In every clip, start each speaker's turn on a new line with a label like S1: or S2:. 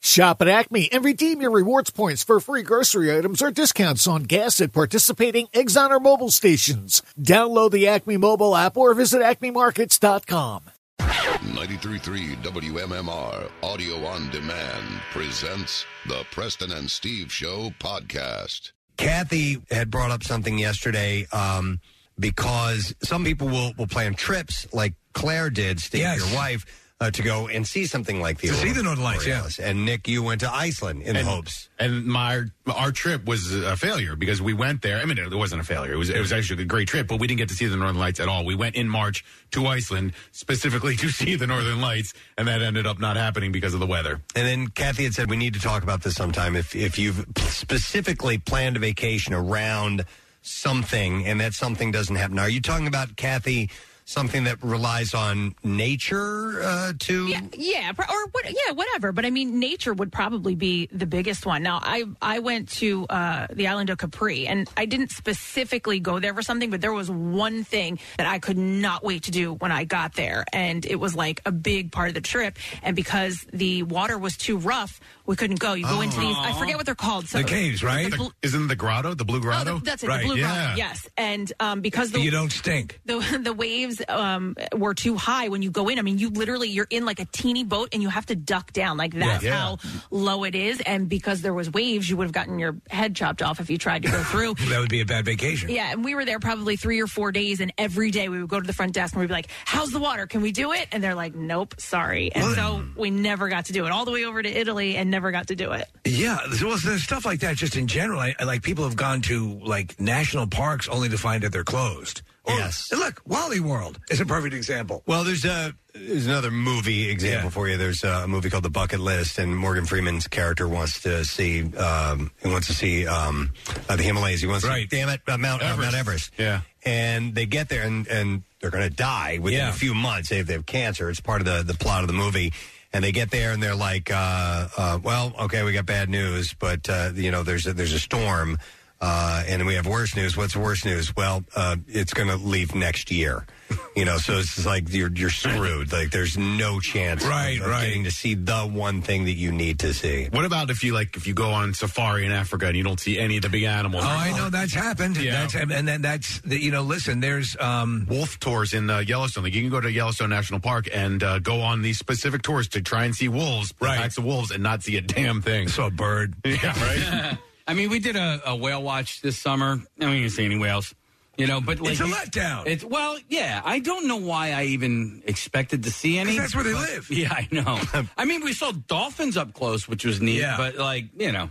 S1: Shop at Acme and redeem your rewards points for free grocery items or discounts on gas at participating Exxon or mobile stations. Download the Acme mobile app or visit acmemarkets.com.
S2: 933 WMMR Audio on Demand presents the Preston and Steve Show podcast.
S3: Kathy had brought up something yesterday um, because some people will, will plan trips like Claire did, Steve, your wife, uh, to go and see something like the
S4: To see the Northern Lights,
S3: Auroras. And Nick, you went to Iceland in
S4: and,
S3: hopes.
S4: And my our trip was a failure because we went there. I mean, it wasn't a failure. It was it was actually a great trip, but we didn't get to see the Northern Lights at all. We went in March to Iceland specifically to see the Northern Lights, and that ended up not happening because of the weather.
S3: And then Kathy had said we need to talk about this sometime. If if you've specifically planned a vacation around something and that something doesn't happen, are you talking about Kathy something that relies on nature uh, to?
S5: Yeah, yeah, pro- or what? Yeah, whatever. But I mean, nature would probably be the biggest one. Now, I I went to uh, the island of Capri, and I didn't specifically go there for something, but there was one thing that I could not wait to do when I got there, and it was like a big part of the trip. And because the water was too rough, we couldn't go. You go into these. I forget what they're called. So
S4: The-
S5: The bl-
S4: isn't it the grotto, the Blue
S5: Oh,
S4: Grotto?
S5: the- that's it. The blue rock. Yes, and um, because the,
S4: You don't stink.
S5: The the waves um, were too high when you go in. I mean, you literally you're in like a teeny boat and you have to duck down. Like that's
S6: Yeah.
S5: how low it is. And because there was waves, you would have gotten your head chopped off if you tried to go through.
S6: that would be a bad vacation.
S5: Yeah, and we were there probably three or four days, and every day we would go to the front desk and we'd be like, "How's the water? Can we do it?" And they're like, "Nope, sorry." And so we never got to do it. All the way over to Italy and never got to do it.
S6: Yeah, there's- well, there's stuff like that just in general. I, I- like people have gone to like national parks only to find that they're closed. Or, yes. Look, Wally World is a perfect example.
S3: Well, there's a there's another movie example for you. There's a movie called The Bucket List, and Morgan Freeman's character wants to see um, he wants to see um, uh, the Himalayas. He wants
S6: Right.
S3: to damn it uh, Mount Everest. Mount
S6: Everest.
S3: Everest.
S6: Yeah.
S3: and they get there and and they're going to die within
S6: Yeah.
S3: a few months if they have cancer. It's part of the the plot of the movie. And they get there and they're like, uh, uh, "Well, okay, we got bad news, but uh, you know, there's a, there's a storm, uh, and we have worse news. What's the worst news? Well, uh, it's going to leave next year, you know. So it's just like you're you're screwed. Like there's no chance, of-
S6: Right,
S3: of
S6: right.
S3: getting to see the one thing that you need to see.
S4: What about if you like if you go on safari in Africa and you don't see any of the big animals?
S6: Oh, I know that's happened.
S4: Yeah.
S6: That's and then that's the- you know, listen, there's um
S4: wolf tours in uh, Yellowstone. Like you can go to Yellowstone National Park and uh, go on these specific tours to try and see wolves, right. packs of wolves, and not see a damn thing.
S6: So a bird,
S4: yeah, right.
S7: I mean, we did a, a whale watch this summer. I mean, we didn't see any whales, you know. But like,
S6: It's a letdown.
S7: It's well, yeah. I don't know why I even expected to see any.
S6: 'Cause that's where they
S7: but-
S6: live.
S7: Yeah, I know. I mean, we saw dolphins up close, which was neat.
S6: Yeah.
S7: But like, you know,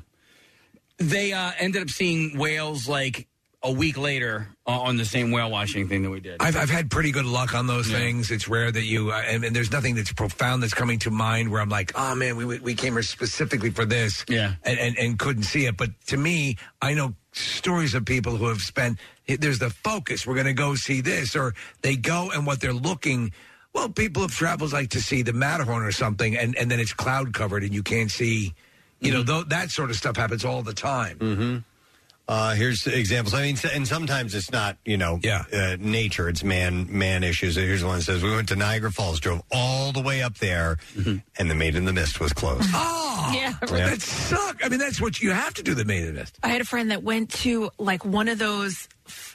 S7: they uh, ended up seeing whales like a week later uh, on the same whale watching thing that we did.
S6: I've, I've had pretty good luck on those things. It's rare that you, I- and, and there's nothing that's profound that's coming to mind where I'm like, oh man, we, we came here specifically for this
S7: Yeah.
S6: and, and, and couldn't see it. But to me, I know stories of people who have spent, there's the focus, we're going to go see this, or they go and what they're looking well, people have traveled like to see the Matterhorn or something, and, and then it's cloud covered and you can't see, you know, tho- that sort of stuff happens all the time. Mm-hmm.
S3: Uh, here's examples. I mean, s- and sometimes it's not you know uh, nature; it's man man issues. Here's one that says we went to Niagara Falls, drove all the way up there, and the Maid in the Mist was closed.
S6: Oh,
S5: Yeah.
S6: that sucks. I mean, that's what you have to do, the main event.
S5: I had a friend that went to like one of those,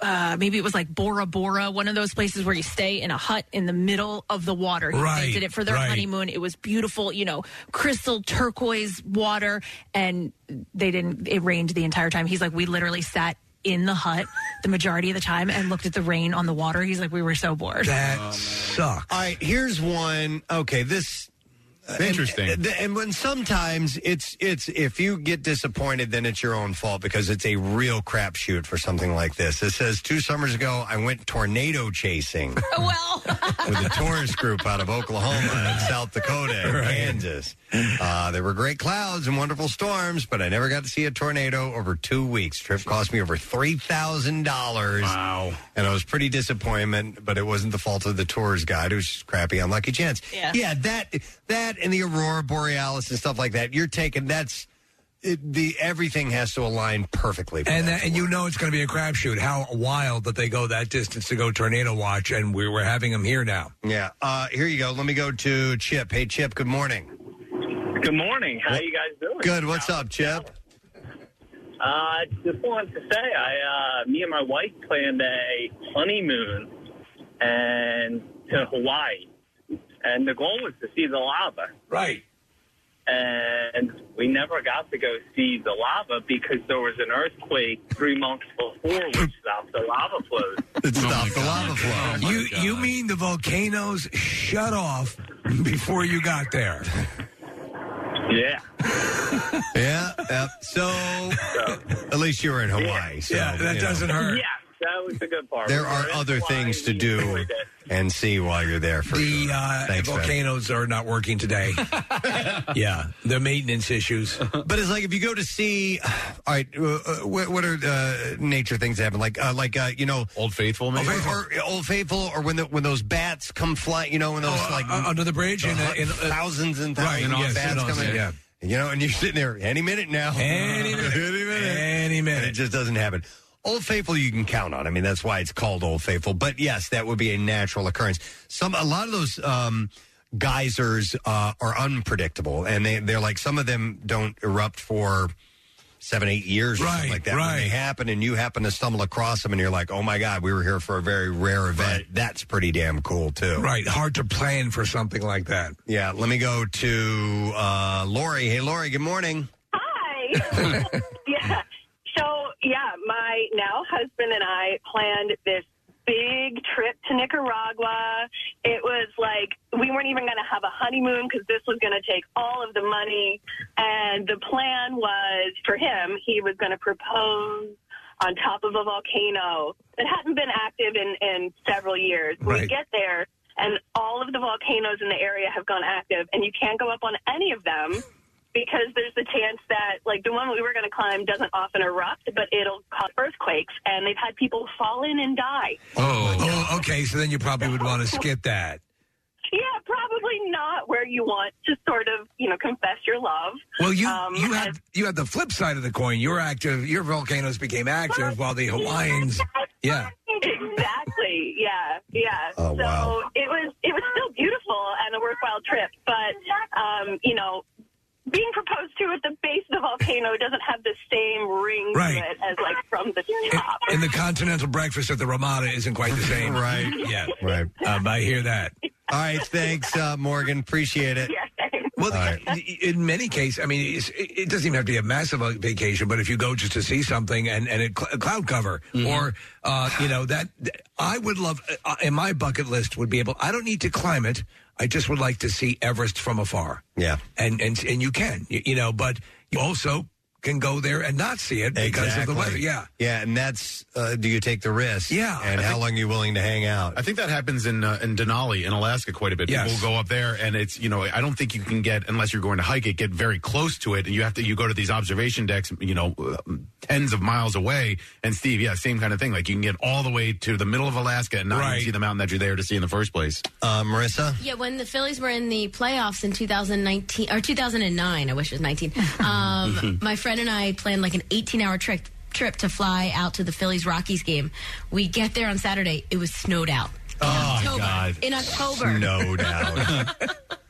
S5: uh, maybe it was like Bora Bora, one of those places where you stay in a hut in the middle of the water. They
S6: Right,
S5: did it for their
S6: right.
S5: honeymoon. It was beautiful, you know, crystal turquoise water, and they didn't. It rained the entire time. He's like, we literally sat in the hut the majority of the time and looked at the rain on the water. He's like, we were so bored.
S6: sucks.
S3: All right, here's one. Okay, this uh,
S4: interesting.
S3: And, and when sometimes it's it's if you get disappointed, then it's your own fault because it's a real crapshoot for something like this. It says two summers ago, I went tornado chasing. with a tourist group out of Oklahoma and South Dakota and Kansas. Uh, there were great clouds and wonderful storms, but I never got to see a tornado over two weeks. Trip cost me over three thousand dollars. Wow! And I was pretty disappointed, but it wasn't the fault of the tours guide. It was just crappy, unlucky chance. Yeah, that that and the aurora borealis and stuff like that. You're taking that's. It, the everything has to align perfectly. for
S6: And
S3: that.
S6: that, and you know it's going to be a crapshoot. How wild that they go that distance to go tornado watch, and we were having them here now.
S3: Yeah. Uh, here you go. Let me go to Chip. Hey, Chip. Good morning.
S8: Good morning. How you guys doing?
S3: Good. What's up, Chip?
S8: Uh, just wanted to say, I uh, me and my wife planned a honeymoon and to Hawaii, and the goal was to see the lava,
S6: Right.
S8: and we never got to go see the lava because there was an earthquake three months before, which stopped the lava flows.
S3: It stopped the lava flow.
S6: You you mean the volcanoes shut off before you got there?
S8: Yeah,
S3: Yeah. Yep. So at least you were in Hawaii. So,
S6: yeah, that
S3: you know,
S6: doesn't hurt.
S8: yeah, that was the good part.
S3: There
S8: We
S3: are
S8: were in
S3: other
S8: Hawaii,
S3: things to
S8: we
S3: do
S8: enjoyed it.
S3: and see while you're there. For
S6: The
S3: sure.
S6: uh,
S3: Thanks, Ben.
S6: volcanoes are not working today. yeah, the maintenance issues.
S3: But it's like if you go to see, all right, uh, uh, what, what are uh, nature things that happen? Like, uh, like uh, you know,
S4: Old Faithful, maybe?
S3: or, or Old Faithful, or when the, when those bats come flying, you know, when those like
S6: Uh, under the bridge in, a, in a,
S3: thousands and
S6: Right,
S3: thousands
S6: yes,
S3: of bats
S6: and also,
S3: come in,
S6: yeah.
S3: you know, and you're sitting there any minute now,
S6: any minute, any minute,
S3: and
S6: any
S3: it
S6: minute.
S3: just doesn't happen. Old Faithful, you can count on. I mean, that's why it's called Old Faithful. But yes, that would be a natural occurrence. Some, a lot of those um, geysers uh, are unpredictable, and they they're like some of them don't erupt for seven, eight years, or something
S6: Right,
S3: like that. When they
S6: right.
S3: happen, and you happen to stumble across them, and you're like, oh my god, we were here for a very rare event. That's pretty damn cool too.
S6: Right, hard to plan for something like that.
S3: Yeah. Let me go to uh, Lori. Hey, Lori. Good morning.
S9: Hi. yeah. So, yeah, my now husband and I planned this big trip to Nicaragua. It was like we weren't even going to have a honeymoon because this was going to take all of the money. And the plan was for him, he was going to propose on top of a volcano that hadn't been active in, in several years. We
S6: Right.
S9: get there. And all of the volcanoes in the area have gone active, and you can't go up on any of them because there's the chance that like the one we were going to climb doesn't often erupt, but it'll cause earthquakes, and they've had people fall in and die.
S6: Oh, okay. So then you probably would want to skip that.
S9: Yeah, probably not where you want to sort of you know confess your love.
S6: Well, you
S9: Um,
S6: you had you had the flip side of the coin. Your active, your volcanoes became active, while the Hawaiians, yeah,
S9: exactly. Yeah, yeah.
S3: Oh,
S9: so
S3: wow.
S9: it was it was still beautiful and a worthwhile trip, but um, you know, being proposed to at the base of the volcano doesn't have the same ring
S6: Right.
S9: to it as like from the
S6: and,
S9: top.
S6: and the continental breakfast at the Ramada isn't quite the same.
S3: Right.
S6: Yeah.
S3: Right.
S6: Um, I hear that.
S3: All right. Thanks, uh, Morgan. Appreciate it.
S9: yeah.
S6: Well, the,
S3: All
S6: in many cases, I mean, it's, it it doesn't even have to be a massive uh, vacation, but if you go just to see something and and it cl- cloud cover or uh, you know that th- I would love uh, in my bucket list would be able. I don't need to climb it. I just would like to see Everest from afar.
S3: Yeah.
S6: and and and you can, you, you know, but you also can go there and not see it because of the weather. Yeah.
S3: Yeah, and that's uh, do you take the risk?
S6: Yeah.
S3: And
S6: I
S3: how long are you willing to hang out?
S4: I think that happens in uh, in Denali in Alaska quite a bit.
S6: Yes.
S4: People go up there, and it's you know I don't think you can get unless you're going to hike it get very close to it, and you have to you go to these observation decks, you know, uh, tens of miles away. And Steve, yeah, same kind of thing. Like you can get all the way to the middle of Alaska and not
S6: Right.
S4: even see the mountain that you're there to see in the first place.
S3: Uh, Marissa?
S10: Yeah, when the Phillies were in the playoffs in 2019 or 2009, I wish it was 19. Um, my friend and I planned like an 18-hour trip trip to fly out to the Phillies Rockies game. We get there on Saturday. It was snowed out. In October.
S3: Oh, God.
S10: In October.
S3: No doubt.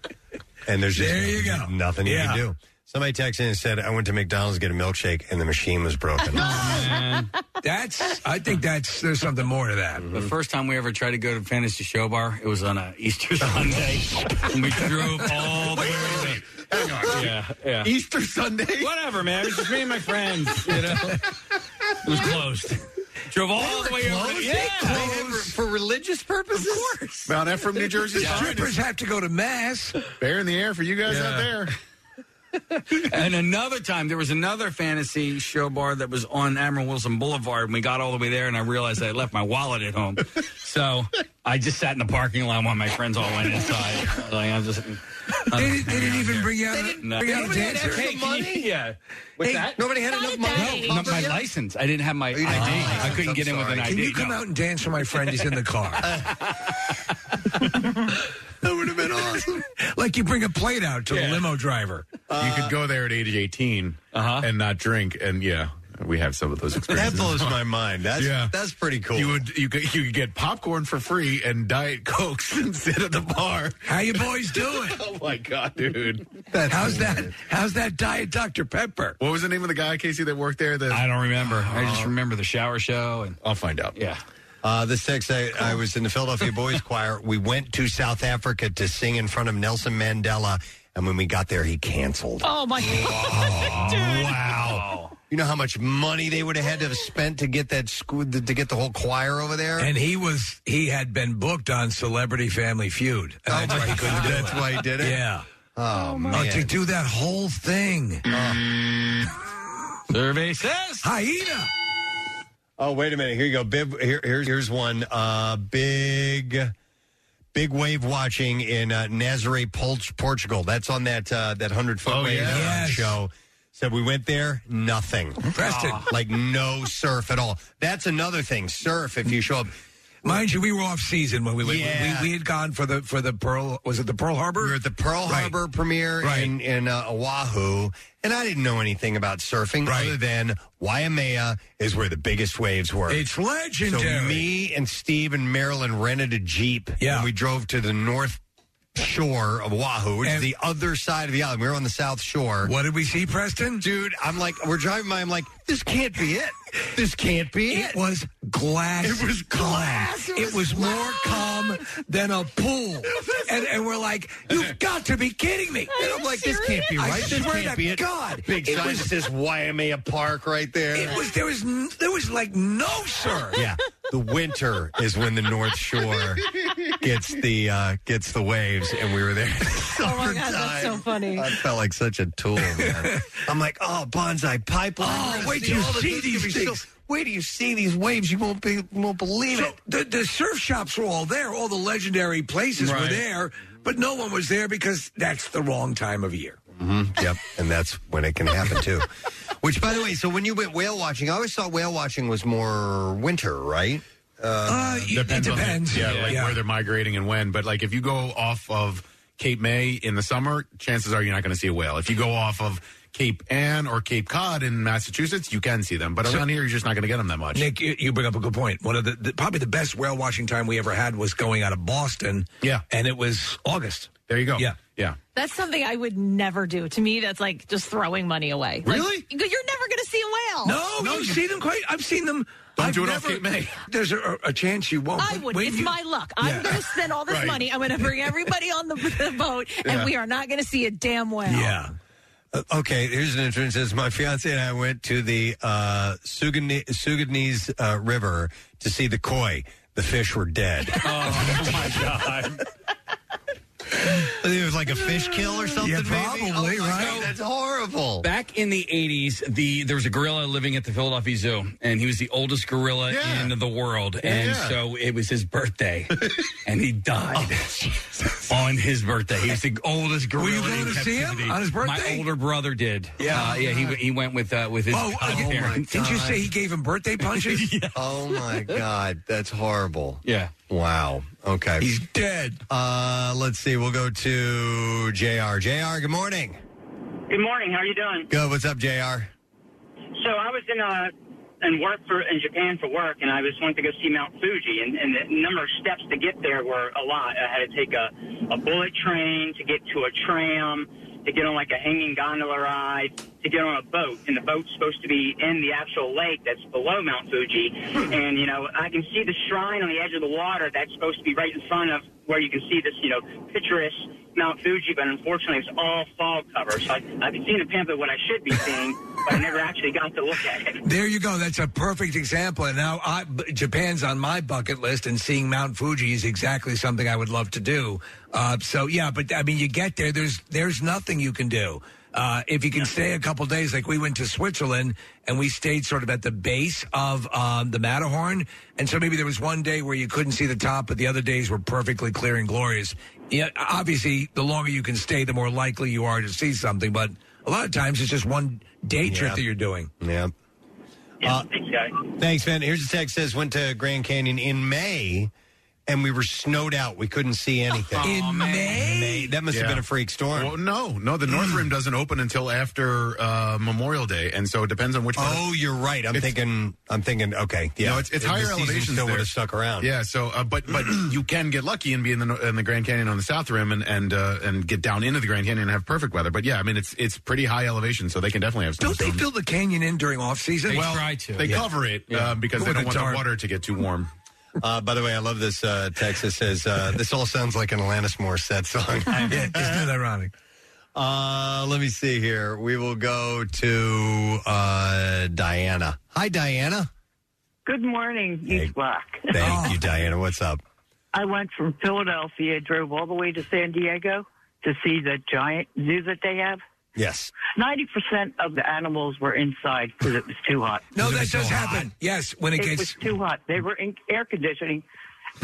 S3: and there's just
S6: There you go.
S3: nothing you
S6: Yeah.
S3: can do. Somebody texted in and said, I went to McDonald's to get a milkshake and the machine was broken.
S6: That's I think that's there's something more to that.
S7: The first time we ever tried to go to Fantasy Show Bar, it was on a Easter Sunday, and we drove all the way.
S4: Hang on,
S7: Yeah, yeah.
S4: Easter Sunday.
S7: Whatever, man. It was just me and my friends. You know, it was closed. Drove all the way over. to- Yeah,
S3: for religious purposes? Of course.
S4: Mount Ephraim, New Jersey.
S6: Strippers have to go to mass.
S4: Bear in the air for you guys
S7: Uh,
S4: out there.
S7: And another time, there was another fantasy show bar that was on Admiral Wilson Boulevard, and we got all the way there, and I realized I left my wallet at home. So I just sat in the parking lot while my friends all went inside. Like I'm just.
S6: They didn't, they didn't even bring you out. a-
S7: No.
S6: Bring out a
S7: Nobody had
S6: dancer.
S7: extra money? Yeah. What's that?
S3: Nobody had
S10: Not
S3: enough
S10: a
S3: money.
S10: day.
S7: No, my license. I didn't have my ID.
S3: didn't have a
S7: I
S3: license.
S7: couldn't
S3: I'm
S7: get in with an
S3: sorry.
S7: ID.
S6: Can you come
S7: No.
S6: out and dance for my friend? He's in the car.
S3: That would have been awesome.
S6: like you bring a plate out to the
S7: Yeah.
S6: limo driver.
S4: you could go there at age 18
S7: Uh-huh.
S4: and not drink, and yeah. we have some of those
S3: That
S4: experiences.
S3: blows my mind. That's that's pretty cool.
S4: You would you could you could get popcorn for free and diet cokes and sit at the bar.
S6: How you boys doing?
S4: oh my god, dude!
S6: how's that? How's that diet, Dr. Pepper?
S4: What was the name of the guy, Casey, that worked there? The Uh,
S7: I don't remember. I just remember the shower show and
S4: I'll find out.
S7: yeah.
S3: Uh, this text, I, I was in the Philadelphia Boys Choir. We went to South Africa to sing in front of Nelson Mandela, and when we got there, he canceled.
S5: Oh my
S7: Oh,
S5: god, dude!
S3: Wow! You know how much money they would have had to have spent to get that school, to get the whole choir over there.
S6: And he was he had been booked on Celebrity Family Feud. And
S3: oh
S6: that's why
S3: my
S6: he couldn't
S3: God,
S6: do it.
S3: that's why he did it.
S6: Yeah.
S3: Oh,
S6: Oh,
S3: man.
S6: to do that whole thing.
S7: Survey says
S6: Hyena.
S3: Oh, wait a minute. Here you go. Bib, here, here's, here's one. Uh, big, big wave watching in uh, Nazaré, Pol- Portugal. That's on that uh, that hundred foot
S4: Oh,
S3: wave
S4: yeah.
S3: uh,
S6: Yes.
S3: show. Said we went there, nothing. Ah.
S6: Preston.
S3: like no surf at all. That's another thing. Surf. If you show up,
S6: Mind you, we were off season when we went.
S3: Yeah.
S6: We, we had gone for the for the Pearl. Was it the Pearl Harbor?
S3: we were at the Pearl
S6: Right.
S3: Harbor premiere
S6: Right.
S3: in in uh, Oahu, and I didn't know anything about surfing
S6: Right.
S3: other than Waimea is where the biggest waves were.
S6: It's
S3: So
S6: legendary.
S3: me and Steve and Marilyn rented a jeep.
S6: Yeah.
S3: and we drove to the north shore of Oahu, which is
S6: And-
S3: the other side of the island. We were on the south shore.
S6: what did we see, Preston?
S3: Dude, I'm like, we're driving by. I'm like, this can't be it. This can't be it.
S6: It was glass.
S3: It was glass.
S6: Calm.
S3: It
S6: It was, more calm than a pool. and, and we're like, you've got to be kidding me.
S3: And I'm like, this can't be
S6: I
S3: right. this
S6: swear
S3: can't
S6: to
S3: be it.
S6: God,
S3: Big
S6: it
S3: sign
S6: was-
S3: that says Waimea Park right there.
S6: It was there was n- there was like no sir.
S3: yeah. The winter is when the North Shore gets the uh, gets the waves, and we were there. oh
S5: my God, that's so funny.
S3: I felt like such a tool. Man. I'm like, oh, bonsai pipeline.
S6: Oh,
S3: We're gonna
S6: wait till you
S3: all of
S6: see
S3: this. It's
S6: these
S3: gonna be
S6: things.
S3: wait till you see these waves. You won't be you won't believe
S6: So
S3: it.
S6: the, the surf shops were all there. All the legendary places were
S4: Right.
S6: there, but no one was there because that's the wrong time of year.
S4: Mm-hmm.
S3: Yep, and that's when it can happen too. Which, by the way, so when you went whale watching, I always thought whale watching was more winter, right?
S6: Uh, y-
S4: depends.
S6: it
S4: on the-
S6: depends.
S4: yeah, like where they're migrating and when. But like if you go off of Cape May in the summer, chances are you're not going to see a whale. If you go off of Cape Ann or Cape Cod in Massachusetts, you can see them. But around here, you're just not going to get them that much.
S6: Nick, you, you bring up a good point. One of the, the probably the best whale watching time we ever had was going out of Boston.
S4: Yeah.
S6: and it was August.
S4: there you go.
S6: Yeah.
S4: yeah.
S5: That's something I would never do. To me, that's like just throwing money away. Like,
S4: Really?
S5: you're never going to see a whale.
S6: No, you see them quite. I've seen them.
S4: Don't
S6: I've
S4: do it off
S6: never,
S4: Cape May.
S6: There's a, a chance you won't.
S5: I
S6: but
S5: would.
S6: when
S5: It's
S6: you-
S5: my luck. I'm
S6: Yeah.
S5: going to spend all this
S4: Right.
S5: money. I'm going to bring everybody on the, the boat, and we are not going to see a damn whale.
S6: Yeah.
S3: Uh, Okay, here's an entrance. Says my fiance and I went to the uh, Sugani- Suganese uh, River to see the koi. The fish were dead. Oh, I think it was like a fish kill or something.
S6: Yeah,
S3: maybe.
S6: probably,
S3: Oh, my God,
S6: right?
S3: that's horrible.
S7: back in the 80s, the there was a gorilla living at the Philadelphia Zoo, and he was the oldest gorilla
S4: Yeah.
S7: in the world. and
S4: yeah.
S7: so it was his birthday, and he died on his birthday. He was the oldest gorilla.
S6: Oh, Were you going
S7: in
S6: to see him
S7: captivity.
S6: on his birthday?
S7: My older brother did.
S6: Yeah.
S7: Uh, yeah. He, he went with uh, with his.
S6: Oh,
S7: uh,
S6: again,
S7: parents.
S6: didn't you say he gave him birthday punches?
S3: Oh my God, that's horrible.
S7: Yeah.
S3: Wow. Okay.
S6: He's dead.
S3: Uh, let's see. We'll go to Jr. Jr. Good morning.
S11: Good morning. How are you doing?
S3: Good. What's up, Jr.
S11: So I was in uh and work for in Japan for work, and I just wanted to go see Mount Fuji, and, and the number of steps to get there were a lot. I had to take a a bullet train to get to a tram, to get on like a hanging gondola ride, to get on a boat, and the boat's supposed to be in the actual lake that's below Mount Fuji, and you know I can see the shrine on the edge of the water that's supposed to be right in front of where you can see this you know picturesque Mount Fuji, but unfortunately it's all fog cover. So I, I could see in the pamphlet what I should be seeing, but I never actually got to look at it.
S6: There you go. That's a perfect example. And now I, b- Japan's on my bucket list, and seeing Mount Fuji is exactly something I would love to do. Uh, so yeah, but I mean, you get there. There's there's nothing you can do. Uh, if you can stay a couple days, like we went to Switzerland and we stayed sort of at the base of um, the Matterhorn, and so maybe there was one day where you couldn't see the top, but the other days were perfectly clear and glorious. Yeah, obviously, the longer you can stay, the more likely you are to see something. But a lot of times, it's just one day trip
S3: Yeah. Uh,
S6: that you're doing.
S3: Yeah.
S11: Yeah, thanks, guys.
S3: Thanks, man. Here's a text says went to Grand Canyon in May and we were snowed out. We couldn't see anything.
S4: In Aw, man. May?
S3: That must have
S4: Yeah.
S3: been a freak storm.
S4: Well, no, no, the North Rim doesn't open until after uh, Memorial Day, and so it depends on which. Part
S3: Oh, you're right. I'm thinking. I'm thinking. Okay, yeah.
S4: No, it's, it's
S3: The
S4: higher
S3: season
S4: elevations.
S3: Still
S4: there.
S3: would have stuck around.
S4: Yeah. So, uh, but but you can get lucky and be in the in the Grand Canyon on the South Rim and and uh, and get down into the Grand Canyon and have perfect weather. But yeah, I mean it's it's pretty high elevation, so they can definitely have.
S6: Don't they
S4: snowstorms.
S6: fill the canyon in during off season?
S4: They Well, try to. they cover it, uh, because they don't want the water to get too warm.
S3: Uh, by the way, I love this. Uh, Texas says uh, this all sounds like an Alanis Morissette song.
S6: yeah, isn't that ironic?
S3: Uh, let me see here. We will go to uh, Diana. Hi, Diana.
S12: Good morning, East Block.
S3: Thank
S6: Oh.
S3: you, Diana. What's up?
S12: I went from Philadelphia, drove all the way to San Diego to see the giant zoo that they have.
S3: Yes.
S12: 90% of the animals were inside because it was too hot.
S6: No, that does happen. Yes, when it,
S12: it
S6: gets
S12: was too hot. They were in air conditioning,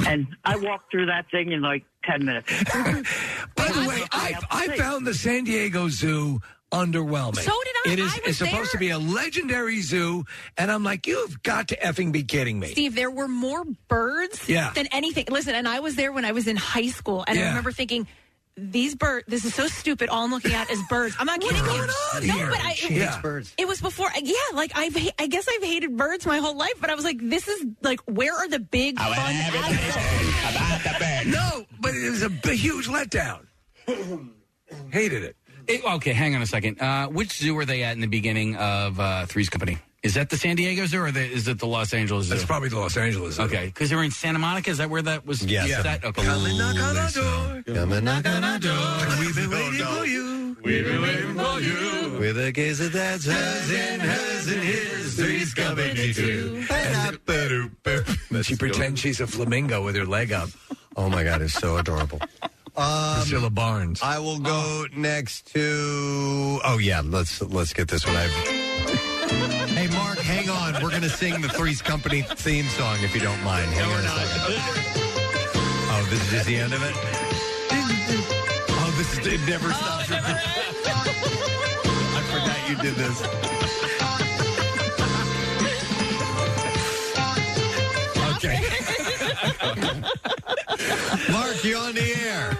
S12: and I walked through that thing in like 10 minutes.
S6: By the way, I I found the San Diego Zoo underwhelming.
S5: So did I.
S6: It is
S5: I was
S6: it's supposed to be a legendary zoo, and I'm like, you've got to effing be kidding me.
S5: Steve, there were more birds
S6: Yeah.
S5: than anything. Listen, and I was there when I was in high school, and I
S6: Yeah.
S5: remember thinking, "These birds. This is so stupid. All I'm looking at is birds. I'm not kidding you. no, but I,
S6: She hates birds.
S5: It was before. Yeah, like I've. ha- I guess I've hated birds my whole life, but I was like, this is like, where are the big fun?
S6: No, but it was a b- huge letdown. Hated it.
S7: It- okay, hang on a second. Uh, which zoo were they at in the beginning of uh, Three's Company? Is that the San Diego Zoo or the, is it the Los Angeles Zoo?
S6: That's probably the Los Angeles. Zoo.
S7: Okay, because they were in Santa Monica. Is that where that was?
S3: Yes.
S7: Yeah. Set? Okay.
S6: Come and knock on our door.
S3: Come and knock on our
S6: door. We've been waiting
S3: no.
S6: for you.
S3: With a case of that's hers and hers and his. Three's company too.
S6: She pretends she's a flamingo with her leg up.
S3: Oh my God, it's so adorable.
S6: Priscilla Barnes.
S3: Um, I will go next to. Oh yeah, let's let's get this one. I've... hey Mark, hang on. We're gonna sing the Three's Company theme song if you don't mind. Hang on a second. Oh, this is just the end of it. Oh, this is it never stops. I forgot you did this. Okay. Mark, you on the air?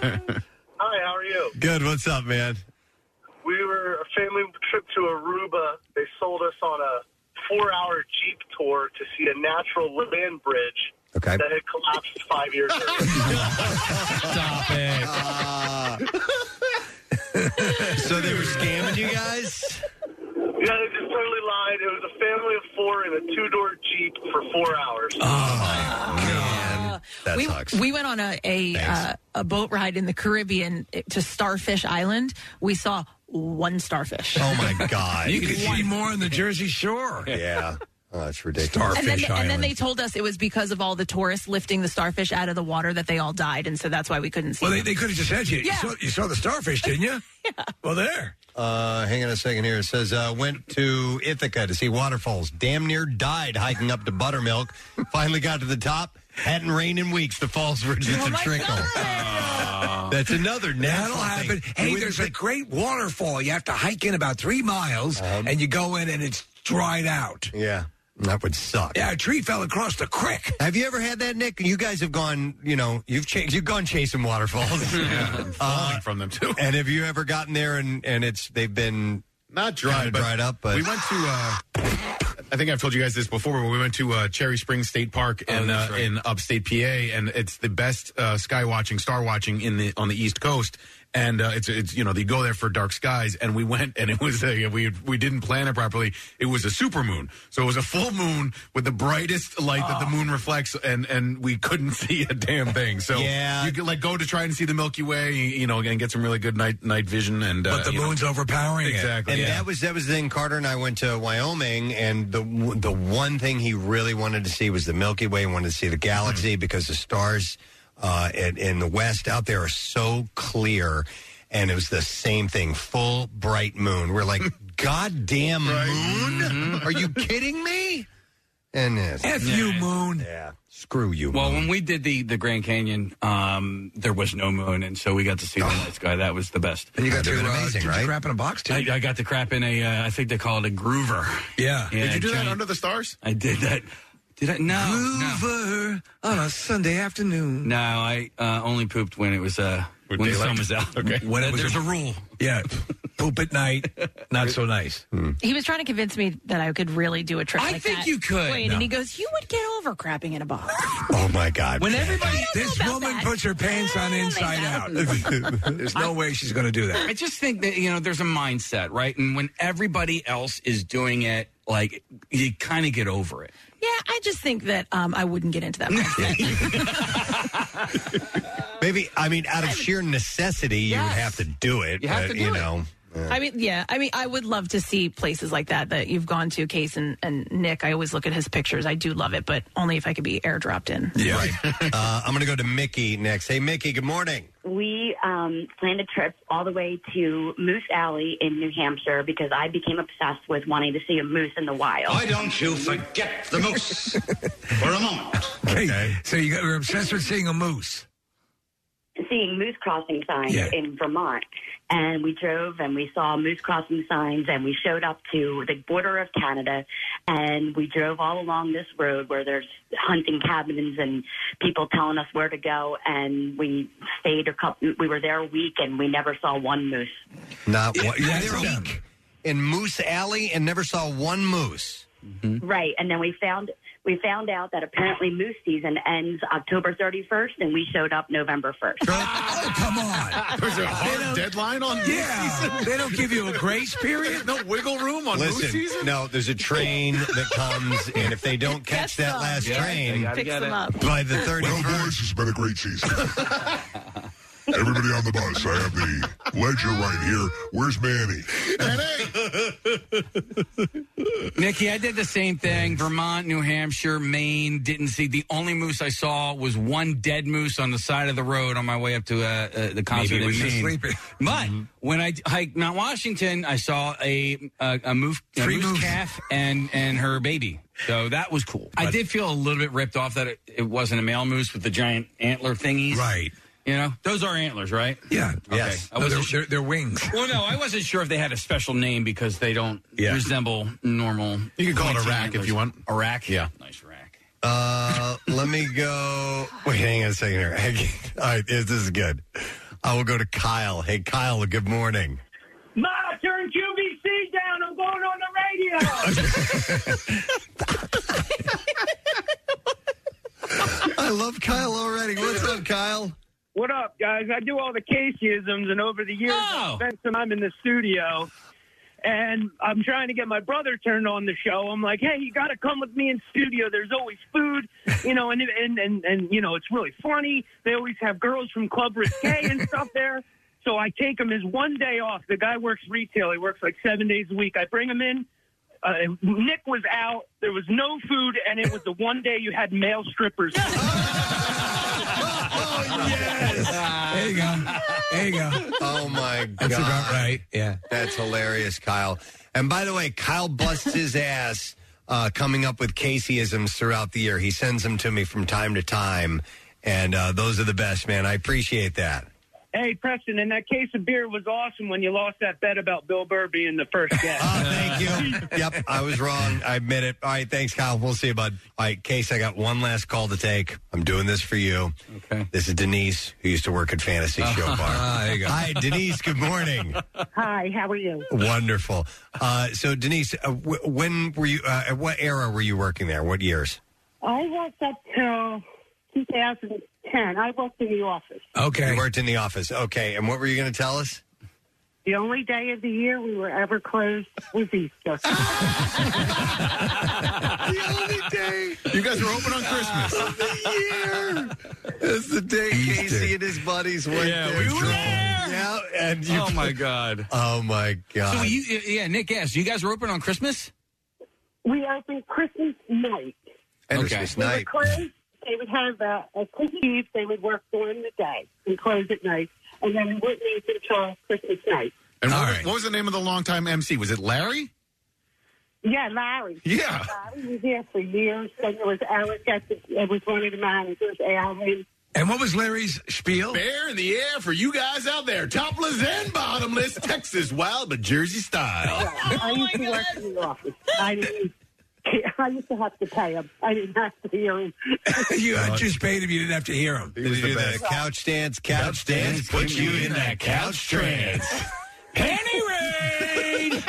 S13: Hi, how are you?
S3: Good. What's up, man?
S13: We were a family trip to Aruba. They sold us on a four-hour jeep tour to see a natural land bridge
S3: Okay.
S13: that had collapsed five years earlier.
S7: Stop it.
S3: So they were scamming you guys?
S13: yeah, they just totally lied. It was a family of four in a two-door jeep for four hours.
S3: Oh, Man, that
S5: we,
S3: sucks.
S5: we went on a a, uh, a boat ride in the Caribbean to Starfish Island. We saw one starfish.
S3: oh my god.
S6: You can see more on the Jersey Shore.
S3: yeah. Oh, that's ridiculous.
S5: and then,
S6: Fish
S5: and then
S6: Island.
S5: they told us it was because of all the tourists lifting the starfish out of the water that they all died, and so that's why we couldn't see.
S6: Well, they,
S5: them.
S6: they could have just said you. You,
S5: Yeah.
S6: saw, you saw the starfish, didn't you? yeah. Well, there.
S3: Uh, hang on a second here. It says uh, went to Ithaca to see waterfalls. Damn near died hiking up to Buttermilk. Finally got to the top. Hadn't rained in weeks. The falls were just
S5: Oh
S3: a trickle. That's another
S6: That'll
S3: natural
S6: happen.
S3: thing.
S6: Hey,
S3: We-
S6: there's a great waterfall. You have to hike in about three miles,
S7: Uh-huh.
S6: and you go in, and it's dried out.
S3: yeah, that would suck.
S6: Yeah, a tree fell across the creek.
S3: Have you ever had that, Nick? You guys have gone. You know, you've chased. You've gone chasing waterfalls. Uh,
S4: Yeah, falling from them too.
S3: And have you ever gotten there and and it's they've been
S4: Not dry,
S3: Kinda
S4: but
S3: dried up, but-
S4: we went to. Uh, I think I've told you guys this before, but we went to uh, Cherry Springs State Park
S6: Oh,
S4: in uh, in upstate PA, and it's the best uh, sky watching, star watching in the on the East Coast. And uh, it's it's you know they go there for dark skies, and we went, and it was a, we we didn't plan it properly. It was a super moon, so it was a full moon with the brightest light that
S6: Oh.
S4: the moon reflects, and and we couldn't see a damn thing. So
S3: Yeah.
S4: you could like go to try and see the Milky Way, you know, and get some really good night night vision. And uh,
S6: But the
S4: you know.
S6: moon's overpowering
S4: Exactly.
S6: it.
S3: And that was that was the thing. Carter and I went to Wyoming, and the the one thing he really wanted to see was the Milky Way. He wanted to see the galaxy because the stars uh, in, in the west out there are so clear. And it was the same thing, full bright moon. We're like, goddamn moon!
S6: Mm-hmm.
S3: Are you kidding me? And it's,
S6: F you, moon.
S3: yeah, screw you.
S7: Well,
S3: moon.
S7: when we did the, the Grand Canyon, um, there was no moon, and so we got to see the night sky. That was the best.
S6: And you got
S3: That'd have
S6: to
S3: been
S6: uh,
S3: amazing,
S6: did you
S3: right?
S6: crap in a box too.
S7: I, I got to crap in a, uh, I think they call it a groover.
S6: yeah.
S7: Yeah,
S4: Did you do that
S7: giant-
S4: under the stars?
S7: I did that. Did I? No.
S6: Groover on a Sunday afternoon.
S7: No, I uh, only pooped when it was uh, when the
S6: daylight?
S7: sun was out.
S6: Okay.
S7: When it,
S6: Was
S7: there's
S6: it-
S7: a rule.
S6: Yeah. Poop at night, not so nice.
S4: Hmm.
S5: He was trying to convince me that I could really do a trick.
S7: I
S5: like
S7: think
S5: that.
S7: you could.
S5: Wait,
S7: No.
S5: and he goes, "You would get over crapping in a box."
S3: Oh my God!
S6: When
S5: everybody-
S6: this woman puts her pants on inside out. There's no way she's going to do that.
S7: I just think that you know there's a mindset, right? And when everybody else is doing it, like you kind of get over it.
S5: Yeah, I just think that um, I wouldn't get into that. mindset.
S3: Maybe I mean, out of sheer necessity, you would have to do it.
S5: You have to
S3: but,
S5: do
S3: you
S5: it.
S3: know. yeah.
S5: I mean, yeah, I mean, I would love to see places like that that you've gone to, Case and, and Nick. I always look at his pictures. I do love it, but only if I could be airdropped in.
S3: Yeah. Right. uh, I'm going to go to Mickey next. Hey, Mickey. Good morning.
S14: We um, planned a trip all the way to Moose Alley in New Hampshire because I became obsessed with wanting to see a moose in the wild.
S15: Why don't you forget the moose for a moment?
S6: Okay. So you got, you're obsessed with seeing a moose.
S14: Seeing moose crossing signs
S6: Yeah.
S14: in Vermont, and we drove and we saw moose crossing signs, and we showed up to the border of Canada, and we drove all along this road where there's hunting cabins and people telling us where to go, and we stayed a couple. We were there a week, and we never saw one moose.
S3: Not one. you were a week in Moose Alley and never saw one moose.
S14: Right, and then we found we found out that apparently moose season ends October 31st, and we showed up November 1st.
S6: Oh, Come on.
S4: There's a hard deadline on moose
S6: Yeah.
S4: season?
S6: They don't give you a grace period.
S4: No wiggle room on moose
S3: Listen,
S4: season?
S3: no, there's a train that comes, and if they don't catch that last
S4: Yeah, they
S3: train
S4: gotta Picks get them it. up.
S3: by the 31st,
S16: Well, boys, it's been a great season. Everybody on the bus, I have the ledger right here. Where's Manny?
S7: Nikki, I did the same thing. Vermont, New Hampshire, Maine. Didn't see the only moose I saw was one dead moose on the side of the road on my way up to uh, uh, the concert
S6: Maybe it was
S7: in
S6: just
S7: Maine.
S6: sleeping. Mm-hmm.
S7: But when I hiked Mount Washington, I saw a a, a, moose, a
S6: Three
S7: moose
S6: moose.
S7: calf and and her baby. So that was cool. I did feel a little bit ripped off that it, it wasn't a male moose with the giant antler thingies. Right. You know, those are antlers, right?
S6: Yeah.
S7: Okay.
S6: Yes.
S7: I
S6: No,
S7: wasn't
S6: they're-
S7: sure.
S6: they're- they're wings.
S7: Well, no, I wasn't sure if they had a special name because they don't resemble normal.
S4: You can call it a
S7: pointy
S4: rack if
S7: antlers.
S4: you want.
S7: A rack?
S4: Yeah.
S7: Nice rack.
S3: Uh, let me go. Wait, hang on a second here. Hang- All right, this is good. I will go to Kyle. Hey, Kyle. Good morning.
S13: Ma, turn QVC down. I'm going on the radio.
S3: I love Kyle already. What's up, Kyle?
S13: What up, guys? I do all the Caseyisms, and over the years, I've spent some time in the studio, and I'm trying to get my brother turned on the show. I'm like, hey, you got to come with me in studio. There's always food, you know, and, and, and, and, you know, it's really funny. They always have girls from Club Risque and stuff there. So I take him his one day off. The guy works retail. He works like seven days a week. I bring him in. Uh, Nick was out. There was no food, and it was the one day you had male strippers.
S6: There you go. There you go.
S3: Oh my god.
S6: That's about right. Yeah.
S3: That's hilarious, Kyle. And by the way, Kyle busts his ass uh, coming up with Caseyisms throughout the year. He sends them to me from time to time, and uh, those are the best, man. I appreciate that.
S13: Hey, Preston, and that case of beer was awesome when you lost that bet about Bill Burr being the first guest.
S3: Thank you. yep, I was wrong. I admit it. All right, thanks, Kyle. We'll see you, bud. All right, Case, I got one last call to take. I'm doing this for you. Okay. This is Denise, who used to work at Fantasy Show Bar.
S6: Ah, there you go.
S3: Hi, Denise. Good morning.
S17: Hi, how are you?
S3: Wonderful. Uh, so, Denise, uh, w- when were you? Uh, at what era were you working there? What years?
S17: I worked up till 2010. I worked in the office.
S3: Okay. You worked in the office. Okay. And what were you going to tell us?
S17: The only day of the year we were ever closed was Easter.
S6: the only day.
S4: You guys were open on Christmas.
S3: That's the day Casey and his buddies went
S7: Yeah,
S3: there.
S7: we were
S3: Yeah, and you-
S7: Oh, my God.
S3: Oh my God.
S7: So you, yeah, Nick asked, you guys were open on Christmas?
S17: we opened Christmas night.
S3: And
S7: okay.
S3: Christmas
S17: We were closed. They would have uh, a Christmas Eve. They would work during the day and close at night, and then we wouldn't open until Christmas night.
S4: And what, what was the name of the longtime MC? Was it Larry?
S17: Yeah, Larry.
S4: Yeah.
S17: Larry was there for years. Then there was Alec. At the, it was one of the managers, Alvin.
S6: And what was Larry's spiel?
S4: Bear in the air for you guys out there, topless and bottomless, Texas wild but Jersey style.
S17: I used to work in the office. I I used to have to pay him. I didn't have to hear him.
S6: you I just paid him. You didn't have to hear him.
S3: Did you do Uh, the couch dance? Couch dance put you in that couch trance.
S7: Penny raid.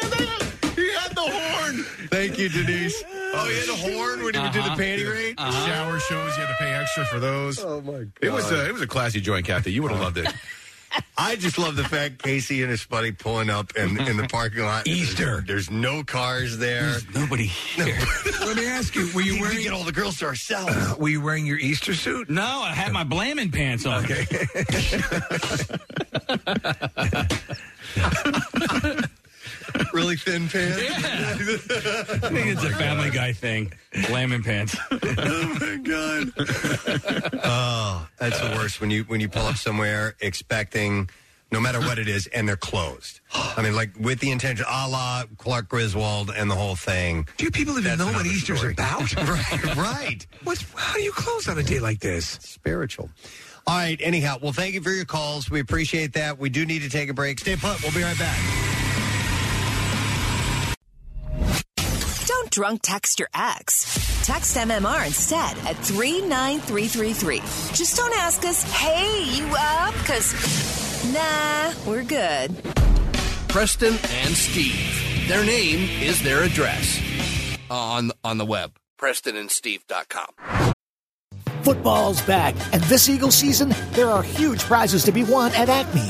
S3: he had the horn. Thank you, Denise. Oh, he had a horn when he would
S4: Uh-huh.
S3: do
S6: Uh-huh.
S3: the panty raid.
S4: Shower shows, you had to pay extra for those. Oh my god! It was a, it was a classy joint, Kathy. You would have loved it.
S3: I just love the fact Casey and his buddy pulling up in, in the parking lot. Easter. There's, no cars there.
S7: nobody here.
S6: Let me ask you: Were you wearing? Uh,
S3: get all the girls to ourselves.
S6: were you wearing your Easter suit?
S7: No, I had my blaming pants on. Okay.
S3: really thin pants.
S7: Yeah. I think it's a Family Guy thing. Blaming pants.
S3: oh my god. oh, that's the worst when you when you pull up somewhere expecting no matter what it is and they're closed. I mean, like with the intention, a la Clark Griswold and the whole thing.
S6: Do people even know what Easter's about?
S3: right, right.
S6: What's, how do you close on a day like this?
S3: Spiritual. All right. Anyhow, well, thank you for your calls. We appreciate that. We do need to take a break. Stay put. We'll be right back.
S18: Don't drunk text your ex. Text MMR instead at 39333. Just don't ask us, hey, you up? Because, nah, we're good.
S19: Preston and Steve. Their name is their address on on the web. PrestonandSteve.com.
S1: Football's back, and this Eagle season, there are huge prizes to be won at Acme.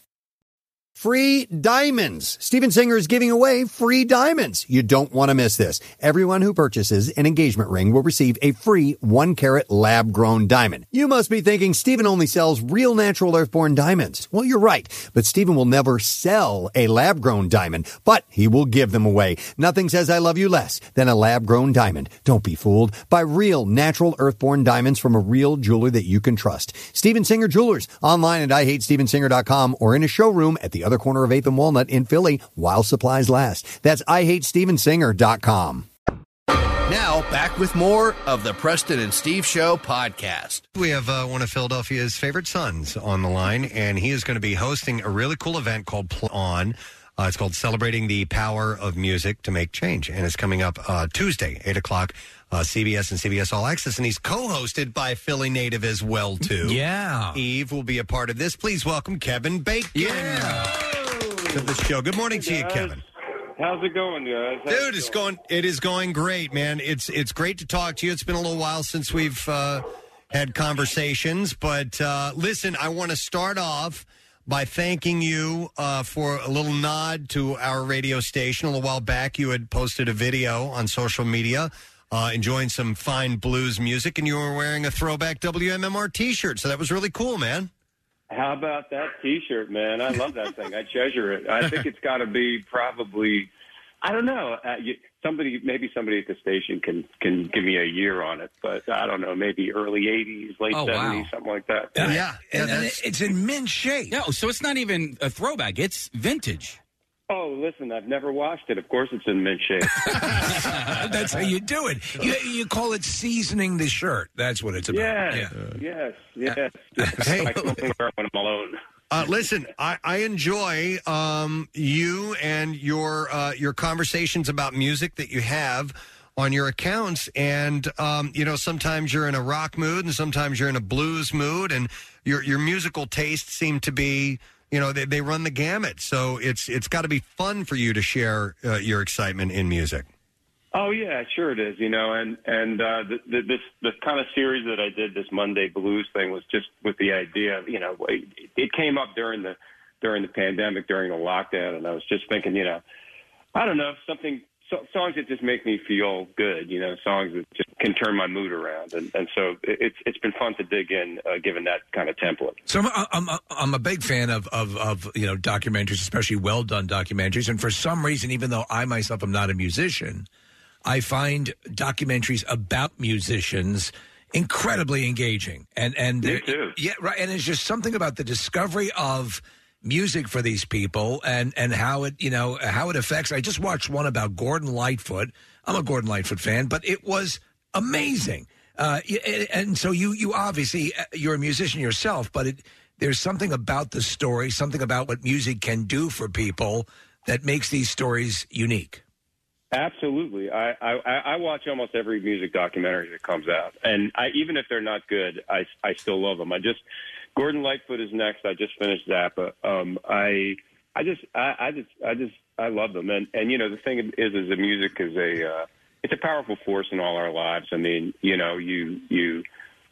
S20: Free diamonds. Steven Singer is giving away free diamonds. You don't want to miss this. Everyone who purchases an engagement ring will receive a free one carat lab grown diamond. You must be thinking Steven only sells real natural earthborn diamonds. Well, you're right, but Steven will never sell a lab grown diamond, but he will give them away. Nothing says I love you less than a lab grown diamond. Don't be fooled by real natural earthborn diamonds from a real jeweler that you can trust. Steven Singer Jewelers online at IHateStevenSinger.com or in a showroom at the other corner of 8th and Walnut in Philly while supplies last. That's IHateStevenSinger.com.
S19: Now back with more of the Preston and Steve Show podcast.
S3: We have uh, one of Philadelphia's favorite sons on the line, and he is going to be hosting a really cool event called Pl- On. Uh, it's called Celebrating the Power of Music to Make Change, and it's coming up uh, Tuesday, 8 o'clock, uh, CBS and CBS All Access. And he's co hosted by Philly native as well, too.
S7: Yeah.
S3: Eve will be a part of this. Please welcome Kevin Bacon to the show. Good morning to you, Kevin.
S21: How's it going, guys?
S3: Dude, it's going. It is going great, man. It's it's great to talk to you. It's been a little while since we've uh, had conversations, but uh, listen, I want to start off by thanking you uh, for a little nod to our radio station. A little while back, you had posted a video on social media. Uh, enjoying some fine blues music, and you were wearing a throwback WMMR T-shirt, so that was really cool, man.
S21: How about that T-shirt, man? I love that thing. I treasure it. I think it's got to be probably, I don't know, uh, you, somebody, maybe somebody at the station can can give me a year on it, but I don't know, maybe early '80s, late
S7: Oh, wow.
S21: '70s, something like that.
S7: And- and it's in mint shape. No, so it's not even a throwback. It's vintage.
S21: Oh, listen, I've never washed it. Of course, it's in mint shape.
S6: That's how you do it. You, you call it seasoning the shirt. That's what it's about.
S21: yes, yes, yes,
S3: Hey.
S21: I can wear it when I'm alone.
S3: Uh, listen, I, I enjoy um, you and your uh, your conversations about music that you have on your accounts, and um, you know sometimes you're in a rock mood and sometimes you're in a blues mood, and your your musical tastes seem to be you know they, they run the gamut. So it's it's got to be fun for you to share uh, your excitement in music.
S21: Oh yeah, sure it is. You know, and and uh, the, the, this the kind of series that I did this Monday Blues thing was just with the idea of you know it, it came up during the during the pandemic during the lockdown, and I was just thinking you know I don't know something so, songs that just make me feel good. You know, songs that just can turn my mood around, and and so it, it's it's been fun to dig in uh, given that kind of template.
S6: So I'm, I'm I'm- I'm a big fan of, of of you know documentaries, especially well done documentaries. And for some reason, even though I myself am not a musician, I find documentaries about musicians incredibly engaging. And and
S21: Me too.
S6: yeah, right. And it's just something about the discovery of music for these people and and how it you know how it affects. I just watched one about Gordon Lightfoot. I'm a Gordon Lightfoot fan, but it was amazing. Uh, y- and- and so you you obviously uh, you're a musician yourself, but it, there's something about the story, something about what music can do for people that makes these stories unique.
S21: Absolutely, I, I I- I watch almost every music documentary that comes out, and I even if they're not good, I I still love them. I just Gordon Lightfoot is next. I just finished Zappa. Um, I I just I, I just I just I love them, and and you know the thing is is the music is a uh, it's a powerful force in all our lives. I mean, you know, you you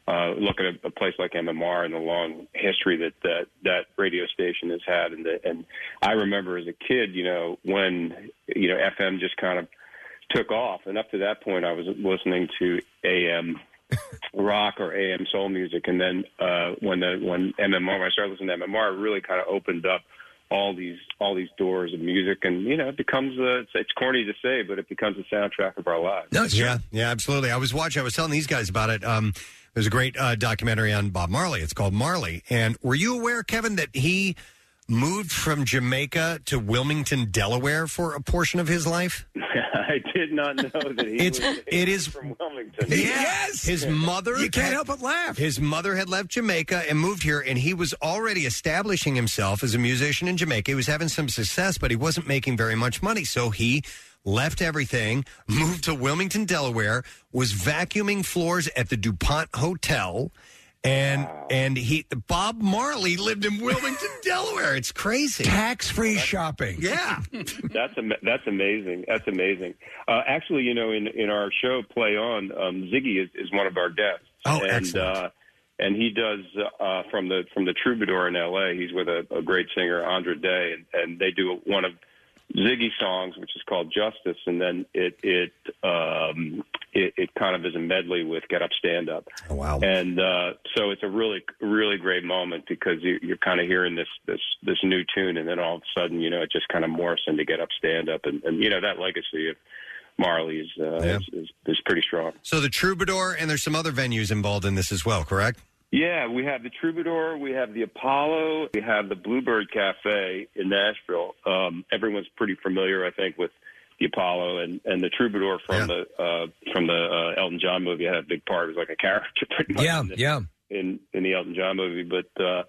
S21: uh, look at a, a place like MMR and the long history that that, that radio station has had, and the, and I remember as a kid, you know, when you know FM just kind of took off, and up to that point, I was listening to AM rock or AM soul music, and then uh, when the when MMR, when I started listening to MMR, it really kind of opened up all these all these doors of music, and you know, it becomes a, it's, it's corny to say, but it becomes a soundtrack of our lives.
S3: yeah, yeah, absolutely. I was watching. I was telling these guys about it. Um, there's a great uh, documentary on Bob Marley. It's called Marley. And were you aware, Kevin, that he moved from Jamaica to Wilmington, Delaware, for a portion of his life?
S21: I did not know that he
S3: It's-
S21: was
S3: it is-
S21: from Wilmington.
S3: Yes, his mother. You can't help
S6: but laugh.
S3: His mother had left Jamaica and moved here, and he was already establishing himself as a musician in Jamaica. He was having some success, but he wasn't making very much money, so he left everything, moved to Wilmington, Delaware, was vacuuming floors at the DuPont Hotel. And and he Bob Marley lived in Wilmington, Delaware. It's crazy.
S6: Tax free shopping.
S3: Yeah.
S21: that's am- that's amazing. That's amazing. Uh, actually, you know, in in our show Play On, um, Ziggy is, is one of our guests.
S2: Oh,
S21: and,
S2: excellent.
S21: Uh, and he does uh, from the from the Troubadour in L.A. He's with a, a great singer, Andre Day, and, and they do one of Ziggy songs, which is called Justice, and then it it um, it, it kind of is a medley with Get Up, Stand Up.
S3: Oh, wow!
S21: And uh, so it's a really really great moment because you, you're kind of hearing this this this new tune, and then all of a sudden, you know, it just kind of morphs into Get Up, Stand Up, and, and you know that legacy of Marley is, uh, is, is is pretty strong.
S3: So the Troubadour and there's some other venues involved in this as well, correct?
S21: Yeah, we have the Troubadour, we have the Apollo, we have the Bluebird Cafe in Nashville. Um, everyone's pretty familiar, I think, with the Apollo and, and the Troubadour from the uh, from the uh, Elton John movie. Had a big part; it was like a character, pretty much.
S6: Yeah,
S21: in the,
S6: yeah.
S21: In in the Elton John movie, but uh,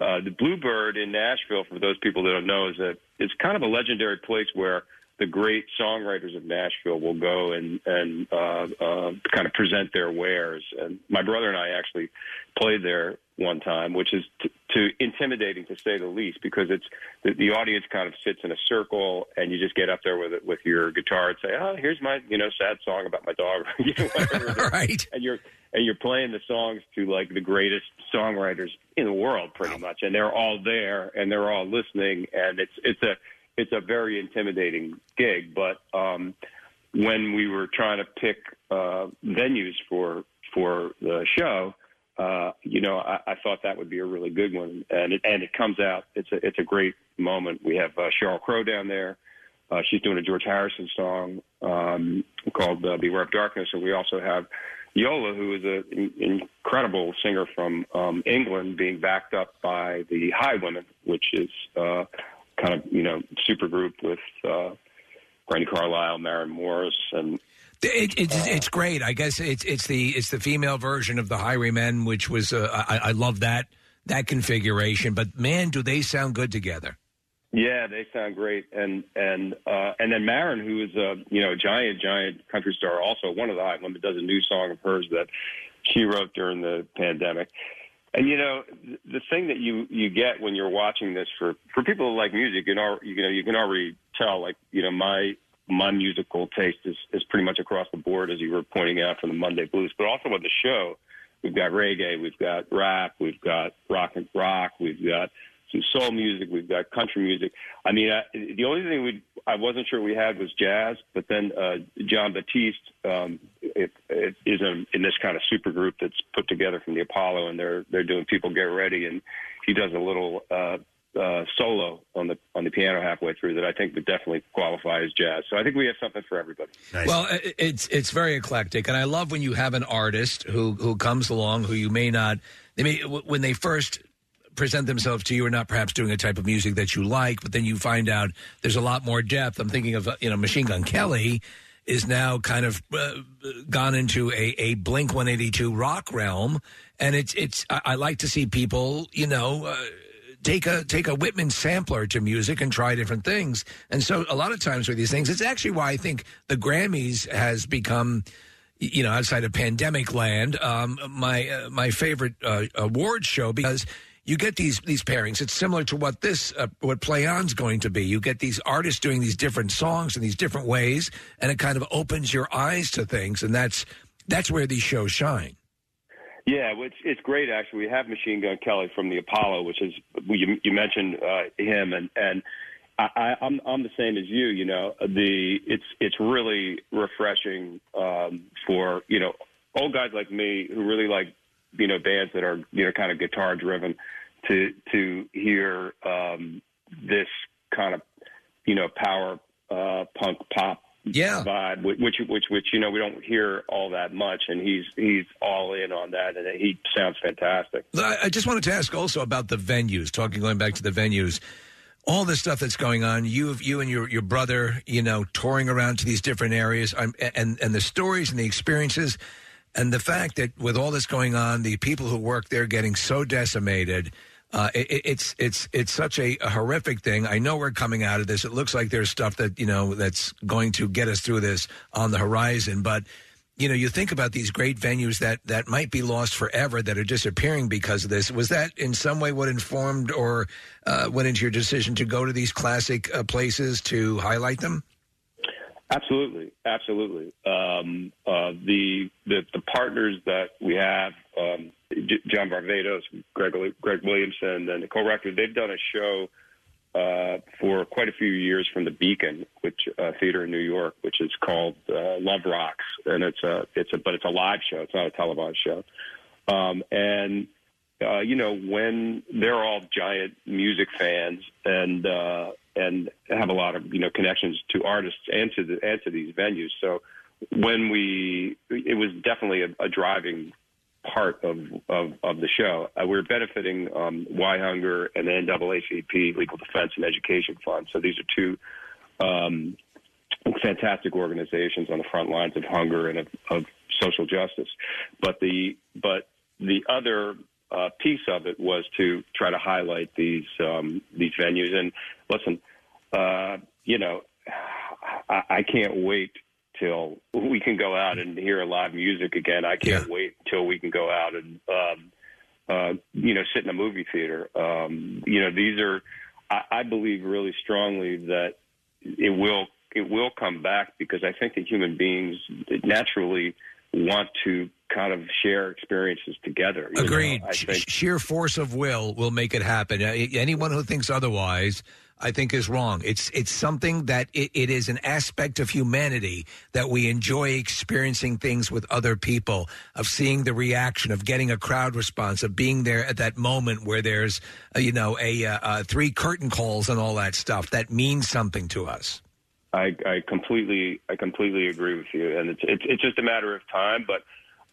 S21: uh, the Bluebird in Nashville, for those people that don't know, is a it's kind of a legendary place where the great songwriters of Nashville will go and and uh, uh, kind of present their wares. And my brother and I actually played there one time, which is t- to intimidating to say the least, because it's the, the audience kind of sits in a circle, and you just get up there with it with your guitar and say, "Oh, here's my you know sad song about my dog," you know, whatever it is. And you're and you're playing the songs to like the greatest songwriters in the world, pretty much, and they're all there and they're all listening, and it's it's a it's a very intimidating gig, but um, when we were trying to pick uh, venues for for the show, uh, you know, I, I thought that would be a really good one, and it, and it comes out. It's a it's a great moment. We have uh, Cheryl Crow down there. Uh, she's doing a George Harrison song um, called uh, "Beware of Darkness," and we also have Yola, who is an incredible singer from um, England, being backed up by the High Women, which is uh, kind of you know super group with uh, Brandy Carlisle, Maren Morris, and
S6: It, it's it's great. I guess it's it's the it's the female version of the Highwaymen, which was uh, I, I love that that configuration. But man, do they sound good together?
S21: yeah, they sound great. And and uh, and then Maren, who is a you know giant giant country star, also one of the High Women, does a new song of hers that she wrote during the pandemic. And you know, th- the thing that you you get when you're watching this for for people who like music, you know, you know, you can already tell. Like you know, my my musical taste is is pretty much across the board, as you were pointing out from the Monday Blues, but also on the show, we've got reggae, we've got rap, we've got rock and rock, we've got some soul music, we've got country music. I mean, I, the only thing we I wasn't sure we had was jazz, but then uh, John Batiste um, it, it is in, in this kind of super group that's put together from the Apollo, and they're they're doing people get ready, and he does a little uh, uh, solo on the on the piano halfway through that I think would definitely qualify as jazz. So I think we have something for everybody.
S6: Well, uh, i- it's it's very eclectic, and I love when you have an artist who who comes along who you may not. They may w- when they first present themselves to you are not perhaps doing a type of music that you like, but then you find out there's a lot more depth. I'm thinking of uh, you know Machine Gun Kelly is now kind of uh, gone into a, a Blink 182 rock realm, and it's it's I, I like to see people you know. Uh, Take a take a Whitman sampler to music and try different things, and so a lot of times with these things, it's actually why I think the Grammys has become you know, outside of pandemic land, um, my uh, my favorite uh, award show because you get these these pairings. It's similar to what this uh, what Play On's going to be. You get these artists doing these different songs in these different ways, and it kind of opens your eyes to things, and that's that's where these shows shine.
S21: Yeah, well, it's it's great actually. We have Machine Gun Kelly from the Apollo, which is you, you mentioned uh, him, and and I, I, I'm I'm the same as you. You know, the it's it's really refreshing um, for you know old guys like me who really like you know bands that are you know kind of guitar driven to to hear um, this kind of you know power uh, punk pop
S6: yeah.
S21: vibe, whi- which which which you know we don't hear all that much, and he's he's all in on that, and he sounds fantastic.
S6: I I just wanted to ask also about the venues. Talking going back to the venues, all this stuff that's going on. You, you and your your brother, you know, touring around to these different areas, I'm, and and the stories and the experiences, and the fact that with all this going on, the people who work there getting so decimated. Uh, it, it- it's it's it's such a, a horrific thing. I know we're coming out of this. It looks like there's stuff that you know that's going to get us through this on the horizon, but you know, you think about these great venues that that might be lost forever, that are disappearing because of this. Was that in some way what informed or uh, went into your decision to go to these classic uh, places to highlight them?
S21: Absolutely, absolutely. Um, uh, the, the the partners that we have, um, J- John Barbados, Greg Greg Williamson, and Nicole Rector, they've done a show uh, for quite a few years from the Beacon, which uh, theater in New York, which is called uh, Love Rocks, and it's a it's a but it's a live show. It's not a televised show, um, and uh, you know when they're all giant music fans and uh, and have a lot of you know connections to artists and to the, and to these venues. So when we, it was definitely a, a driving part of, of, of the show. Uh, we're benefiting um, Why Hunger and the NAACP E Legal Defense and Education Fund. So these are two um, fantastic organizations on the front lines of hunger and of, of social justice. But the but the other uh, piece of it was to try to highlight these um, these venues. And listen, uh, you know, I, I can't wait till we can go out and hear live music again. I can't wait till we can go out and um, uh, you know sit in a movie theater. Um, you know, these are I, I believe really strongly that it will it will come back because I think that human beings naturally want to kind of share experiences together. you know?
S6: Agreed.
S21: I
S6: Sh-
S21: think
S6: sheer force of will will make it happen. Uh, Anyone who thinks otherwise, I think, is wrong. It's it's something that it, it is an aspect of humanity that we enjoy experiencing things with other people, of seeing the reaction, of getting a crowd response, of being there at that moment where there's uh, you know a uh, uh, three curtain calls and all that stuff that means something to us.
S21: I, I completely I completely agree with you, and it's it's, it's just a matter of time. But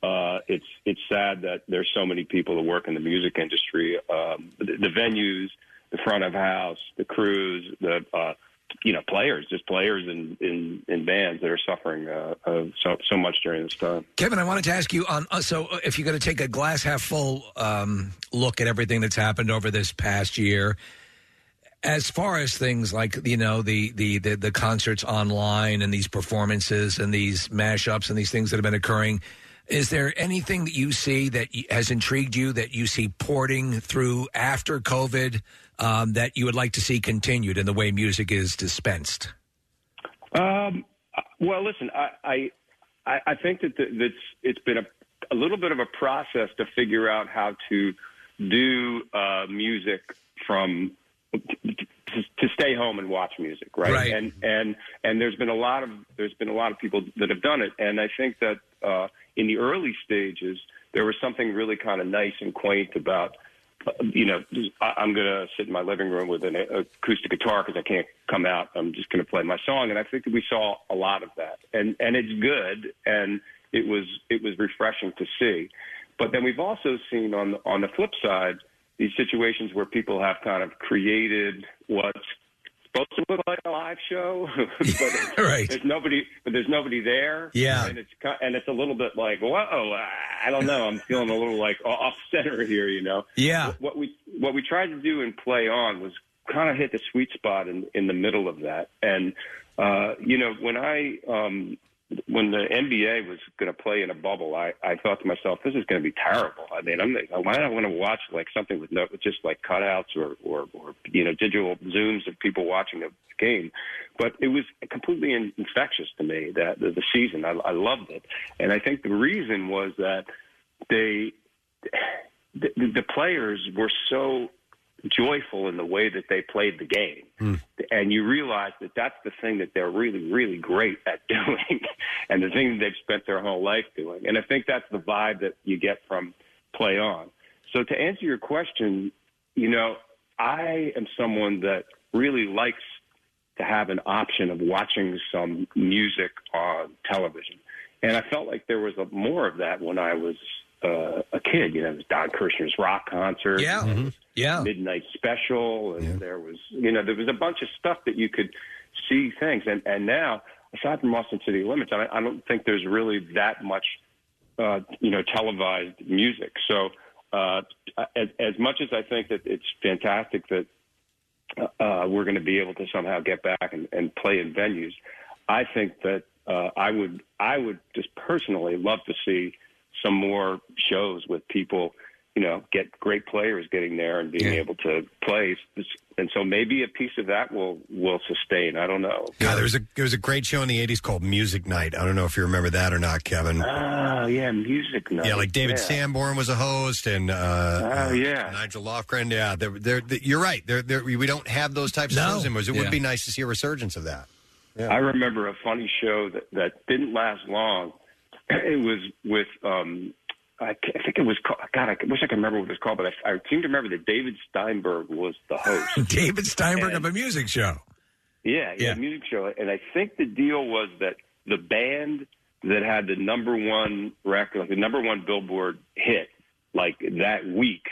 S21: uh, it's it's sad that there's so many people that work in the music industry, um, the, the venues, the front of house, the crews, the uh, you know players, just players in in, in bands that are suffering uh, uh, so so much during this time.
S6: Kevin, I wanted to ask you on. Uh, so, uh, if you're going to take a glass half full um, look at everything that's happened over this past year, as far as things like you know the the the, the concerts online and these performances and these mashups and these things that have been occurring, is there anything that you see that y- has intrigued you that you see porting through after COVID um, that you would like to see continued in the way music is dispensed?
S21: Um, uh, well, listen, I I, I I think that the, that's it's been a, a little bit of a process to figure out how to do uh, music from to, to stay home and watch music, right?
S2: Right.
S21: And and and there's been a lot of there's been a lot of people that have done it, and I think that uh, in the early stages there was something really kind of nice and quaint about you know, I, I'm going to sit in my living room with an acoustic guitar because I can't come out. I'm just going to play my song, and I think that we saw a lot of that, and and it's good, and it was it was refreshing to see. But then we've also seen on the, on the flip side these situations where people have kind of created what's supposed to look like a live show, but
S6: right.
S21: there's nobody, but there's nobody there.
S6: Yeah.
S21: and it's ki- and it's a little bit like, whoa, I- I don't know, I'm feeling a little like off center here, you know.
S6: Yeah.
S21: What- What we what we tried to do in play on was kind of hit the sweet spot in in the middle of that, and uh, you know when I um, when the NBA was going to play in a bubble, I, I thought to myself, this is going to be terrible. I mean, I'm why do I want to watch like something with no, with just like cutouts or, or, or, you know, digital zooms of people watching a game. But it was completely in, infectious to me that the, the season, I, I loved it. And I think the reason was that they, the, the players were so joyful in the way that they played the game and you realize that that's the thing that they're really, really great at doing, and the thing that they've spent their whole life doing. And I think that's the vibe that you get from play on. So to answer your question, you know, I am someone that really likes to have an option of watching some music on television, and I felt like there was a, more of that when I was uh, a kid. You know, it was Don Kirshner's rock concert.
S6: Yeah. Mm-hmm.
S21: and
S6: Yeah.
S21: midnight special and there was you know there was a bunch of stuff that you could see things and and now aside from austin city limits i, I don't think there's really that much uh you know televised music so uh as, as much as i think that it's fantastic that uh we're going to be able to somehow get back and, and play in venues i think that uh i would i would just personally love to see some more shows with people you know, get great players getting there and being able to play. And so maybe a piece of that will will sustain. I don't know.
S3: God, there was a there was a great show in the '80s called Music Night. I don't know if you remember that or not, Kevin.
S21: Oh yeah, Music Night.
S3: Yeah, like David
S21: Yeah.
S3: Sanborn was a host, and uh,
S21: Oh, yeah.
S3: uh, Nigel Lofgren. Yeah, they're, they're, they you're right. They're, they're, we don't have those types
S21: No.
S3: of shows anymore. It
S21: Yeah.
S3: would be nice to see a resurgence of that.
S21: I remember a funny show that, that didn't last long. It was with um, I, ca- I think it was called. God, I wish I could remember what it was called, but I, I seem to remember that David Steinberg was the host.
S6: David Steinberg of a music show.
S21: Yeah, yeah,
S6: Yeah.
S21: music show. And I think the deal was that the band that had the number one record, like the number one Billboard hit, like that week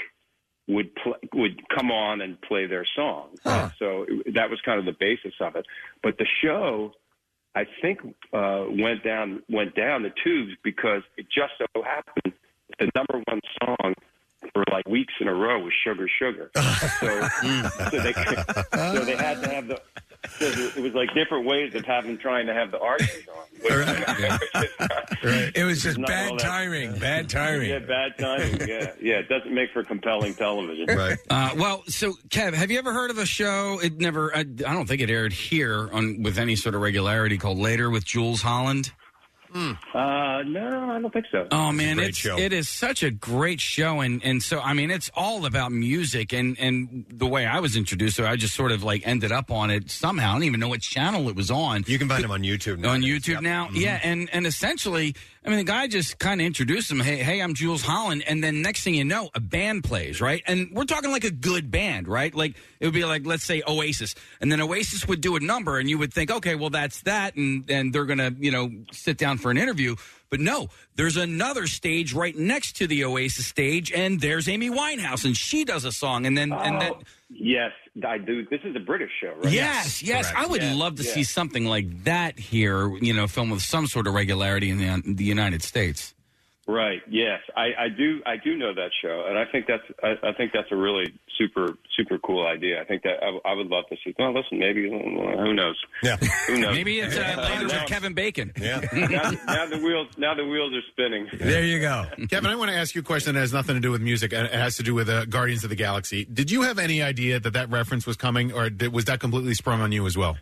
S21: would pl- would come on and play their song. So it, that was kind of the basis of it. But the show, I think, uh, went down went down the tubes because it just so happened that the number one song for like weeks in a row was Sugar Sugar. so, so they so they had to have the so it was like different ways of having trying to have the artist on.
S6: It was just
S21: Not all
S6: bad
S21: that-
S6: timing. Bad timing.
S21: Yeah, bad timing. Yeah, yeah. It doesn't make for compelling television.
S3: Right.
S7: Uh, well, so Kev, have you ever heard of a show? It never. I, I don't think it aired here on with any sort of regularity. Called Later with Jules Holland.
S21: Uh, no, I don't think so.
S7: Oh man, it's it is such a great show, and and so I mean, it's all about music, and and the way I was introduced, so I just sort of like ended up on it somehow. I don't even know what channel it was on.
S3: You can find him on YouTube. Mm-hmm.
S7: now. On YouTube now, yeah, and and essentially, I mean, the guy just kind of introduced him. Hey, hey, I'm Jules Holland, and then next thing you know, a band plays, right? And we're talking like a good band, right? Like it would be like let's say Oasis, and then Oasis would do a number, and you would think, okay, well that's that, and and they're gonna you know sit down for an interview. But no, there's another stage right next to the Oasis stage, and there's Amy Winehouse, and she does a song, and then and then
S21: Yes, I do. This is a British show, Oh, right?
S7: Yes, yes. I would
S21: Yeah,
S7: love to
S21: yeah.
S7: see something like that here, you know, filmed with some sort of regularity in the, the United States.
S21: Right. Yes, I, I do. I do know that show, and I think that's. I, I think that's a really super super cool idea. I think that I, I would love to see. Well, listen, maybe who knows?
S3: Yeah.
S21: Who knows?
S7: Maybe it's uh, later with Kevin Bacon.
S21: now, now the wheels. Now the wheels are spinning.
S6: There you go.
S4: Kevin, I want to ask you a question that has nothing to do with music. and It has to do with uh, Guardians of the Galaxy. Did you have any idea that that reference was coming, or did, was that completely sprung on you as well?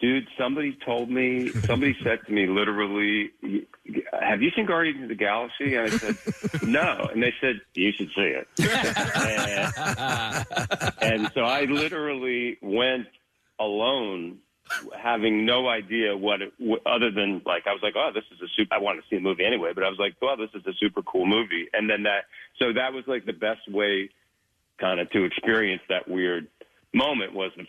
S21: Dude, somebody told me, somebody said to me literally, Have you seen Guardians of the Galaxy? And I said, No. And they said, You should see it. and, and so I literally went alone, having no idea what, it, w- other than like, I was like, Oh, this is a super, I wanted to see a movie anyway, but I was like, Well, this is a super cool movie. And then that, so that was like the best way kind of to experience that weird moment was the,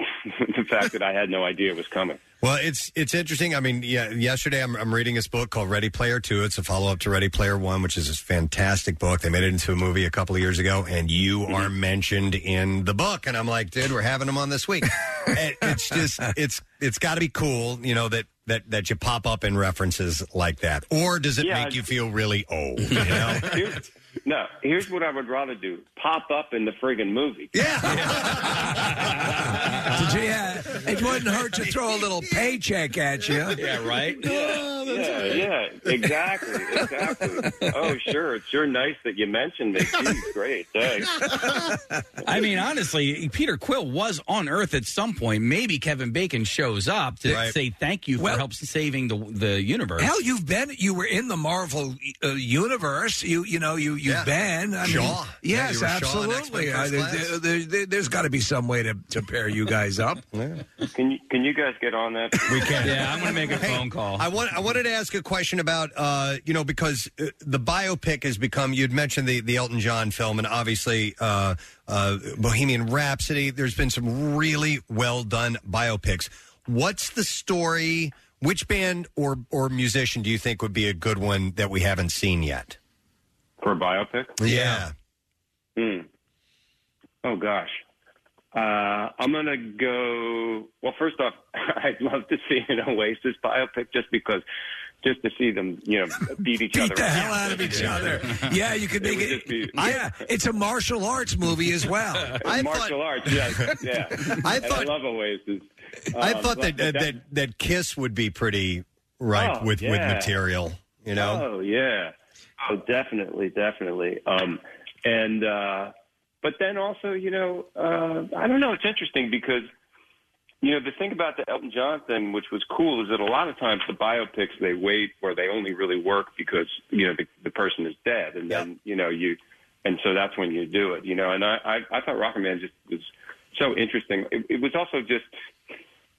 S21: the fact that I had no idea it was coming.
S3: Well, it's it's interesting. I mean, yeah, yesterday I'm, I'm reading this book called Ready Player Two. It's a follow up to Ready Player One, which is a fantastic book. They made it into a movie a couple of years ago, and you are mentioned in the book. And I'm like, dude, we're having them on this week. And it's just it's it's got to be cool, you know that. That, that you pop up in references like that, or does it
S21: Yeah,
S3: make
S21: I-
S3: you feel really old? You know?
S21: Here's- no, here's what I would rather do: pop up in the friggin' movie.
S6: Did you- yeah, uh, it wouldn't hurt to throw a little paycheck at you.
S21: Yeah, right? yeah, yeah, exactly, exactly. oh, sure, it's sure nice that you mentioned me. Geez, great, thanks.
S7: I mean, honestly, Peter Quill was on Earth at some point. Maybe Kevin Bacon shows up to
S6: Right.
S7: say thank you for help saving the the universe.
S6: Hell, you've been you were in the Marvel uh, universe. You you know you you've
S7: Yeah.
S6: been I mean,
S7: Shaw. Yeah, you
S6: Yes,
S7: were Shaw in
S6: absolutely.
S7: X-Men
S6: I,
S7: First
S6: there,
S7: Class.
S6: has got to be some way to, to pair you guys up.
S21: Can you can you guys get on that?
S3: We can. Yeah, I'm
S7: gonna make a
S3: phone
S7: call.
S3: I want. I wanted to ask a question about, uh, you know, because uh, the biopic has become. You'd mentioned the the Elton John film, and obviously uh, uh, Bohemian Rhapsody. There's been some really well done biopics. What's the story? Which band or or musician do you think would be a good one that we haven't seen yet?
S21: For a biopic?
S3: Yeah.
S21: Hmm. Oh gosh. Uh, I'm gonna go. Well, first off, I'd love to see an Oasis biopic just because, just to see them, you know, beat each other.
S6: the
S21: up.
S6: hell out of each other. Yeah, you could make
S21: would
S6: it.
S21: just be-
S6: yeah, it's a martial arts movie as well.
S21: martial arts, yes, yeah.
S3: I
S21: And
S3: thought-
S21: love Oasis.
S3: I
S21: Um,
S3: thought that,
S21: but-
S3: that
S21: but
S3: that that Kiss would be pretty ripe
S21: Oh,
S3: with with
S21: yeah.
S3: material. You know.
S21: Oh yeah. Oh, definitely, definitely. Um, and uh, but then also, you know, uh, I don't know. It's interesting because you know the thing about the Elton John thing, which was cool, is that a lot of times the biopics they wait or they only really work because you know the, the person is dead, and then you know you, and so that's when you do it. You know, and I I, I thought Rocket Man just was so interesting. It, it was also just.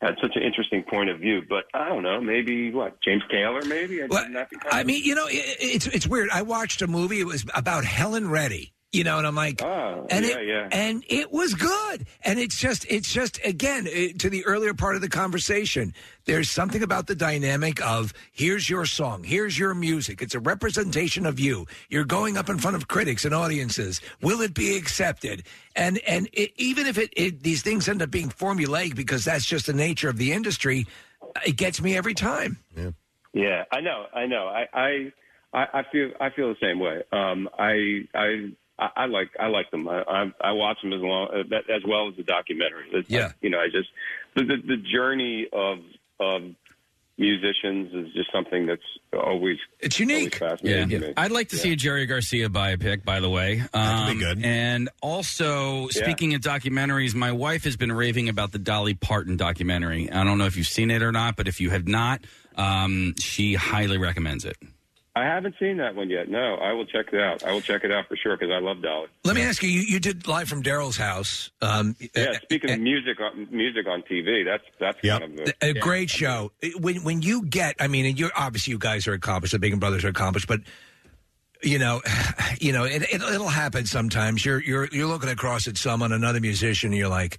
S21: Had such an interesting point of view, but I don't know. Maybe what James Taylor? Maybe I
S6: Well, I mean, you know, it, it's it's weird. I watched a movie. It was about Helen Reddy. You know, and I'm like, and
S21: Oh, yeah,
S6: it,
S21: yeah.
S6: and it was good. And it's just, it's just again it, to the earlier part of the conversation. There's something about the dynamic of here's your song, here's your music. It's a representation of you. You're going up in front of critics and audiences. Will it be accepted? And and it, even if it, it these things end up being formulaic because that's just the nature of the industry, it gets me every time.
S21: Yeah, I know, I know. I I I I feel I feel the same way. Um, I I I I like I like them. I I, I watch them as long uh, as well as the documentary. It's
S6: Yeah.
S21: you know, I just the, the the journey of of musicians is just something that's always
S6: it's unique.
S21: Always
S7: Yeah.
S21: fascinating to me.
S7: I'd like to see a Jerry Garcia biopic, by the way. Um, that
S21: be
S7: good. And also,
S21: Yeah.
S7: speaking of documentaries, my wife has been raving about the Dolly Parton documentary. I don't know if you've seen it or not, but if you have not, um, she highly recommends it.
S21: I haven't seen that one yet. No, I will check it out. I will check it out for sure because I love Dolly.
S6: Let me ask you, you, you did live from Daryl's house. Um,
S21: Yeah, speaking of music on music on TV, that's that's kind of
S6: a great show. It- When when you get, I mean, and you're obviously you guys are accomplished. The Bacon Brothers are accomplished, but you know, you know, it, it, it'll happen sometimes. You're you're you're looking across at someone, another musician, and you're like,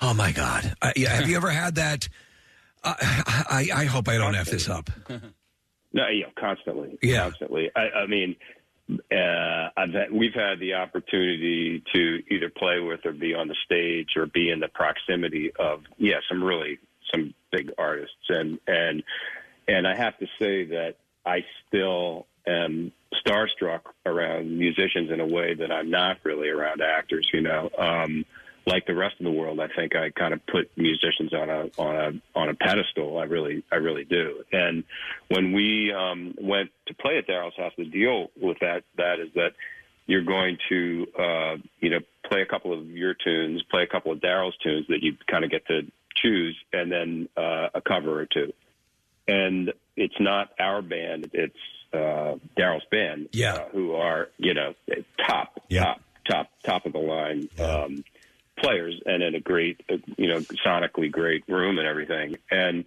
S6: oh my god, I, yeah, have you ever had that? I, I I hope I don't f this up.
S21: No, you know, constantly.
S6: Yeah.
S21: Constantly. I, I mean, uh, I've had, we've had the opportunity to either play with or be on the stage or be in the proximity of, yeah, some really, some big artists. And, and, and I have to say that I still am starstruck around musicians in a way that I'm not really around actors, you know. Um, like the rest of the world, I think I kind of put musicians on a on a on a pedestal. I really I really do. And when we um, went to play at Daryl's house, the deal with that that is that you're going to uh, you know play a couple of your tunes, play a couple of Daryl's tunes that you kind of get to choose, and then uh, a cover or two. And it's not our band; it's uh, Daryl's band,
S6: Yeah.
S21: uh, who are you know top top top top of the line. Um, players and in a great, uh, you know, sonically great room and everything. And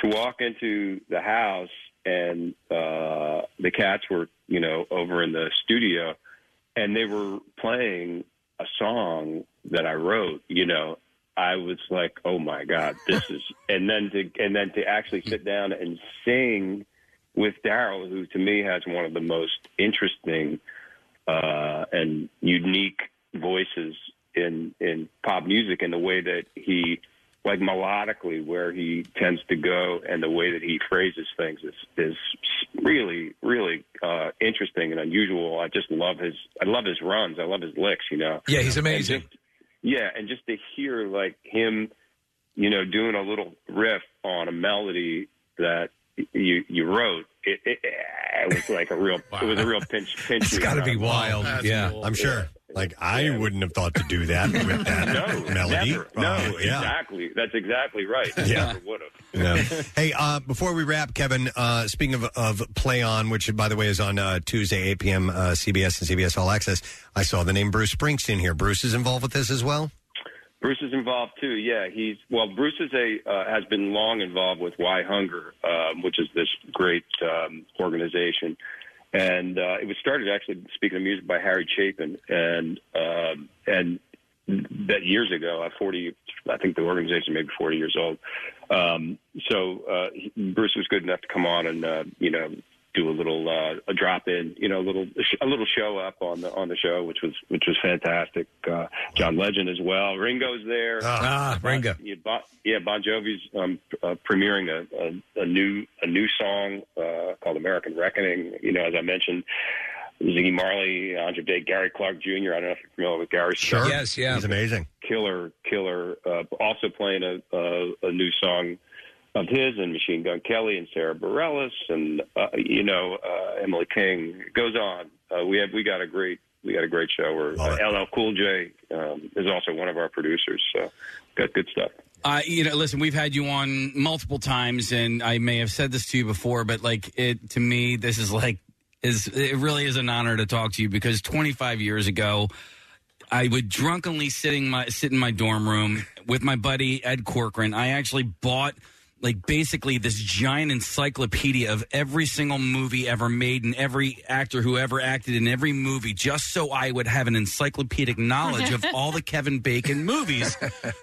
S21: to walk into the house and uh, the cats were, you know, over in the studio and they were playing a song that I wrote, you know, I was like, oh my god, this is. and then to and then to actually sit down and sing with Daryl, who to me has one of the most interesting uh, and unique voices in in pop music, and the way that he like melodically where he tends to go and the way that he phrases things is is really really uh interesting and unusual i just love his i love his runs i love his licks you know
S6: Yeah, he's
S21: And
S6: amazing.
S21: just- yeah and just to hear like him you know doing a little riff on a melody that you you wrote it, it, it was like a real it was a real pinch pinch
S3: It's
S21: me
S3: got to be
S21: kind of-
S3: wild. yeah, I'm sure. Like I wouldn't have thought to do that with that melody.
S21: Never. No,
S3: Uh, yeah.
S21: exactly. That's exactly right.
S3: Yeah.
S21: Never would have.
S3: Yeah. Hey, uh, before we wrap, Kevin, uh, speaking of, of Play On, which, by the way, is on uh, Tuesday, 8 p.m., uh, CBS and CBS All Access, I saw the name Bruce Springsteen here. Bruce is involved with this as well?
S21: Bruce is involved too. Yeah, he's well. Bruce is a uh, has been long involved with Why Hunger, um, which is this great um, organization, and uh, it was started actually speaking of music by Harry Chapin, and um, and that years ago, uh, forty, I think the organization may be forty years old. Um, so uh, he- Bruce was good enough to come on and uh, you know do a little uh, a drop in, you know, a little a little show up on the on the show, which was which was fantastic. Uh, John Legend as well. Ringo's there. Uh,
S6: Ah, Ringo.
S21: Yeah, bon, yeah, Bon Jovi's um, uh, premiering a, a, a new a new song uh, called American Reckoning. You know, as I mentioned, Ziggy Marley, Andre Day, Gary Clark Jr. I don't know if you're familiar with Gary.
S3: Sure.
S6: Yes, yeah.
S3: He's amazing.
S21: Killer, killer. Uh, also playing a, a a new song of his and Machine Gun Kelly and Sarah Bareilles and uh, you know uh, Emily King. It goes on. Uh, we have we got a great we got a great show. Where uh, LL Cool J um, is also one of our producers. So got good stuff.
S7: Uh, you know, listen, we've had you on multiple times, and I may have said this to you before, but like it to me, this is like is it really is an honor to talk to you because 25 years ago, I would drunkenly sitting my sit in my dorm room with my buddy Ed Corcoran. I actually bought like basically this giant encyclopedia of every single movie ever made and every actor who ever acted in every movie just so I would have an encyclopedic knowledge of all the Kevin Bacon movies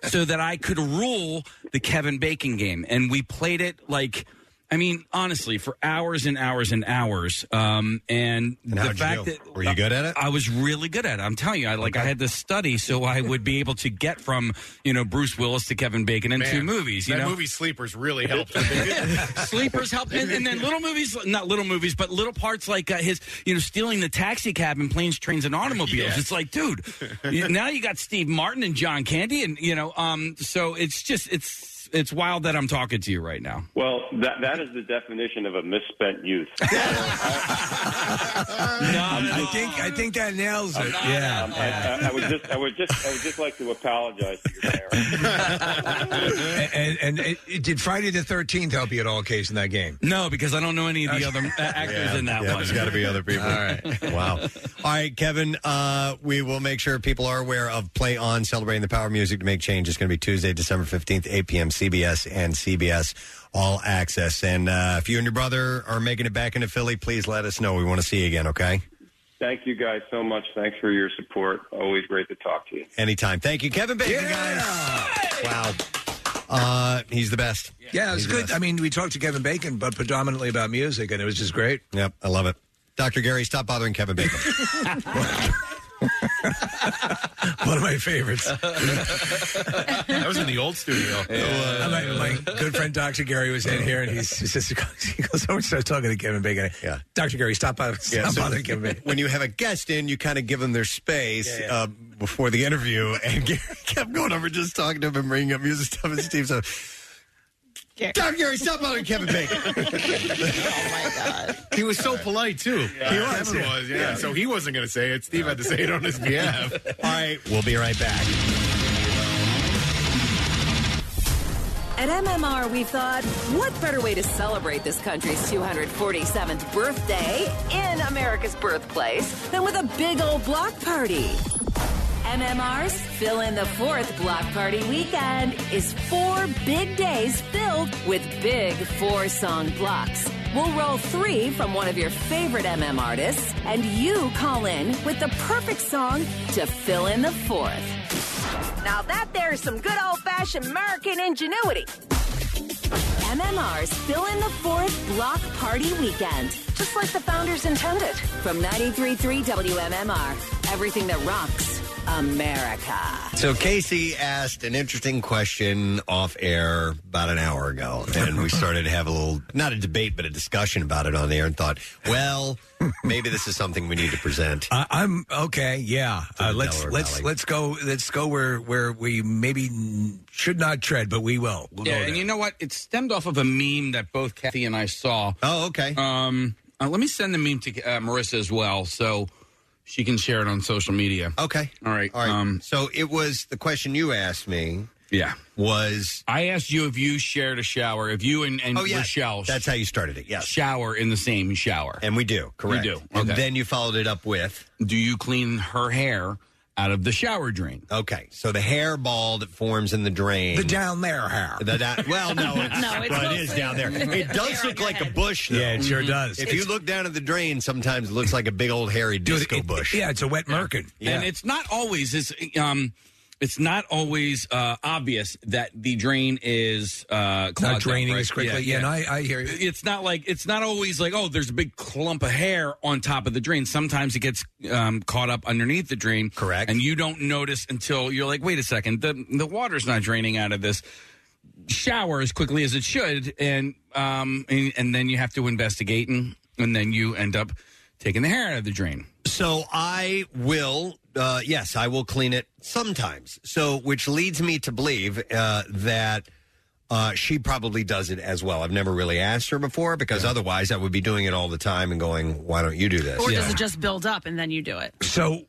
S7: so that I could rule the Kevin Bacon game and we played it like I mean honestly for hours and hours and hours um and,
S3: And
S7: the
S3: how'd you
S7: fact
S3: do?
S7: that
S3: Were you good at it?
S7: I was really good at it. I'm telling you, I like I had to study so I would be able to get from you know Bruce Willis to Kevin Bacon in
S4: Man,
S7: two movies. You
S4: that
S7: know,
S4: movie Sleepers really helped.
S7: Sleepers help, and, and then little movies, not little movies, but little parts like uh, his you know stealing the taxi cab in planes, trains, and automobiles.
S4: Yeah.
S7: It's like, dude, you- now you got Steve Martin and John Candy, and you know, um, so it's just it's it's wild that I'm talking to you right now.
S21: Well, that that is the definition of a misspent youth.
S6: I think I think that nails it. Yeah.
S21: Um, I, I, I would just, I would just, I would just like to apologize to your parents.
S6: and and it, it- did Friday the Thirteenth help you at all, case in that game?
S7: No, because I don't know any of the other uh, actors in that
S3: yeah,
S7: one.
S3: There's got to be other people.
S7: All right.
S3: Wow. All right, Kevin, uh, we will make sure people are aware of Play On celebrating the power of music to make change. It's going to be Tuesday, December 15th, 8 p.m. CBS and CBS All Access. And uh, if you and your brother are making it back into Philly, please let us know. We want to see you again, okay?
S21: Thank you guys so much. Thanks for your support. Always great to talk to you.
S3: Anytime. Thank you, Kevin Bacon, guys. Wow. Uh, he's the best.
S6: Yeah, it was
S3: He's the
S6: good.
S3: best.
S6: I mean, we talked to Kevin Bacon, but predominantly about music, and it was just great.
S3: Yep, I love it. Dr. Gary, stop bothering Kevin Bacon.
S6: One of my favorites.
S4: that was in the old studio.
S6: my, my good friend Dr. Gary was in here, and he's, he's just, he goes over and starts talking to Kevin Bacon. Yeah. Dr. Gary, stop, by, stop
S3: Yeah, so
S6: bothering Kevin Bacon.
S3: when you have a guest in, you kind of give them their space Uh, before the interview. And Gary kept going over just talking to him and bringing up music stuff. And Steve said, Dr. Gary, stop bothering Kevin Bacon.
S4: He was so polite too.
S3: Yeah. He was,
S4: Kevin
S3: yeah.
S4: was, yeah.
S3: Yeah.
S4: So he wasn't going to say it. Steve had to say it on his behalf. All
S3: right, we'll be right back.
S18: At MMR, we thought, what better way to celebrate this country's 247th birthday in America's birthplace than with a big old block party? MMR's Fill in the Fourth Block Party Weekend is four big days filled with big four song blocks. We'll roll three from one of your favorite MM artists, and you call in with the perfect song to fill in the fourth. Now that there's some good old fashioned American ingenuity. MMR's Fill in the Fourth Block Party Weekend, just like the founders intended. From 93.3 WMMR, everything that rocks America.
S3: So Casey asked an interesting question off air about an hour ago, and we started to have a little not a debate but a discussion about it on the air, and thought, well, maybe this is something we need to present.
S6: I, I'm okay. Yeah, uh, let's
S3: Delaware
S6: let's
S3: Valley.
S6: let's go. Let's go where where we maybe n- should not tread, but we will. We'll go
S7: yeah, and you know what? It stemmed off of a meme that both Kathy and I saw.
S3: Oh, okay.
S7: Um, uh, let me send the meme to uh, Marissa as well, so she can share it on social media.
S3: Okay.
S7: All right. um,
S3: All right. so it was the question you asked me.
S7: Yeah.
S3: Was
S7: I asked you if you shared a shower? If you and, and
S3: Oh, yeah.
S7: Rochelle,
S3: That's how you started it. Yes.
S7: Shower in the same shower,
S3: and we do. Correct.
S7: You do.
S3: And
S7: Okay.
S3: then you followed it up with
S7: Do you clean her hair out of the shower drain?
S3: Okay. So the hair ball that forms in the drain.
S6: The down there hair.
S3: The da- well, no, it's,
S6: No, it's
S3: well, it is
S6: mostly-
S3: down there. It does
S6: Hair
S3: look like a bush, though. Mm-hmm.
S6: Yeah, it sure Mhm. does.
S3: If
S6: It's-
S3: you look down at the drain, sometimes it looks like a big old hairy disco bush.
S6: Yeah, it's a wet merkin.
S7: And it's not always it's um it's not always uh, obvious that the drain is uh, clogged up,
S6: draining
S7: right?
S6: as quickly. Yeah, and I- I hear you.
S7: It's not like it's not always like oh, there's a big clump of hair on top of the drain. Sometimes it gets um, caught up underneath the drain, correct? And you don't notice until you're like, wait a second, the the water's not draining out of this shower as quickly as it should, and um and, and then you have to investigate, and and then you end up taking the hair out of the drain.
S3: So I will, uh, yes, I will clean it sometimes. So, which leads me to believe uh, that uh, she probably does it as well. I've never really asked her before because otherwise I would be doing it all the time and going, why don't you do this?
S5: Or does it just build up and then you do it?
S6: So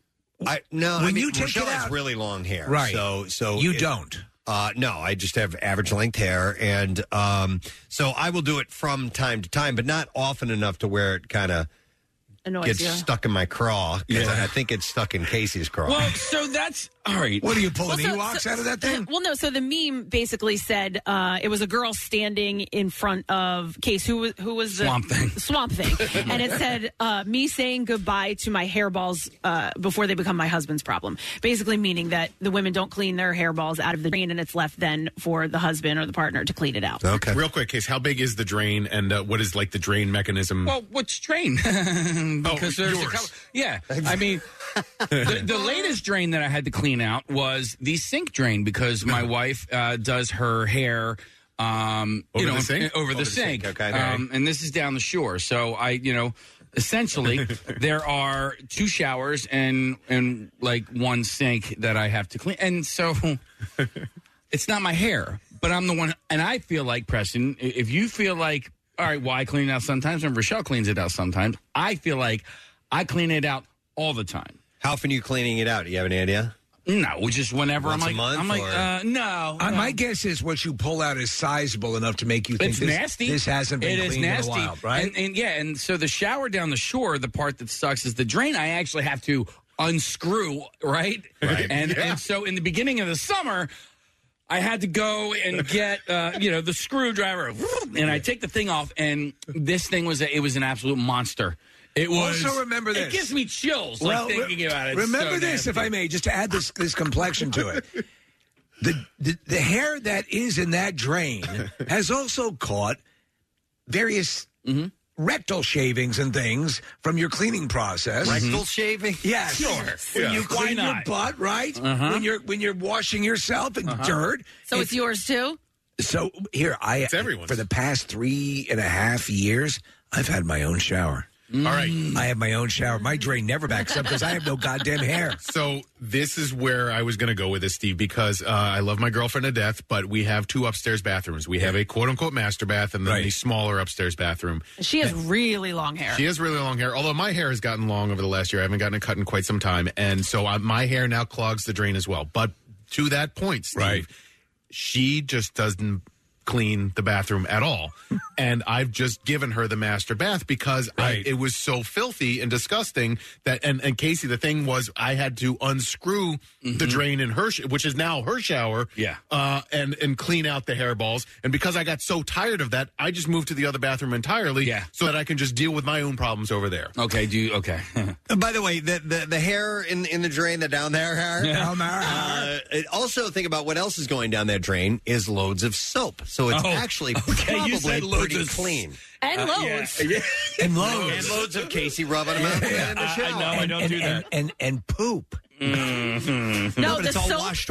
S3: I no.
S6: When
S3: I mean,
S6: you take
S3: Rochelle
S6: it
S3: has
S6: out-
S3: really long hair,
S6: Right.
S3: So so
S6: You
S3: it-
S6: don't.
S3: Uh, no, I just have average length hair, and um, so I will do it from time to time, but not often enough to where it kind of
S5: Annoys
S3: gets
S5: you.
S3: stuck in my craw. 'cause I, I think it's stuck in Casey's craw.
S7: Well, so that's all right.
S6: What are you
S5: Well, so- so- uh, Well, no. So the meme basically said uh, it was a girl standing in front of Case, who was who was the-
S7: Swamp Thing.
S5: Swamp Thing, and it said uh, me saying goodbye to my hairballs uh, before they become my husband's problem. Basically, meaning that the women don't clean their hairballs out of the drain, and it's left then for the husband or the partner to clean it out.
S4: Okay. Real quick, Case, how big is the drain and uh, what is like the drain mechanism?
S7: Well, what's drain? because there's a
S4: Mm. yours.
S7: couple. Yeah, I mean, the, the latest drain that I had to clean out was the sink drain because my wife uh, does her hair. Um, you
S4: Over
S7: know,
S4: the sink?
S7: over the sink.
S4: okay.
S7: Um, and this is down the shore, so I, you know, essentially there are two showers and and like one sink that I have to clean, and so it's not my hair, but I'm the one, and I feel like Preston. i- If you feel like, all right, well, I clean it out sometimes, and Rochelle cleans it out sometimes. I feel like I clean it out all the time.
S3: How often are you cleaning it out? Do you have an idea?
S7: No, just whenever
S3: Once
S7: I'm like,
S3: a month
S7: I'm like,
S3: or-
S7: uh, no,
S6: I,
S7: no.
S6: My guess is what you pull out is sizable enough to make you think
S7: it's
S6: this,
S7: nasty.
S6: this hasn't been
S7: It is
S6: cleaned
S7: nasty.
S6: in a while, right?
S7: And, and yeah, and so the shower down the shore, the part that sucks is the drain. I actually have to unscrew, right?
S4: Right.
S7: And
S4: Yeah.
S7: and so in the beginning of the summer. I had to go and get, uh, you know, the screwdriver, and I take the thing off, and this thing was a, it was an absolute monster. It was.
S6: also remember this.
S7: It gives me chills
S6: Well,
S7: like thinking
S6: re-
S7: about it. It's
S6: Remember
S7: so
S6: this, if
S7: nasty.
S6: I may, just to add this this complexion to it. The, the the hair that is in that drain has also caught various
S7: Mm-hmm.
S6: rectal shavings and things from your cleaning process.
S7: mm-hmm.
S6: Mm-hmm.
S3: Rectal shaving?
S6: Yes.
S3: Sure.
S6: When
S3: Yeah.
S6: you
S3: Why
S6: clean your
S3: not?
S6: butt, right?
S3: Uh-huh.
S6: When you're when you're washing yourself and
S5: Uh-huh.
S6: dirt.
S5: So it's yours too.
S6: So here I it's for the past three and a half years, I've had my own shower. Mm.
S4: All right.
S6: I have my own shower. My drain never backs up because I have no goddamn hair.
S4: So this is where I was going to go with this, Steve, because uh, I love my girlfriend to death, but we have two upstairs bathrooms. We have a quote unquote master bath and then the smaller upstairs bathroom.
S5: She has really long hair.
S4: She has really long hair, although my hair has gotten long over the last year. I haven't gotten it cut in quite some time, and so I, my hair now clogs the drain as well. But to that point, Steve, right. she just doesn't clean the bathroom at all. and I've just given her the master bath because I, it was so filthy and disgusting that, and, and Casey, the thing was I had to unscrew the drain in her, sh- which is now her shower.
S7: Mm-hmm. Yeah.
S4: Uh, and, and clean out the hairballs. And because I got so tired of that, I just moved to the other bathroom entirely yeah. so that I can just deal with my own problems over there.
S7: Okay. Do you, okay.
S3: By the way, the, the, the hair in, in the drain, the down there hair.
S7: Yeah. Down there
S3: Uh, it- also, think about what else is going down that drain is loads of soap. So it's
S7: Oh.
S3: actually
S7: Okay, you
S3: probably
S7: said loads
S3: pretty
S7: of s-
S3: clean.
S5: And
S7: Uh, yeah.
S5: loads.
S7: Yeah.
S3: And loads. And loads of Casey rubbing them out in the shower.
S6: and, and, and, and poop.
S5: No, the soap, s-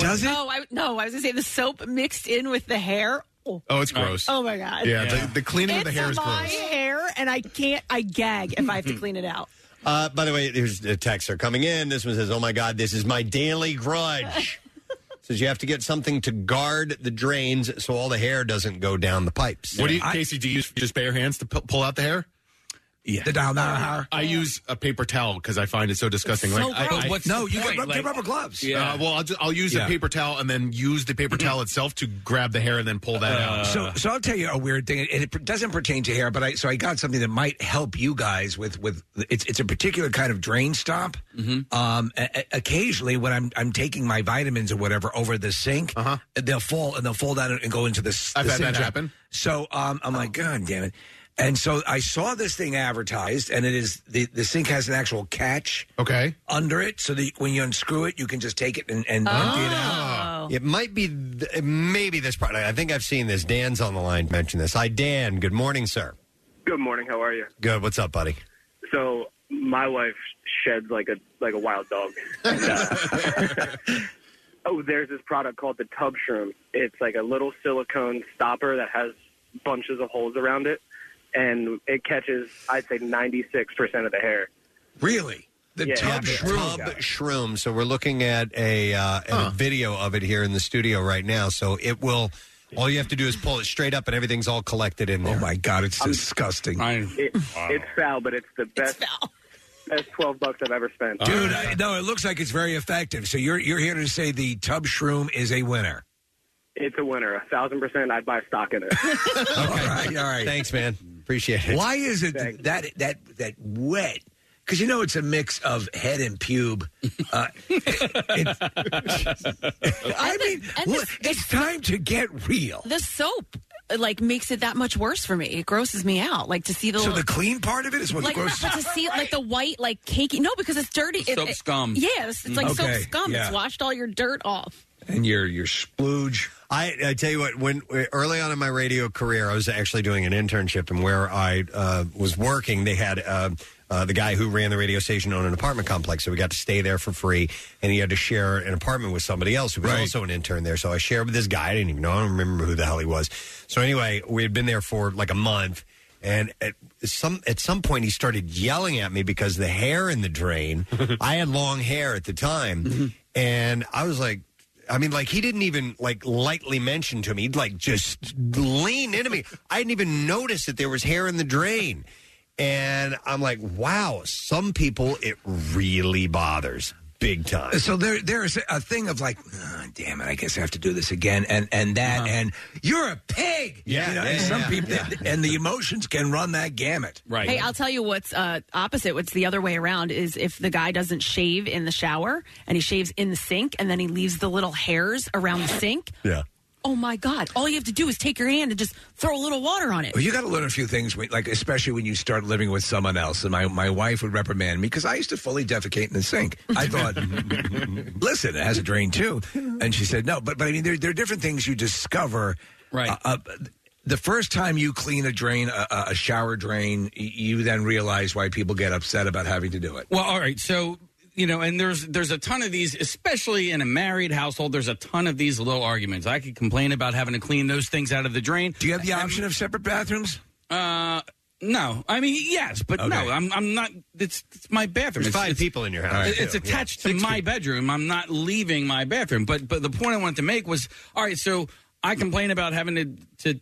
S6: Does it?
S5: No, Oh, I, no, I was going to say the soap mixed in with the hair. Oh,
S4: Oh, it's gross.
S5: Oh, my God.
S4: Yeah, the- the cleaning of the
S5: It's
S4: hair is
S5: my hair, and I can't, I gag if I have to clean it out.
S3: Uh, by the way, there's a text are coming in. This one says, "Oh my God, this is my daily grudge." says you have to get something to guard the drains so all the hair doesn't go down the pipes.
S4: What do you, Casey? Do you use just bare hands to pu- pull out the hair?
S7: Yeah,
S6: the down there hair.
S4: I use a paper towel because I find it so disgusting.
S6: It's so
S4: like, I-
S6: gross.
S4: I,
S6: What's No, the you get point? rub- get Like- rubber gloves.
S4: Yeah.
S6: Yeah.
S4: Uh, well, I'll, just, I'll use
S6: Yeah.
S4: the paper towel and then use the paper towel itself to grab the hair and then pull that out.
S6: so, so I'll tell you a weird thing, and it per- doesn't pertain to hair, but I so I got something that might help you guys with with it's it's a particular kind of drain stop.
S4: Mm-hmm.
S6: Um, a- a- occasionally, when I'm I'm taking my vitamins or whatever over the sink, uh-huh. they'll fall and they'll fall down and go into the. s-
S4: I've
S6: the
S4: had
S6: sink
S4: that
S6: trap.
S4: happen.
S6: So um, I'm like, God damn it! And so I saw this thing advertised, and it is the the sink has an actual catch.
S4: Okay.
S6: Under it, so that when you unscrew it, you can just take it and, and empty it out.
S3: It might be th- maybe this product. I think I've seen this. Dan's on the line. Mention this. Hi, Dan. Good morning, sir.
S2: Good morning. How are you?
S3: Good. What's up, buddy?
S2: So my wife sheds like a like a wild dog. And, uh, oh, there's this product called the Tub Shroom. It's like a little silicone stopper that has bunches of holes around it, and it catches I'd say 96 percent of the hair.
S6: Really? The
S2: Yeah,
S6: tub
S2: yeah.
S6: shroom.
S3: Tub shroom. So we're looking at a, uh, at a video of it here in the studio right now. So it will. All you have to do is pull it straight up, and everything's all collected in there. Oh
S6: my god, it's disgusting.
S2: It, It's foul, but it's the best. Best 12 bucks I've ever spent.
S6: Dude, I, no, it looks like it's very effective. So you're you're here to say the tub shroom is a winner.
S2: It's a winner. A thousand percent. I'd buy stock in it.
S6: all right, all right.
S3: Thanks, man. Appreciate it.
S6: Why is it that that that wet? Because you know it's a mix of head and pube. Uh, it- I mean,
S5: and
S6: look, it's time to get real.
S5: The soap, like, makes it that much worse for me. It grosses me out. Like, to see the
S6: So
S5: little-
S6: the clean part of it is what
S5: like,
S6: grosses-
S5: but to see like the white, like cakey. No, because it's dirty. It-
S6: Soap
S5: it-
S6: scum.
S5: Yeah, it's, it's like
S4: Mm-hmm.
S6: Okay,
S5: soap scum.
S3: yeah.
S5: It's washed all your dirt off.
S6: And your your splooge.
S3: I, I tell you what, when early on in my radio career, I was actually doing an internship, and where I uh, was working, they had uh, uh, the guy who ran the radio station owned an apartment complex, so we got to stay there for free, and he had to share an apartment with somebody else who was also an intern there. So I shared with this guy. I didn't even know. I don't remember who the hell he was. So anyway, we had been there for like a month. And at some at some point, he started yelling at me because the hair in the drain. I had long hair at the time, and I was like, I mean, like he didn't even like lightly mention to me. He'd like just lean into me. I didn't even notice that there was hair in the drain. And I'm like, wow, some people it really bothers big time.
S6: So there, there is a thing of like, "Ah, damn it, I guess I have to do this again, and and that, and you're a pig.
S3: Uh-huh. Yeah,
S6: You know,
S3: yeah,
S6: and some
S3: yeah,
S6: people, and the emotions can run that gamut. Right.
S5: Hey, I'll tell you what's uh, opposite. What's the other way around is if the guy doesn't shave in the shower and he shaves in the sink and then he leaves the little hairs around the sink.
S3: Yeah.
S5: Oh my God! All you have to do is take your hand and just throw a little water on it.
S7: Oh,
S6: Well, you got to learn a few things, when, like especially when you start living with someone else. And my, my wife would reprimand me because I used to fully defecate in the sink. I thought, listen, it has a drain too, and she said no. But but I mean, there there are different things you discover. Right. Uh, uh, the first time you clean a drain, a, a- a shower drain, y- you then realize why people get upset about having to do it.
S7: Well, all right. So you know, and there's there's a ton of these, especially in a married household. There's a ton of these little arguments. I could complain about having to clean those things out of the drain. Do
S6: you have the option of separate bathrooms?
S7: Uh, no. I mean, yes, but
S6: Okay.
S7: no. I'm I'm not. It's, it's my bathroom.
S6: There's
S7: It's-
S6: five
S7: it's-
S6: people in your house,
S7: It's
S6: too.
S7: attached to my bedroom. I'm not leaving my bathroom. But but the point I wanted to make was, all right. So I complain about having to to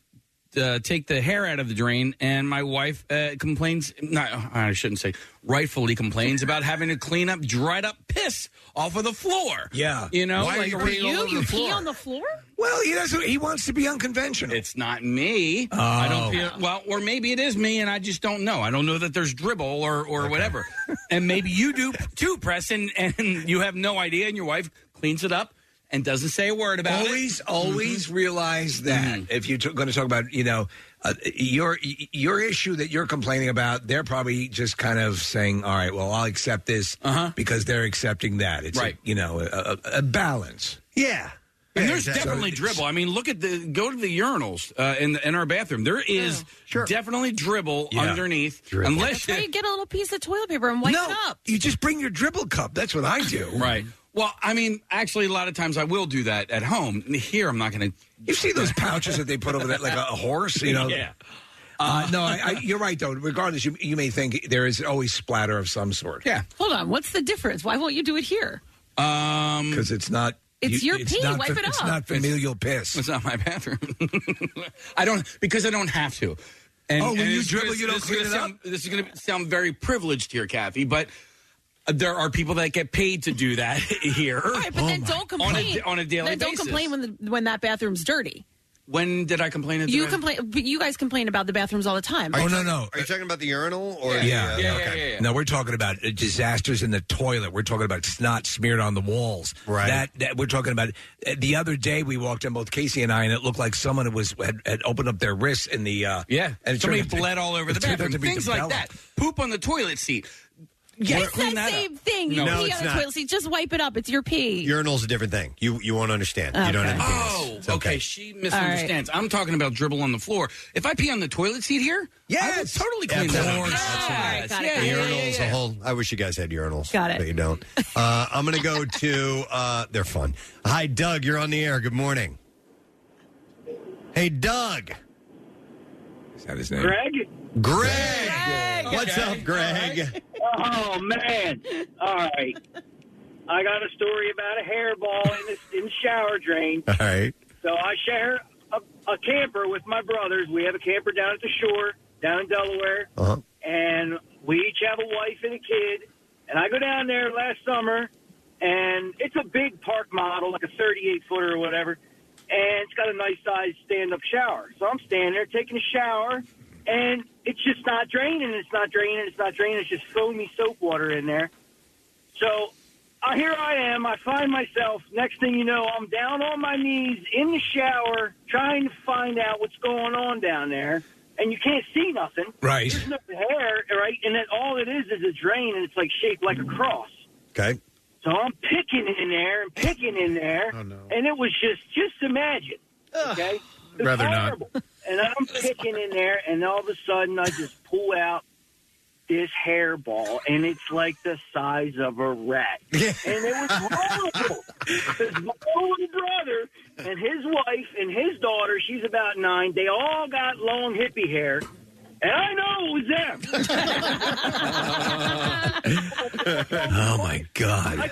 S7: uh, take the hair out of the drain, and my wife uh, complains. No, I shouldn't say rightfully complains about having to clean up dried up piss off of the floor.
S6: Yeah.
S7: you know,
S6: Why are you
S7: were
S6: peeing all over the You pee floor? on
S5: the floor?
S6: Well, he doesn't. He wants to be unconventional. Oh.
S7: It's not me. I don't feel well, or maybe it is me, and I just don't know. I don't know that there's dribble or or whatever, and maybe you do too, Preston, and you have no idea, and your wife cleans it up and doesn't say a word about
S6: always,
S7: it. Mm-hmm.
S6: always realize that if you're going to talk about, you know, uh, your your issue that you're complaining about, they're probably just kind of saying, "All right, well, I'll accept this because they're accepting that." It's a-
S7: Uh-huh. Right.
S6: you know, a, a, a balance.
S7: Yeah. Mm-hmm. And
S6: Yeah,
S7: there's
S6: exactly.
S7: definitely dribble. I mean, look at the go to the urinals uh, in the, in our bathroom. There is definitely dribble
S6: Yeah.
S7: underneath, unless
S5: That's why you get a little piece of toilet paper and wipe it up.
S6: You just bring your dribble cup. That's what I do.
S7: Right. Well, I mean, actually, a lot of times I will do that at home. Here, I'm not going to.
S6: You see those pouches that they put over that, like a, a horse, you know?
S7: Yeah. Uh-huh.
S6: Uh, no, I, I, you're right though. Regardless, you, you may think there is always splatter of some sort.
S7: Yeah.
S5: Hold on. What's the difference? Why won't you do it here?
S7: Um,
S6: because it's not.
S5: It's your pee.
S6: not
S5: Wipe it
S6: It's
S5: up.
S6: not familial piss.
S7: It's not my bathroom. I don't because I don't have to.
S6: Oh, when you
S7: it's
S6: dribble,
S7: gonna-
S6: you don't
S7: this is gonna
S6: clean it
S7: sound- This is going to sound very privileged here, Kathy, but uh, there are people that get paid to do that here.
S5: All right, but then don't
S7: Er, oh on a,
S5: complain.
S7: da- on a daily
S5: Then don't
S7: basis.
S5: complain when the, when that bathroom's dirty.
S7: When did I complain? that
S5: You
S7: I-
S5: complain. But you guys complain about the bathrooms all the time.
S6: Oh no no!
S3: Are you talking about the urinal or
S6: Yeah,
S3: the, uh,
S6: okay. No, we're talking about uh, disasters in the toilet. We're talking about snot smeared on the walls.
S3: Right.
S6: That, that we're talking about. uh, The other day we walked in, both Casey and I, and it looked like someone had was had, had opened up their wrists in the uh,
S7: Yeah,
S6: and it
S7: somebody
S6: turned out to-
S7: bled all over
S6: it
S7: the
S6: turned out
S7: bathroom.
S6: to be
S7: Things like
S6: Dubella.
S7: that. Poop on the toilet seat. Yeah,
S5: it's
S7: clean
S5: that
S7: that
S5: same
S7: up.
S5: thing. You
S3: No,
S5: pee
S3: it's
S5: on a
S3: not.
S5: toilet seat. Just wipe it up. It's your pee.
S3: urinal's a different thing. You you won't understand. You don't
S5: Okay.
S3: understand.
S7: Oh, okay. She misunderstands.
S5: All
S7: I'm talking about dribble on the floor. If I pee on the toilet seat here, I would totally clean that up. Yes.
S5: got it,
S7: Yeah,
S5: got it.
S7: yeah, yeah,
S3: urinals
S7: yeah.
S3: a whole i wish you guys had urinals
S5: Got it.
S3: but you don't uh, i'm gonna go to uh, they're fun hi doug you're on the air good morning hey doug
S6: is that his
S13: Greg?
S3: greg, what's up greg
S13: Oh man! All right, I got a story about a hairball in the, in the shower drain.
S3: all right
S13: So I share a, a camper with my brothers. We have a camper down at the shore down in Delaware,
S3: uh-huh.
S13: and we each have a wife and a kid. And I go down there last summer, and it's a big park model, like a 38 footer or whatever, and it's got a nice sized stand up shower. So I'm standing there taking a shower, and it's just not draining. It's not draining. It's not draining. It's just foamy soap water in there. So uh, here I am. I find myself. Next thing you know, I'm down on my knees in the shower trying to find out what's going on down there, and you can't see nothing.
S6: Right.
S13: There's no hair, right? And then all it is is a drain, and it's like shaped like a cross.
S3: okay
S13: So I'm picking in there and picking in there,
S4: Oh,
S13: and it was just just imagine, okay? It's
S4: Rather not.
S13: horrible. And I'm picking in there, and all of a sudden I just pull out this hairball, and it's like the size of a rat, and it was horrible. Because my own brother and his wife and his daughter, she's about nine, they all got long hippie hair. And I know it was them.
S6: Oh my god!
S13: I told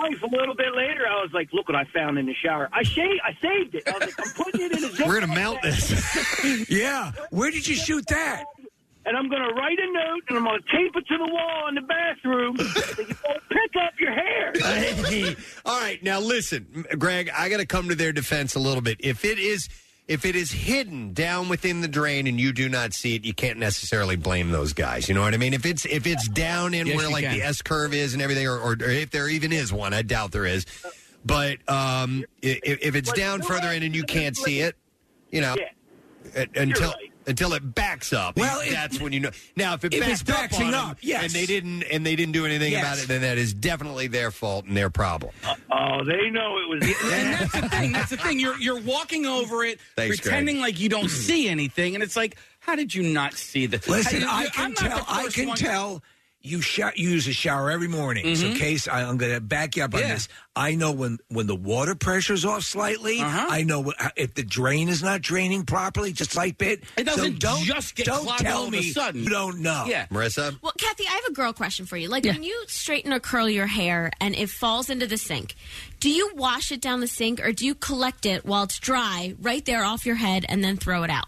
S13: my wife a little bit later. I was like, "Look what I found in the shower. I shaved. I saved it. I was like, I'm putting it in a zipper
S3: We're gonna mount this.
S6: yeah. Where did you shoot that?
S13: And I'm gonna write a note and I'm gonna tape it to the wall in the bathroom. that you gotta pick up your hair.
S3: Hey, All right, now listen, Greg. I got to come to their defense a little bit. If it is if it is hidden down within the drain and you do not see it, you can't necessarily blame those guys. You know what I mean? If it's if it's down in
S7: Yes,
S3: where
S7: you
S3: like
S7: can.
S3: the S curve is and everything, or, or, or if there even is one, I doubt there is. But um, if, if it's down further in and you can't see it, you know, uh, until until it backs up,
S6: Well, if-
S3: that's when you know. Now, if it
S6: If
S3: backs
S6: it's
S3: up,
S6: backing
S3: on 'em
S6: up, yes.
S3: and they didn't and they didn't do anything
S6: Yes.
S3: about it, then that is definitely their fault and their problem.
S13: Oh, they know it was.
S7: That's the thing. That's the thing. You're you're walking over it,
S3: Thanks,
S7: pretending like you don't see anything, and it's like, how did you not see the?
S6: Listen,
S7: how-
S6: I
S7: I'm
S6: can
S7: not the
S6: tell. I
S7: first
S6: can
S7: one-
S6: tell. You, sho- you use a shower every morning. So,
S7: Mhm.
S6: Case, I, I'm going to back you up on
S7: Yeah.
S6: this. I know when, when the water pressure's off slightly.
S7: Uh-huh.
S6: I know wh- if the drain is not draining properly, just slight bit.
S7: It
S6: So
S7: doesn't
S6: don't,
S7: just get
S6: don't
S7: clogged
S6: tell
S7: all of a
S6: me
S7: sudden.
S6: You don't know.
S7: Yeah.
S3: Marissa?
S10: Well, Kathy, I have a girl question for you. Like
S5: Yeah.
S10: when you straighten or curl your hair and it falls into the sink, do you wash it down the sink or do you collect it while it's dry right there off your head and then throw it out?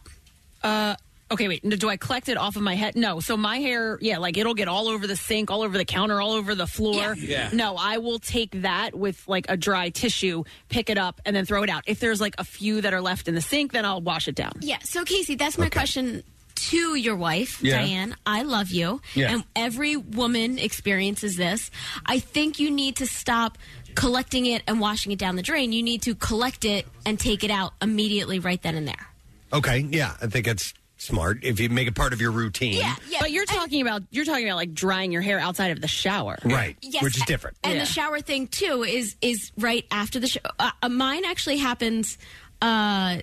S5: Uh, okay, wait. Do I collect it off of my head? No. So my hair, yeah, like it'll get all over the sink, all over the counter, all over the floor.
S22: Yeah. Yeah.
S5: No, I will take that with like a dry tissue, pick it up, and then throw it out. If there's like a few that are left in the sink, then I'll wash it down.
S10: Yeah. So, Casey, that's my question to your wife,
S5: Yeah.
S10: Diane. I love you.
S5: Yeah.
S10: And every woman experiences this. I think you need to stop collecting it and washing it down the drain. You need to collect it and take it out immediately right then and there.
S3: Okay, yeah, I think it's smart if you make it part of your routine. Yeah.
S5: But you're talking about you're talking about like drying your hair outside of the shower,
S3: Right,
S10: Yes,
S3: which is
S10: a-
S3: different.
S10: And the shower thing too is is right after the show. Uh, uh, mine actually happens uh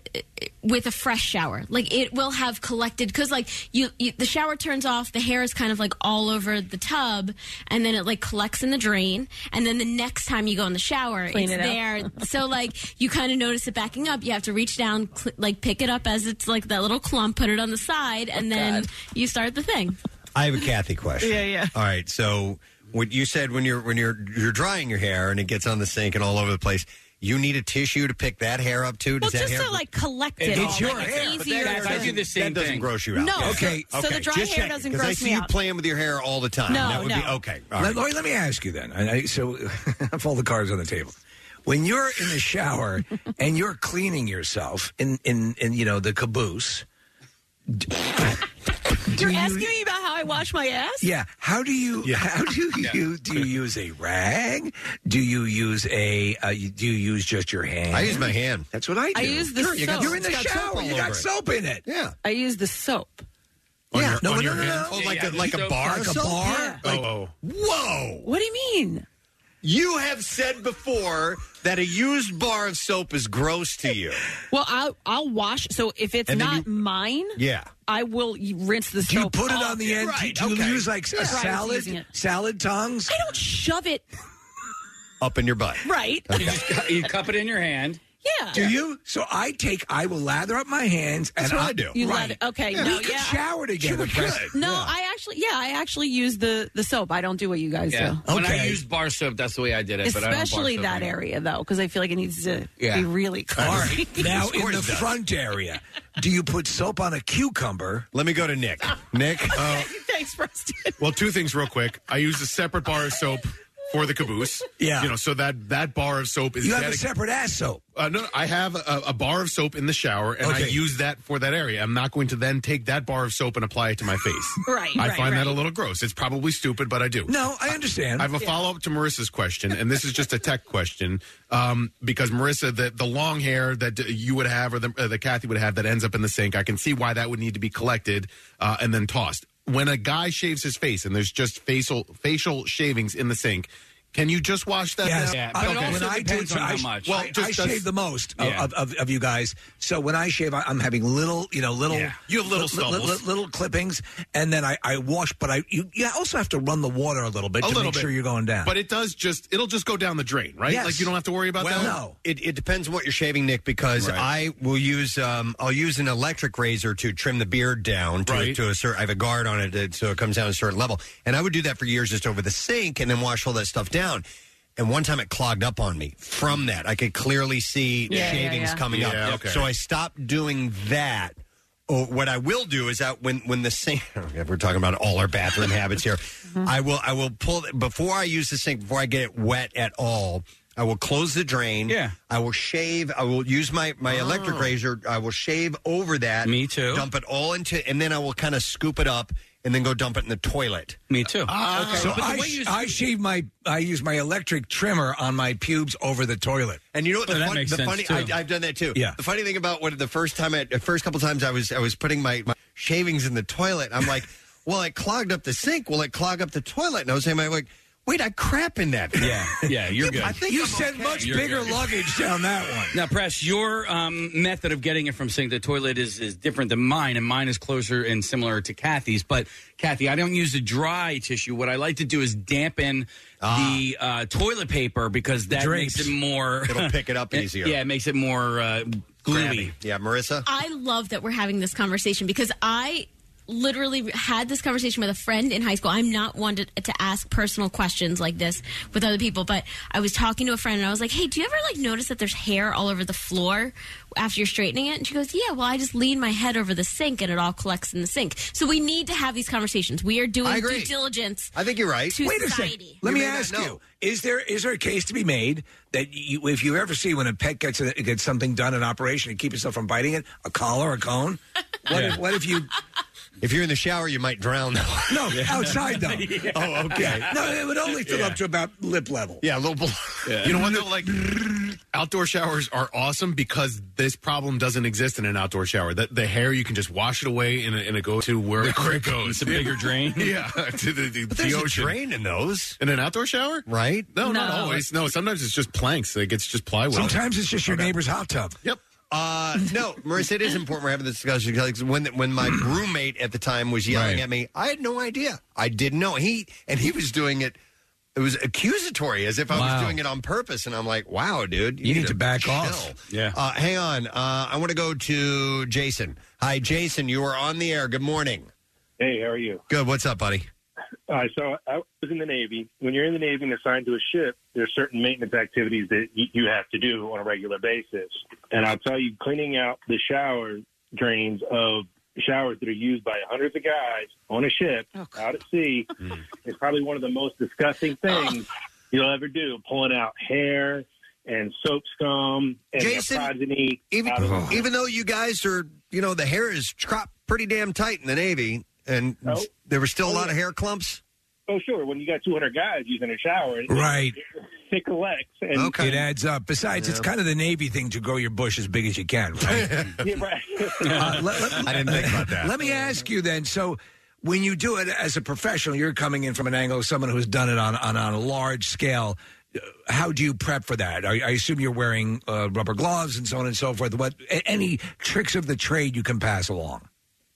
S10: with a fresh shower like it will have collected because like you, you the shower turns off the hair is kind of like all over the tub and then it like collects in the drain and then the next time you go in the shower
S5: Clean
S10: it's
S5: it
S10: there
S5: up.
S10: so like you kind of notice it backing up you have to reach down cl- like pick it up as it's like that little clump put it on the side and
S5: Oh,
S10: then you start the thing
S3: I have a Kathy question.
S10: Yeah, yeah.
S3: All right, so what you said when you're when you're you're drying your hair and it gets on the sink and all over the place, you need a tissue to pick that hair up too.
S5: Well,
S3: Does that
S5: just
S3: hair
S5: to like collect it.
S3: It's
S5: all,
S3: your
S5: like,
S3: hair,
S5: It's
S3: but
S5: easier.
S3: that hair
S5: to-
S3: doesn't- that doesn't gross you out.
S5: No.
S3: Yeah.
S5: Okay. So the dry
S3: just
S5: hair
S3: checking,
S5: doesn't
S3: 'cause I
S5: gross
S3: see
S5: me
S3: you
S5: out.
S3: playing with your hair all the time.
S5: No,
S3: that would be
S5: no.
S3: okay. All
S6: Let,
S3: right.
S6: Lori, let me ask you then. I, I, so I've all the cards on the table. When you're in the shower and you're cleaning yourself in, in, in you know, the caboose,
S5: You're asking me about how I wash my ass?
S6: yeah, how do you, how do you, do you use a rag? Do you use a, uh, you- do you use just your hand?
S3: I use my hand.
S6: That's what I do.
S5: I use the soap.
S6: You're in the shower. You got soap in it.
S3: Yeah.
S5: I use the soap.
S3: yeah.
S6: No, no, no, no, no.
S3: Oh, like a like a bar,
S6: Like a
S3: soap?
S6: bar?
S3: Like- Whoa!
S5: What do you mean?
S3: You have said before that a used bar of soap is gross to you.
S5: Well, I'll I'll wash. So if it's
S3: And then
S5: not mine,
S3: Yeah.
S5: I will y- rinse the
S6: Do you
S5: soap.
S6: put it
S5: off.
S6: on the end? Do- do you use like
S5: Yeah.
S6: a
S5: Right, I was using
S6: salad,
S5: it.
S6: salad tongs?
S5: I don't shove it.
S3: Up in your butt.
S5: Right.
S7: You, just, cu- you cup it in your hand.
S5: Yeah.
S6: Do you? So I take, I will lather up my hands.
S7: That's
S6: and
S7: what I do.
S5: You
S6: right.
S5: let it. Okay.
S6: Yeah.
S5: No.
S6: we could
S5: yeah.
S6: shower together. Preston.
S5: No, I actually. Yeah, I actually use the the soap. I don't do what you guys
S7: Yeah.
S5: do.
S7: When I used bar soap, that's the way I did it. but I don't bar
S5: Especially
S7: soap
S5: that
S7: anymore.
S5: area though, because I feel like it needs to
S7: Yeah.
S5: be really clean.
S6: All right. Now
S7: Of
S6: in
S7: course
S6: the
S7: it does.
S6: front area, do you put soap on a cucumber?
S3: Let me go to Nick. Nick,
S5: Thanks, Preston.
S4: Well, two things real quick. I used a separate bar of soap for the caboose.
S6: Yeah.
S4: You know, so that that bar of soap is
S6: You have a
S4: dedic-
S6: separate ass soap.
S4: Uh, no, no, I have a, a bar of soap in the shower, and I
S6: Okay.
S4: use that for that area. I'm not going to then take that bar of soap and apply it to my face.
S5: Right,
S4: I
S5: right,
S4: find
S5: right.
S4: that a little gross. It's probably stupid, but I do.
S6: No, I understand.
S4: I have a follow up to Marissa's question, and this is just a tech question um, because Marissa, the the long hair that uh, you would have or the uh, that Kathy would have that ends up in the sink, I can see why that would need to be collected uh, and then tossed. When a guy shaves his face and there's just facial facial shavings in the sink, can you just wash that?
S6: Yes.
S4: down?
S6: I- okay. when I do, so I, Well,
S4: Well,
S6: I,
S4: just
S6: I
S4: does-
S6: shave the most uh, of-
S4: Yeah.
S6: of, of, of you guys. So when I shave, I, I'm having little, you know, little,
S4: Yeah. You have little
S6: li- li- li-
S4: stubbles.
S6: little clippings, and then I, I wash. But I, you, you also have to run the water a little bit
S4: a
S6: to
S4: little
S6: make
S4: bit.
S6: sure you're going down.
S4: But it does just it'll just go down the drain, right?
S6: Yes.
S4: Like you don't have to worry about
S6: Well,
S4: that.
S6: no.
S3: It, it depends what you're shaving, Nick, because I will use um, I'll use an electric razor to trim the beard down to,
S4: Right.
S3: to a certain. I have a guard on it that- so it comes down to a certain level, and I would do that for years just over the sink and then wash all that stuff down. And one time it clogged up on me from that. I could clearly see
S6: Yeah, yeah,
S3: shavings
S6: yeah.
S3: coming
S6: Yeah,
S3: up.
S6: okay.
S3: So I stopped doing that. Oh, what I will do is that when when the sink if we're talking about all our bathroom habits here, I will I will pull before I use the sink before I get it wet at all. I will close the drain. Yeah. I will shave. I will use my my electric razor. I will shave over that. Me too. Dump it all into, and then I will kind of scoop it up and then go dump it in the toilet.
S7: Me too.
S6: So I, sh- I shave my, I use my electric trimmer on my pubes over the toilet.
S3: And you know what the, fun, the funny? I, I've done that too.
S6: Yeah.
S3: The funny thing about what the first time, I, the first couple times, I was I was putting my, my shavings in the toilet. I'm like, well, it clogged up the sink. Will it clog up the toilet? And I was saying, I'm like, wait, I crap in that.
S7: Yeah, yeah, you're good.
S3: I think
S6: you
S3: I'm
S6: said
S3: okay.
S6: much
S7: You're
S6: bigger
S7: good.
S6: luggage down that one.
S7: Now, press your um, method of getting it from sink to toilet is, is different than mine, and mine is closer and similar to Kathy's. But Kathy, I don't use a dry tissue. What I like to do is dampen
S3: Ah.
S7: the uh, toilet paper because
S3: The
S7: that
S3: drapes.
S7: makes it more.
S3: It'll pick it up easier.
S7: Yeah, it makes it more uh, gluey.
S3: Yeah, Marissa.
S10: I love that we're having this conversation because I literally had this conversation with a friend in high school. I'm not one to, to ask personal questions like this with other people, but I was talking to a friend and I was like, "Hey, do you ever like notice that there's hair all over the floor after you're straightening it?" And she goes, "Yeah, well, I just lean my head over the sink and it all collects in the sink." So we need to have these conversations. We are
S20: I
S10: doing
S20: agree.
S10: due diligence.
S20: I think you're right.
S10: To
S6: Wait a
S10: society.
S6: second. Let me ask you: Is there is there a case to be made that you, if you ever see when a pet gets a, gets something done in operation to keep itself from biting it, a collar, a cone? What if what if you?
S3: If you're in the shower, you might drown.
S6: No, outside though.
S3: Yeah. Oh, okay.
S6: No, it would only fill up to about lip level.
S3: Yeah, a little below.
S4: You know what though? Like outdoor showers are awesome because this problem doesn't exist in an outdoor shower. The, the hair you can just wash it away and, it- and it goes to where it where it goes.
S7: It's a bigger drain.
S4: yeah, to the, the,
S7: But
S4: the
S7: there's a
S4: ocean.
S7: drain
S3: in those
S4: in an outdoor shower,
S3: right?
S4: No, not
S6: No.
S4: always. No, sometimes it's just planks. Like it's just plywood.
S6: Sometimes it's just your neighbor's hot tub.
S3: Yep. Uh, no, Marissa, it is important we're having this discussion because when when my roommate at the time was yelling
S4: Right.
S3: at me, I had no idea. I didn't know he and he was doing it. It was accusatory, as if I
S6: Wow.
S3: was doing it on purpose. And I'm like, "Wow, dude,
S6: You need to back off.
S3: Yeah. Uh, hang on. Uh, I want to go to Jason. Hi, Jason. You are on the air. Good morning.
S22: Hey, how are you?
S3: Good. What's up, buddy?
S22: All right, so I was in the Navy. When you're in the Navy and assigned to a ship, there's certain maintenance activities that y- you have to do on a regular basis. And I'll tell you, cleaning out the shower drains of showers that are used by hundreds of guys on a ship
S3: Oh,
S22: out at sea
S3: Hmm.
S22: is probably one of the most disgusting things you'll ever do. Pulling out hair and soap scum and their
S3: Jason,
S22: progeny.
S3: Even Oh.
S22: out of-
S3: even though you guys are, you know, the hair is cropped pretty damn tight in the Navy, and there were still a lot of hair clumps.
S22: oh, sure. When you got 200 guys using a shower, it-
S6: Right.
S22: it Thick legs. And
S6: It adds up. Besides, it's kind of the Navy thing to grow your bush as big as you can, right?
S22: Yeah, right.
S3: I didn't think about that.
S6: Uh, Let me ask you then. So, when you do it as a professional, you're coming in from an angle of someone who's done it on, on, on a large scale. Uh, How do you prep for that? I, I assume you're wearing uh, rubber gloves and so on and so forth. What a- any tricks of the trade you can pass along?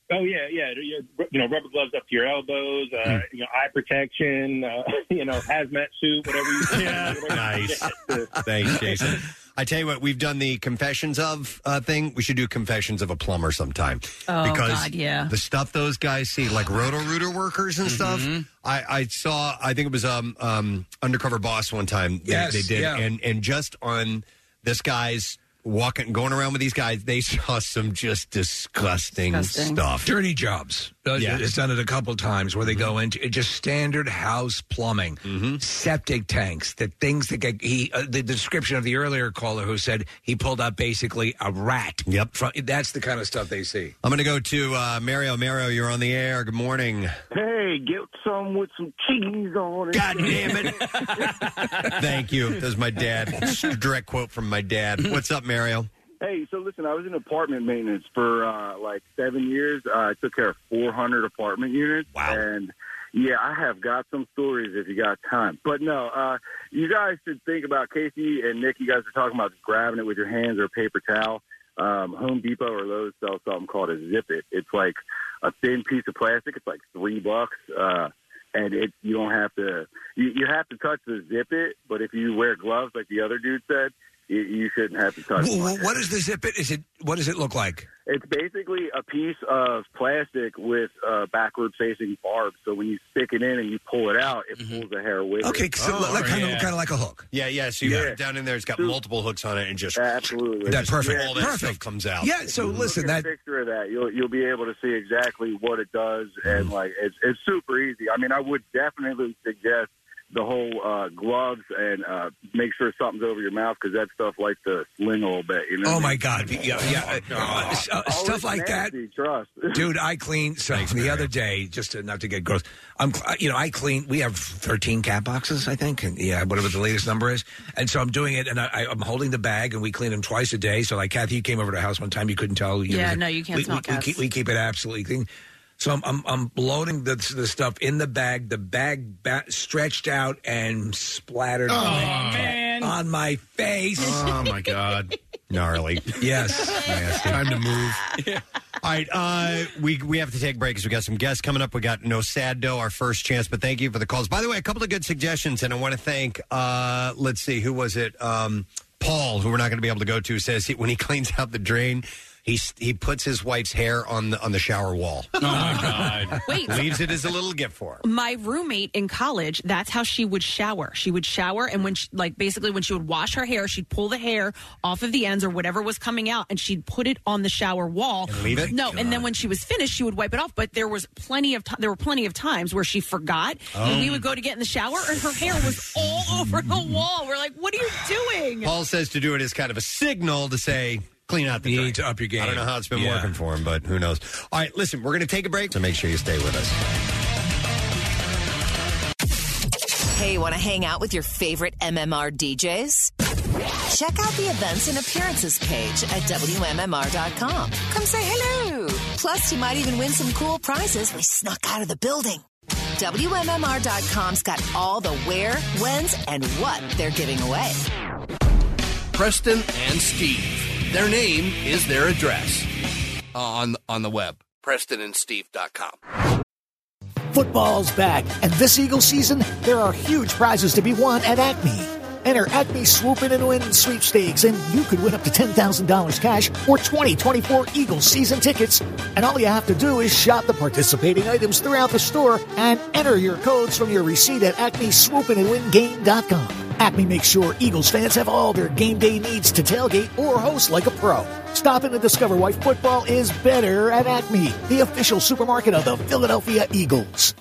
S22: Oh yeah, yeah. You you know, rubber gloves up to your elbows. Uh, You know, eye protection. Uh, you know, hazmat suit, whatever you. yeah.
S3: Nice. Thanks, Jason. I tell you what, we've done the confessions of uh, thing. We should do confessions of a plumber sometime.
S5: Oh, God, yeah.
S3: The stuff those guys see, like roto rooter workers and
S5: Mm-hmm.
S3: stuff. I, I saw. I think it was um, um undercover boss one time. They,
S6: Yes,
S3: they did,
S6: yeah.
S3: and and just on this guy's walking, going around with these guys, they saw some just disgusting, stuff.
S6: Dirty jobs. Uh,
S3: Yeah.
S6: It's done it a couple times where they go into it just standard house plumbing, septic tanks, the things that get, he, uh, the description of the earlier caller who said he pulled out basically a rat. Yep. From, that's the kind of stuff they see.
S3: I'm going to go to uh, Mario. Mario, you're on the air. Good morning.
S23: Hey, get some with some cheese on it. God damn it.
S3: Thank you. That was my dad. It's a direct quote from my dad. What's up, Mario?
S23: hey, so listen, I was in apartment maintenance for uh, like seven years. Uh, I took care of 400 apartment units. Wow. And yeah, I have got some stories if you got time. But no, uh, you guys should think about Casey and Nick. You guys are talking about grabbing it with your hands or a paper towel. Um, Home Depot or Lowe's sells something called a zip it. It's like a thin piece of plastic. It's like three bucks. Uh, and it you don't have to you, you have to touch the zip it, but if you wear gloves like the other dude said, you, you shouldn't have to touch.
S6: Wh-
S23: it.
S6: wh- what is the zip it? Is it what does it look like?
S23: It's basically a piece of plastic with a backward facing barb. So when you stick it in and you pull it out, it pulls the hair with
S6: Mm-hmm. Okay,
S23: it.
S6: so like- like kind of kind of like a hook.
S3: Yeah, yeah. So you
S6: Yeah.
S3: put it down in there. It's got multiple hooks on it, and just
S23: absolutely
S6: That perfect.
S3: All that stuff
S6: Perfect.
S3: comes out.
S6: Yeah, so
S23: If you
S6: listen,
S23: look at
S6: that-
S23: a picture of that you'll you'll be able to see exactly what it does
S6: Mm-hmm.
S23: and like it's it's super easy. I mean, I would definitely suggest the whole uh, gloves and uh, make sure something's over your mouth because that stuff likes to sling a little bit. You know?
S6: Oh my God! Yeah, yeah. Uh,
S23: Oh,
S6: uh, s- uh, stuff like that.
S23: Trust.
S6: Dude, I clean. So the other day, just to, not to get gross. I'm, cl- you know, I clean. We have 13 cat boxes, I think, and yeah, whatever the latest number is. And so I'm doing it, and I, I, I'm holding the bag, and we clean them twice a day. So like Kathy, you came over to the house one time, you couldn't tell. You
S5: Yeah, no, you can't
S6: we,
S5: smell
S6: we,
S5: cats.
S6: We keep, we keep it absolutely clean. So I'm I'm, I'm loading the, the stuff in the bag. The bag ba- stretched out and splattered on, my, on my face.
S4: Oh my god!
S3: Gnarly.
S6: Yes.
S4: Time to move.
S3: All right, uh, we we have to take a break because we got some guests coming up. We got No Sad Dough, our first chance, but thank you for the calls. By the way, a couple of good suggestions, and I want to thank. Uh, let's see, who was it? Um, Paul, who we're not going to be able to go to, says he, when he cleans out the drain, He s- he puts his wife's hair on the on the shower wall. Oh my god!
S5: Wait.
S3: leaves it as a little gift for her.
S5: My roommate in college, that's how she would shower. She would shower, and when she, like basically when she would wash her hair, she'd pull the hair off of the ends or whatever was coming out, and she'd put it on the shower wall.
S11: And leave it?
S5: No, and then when she was finished, she would wipe it off. But there was plenty of ti there were plenty of times where she forgot,
S3: Oh.
S5: and we would go to get in the shower, and her hair was all over the wall. We're like, "What are you doing?"
S3: Paul says to do it as kind of a signal to say, clean out the You need to up your game. I don't know how it's been
S6: Yeah.
S3: working for him, but who knows. All right, listen, we're going to take a break, so make sure you stay with us.
S18: Hey, want to hang out with your favorite MMR DJs? Check out the events and appearances page at WMMR.com. Come say hello. Plus, you might even win some cool prizes we snuck out of the building. WMMR.com's got all the where, whens, and what they're giving away.
S19: Preston and Steve. Their name is their address on on the web. PrestonandSteve.com.
S1: Football's back, and this Eagle season, there are huge prizes to be won at Acme. Enter Acme Swoop In and Win sweepstakes, and you could win up to $10,000 cash or 2024 Eagle season tickets. And all you have to do is shop the participating items throughout the store and enter your codes from your receipt at acmeswoopinandwingame.com. Acme makes sure Eagles fans have all their game day needs to tailgate or host like a pro. Stop in and discover why football is better at Acme, the official supermarket of the Philadelphia Eagles.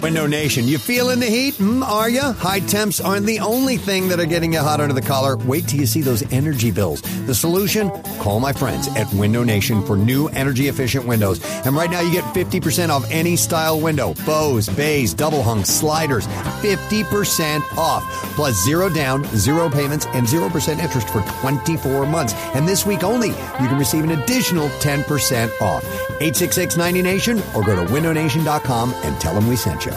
S20: Window Nation, you feeling the heat? Mm, are you? High temps aren't the only thing that are getting you hot under the collar. Wait till you see those energy bills. The solution? Call my friends at Window Nation for new energy efficient windows. And right now you get 50% off any style window. Bows, bays, double hung, sliders. 50% off. Plus zero down, zero payments, and 0% interest for 24 months. And this week only, you can receive an additional 10% off. 866-90Nation or go to windownation.com and tell them we sent you.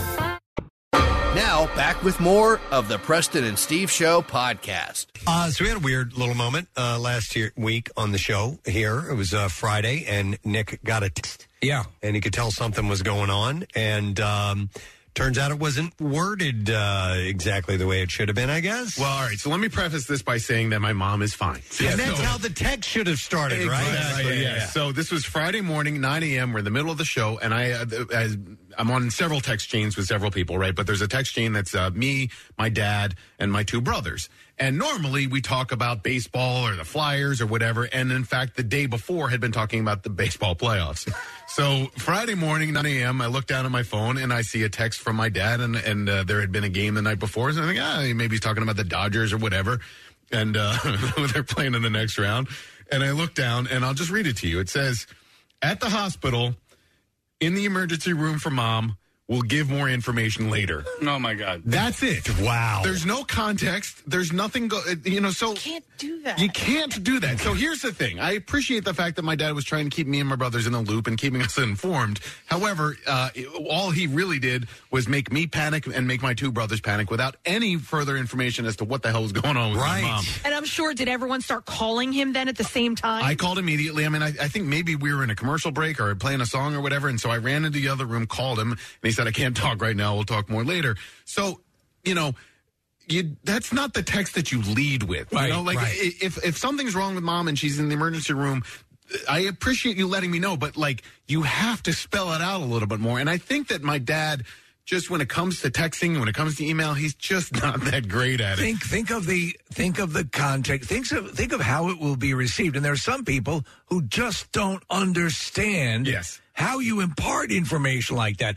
S19: Now back with more of the Preston and Steve Show podcast.
S3: Uh, so we had a weird little moment uh, last year week on the show here. It was uh, Friday, and Nick got a text.
S6: Yeah,
S3: and he could tell something was going on, and um, turns out it wasn't worded uh, exactly the way it should have been. I guess.
S4: Well, all right. So let me preface this by saying that my mom is fine.
S3: and that's how the text should have started, right?
S4: Exactly,
S3: Yeah,
S4: yeah.
S3: yeah.
S4: So this was Friday morning, 9 a.m. We're in the middle of the show, and I, uh, th- as I'm on several text chains with several people, right? But there's a text chain that's uh, me, my dad, and my two brothers. And normally we talk about baseball or the Flyers or whatever. And in fact, the day before had been talking about the baseball playoffs. so Friday morning, 9 a.m., I look down at my phone and I see a text from my dad, and and uh, there had been a game the night before. So I think, ah, maybe he's talking about the Dodgers or whatever and uh, they're playing in the next round. And I look down, and I'll just read it to you. It says, "At the hospital, in the emergency room for mom. We'll give more information later."
S7: Oh my God!
S4: That's it.
S3: Wow.
S4: There's no context. There's nothing. Go- uh, you know, so
S5: can't do that.
S4: You can't do that. So here's the thing. I appreciate the fact that my dad was trying to keep me and my brothers in the loop and keeping us informed. However, uh, it- all he really did was make me panic and make my two brothers panic without any further information as to what the hell was going on with my mom.
S5: And I'm sure did everyone start calling him then at the same time?
S4: I called immediately. I mean, I, I think maybe we were in a commercial break or playing a song or whatever. And so I ran into the other room, called him, and he said, I can't talk right now. We'll talk more later. So, you know, you, that's not the text that you lead with.
S6: Right,
S4: you know, like
S6: right.
S4: i- if, if something's wrong with mom and she's in the emergency room, I appreciate you letting me know, but like you have to spell it out a little bit more. And I think that my dad, just when it comes to texting, when it comes to email, he's just not that great at it.
S6: Think think of the think of the context. Think of think of how it will be received. And there are some people who just don't understand yes. how you impart information like that.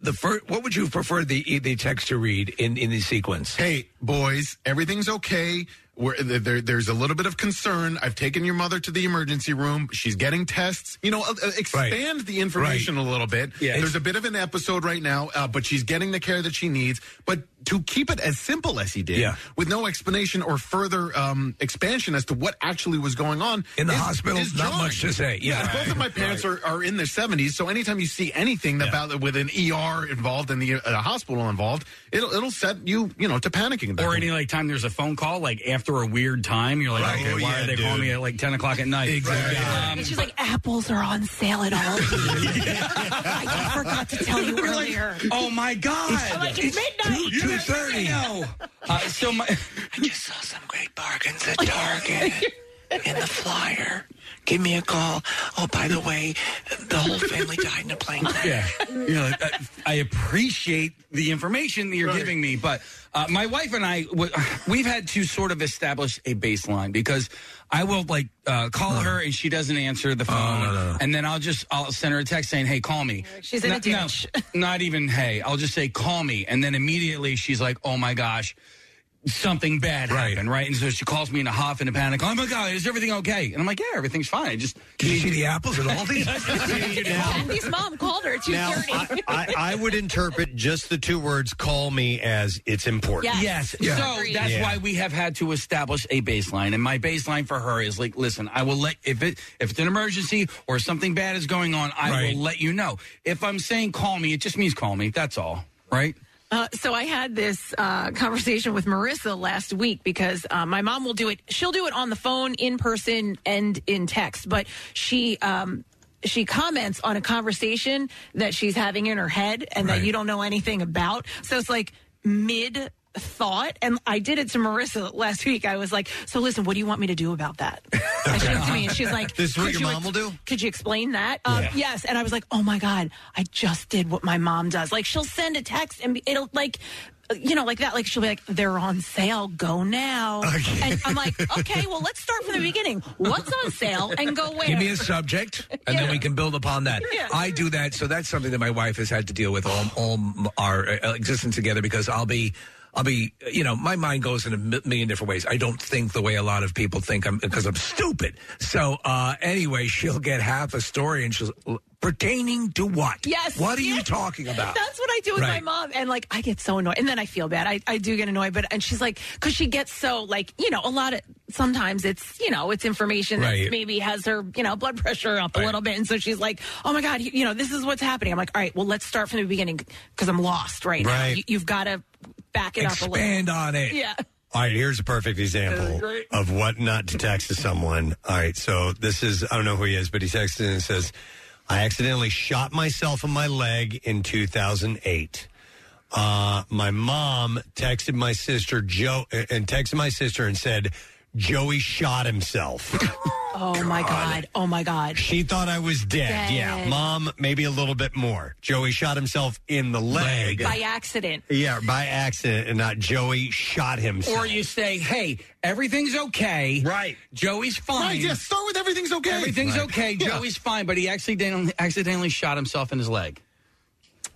S6: The first, what would you prefer the the text to read in in the sequence?
S4: Hey, boys, everything's okay. We're, there, there- there's a little bit of concern. I've taken your mother to the emergency room. She's getting tests. You know, uh, uh, expand the information a little bit.
S6: Yeah.
S4: There's a bit of an episode right now, uh, but she's getting the care that she needs. But to keep it as simple as he did,
S6: Yeah.
S4: with no explanation or further um, expansion as to what actually was going on
S6: In the
S4: is-
S6: hospital,
S4: is
S6: not
S4: jarring.
S6: much to say. Yeah.
S4: Because both of my parents are, are in their 70s, so anytime you see anything about with an ER involved and the uh, hospital involved, it'll it'll set you you know to panicking. at that
S7: Or
S4: point.
S7: any like time there's a phone call like after a weird time you're like
S4: Right.
S7: okay
S4: Oh,
S7: why
S4: yeah,
S7: are they calling me at like ten o'clock at night
S4: Exactly.
S5: And she's like, apples are on sale at all. I forgot to tell you earlier.
S7: oh my god!
S5: I'm like, it's midnight.
S7: two thirty. No. Uh, so my, I just saw some great bargains at Target.
S11: in the flyer. Give me a call. Oh, by the way, the whole family died in a plane crash.
S7: Yeah. You know, I, I appreciate the information that you're giving me, but uh, my wife and I, w- we've had to sort of establish a baseline because I will like uh, call her and she doesn't answer the phone, and then I'll just I'll send her a text saying, "Hey, call me."
S5: She's in a
S7: Not- no,
S5: ditch.
S7: not even hey. I'll just say, "Call me," and then immediately she's like, "Oh my gosh." Something bad happened, right? And so she calls me in a huff and a panic. Oh my god, is everything okay? And I'm like, yeah, everything's fine. I just can you see
S6: the apples at all these?
S5: Andy's mom called her. It's your
S7: Now,
S5: dirty.
S3: I, I would interpret just the two words "call me" as it's important.
S7: Yes. So that's why we have had to establish a baseline, and my baseline for her is like, listen, I will let if it if it's an emergency or something bad is going on, I
S5: Right.
S7: will let you know. If I'm saying call me, it just means call me. That's all, right?
S5: Uh, so I had this uh, conversation with Marissa last week because uh, my mom will do it. She'll do it on the phone, in person, and in text. But she um, she comments on a conversation that she's having in her head and that you don't know anything about. So it's like mid thought and i did it to marissa last week i was like so listen what do you want me to do about that and she looked at me and she's like
S3: This is what
S5: "Could
S3: your
S5: you
S3: mom
S5: ex-
S3: will do?"
S5: could you explain that? Um,
S3: Yeah.
S5: Yes. And I was like, oh my God, I just did what my mom does. Like, she'll send a text and be- it'll like, uh, you know, like that. Like, she'll be like, they're on sale, go now. And I'm like, okay, well, let's start from the beginning. What's on sale and go where?
S6: Give me a subject, and then we can build upon that.
S5: Yeah.
S6: I do that, so that's something that my wife has had to deal with all, all m- our uh, existence together because I'll be. I'll be, you know, my mind goes in a mi- million different ways. I don't think the way a lot of people think I'm because I'm stupid. So, uh, anyway, she'll get half a story and she'll, pertaining to what?
S5: Yes.
S6: What are you
S5: Yes.
S6: talking about?
S5: That's what I do with
S6: Right.
S5: my mom. And like, I get so annoyed. And then I feel bad. I, I do get annoyed. But, and she's like, cause she gets so like, you know, a lot of, sometimes it's, you know, it's information
S12: Right.
S5: that maybe has her, you know, blood pressure up a little bit. And so she's like, oh my God, you, you know, this is what's happening. I'm like, all right, well, let's start from the beginning cause I'm lost right, now.
S3: Right.
S5: You, you've got to back it up a little.
S3: Expand on it.
S5: Yeah.
S3: All right, here's a perfect
S5: That
S3: example
S5: was great.
S3: of what not to text to someone. All right, so this is, I don't know who he is, but he texted and says, I accidentally shot myself in my leg in 2008. Uh, my mom texted my sister, Joe, and texted my sister and said, Joey shot himself.
S5: Oh my God. Oh my God.
S3: She thought I was dead. Yeah.
S5: Dead.
S3: Mom, maybe a little bit more. Joey shot himself in the leg.
S5: By accident.
S3: yeah, by accident, and not Joey shot himself.
S7: Or you say, hey, everything's okay. Right. Joey's fine.
S4: Right, yeah, start with everything's okay.
S7: Everything's
S4: Right.
S7: okay.
S4: Yeah.
S7: Joey's fine, but he accidentally, accidentally shot himself in his leg.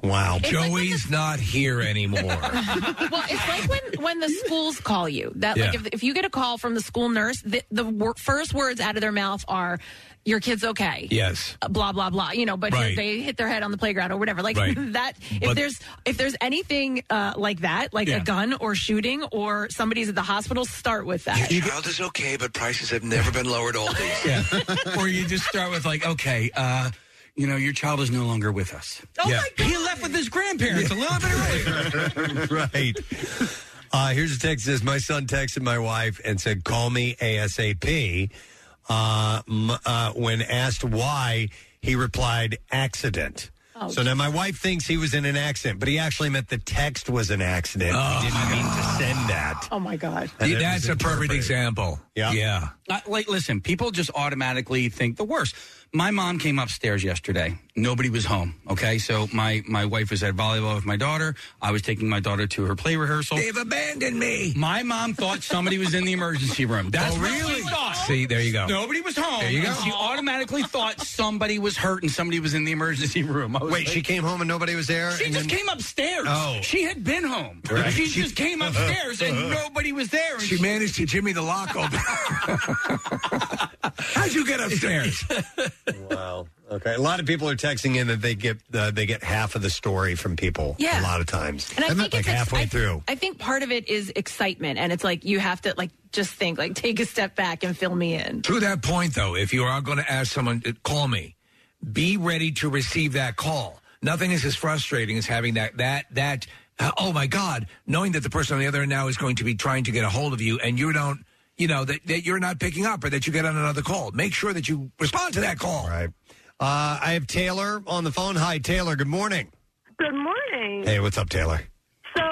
S3: Wow.
S5: It's like
S6: Joey's not here anymore.
S5: well, it's like when, when the schools call you. That like
S6: Yeah.
S5: if, if you get a call from the school nurse, the, the wor- first words out of their mouth are, "Your kid's okay."
S6: Yes.
S5: Uh, Blah blah blah. You know, but
S6: Right.
S5: they hit their head on the playground or whatever. Like
S6: Right.
S5: that. If
S6: But-
S5: there's if there's anything uh, like that, like
S6: Yeah.
S5: a gun or shooting or somebody's at the hospital, start with that.
S6: Your child is okay, but prices have never been lowered all these.
S7: Yeah. or you just start with like, okay, uh, you know, your child is no longer with us.
S5: Oh
S3: Yeah.
S5: my God. He left with his grandparents
S7: a little bit earlier.
S3: right. Uh, here's a text that says my son texted my wife and said, "Call me ASAP." Uh, m- uh, when asked why, he replied, "Accident."
S24: Oh,
S3: so now my wife thinks he was in an accident, but he actually meant the text was an accident. He didn't mean to send that.
S5: Oh my God.
S3: And it was interpreted.
S6: example.
S3: Yeah.
S6: Yeah.
S7: Not, like, listen, people just automatically think the worst. My mom came upstairs yesterday. Nobody was home. Okay, so my my wife was at volleyball with my daughter. I was taking my daughter to her play rehearsal.
S6: They've abandoned me.
S7: My mom thought somebody was in the emergency room. That's
S6: Oh,
S7: what she
S6: really?
S7: thought.
S6: See, there you go.
S7: Nobody was home.
S6: There you go.
S7: and She automatically thought somebody was hurt and somebody was in the emergency room. I was
S3: Wait,
S7: like-
S3: she came home and nobody was there.
S7: She
S3: and
S7: just
S3: then-
S7: came upstairs.
S3: Oh.
S7: She had been home.
S3: Right.
S7: She just came upstairs and nobody was there. And
S6: She managed to Jimmy the lock open. How'd you get upstairs?
S3: Wow. Okay. A lot of people are texting in that they get uh, they get half of the story from people.
S5: Yeah.
S3: A lot of times.
S5: And I think
S3: like
S5: it's ex-
S3: halfway
S5: I-
S3: through.
S5: I think part of it is excitement, and it's like you have to like just think, like take a step back and fill me in.
S6: To that point, though, if you are going to ask someone to call me, be ready to receive that call. Nothing is as frustrating as having that that that. Uh, oh my God! Knowing that the person on the other end now is going to be trying to get a hold of you, and you don't, you know that, that you're not picking up or that you get on another call. Make sure that you respond to that call.
S3: Right. Uh, I have Taylor on the phone. Hi, Taylor. Good morning.
S25: Good morning.
S3: Hey, what's up, Taylor?
S25: So,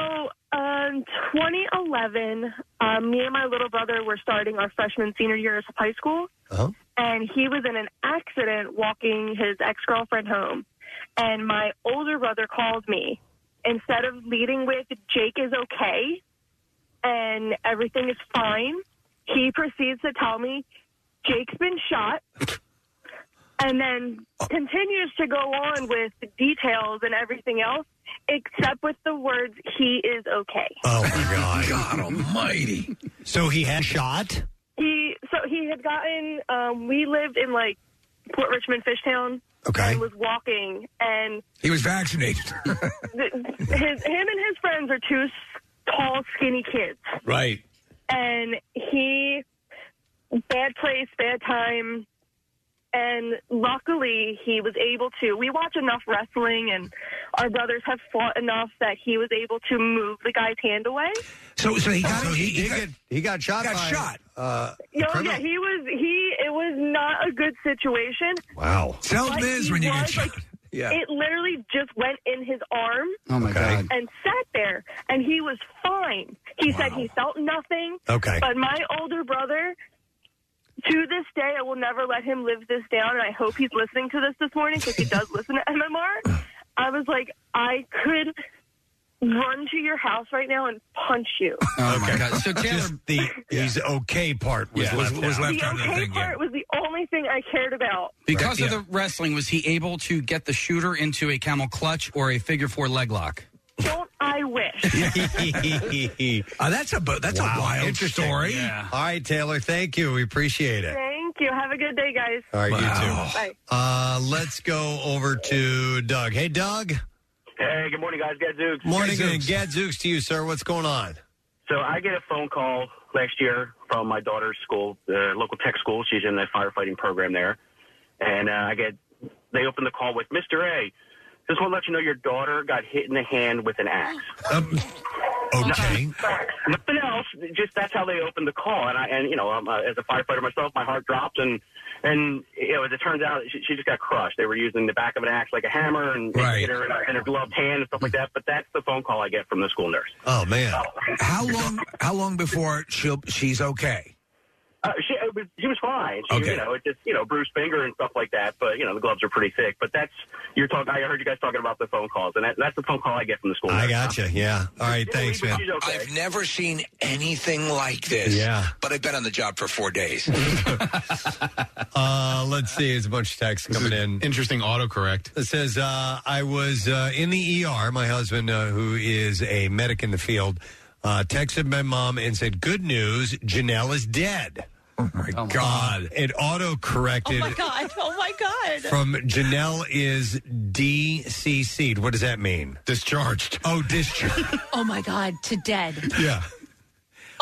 S25: uh,
S12: Um, 2011, um, me and my little brother were starting our freshman senior year of high school, and he was in an accident walking his ex girlfriend home. And my older brother called me instead of leading with Jake is okay and everything is fine. He proceeds to tell me Jake's been shot. And then continues to go on with details and everything else, except with the words, he is okay.
S3: Oh my god!
S6: God Almighty!
S3: So he had shot.
S12: He so he had gotten. Um, we lived in like Port Richmond, Fishtown.
S6: Okay.
S12: And was walking, and
S6: He was vaccinated.
S12: th- his him and his friends are two s- tall, skinny kids,
S6: right.
S12: and he bad place, bad time. And luckily, he was able to. We watch enough wrestling, and our brothers have fought enough that he was able to move the guy's hand away.
S6: So, so he got
S3: he, did get he got shot.
S12: got
S3: by,
S12: shot.
S3: Uh, a
S12: Yo, yeah,
S3: criminal.
S12: he was. He it was not a good situation.
S3: Wow.
S12: But he was, like, It literally just went in his arm.
S3: Oh, my Okay. God.
S12: And sat there, and he was fine. He said he felt nothing.
S3: Okay.
S12: But my older brother, to this day, I will never let him live this down, and I hope he's listening to this this morning because he does listen to MMR. I was like, I could run to your house right now and punch you.
S7: Oh my God! So Taylor,
S3: the he's okay part
S6: was left out.
S12: the okay part was the only thing I cared about.
S7: Because of the wrestling, was he able to get the shooter into a camel clutch or a figure four leg lock?
S12: Don't I wish?
S6: Uh, that's a bu- that's
S3: Wow,
S6: a wild
S3: interesting.
S6: story.
S3: All right, Taylor. Thank you. We appreciate it.
S12: Thank you. Have a good day, guys.
S3: All right,
S12: Wow.
S3: you too.
S12: Bye.
S3: Uh, let's go over to Doug. Hey, Doug.
S8: Hey, good morning, guys. Gadzooks.
S3: Morning and gadzooks to you, sir. What's going on?
S8: So I get a phone call last year from my daughter's school, the local tech school. She's in the firefighting program there, and uh, I get they open the call with Mr. A. Just want to let you know your daughter got hit in the hand with an axe.
S3: okay.
S8: Nothing else. Just that's how they opened the call, and I and you know I'm, uh, as a firefighter myself, my heart drops and. And you know, as it turns out, she, she just got crushed. They were using the back of an axe like a hammer, and and hit her in her, in her gloved hand and stuff like that. But that's the phone call I get from the school nurse.
S3: Oh man!
S6: How long? How long before she'll she's okay?
S8: Uh, she, it was, she was fine. She, You know, it just you know bruised finger and stuff like that. But you know, the gloves are pretty thick. But that's you're talking. I heard you guys talking about the phone calls, and that, that's the phone call I get from the school.
S3: I gotcha. Yeah. All right. Thanks, man.
S6: I've never seen anything like this.
S3: Yeah.
S6: But I've been on the job for four days.
S3: Uh, let's see. It's a bunch of texts coming in.
S4: Interesting autocorrect.
S3: It says, uh, I was uh, in the ER. My husband, uh, who is a medic in the field, uh, texted my mom and said, Good news, Janelle is dead. Oh my God. It auto
S5: Oh
S3: corrected
S5: my god! Oh my god!
S3: from Janelle is DCC'd. What does that mean?
S4: Discharged.
S3: Oh, discharged.
S5: oh my god! To dead.
S3: yeah.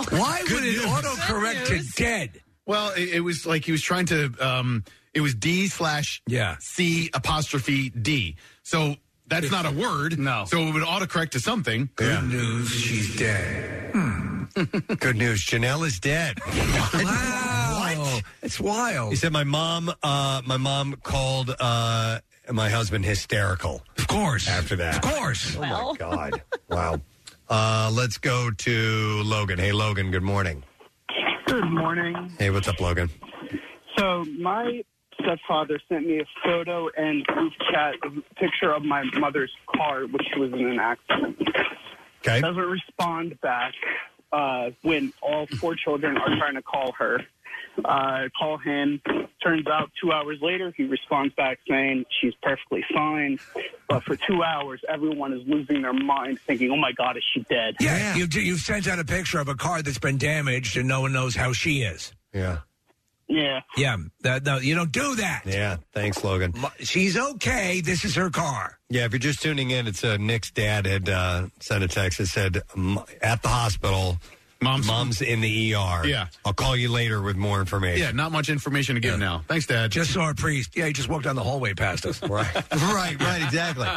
S6: Why would it
S4: Oh, news.
S6: autocorrect to dead?
S4: Well, it, it was like he was trying to. Um, it was D slash
S6: yeah
S4: C apostrophe D. So that's not a word. No. So it would autocorrect to something.
S6: Good news, she's dead.
S3: Hmm. Good news, Janelle is dead.
S6: wow. What? It's wild.
S3: He said, "My mom, uh, my mom called uh, my husband hysterical.
S6: Of course.
S3: After that,
S6: Of course.
S3: Oh
S6: Well.
S3: my god! wow. Uh, let's go to Logan. Hey, Logan. Good morning.
S24: Good morning.
S3: Hey, what's up, Logan?
S24: So my stepfather sent me a photo and group chat picture of my mother's car, which was in an accident.
S3: Okay.
S24: Doesn't respond back uh, when all four children are trying to call her. Uh, call him. Turns out two hours later, he responds back saying she's perfectly fine. But for two hours, everyone is losing their mind, thinking, "Oh my God, is she dead?"
S6: Yeah, You, you've sent out a picture of a car that's been damaged and no one knows how she is.
S3: Yeah.
S24: Yeah.
S6: Yeah. That, no, you don't do that.
S3: Yeah. Thanks, Logan.
S6: She's okay. This is her car.
S3: Yeah, if you're just tuning in, it's uh, Nick's dad had uh, sent a text that said, "M- "At the hospital,
S4: mom's
S3: mom's in the ER.
S4: Yeah.
S3: I'll call you later with more information."
S4: Yeah, not much information to give now. Thanks, Dad.
S6: Just saw a priest. Yeah, he just walked down the hallway past us.
S3: right. right, right, exactly.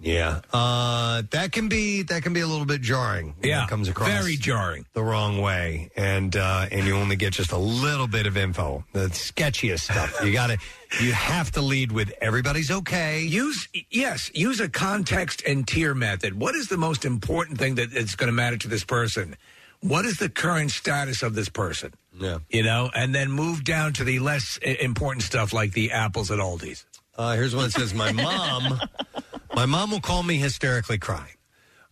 S3: Yeah, uh, that can be that can be a little bit jarring. when
S6: Yeah,
S3: it comes across
S6: very jarring.
S3: the wrong way, and uh, and you only get just a little bit of info. The sketchiest stuff. You got to you have to lead with everybody's okay.
S6: Use yes, use a context and tier method. What is the most important thing that is going to matter to this person? What is the current status of this person?
S3: Yeah.
S6: You know, and then move down to the less i- important stuff like the apples at Aldi's.
S3: Uh, here's one that says, "My mom, my mom will call me hysterically crying.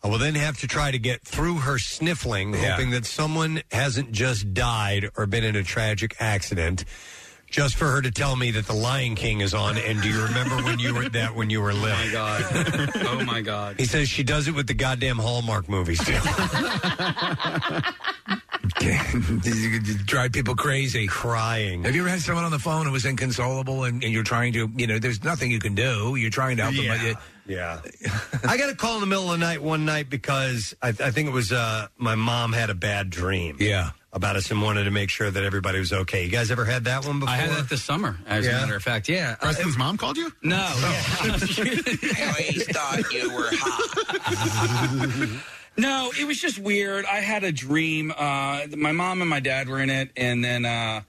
S3: I will then have to try to get through her sniffling, hoping that someone hasn't just died or been in a tragic accident." Just for her to tell me that the Lion King is on, and do you remember when you were that when you were little? Oh my god!
S7: Oh my god!
S3: He says she does it with the goddamn Hallmark movies too.
S6: drive people crazy.
S3: Crying.
S6: Have you ever had someone on the phone who was inconsolable and, and you're trying to, you know, there's nothing you can do. You're trying to help them, but you,
S3: Yeah. I got a call in the middle of the night one night because I, I think it was uh, my mom had a bad dream.
S6: Yeah.
S3: About us and wanted to make sure that everybody was okay. You guys ever had that one before?
S7: I had that this summer, as
S3: Yeah.
S7: a matter of fact. Yeah.
S4: Preston's mom called you? Oh.
S7: No. I always thought you were hot. no, it was just weird. I had a dream. Uh, my mom and my dad were in it, and then uh,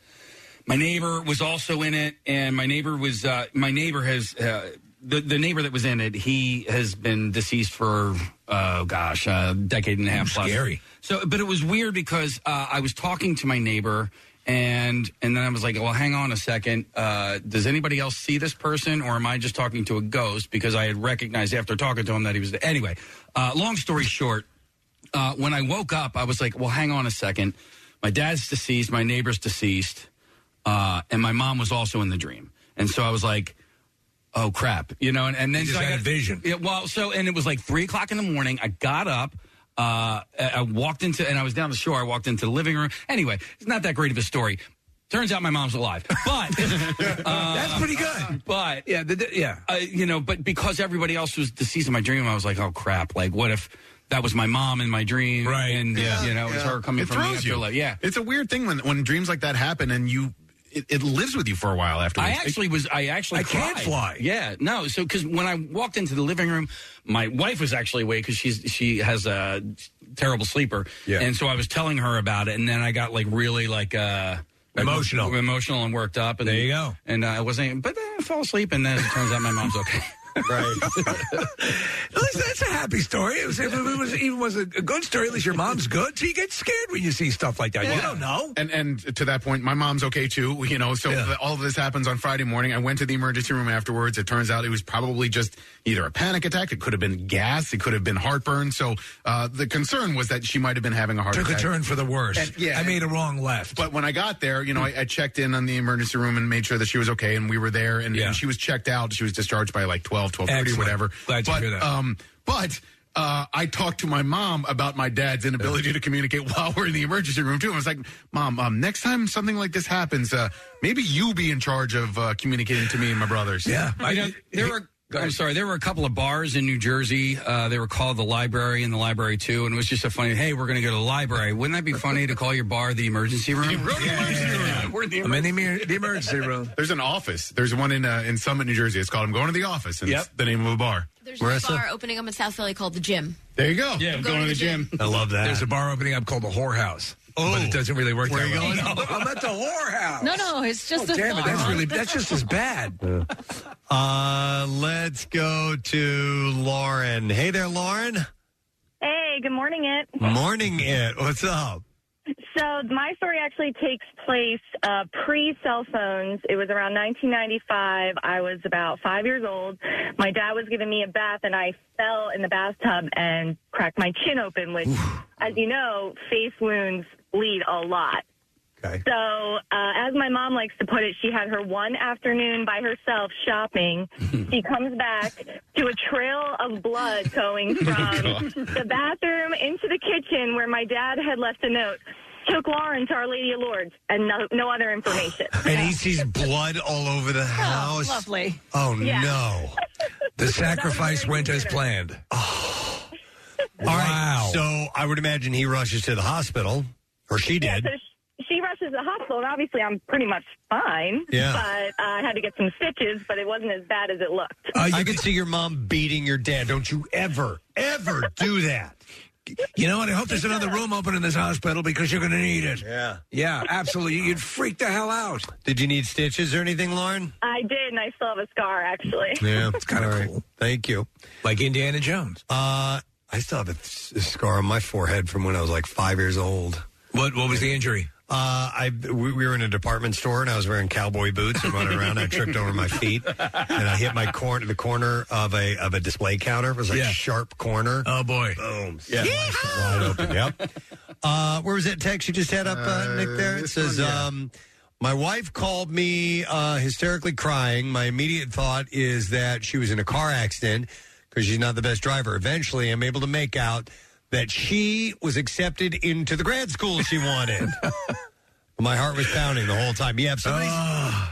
S7: my neighbor was also in it, and my neighbor was uh, my neighbor has. Uh, the, the neighbor that was in it, he has been deceased for oh gosh, a decade and a half plus.
S6: Scary.
S7: So, but it was weird because uh, I was talking to my neighbor, and and then I was like, well, hang on a second. Uh, does anybody else see this person, or am I just talking to a ghost? Because I had recognized after talking to him that he was. Anyway, uh, long story short, uh, when I woke up, I was like, well, hang on a second. My dad's deceased. My neighbor's deceased, uh, and my mom was also in the dream. And so I was like, oh crap, you know. And, and then
S6: You just
S7: so I
S6: had a vision.
S7: Yeah, well, so and it was like three o'clock in the morning. I got up. Uh, I I walked into and I was down the shore. I walked into the living room. Anyway, it's not that great of a story. Turns out my mom's alive, but
S3: Uh,
S7: that's
S6: pretty good.
S7: But
S6: yeah, the, yeah,
S7: uh, you know, but because everybody else was deceased in my dream, I was like, oh crap! Like, what if that was my mom in my dream? Right? And you know, it was her coming
S4: it
S7: from the
S4: throws you.
S7: afterlife. Yeah.
S4: it's a weird thing when when dreams like that happen and you it, it lives with you for a while
S7: I
S4: afterwards.
S7: actually was. I actually.
S4: I can't
S7: cried.
S4: fly.
S7: Yeah, no. So because when I walked into the living room, my wife was actually awake because she's she has a terrible sleeper.
S6: Yeah.
S7: And so I was telling her about it, and then I got like really like uh
S6: Emotional.
S7: emotional and worked up. And
S6: There you go.
S7: And I wasn't, but then I fell asleep, and then it turns out my mom's okay.
S3: right.
S6: Listen, that's a happy story. It was, if it was even was a good story. At least your mom's good. So you get scared when you see stuff like that. You don't know.
S4: And and to that point, my mom's okay too. You know, so the- all of this happens on Friday morning. I went to the emergency room afterwards. It turns out it was probably just either a panic attack. It could have been gas. It could have been heartburn. So uh, the concern was that she might have been having a heart
S6: Took a
S4: attack.
S6: turn for the worse.
S4: And- yeah,
S6: I made a wrong left.
S4: But when I got there, you know,
S6: Hmm.
S4: I, I checked in on the emergency room and made sure that she was okay, and we were there, and, and she was checked out. She was discharged by like 12, 12.30,
S6: Excellent.
S4: whatever.
S6: Glad to
S4: but,
S6: hear that.
S4: Um, but... Uh, I talked to my mom about my dad's inability to communicate while we're in the emergency room too. I was like, "Mom, um, next time something like this happens, uh, maybe you be in charge of uh, communicating to me and my brothers." Yeah,
S7: You know, there were. I'm sorry. There were a couple of bars in New Jersey. Uh, they were called the Library and the Library Two, and it was just a funny. Hey, we're going to go to the library. Wouldn't that be funny to call your bar the emergency room?
S6: I'm in the, emer- the emergency room.
S4: There's an office. There's one in uh, in Summit, New Jersey. It's called "I'm Going to the Office," and it's the name of a bar.
S10: There's a bar opening up in South Philly called The Gym.
S4: There you go.
S10: Yeah, I'm going to the gym.
S3: I love that.
S6: There's a bar opening up called the whorehouse. Oh, but it doesn't really work. Where that well. No, I'm at the whorehouse.
S5: No, no, it's just
S6: oh,
S5: a
S6: damn it. That's
S5: farm.
S6: really that's just as bad.
S3: Uh, let's go to Lauren. Hey there, Lauren.
S26: Hey, good morning, it.
S3: Morning, it. What's up?
S26: So my story actually takes place uh, pre-cell phones. It was around 1995. I was about five years old. My dad was giving me a bath, and I fell in the bathtub and cracked my chin open, which, as you know, face wounds bleed a lot. So, uh, as my mom likes to put it, she had her one afternoon by herself shopping. she comes back to a trail of blood going
S3: Oh
S26: from
S27: God.
S26: the bathroom into the kitchen where my dad had left a note. Took Lauren to Our Lady of Lords and no, no other information.
S3: And he sees blood all over the house.
S26: Oh, lovely.
S3: Oh
S26: Yeah.
S3: no.
S6: The sacrifice went as planned.
S3: All right. So I would imagine he rushes to the hospital, or she did.
S26: So she, she rushed crashes at the hospital, and obviously I'm pretty much fine.
S3: Yeah.
S26: But uh, I had to get some stitches, but it wasn't as bad as it looked.
S3: I Uh, could see your mom beating your dad. Don't you ever, ever do that.
S6: You know what? I hope there's another room open in this hospital because you're going to need it. Yeah. Yeah, absolutely. You'd freak the hell out.
S3: Did you need stitches or anything, Lauren?
S26: I did, and I still have a scar, actually.
S3: Yeah, it's kind of cool. Thank you.
S6: Like Indiana Jones.
S3: Uh, I still have a, s- a scar on my forehead from when I was like five years old.
S6: What What was the injury?
S3: Uh, I we, we were in a department store and I was wearing cowboy boots and running around. I tripped over my feet and I hit my corner the corner of a of a display counter. It was like
S6: Yeah.
S3: a sharp corner.
S6: Oh, boy.
S3: Boom.
S6: Yeah.
S3: Wide open. Yep. Uh, where was that text you just had up, uh, Nick? There it says, um, "My wife called me uh, hysterically crying. My immediate thought is that she was in a car accident because she's not the best driver. Eventually, I'm able to make out that she was accepted into the grad school she wanted." My heart was pounding the whole time. Yeah, if, somebody's-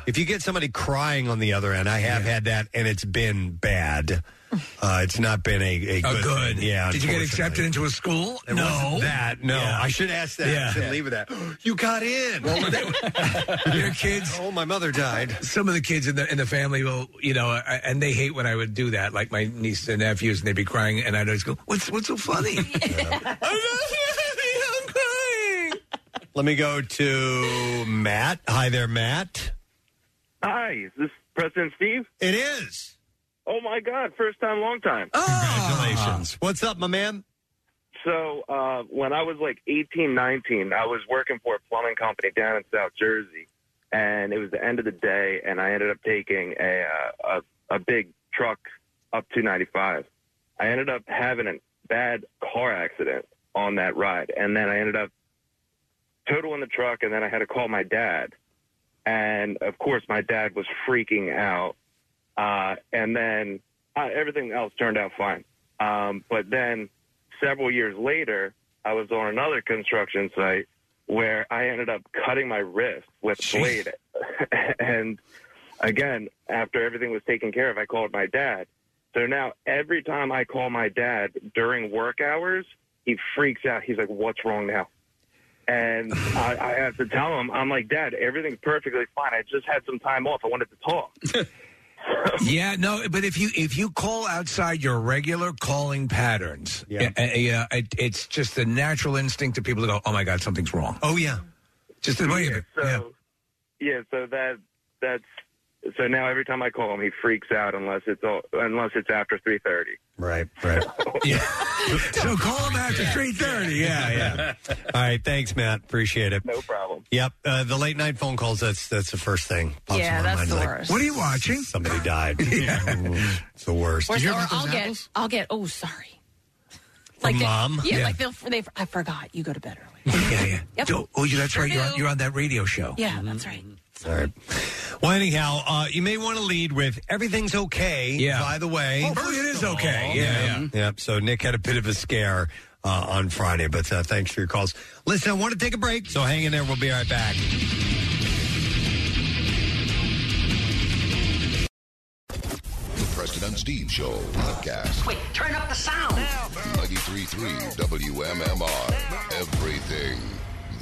S3: if you get somebody crying on the other end, I have had that, and it's been bad. Uh, it's not been a, a,
S6: Oh,
S3: good,
S6: good.
S3: thing. Yeah.
S6: Did you get
S3: unfortunately.
S6: accepted into a school?
S3: It
S6: no.
S3: wasn't that. No. I should ask that. I should leave it at- You got in.
S6: Your kids.
S3: Oh, my mother died.
S6: Some of the kids in the in the family will, you know, I- and they hate when I would do that. Like my nieces and nephews, and they'd be crying, and I'd always go, "What's what's so funny?"
S3: Let me go to Matt. Hi there, Matt.
S28: Hi, is this President Steve?
S3: It is.
S28: Oh my God! First time, long time.
S3: Congratulations. Ah. What's up, my man?
S28: So uh, when I was like 18, 19, I was working for a plumbing company down in South Jersey, and it was the end of the day, and I ended up taking a uh, a, a big truck up 295. I ended up having a bad car accident on that ride, and then I ended up totaling the truck, and then I had to call my dad, and of course my dad was freaking out, uh, and then uh, everything else turned out fine. Um, but then several years later, I was on another construction site where I ended up cutting my wrist with blade. and again, after everything was taken care of, I called my dad. So now every time I call my dad during work hours, he freaks out. He's like, "What's wrong now?" And I, I have to tell him, I'm like, Dad, everything's perfectly fine. I just had some time off. I wanted to talk.
S6: yeah, no, but if you if you call outside your regular calling patterns, yeah, yeah, it, it's just the natural instinct of people to go, "Oh my God, something's wrong."
S3: Oh yeah,
S6: just the way of it. yeah.
S28: Yeah, so that that's so now every time I call him, he freaks out unless it's all, unless it's after three thirty.
S3: Right, right.
S6: yeah. So call him after three thirty.
S3: Yeah, yeah. All right, thanks, Matt. Appreciate it.
S28: No problem.
S3: Yep, uh, the late night phone calls. That's that's the first thing. Pops
S5: Yeah,
S3: in my
S5: that's
S3: mind.
S5: the
S3: Like,
S5: worst. What
S6: are you watching?
S3: Somebody died. Ooh, it's the worst.
S5: Or,
S3: Did you
S5: or
S3: ever get
S5: I'll
S3: those
S5: get,
S3: apples?
S5: I'll get. Oh, sorry.
S3: From
S5: they-
S3: mom?
S5: Yeah,
S6: Yeah.
S5: like they'll. They, I forgot. You go to bed early.
S6: Oh, oh, yeah, that's right. You're on, you're on that radio show.
S5: Yeah, that's right.
S3: All right. Well, anyhow, uh, you may want to lead with everything's okay.
S6: Yeah.
S3: By the way,
S6: Hopefully it is okay.
S3: Yeah,
S6: Yeah,
S3: yeah.
S6: yeah.
S3: Yep. So Nick had a bit of a scare uh, on Friday, but uh, thanks for your calls. Listen, I want to take a break, so hang in there. We'll be right back.
S16: The Preston and Steve Show podcast.
S1: Wait, turn up the sound.
S16: 93.3 WMMR. Everything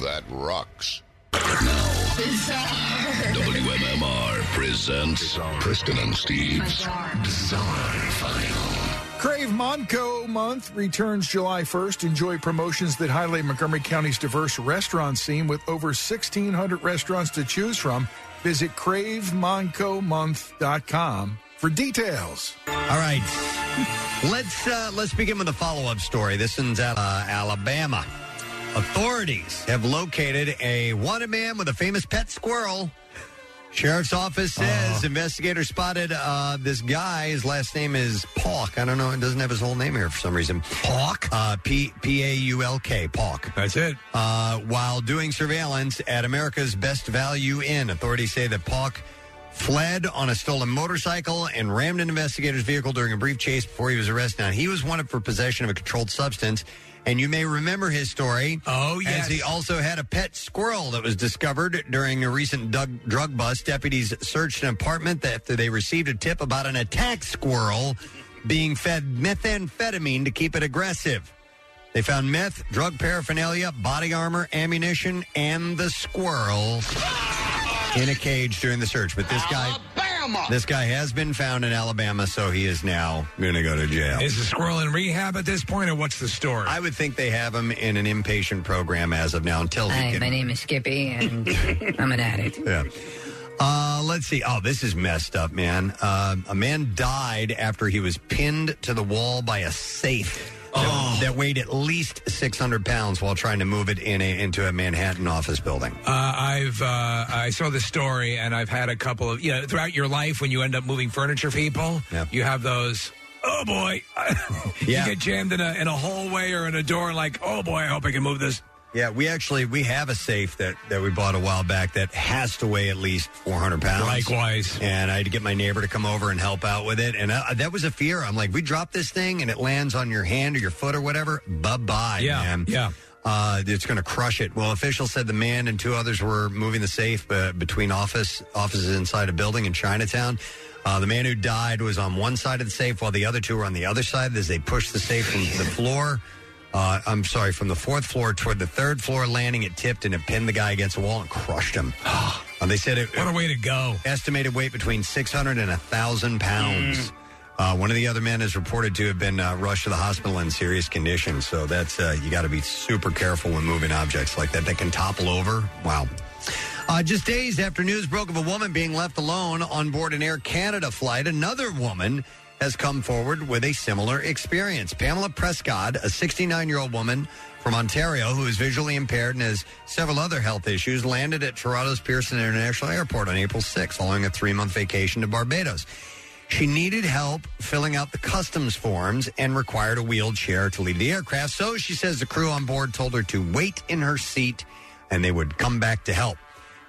S16: that rocks. WMMR presents Preston and Steve's Bizarre Final.
S25: Crave Monco Month returns July 1st. Enjoy promotions that highlight Montgomery County's diverse restaurant scene with over 1,600 restaurants to choose from. Visit cravemoncomonth.com for details.
S3: All right. Let's uh, let's begin with a follow up story. This one's out uh, Alabama. Authorities have located a wanted man with a famous pet squirrel. Sheriff's office says
S6: Uh-huh.
S3: investigators spotted uh, this guy. His last name is Palk. I don't know. It doesn't have his whole name here for some reason. Palk. Uh, P P A U L K. Palk.
S6: That's it.
S3: Uh, while doing surveillance at America's Best Value Inn, authorities say that Palk fled on a stolen motorcycle and rammed an investigator's vehicle during a brief chase before he was arrested. Now, he was wanted for possession of a controlled substance, and you may remember his story. Oh, yes. As he also had a pet squirrel that was discovered during a recent dug- drug bust. Deputies searched an apartment after they received a tip about an attack squirrel being fed methamphetamine to keep it aggressive. They found meth, drug paraphernalia, body armor, ammunition, and the squirrel in a cage during the search. But this guy, this guy has been found in Alabama, so he is now going to go to jail.
S6: Is the squirrel in rehab at this point, or what's the story?
S3: I would think they have him in an inpatient program as of now until he
S2: Hi,
S3: can
S2: my name is Skippy, and I'm an addict.
S3: Yeah. Uh, let's see. Oh, this is messed up, man. Um a man died after he was pinned to the wall by a safe that,
S6: Oh.
S3: that weighed at least 600 pounds while trying to move it in a, into a Manhattan office building.
S6: Uh, I've uh, I saw the story, and I've had a couple of you know throughout your life when you end up moving furniture, people you have those. Oh boy, you get jammed in a in a hallway or in a door. Like oh boy, I hope I can move this.
S3: Yeah, we actually we have a safe that that we bought a while back that has to weigh at least 400 pounds.
S6: Likewise,
S3: and I had to get my neighbor to come over and help out with it, and I, that was a fear. I'm like, we drop this thing and it lands on your hand or your foot or whatever, bye bye,
S6: Yeah,
S3: man.
S6: yeah.
S3: Uh, it's going to crush it. Well, officials said the man and two others were moving the safe uh, between office offices inside a building in Chinatown. Uh, the man who died was on one side of the safe, while the other two were on the other side. As they pushed the safe from the floor, uh, I'm sorry, from the fourth floor toward the third floor landing, it tipped and it pinned the guy against a wall and crushed him. Uh, they said it. What
S6: a way to go!
S3: Estimated weight between 600 and 1,000
S6: Mm.
S3: pounds. Uh, one of the other men is reported to have been uh, rushed to the hospital in serious condition. So that's uh, you got to be super careful when moving objects like that that can topple over. Wow. Uh, just days after news broke of a woman being left alone on board an Air Canada flight, another woman has come forward with a similar experience. Pamela Prescott, a 69 year old woman from Ontario who is visually impaired and has several other health issues, landed at Toronto's Pearson International Airport on April 6 following a three month vacation to Barbados. She needed help filling out the customs forms and required a wheelchair to leave the aircraft. So she says the crew on board told her to wait in her seat and they would come back to help.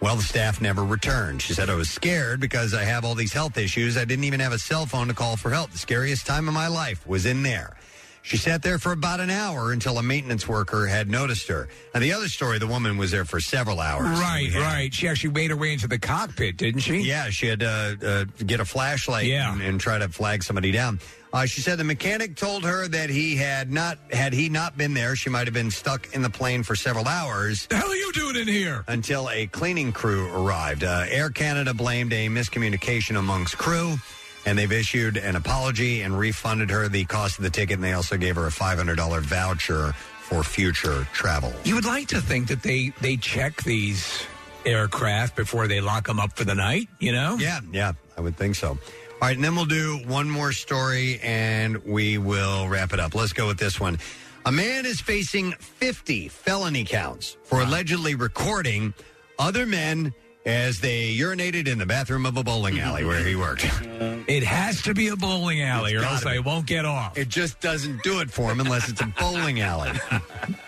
S3: Well, the staff never returned. She said, I was scared because I have all these health issues. I didn't even have a cell phone to call for help. The scariest time of my life was in there. She sat there for about an hour until a maintenance worker had noticed her. Now, the other story, the woman was there for several hours.
S6: Right, right. She actually made her way into the cockpit, didn't she?
S3: Yeah, she had to uh, get a flashlight and, and try to flag somebody down. Uh, she said the mechanic told her that he had not had he not been there, she might have been stuck in the plane for several hours.
S6: The hell are you doing in here?
S3: Until a cleaning crew arrived. Uh, Air Canada blamed a miscommunication amongst crew. And they've issued an apology and refunded her the cost of the ticket. And they also gave her a $500 voucher for future travel.
S6: You would like to think that they they check these aircraft before they lock them up for the night. You know?
S3: Yeah, yeah. I would think so. All right, and then we'll do one more story and we will wrap it up. Let's go with this one. A man is facing 50 felony counts for allegedly recording other men as they urinated in the bathroom of a bowling alley where he worked.
S6: It has to be a bowling alley, or
S3: gotta
S6: else I
S3: be.
S6: won't get off.
S3: It just doesn't do it for him unless it's a bowling alley.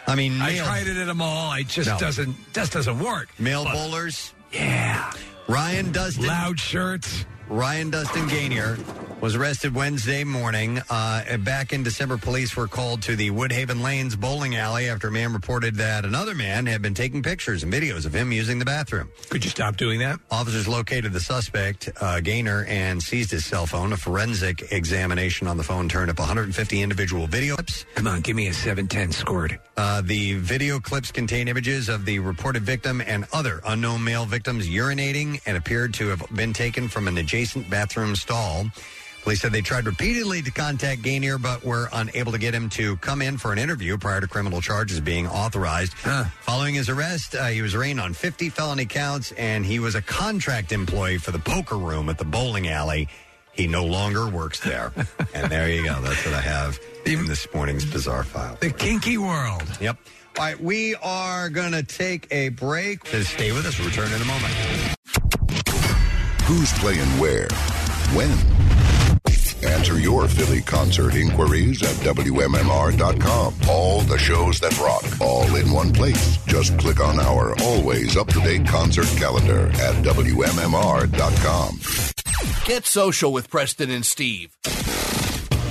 S3: I mean,
S6: I
S3: nailed
S6: tried it at a mall. It just
S3: No.
S6: doesn't just doesn't work.
S3: Male
S6: But-
S3: bowlers. Yeah. Ryan Dustin. Loud
S6: shirts.
S3: Ryan Dustin Gainier was arrested Wednesday morning. Uh, back in December, police were called to the Woodhaven Lanes bowling alley after a man reported that another man had been taking pictures and videos of him using the bathroom.
S6: Could you stop doing that?
S3: Officers located the suspect, uh, Gaynor, and seized his cell phone. A forensic examination on the phone turned up 150 individual video clips.
S6: Come on, give me a 710 scored.
S3: Uh, the video clips contain images of the reported victim and other unknown male victims urinating and appeared to have been taken from an adjacent bathroom stall. Police said they tried repeatedly to contact Gainier, but were unable to get him to come in for an interview prior to criminal charges being authorized. Following his arrest, uh, he was arraigned on 50 felony counts, and he was a contract employee for the poker room at the bowling alley. He no longer works there. and there you go. That's what I have in this morning's bizarre file.
S6: The kinky world.
S3: Yep. All right, we are going to take a break. Just stay with us. We'll return in a moment.
S16: Who's playing where? When? Answer your Philly concert inquiries at WMMR.com. All the shows that rock, all in one place. Just click on our always up to date concert calendar at WMMR.com.
S19: Get social with Preston and Steve.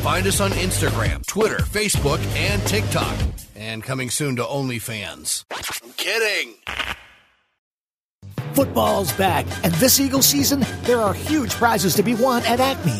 S19: Find us on Instagram, Twitter, Facebook, and TikTok. And coming soon to OnlyFans. I'm kidding.
S1: Football's back, and this Eagle season, there are huge prizes to be won at Acme.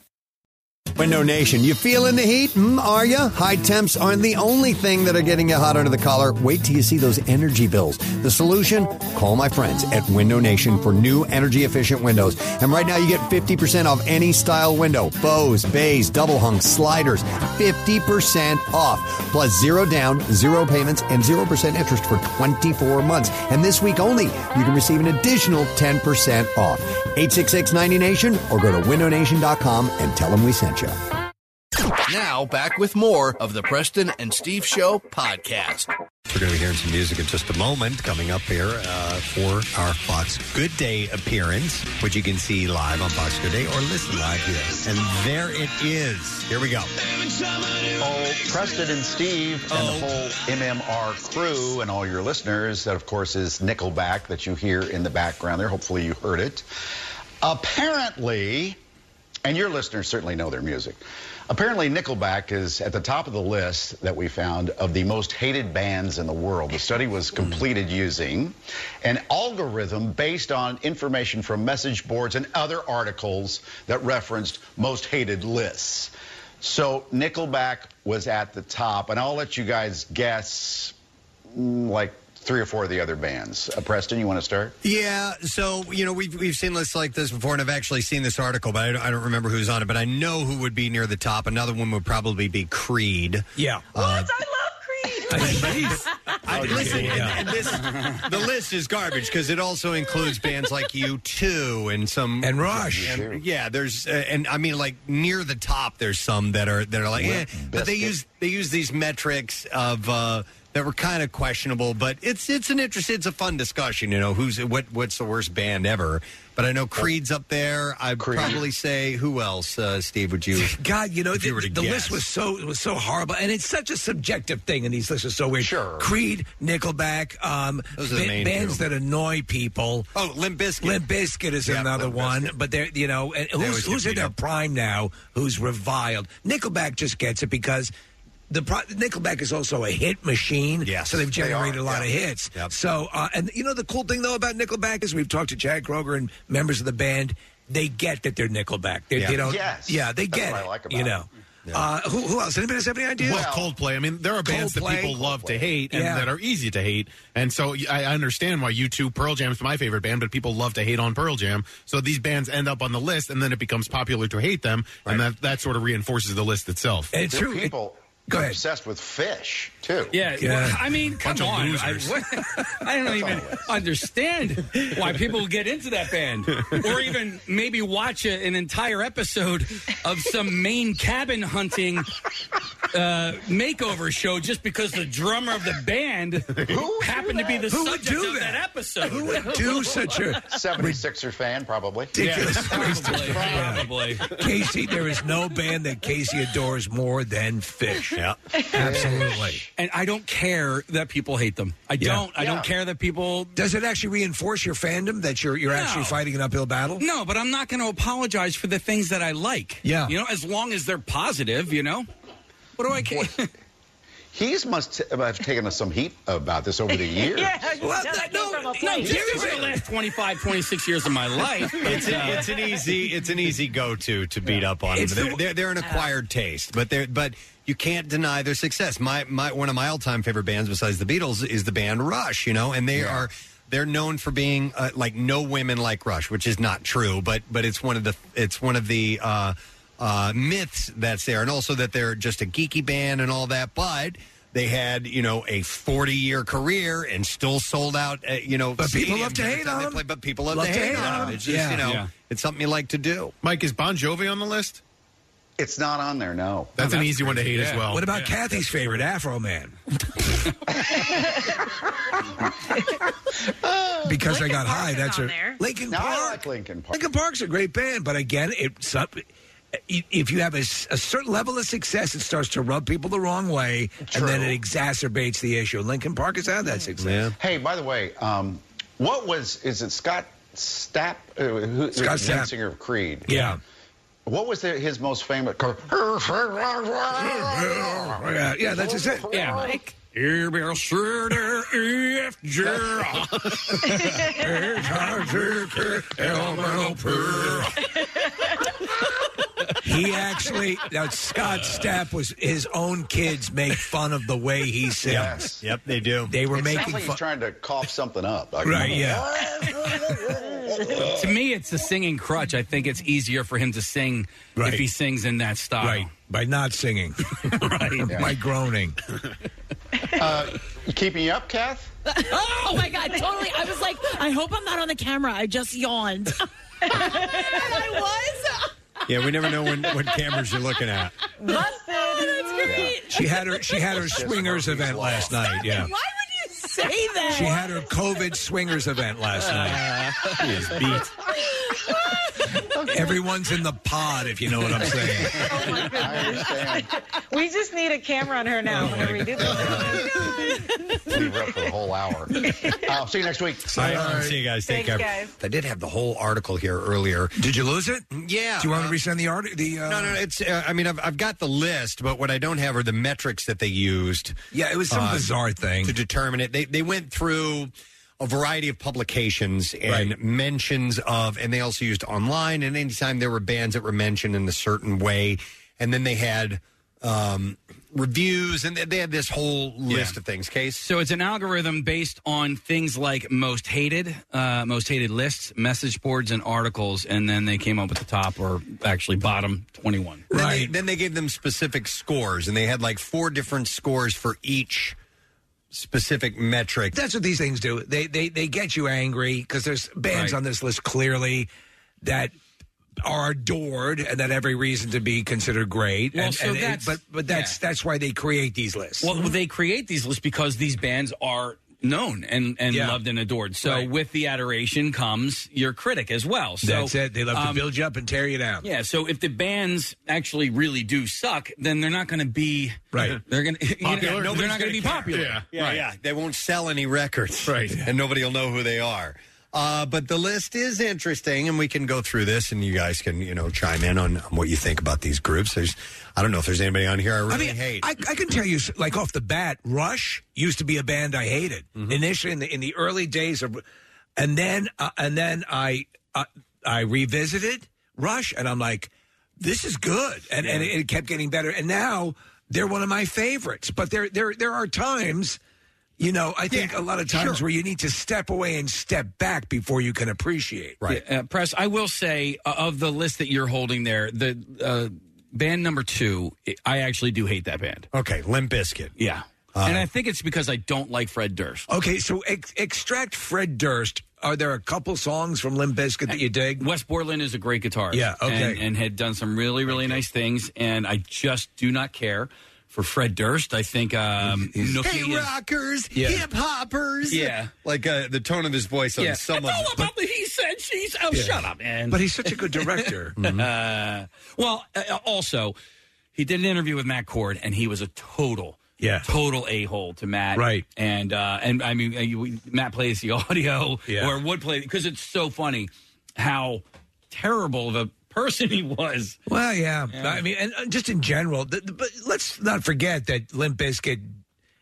S20: Window Nation, you feeling the heat? Mm, are you? High temps aren't the only thing that are getting you hot under the collar. Wait till you see those energy bills. The solution? Call my friends at Window Nation for new energy efficient windows. And right now you get 50% off any style window. Bows, bays, double hung, sliders. 50% off. Plus zero down, zero payments, and 0% interest for 24 months. And this week only, you can receive an additional 10% off. 866 90 Nation or go to windownation.com and tell them we sent you.
S19: Now, back with more of the Preston and Steve Show podcast.
S3: We're going to be hearing some music in just a moment coming up here uh, for our Fox Good Day appearance, which you can see live on Fox Good Day or listen live here. And there it is. Here we go.
S22: Oh, Preston and Steve and the whole MMR crew and all your listeners. That, of course, is Nickelback that you hear in the background there. Hopefully, you heard it. Apparently, and your listeners certainly know their music. Apparently, Nickelback is at the top of the list that we found of the most hated bands in the world. The study was completed using an algorithm based on information from message boards and other articles that referenced most hated lists. So, Nickelback was at the top, and I'll let you guys guess mm, like three or four of the other bands. Uh, Preston, you want to start?
S3: Yeah, so you know we've we've seen lists like this before, and I've actually seen this article, but I don't, I don't remember who's on it. But I know who would be near the top. Another one would probably be Creed.
S19: Yeah, I
S3: uh, listen, and- and this- the list is garbage because it also includes bands like U two and some and
S6: Rush.
S3: And, yeah, there's uh, and I mean like near the top, there's some that are that are like, eh,
S6: Limp
S3: but they
S6: Bizkit.
S3: use they use these metrics of. uh that were kind of questionable, but it's it's an interest. It's a fun discussion, you know. Who's what? What's the worst band ever? But I know Creed's up there. I'd probably say who else? Uh, Steve, would you?
S6: God, you know,
S3: if you were to
S6: the, the
S3: guess.
S6: list was so was so horrible, and it's such a subjective thing, and these lists are so weird. Sure, Creed, Nickelback, um,
S3: Those are the
S6: ba-
S3: main
S6: bands
S3: two.
S6: that annoy people.
S3: Oh, Limp Bizkit.
S6: Limp Bizkit is
S3: Yeah,
S6: another
S3: Limp
S6: one, but they're you know, and
S3: always
S6: who's
S3: get
S6: who's in
S3: beat
S6: their prime now? Who's reviled? Nickelback just gets it because. The pro- Nickelback is also a hit machine, yeah. so they've
S3: they are,
S6: generated a lot of
S3: yeah.
S6: hits. So, uh, and you know, the cool thing though about Nickelback is we've talked to Chad Kroger and members of the band. They get that they're Nickelback. They,
S4: Yeah.
S6: they don't.
S4: Yes.
S6: Yeah, they
S4: That's
S6: get
S4: what
S6: it.
S4: I like
S6: you
S4: about
S6: know. Uh, who, who else? Anybody else have any ideas?
S4: Well, Coldplay. I mean, there are bands
S6: Coldplay.
S4: that people love to hate and
S6: Yeah.
S4: that are easy to hate. And so I I understand why U2, Pearl Jam is my favorite band, but people love to hate on Pearl Jam. So these bands end up on the list, and then it becomes popular to hate them, and that, that sort of reinforces the list itself.
S6: It's
S22: There are people obsessed with fish, too.
S4: Yeah,
S7: Uh, Well, I mean, come
S4: Bunch of
S7: on. I,
S4: losers.
S7: what- I don't even understand why people get into that band, or even maybe watch a, an entire episode of some Maine cabin hunting uh, makeover show just because the drummer of the band happened to be the
S6: Who would
S7: subject
S6: do
S7: of that,
S6: that?
S7: episode.
S6: Who would do such a
S22: 76er fan, probably.
S6: ridiculous ways to
S7: probably.
S6: Casey, there is no band that Casey adores more than Fish.
S3: Yeah,
S6: absolutely.
S7: And I don't care that people hate them. I
S6: Yeah.
S7: don't. I
S6: Yeah.
S7: don't care that people
S6: Does it actually reinforce your fandom that you're you're actually fighting an uphill battle?
S7: No, but I'm not going to apologize for the things that I like.
S6: Yeah.
S7: You know, as long as they're positive, you know? What do I care?
S22: He's must have taken us some heat about this over the years.
S7: Well, that- no, no, this is the last 25, 26 years of my life. but,
S3: it's,
S7: uh,
S3: a, it's an easy it's an easy go to to beat up on them.
S7: It's the-
S3: They're, they're, they're an acquired taste, but they're but you can't deny their success. My my one of my all time favorite bands besides the Beatles is the band Rush. You know, and they are. They're known for being uh, like no women like Rush, which is not true, but but it's one of the it's one of the uh, uh, myths that's there, and also that they're just a geeky band and all that. But they had you know a forty year career and still sold out. Uh, you know,
S6: But people
S3: stadiums
S6: love to
S3: every
S6: hate
S3: time they
S6: on 'em.
S3: play, but people love,
S6: Love
S3: to hate, on 'em.
S6: 'em.
S3: It's just
S6: Yeah.
S3: you know
S6: Yeah.
S3: it's something you like to do.
S4: Mike, is Bon Jovi on the list?
S22: It's not on there, no.
S4: That's an easy one to hate as well.
S6: What about Kathy's favorite, Afro Man? because I got high. That's her. Lincoln
S22: No, I
S6: Park.
S22: like Lincoln Park.
S6: Lincoln Park's a great band, but again, it some, i- if you have a, s- a certain level of success, it starts to rub people the wrong way, and then it exacerbates the issue. Lincoln Park has had that success.
S22: Hey, by the way, um, what was is it Scott Stapp? Uh, who,
S6: Scott
S22: the lead
S6: Stapp.
S22: singer of Creed.
S6: Yeah.
S22: What was the, his most famous?
S6: Yeah, yeah, that's just it.
S7: Oh, Yeah, Mike. You better sure there if
S5: Oh,
S6: He actually now Scott Stapp was his own kids make fun of the way he sings.
S3: Yes. Yep, they do.
S6: They were
S22: It sounds
S6: making
S22: like
S6: fun.
S22: He's trying to cough something up. Like,
S6: Right, yeah.
S7: to me, it's the singing crutch. I think it's easier for him to sing
S6: Right.
S7: if he sings in that style.
S6: Right. By not singing.
S7: right.
S6: By groaning.
S22: Uh, keeping you up, Kath?
S5: oh my god, totally. I was like, I hope I'm not on the camera. I just yawned. I
S3: Yeah, we never know when what cameras you're looking at.
S5: was. That's great.
S6: She had her she had her swingers event last night. Yeah.
S5: Why would you say that?
S6: She had her COVID swingers event last night.
S7: She is beat.
S6: Everyone's in the pod, if you know what I'm saying.
S23: we just need a camera on her now
S6: Oh,
S23: whenever we do this.
S22: Leave her up for the whole hour. Uh, see you next week.
S3: All right, See you guys. Take
S23: Thanks,
S3: care.
S23: guys.
S3: I did have the whole article here earlier.
S6: Did you lose it?
S3: Yeah.
S6: Do you want to resend the art? The uh,
S3: No, no, it's. Uh, I mean, I've, I've got the list, but what I don't have are the metrics that they used. uh,
S6: Yeah, it was some bizarre thing
S3: to determine it. They they went through a variety of publications and mentions of, and they also used online. And anytime there were bands that were mentioned in a certain way, and then they had um, reviews, and they, they had this whole list of things. Case.
S7: So it's an algorithm based on things like most hated, uh, most hated lists, message boards, and articles, and then they came up with the top or actually bottom twenty-one.
S3: Then right. They, then they gave them specific scores, and they had like four different scores for each specific metric.
S6: That's what these things do. They they they get you angry because there's bands on this list clearly that are adored and that every reason to be considered great.
S7: Well,
S6: and,
S7: so
S6: and it-
S7: that's-
S6: but but that's that's why they create these lists.
S7: Well, they create these lists because these bands are known and, and loved and adored. So with the adoration comes your critic as well. So
S6: that's it. They love to
S7: um,
S6: build you up and tear you down.
S7: Yeah, so if the bands actually really do suck, then they're not going to be
S6: Right.
S7: They're going to
S3: Popular.
S7: They're not
S3: Nobody's
S7: going to
S3: gonna
S7: be
S3: care.
S7: popular.
S3: Yeah. Yeah, yeah. They won't sell any records. Right. And nobody will know who they are. Uh, but the list is interesting, and we can go through this, and you guys can, you know, chime in on, on what you think about these groups. There's, I don't know if there's anybody on here I really
S6: I mean,
S3: hate.
S6: I, I can tell you, like off the bat, Rush used to be a band I hated
S3: Mm-hmm.
S6: initially in the in the early days of, and then uh, and then I uh, I revisited Rush, and I'm like, this is good, and and it, it kept getting better, and now they're one of my favorites. But there there there are times. You know, I think a lot of times where you need to step away and step back before you can appreciate.
S7: Yeah, uh, press. I will say uh, of the list that you're holding there, the uh, band number two, I- I actually do hate that band.
S3: Okay, Limp Bizkit.
S7: Yeah, and I think it's because I don't like Fred Durst.
S6: Okay, so ex- extract Fred Durst. Are there a couple songs from Limp Bizkit that you dig?
S7: Wes Borland is a great guitarist.
S6: Yeah, okay.
S7: And, and had done some really, really nice things, and I just do not care for Fred Durst. I think um, Nookie
S3: hey,
S7: is-
S3: rockers,
S7: Yeah.
S3: hip hoppers.
S7: Yeah.
S3: Like uh, the tone of his voice on
S7: Yeah.
S3: some of
S7: It's all
S3: them.
S7: about the he said, she said. Oh,
S3: Yeah. Mm-hmm.
S7: shut up, man.
S6: But he's such a good director.
S7: uh, well, uh, also, he did an interview with Matt Cord, and he was a total.
S6: Yeah.
S7: total a hole to Matt.
S6: Right.
S7: and uh, and I mean, uh, you, Matt plays the audio,
S6: Yeah.
S7: or would play because it's so funny how terrible of a person he was.
S6: Well, yeah. I mean, and uh, just in general, th- th- but let's not forget that Limp Bizkit,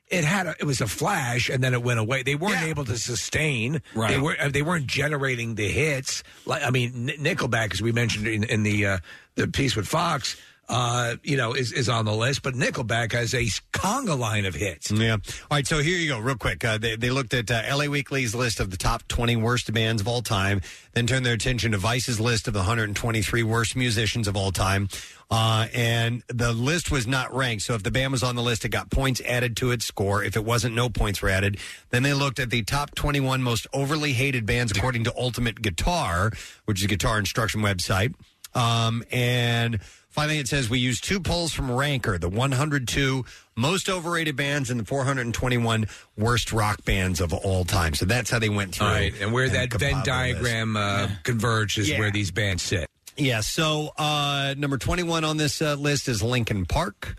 S6: it had a, it was a flash, and then it went away. They weren't able to sustain. They
S7: Right.
S6: weren't uh, they weren't generating the hits. Like I mean, N- Nickelback, as we mentioned in, in the uh, the piece with Fox. Uh, you know, is, is on the list, but Nickelback has a conga line of hits.
S3: Yeah. All right. So here you go, real quick. Uh, they, they looked at uh, LA Weekly's list of the top 20 worst bands of all time, then turned their attention to Vice's list of the 123 worst musicians of all time. Uh, and the list was not ranked. So if the band was on the list, it got points added to its score. If it wasn't, no points were added. Then they looked at the top 21 most overly hated bands according to Ultimate Guitar, which is a guitar instruction website. Um, and finally, it says we use two polls from Ranker, the 102 most overrated bands and the 421 worst rock bands of all time. So that's how they went through.
S6: All right, and where that Venn
S3: compiled the list.
S6: diagram uh, converges is where these bands sit.
S3: Yeah. So uh, number 21 on this uh, list is Lincoln Park.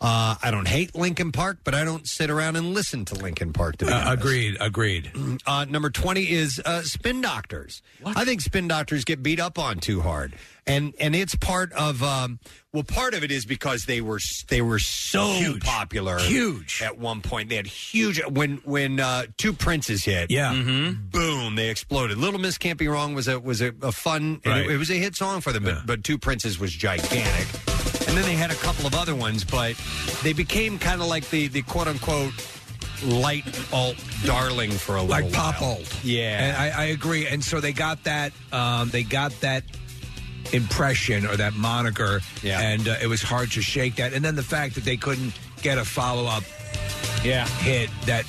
S3: Uh, I don't hate Lincoln Park, but I don't sit around and listen to Lincoln Park. To be
S6: Uh,
S3: honest.
S6: agreed, agreed.
S3: Uh, number 20 is uh, spin doctors. I think spin doctors get beat up on too hard. And and it's part of um, well part of it is because they were s- they were so
S6: Huge.
S3: popular
S6: Huge.
S3: at one point they had huge when when uh, two princes hit
S6: Yeah.
S3: boom they exploded Little Miss Can't Be Wrong was a was a, a fun and
S6: Right.
S3: it, it was a hit song for them but, but Two Princes was gigantic and then they had a couple of other ones but they became kind of like the the quote unquote light alt darling for a
S6: like
S3: little
S6: pop
S3: while.
S6: old.
S3: Yeah.
S6: and I, I agree. And so they got that. Um, they got that impression or that moniker. Yeah, and uh, it was hard to shake that. And then the fact that they couldn't get a follow up.
S3: Yeah,
S6: hit that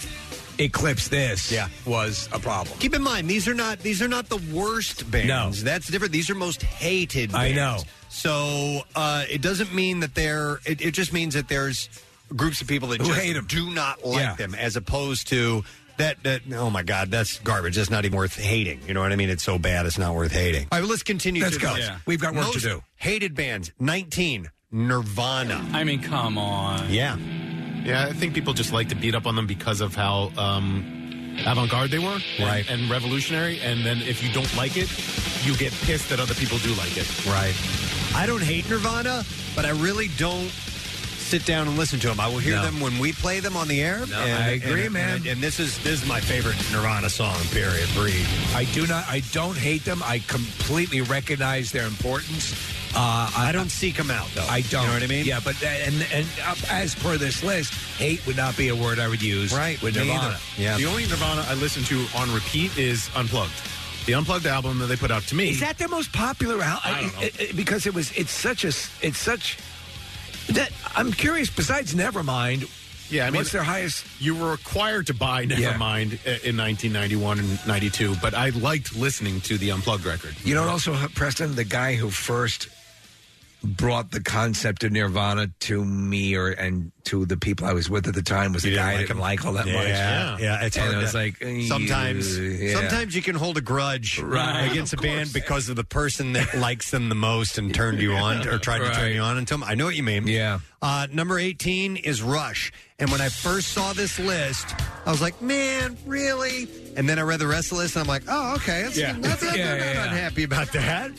S6: eclipsed this. Yeah. was a problem.
S3: Keep in mind these are not these are not the worst bands. That's different. These are most hated.
S6: I
S3: Bands.
S6: know.
S3: So uh, it doesn't mean that they're. It, it just means that there's groups of people that
S6: Who
S3: just
S6: hate 'em.
S3: do not like
S6: Yeah.
S3: them, as opposed to that. That oh my god, that's garbage. That's not even worth hating. You know what I mean? It's so bad, it's not worth hating. All right, let's continue.
S6: Let's
S3: to
S6: go.
S3: the list.
S6: Yeah. We've got work to
S3: Most
S6: do.
S3: Hated bands. Nineteen. Nirvana.
S7: I mean, come on.
S3: Yeah.
S4: Yeah, I think people just like to beat up on them because of how um, avant garde they were and-
S3: Right.
S4: and, revolutionary. And then if you don't like it, you get pissed that other people do like it.
S3: Right. I don't hate Nirvana, but I really don't sit down and listen to them. I will hear
S6: No.
S3: them when we play them on the air.
S6: No, I agree,
S3: and-
S6: man.
S3: And, and this is this is my favorite Nirvana song. Period. Breed.
S6: I do not. I don't hate them. I completely recognize their importance. Uh, I,
S3: don't seek them out though.
S6: I don't.
S3: You know what I mean?
S6: Yeah, but and and uh, as per this list, hate would not be a word I would use.
S4: Right,
S6: with
S4: me
S6: Nirvana.
S4: either. The only Nirvana I listen to on repeat is Unplugged. The Unplugged album that they put out to me.
S6: Is that their most popular album?
S4: I don't know.
S6: because it was. It's such a. s- It's such. That I'm curious. Besides Nevermind,
S4: Yeah, I mean,
S6: what's their highest?
S4: You were required to buy
S6: Yeah.
S4: Nevermind i- in 1991 and 92, but I liked listening to the Unplugged record.
S6: You know, what also Preston, the guy who first brought the concept of Nirvana to me or and to the people I was with at the time was the guy I didn't like all that
S3: yeah,
S6: much.
S3: Yeah, it's
S6: and
S3: hard.
S6: I was
S3: to-
S6: like eh,
S3: sometimes,
S6: yeah.
S3: sometimes you can hold a grudge
S6: Right,
S3: against a band because of the person that likes them the most and turned you on or tried to turn
S6: Right.
S3: you on. And tell 'em- I know what you mean.
S6: Yeah.
S3: Uh, number eighteen is Rush, and when I first saw this list, I was like, "Man, really?" And then I read the rest of the list, and I'm like, "Oh, okay, that's,
S6: Yeah.
S3: that's, I'm
S6: Yeah,
S3: not
S6: yeah, yeah.
S3: unhappy about that."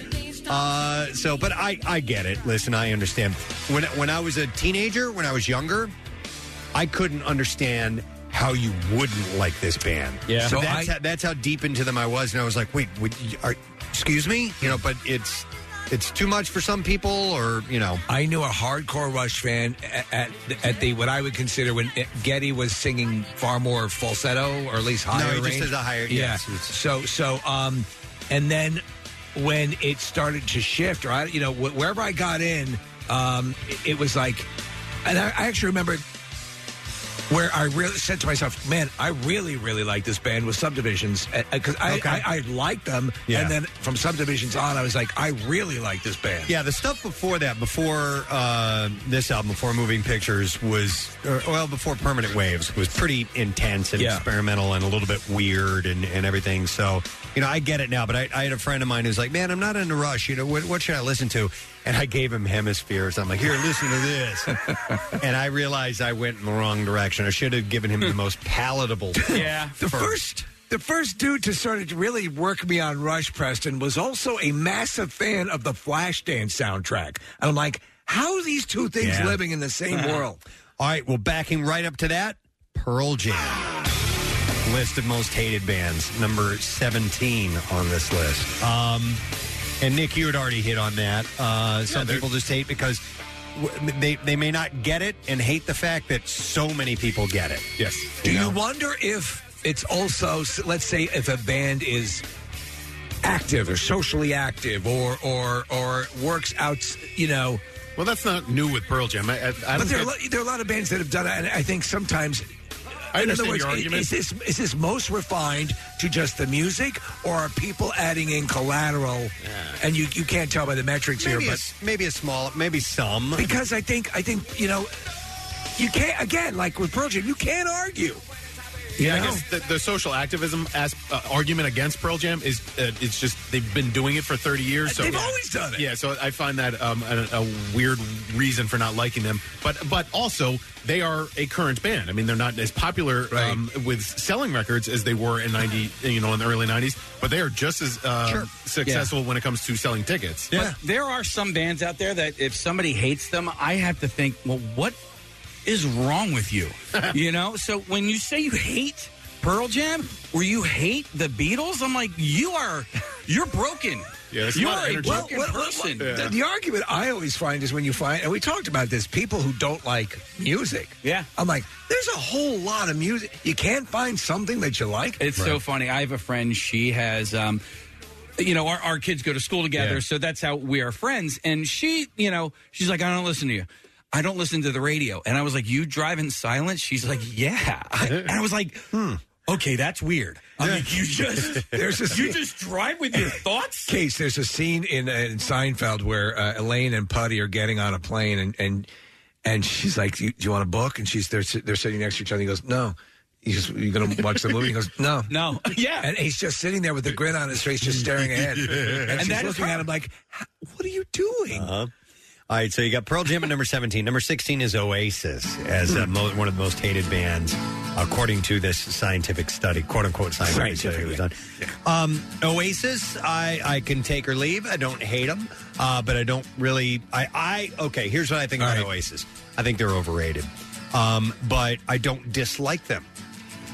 S3: Uh, so, but I, I get it. Listen, I understand. When when I was a teenager, when I was younger, I couldn't understand how you wouldn't like this band.
S6: Yeah.
S3: So
S6: So
S3: that's
S6: I-
S3: how, that's how deep into them I was, and I was like, wait, would you, are, excuse me, you know, but it's it's too much for some people, or you know,
S6: I knew a hardcore Rush fan at, at at the what I would consider when Getty was singing far more falsetto or at least
S3: No,
S6: higher.
S3: he just
S6: range.
S3: has a higher-
S6: Yeah.
S3: yes, it's-
S6: So so um, and then when it started to shift, or I, you know, wh- wherever I got in, um, it, it was like, and I, I actually remember where I really said to myself, "Man, I really, really like this band with Subdivisions because I, I, I liked them,
S3: Yeah.
S6: and then from Subdivisions on, I was like, I really like this band."
S3: yeah, the stuff before that, before uh, this album, before Moving Pictures was, or, well, before Permanent Waves was pretty intense and
S6: Yeah.
S3: experimental and a little bit weird and and everything. So you know, I get it now. But I, I had a friend of mine who's like, man, I'm not in a rush. You know, what, what should I listen to? And I gave him Hemispheres. I'm like, here, listen to this. and I realized I went in the wrong direction. I should have given him the most palatable.
S6: Yeah. The first the first dude to sort of really work me on Rush Preston was also a massive fan of the Flashdance soundtrack. And I'm like, how are these two things
S3: Yeah.
S6: living in the same world?
S3: All right, well, backing right up to that, Pearl Jam. List of most hated bands, number 17 on this list. Um, and Nick, you had already hit on that. Uh, some people just hate because w- they, they may not get it and hate the fact that so many people get it.
S4: Yes.
S6: Do you wonder if it's also let's say if a band is active or socially active or or or works out, you know,
S4: well, that's not new with Pearl Jam. I, I, I
S6: but
S4: don't
S6: there are,
S4: get-
S6: a lot, there are a lot of bands that have done it, and I think sometimes.
S4: I
S6: in other
S4: understand
S6: words,
S4: your
S6: i-
S4: argument.
S6: is this is this most refined to just the music, or are people adding in collateral? And you, you can't tell by the metrics
S3: Maybe,
S6: here,
S3: a,
S6: but
S3: s- maybe a small, maybe some.
S6: because I think I think you know you can't again like with Pearl Jam, you can't argue.
S4: Yeah, I guess the, the social activism as, uh, argument against Pearl Jam is uh, it's just they've been doing it for 30 years. So
S6: They've always done it.
S4: Yeah, so I find that um, a, a weird reason for not liking them. But but also they are a current band. I mean, they're not as popular um, with selling records as they were in 90, you know, in the early 90s. But they are just as uh,
S7: Sure.
S4: successful when it comes to selling tickets.
S7: But there are some bands out there that if somebody hates them, I have to think, well, what is wrong with you? you know? So when you say you hate Pearl Jam or you hate the Beatles, I'm like, you are, you're broken.
S4: Yeah,
S6: that's a
S7: you
S6: lot of
S7: are a
S6: energy.
S7: broken
S6: Well, well,
S7: person.
S6: The, the argument I always find is when you find, and we talked about this, people who don't like music. Yeah. I'm like, there's a whole lot of music. You can't find something that you like.
S7: It's so funny. I have a friend. She has, um, you know, our, our kids go to school together, so that's how we are friends. And she, you know, she's like, I don't listen to you. I don't listen to the radio. And I was like, You drive in silence? She's like, Yeah. and I was like, Hmm. Okay, that's weird. I mean, you just
S6: There's a-
S7: you just drive with your thoughts.
S6: Case, there's a scene in, uh, in Seinfeld where uh, Elaine and Putty are getting on a plane, and and, and she's like, do you, "Do you want a book?" And she's they're si- they're sitting next to each other. He goes, "No." He goes, "You're going to watch the movie?" He goes, "No,
S7: no, yeah."
S6: And he's just sitting there with a grin on his face, just staring ahead, and,
S3: And
S6: she's
S3: that is
S6: looking
S3: her.
S6: at him like, "H- "What are you doing?"
S3: Uh-huh. All right, so you got Pearl Jam at number 17. Number 16 is Oasis as uh, mo- one of the most hated bands, according to this scientific study, quote unquote scientific study. that was done. Um, Oasis, I, I can take or leave. I don't hate them, uh, but I don't really. I, I okay. Here's what I think about Oasis. I think they're overrated, um, but I don't dislike them.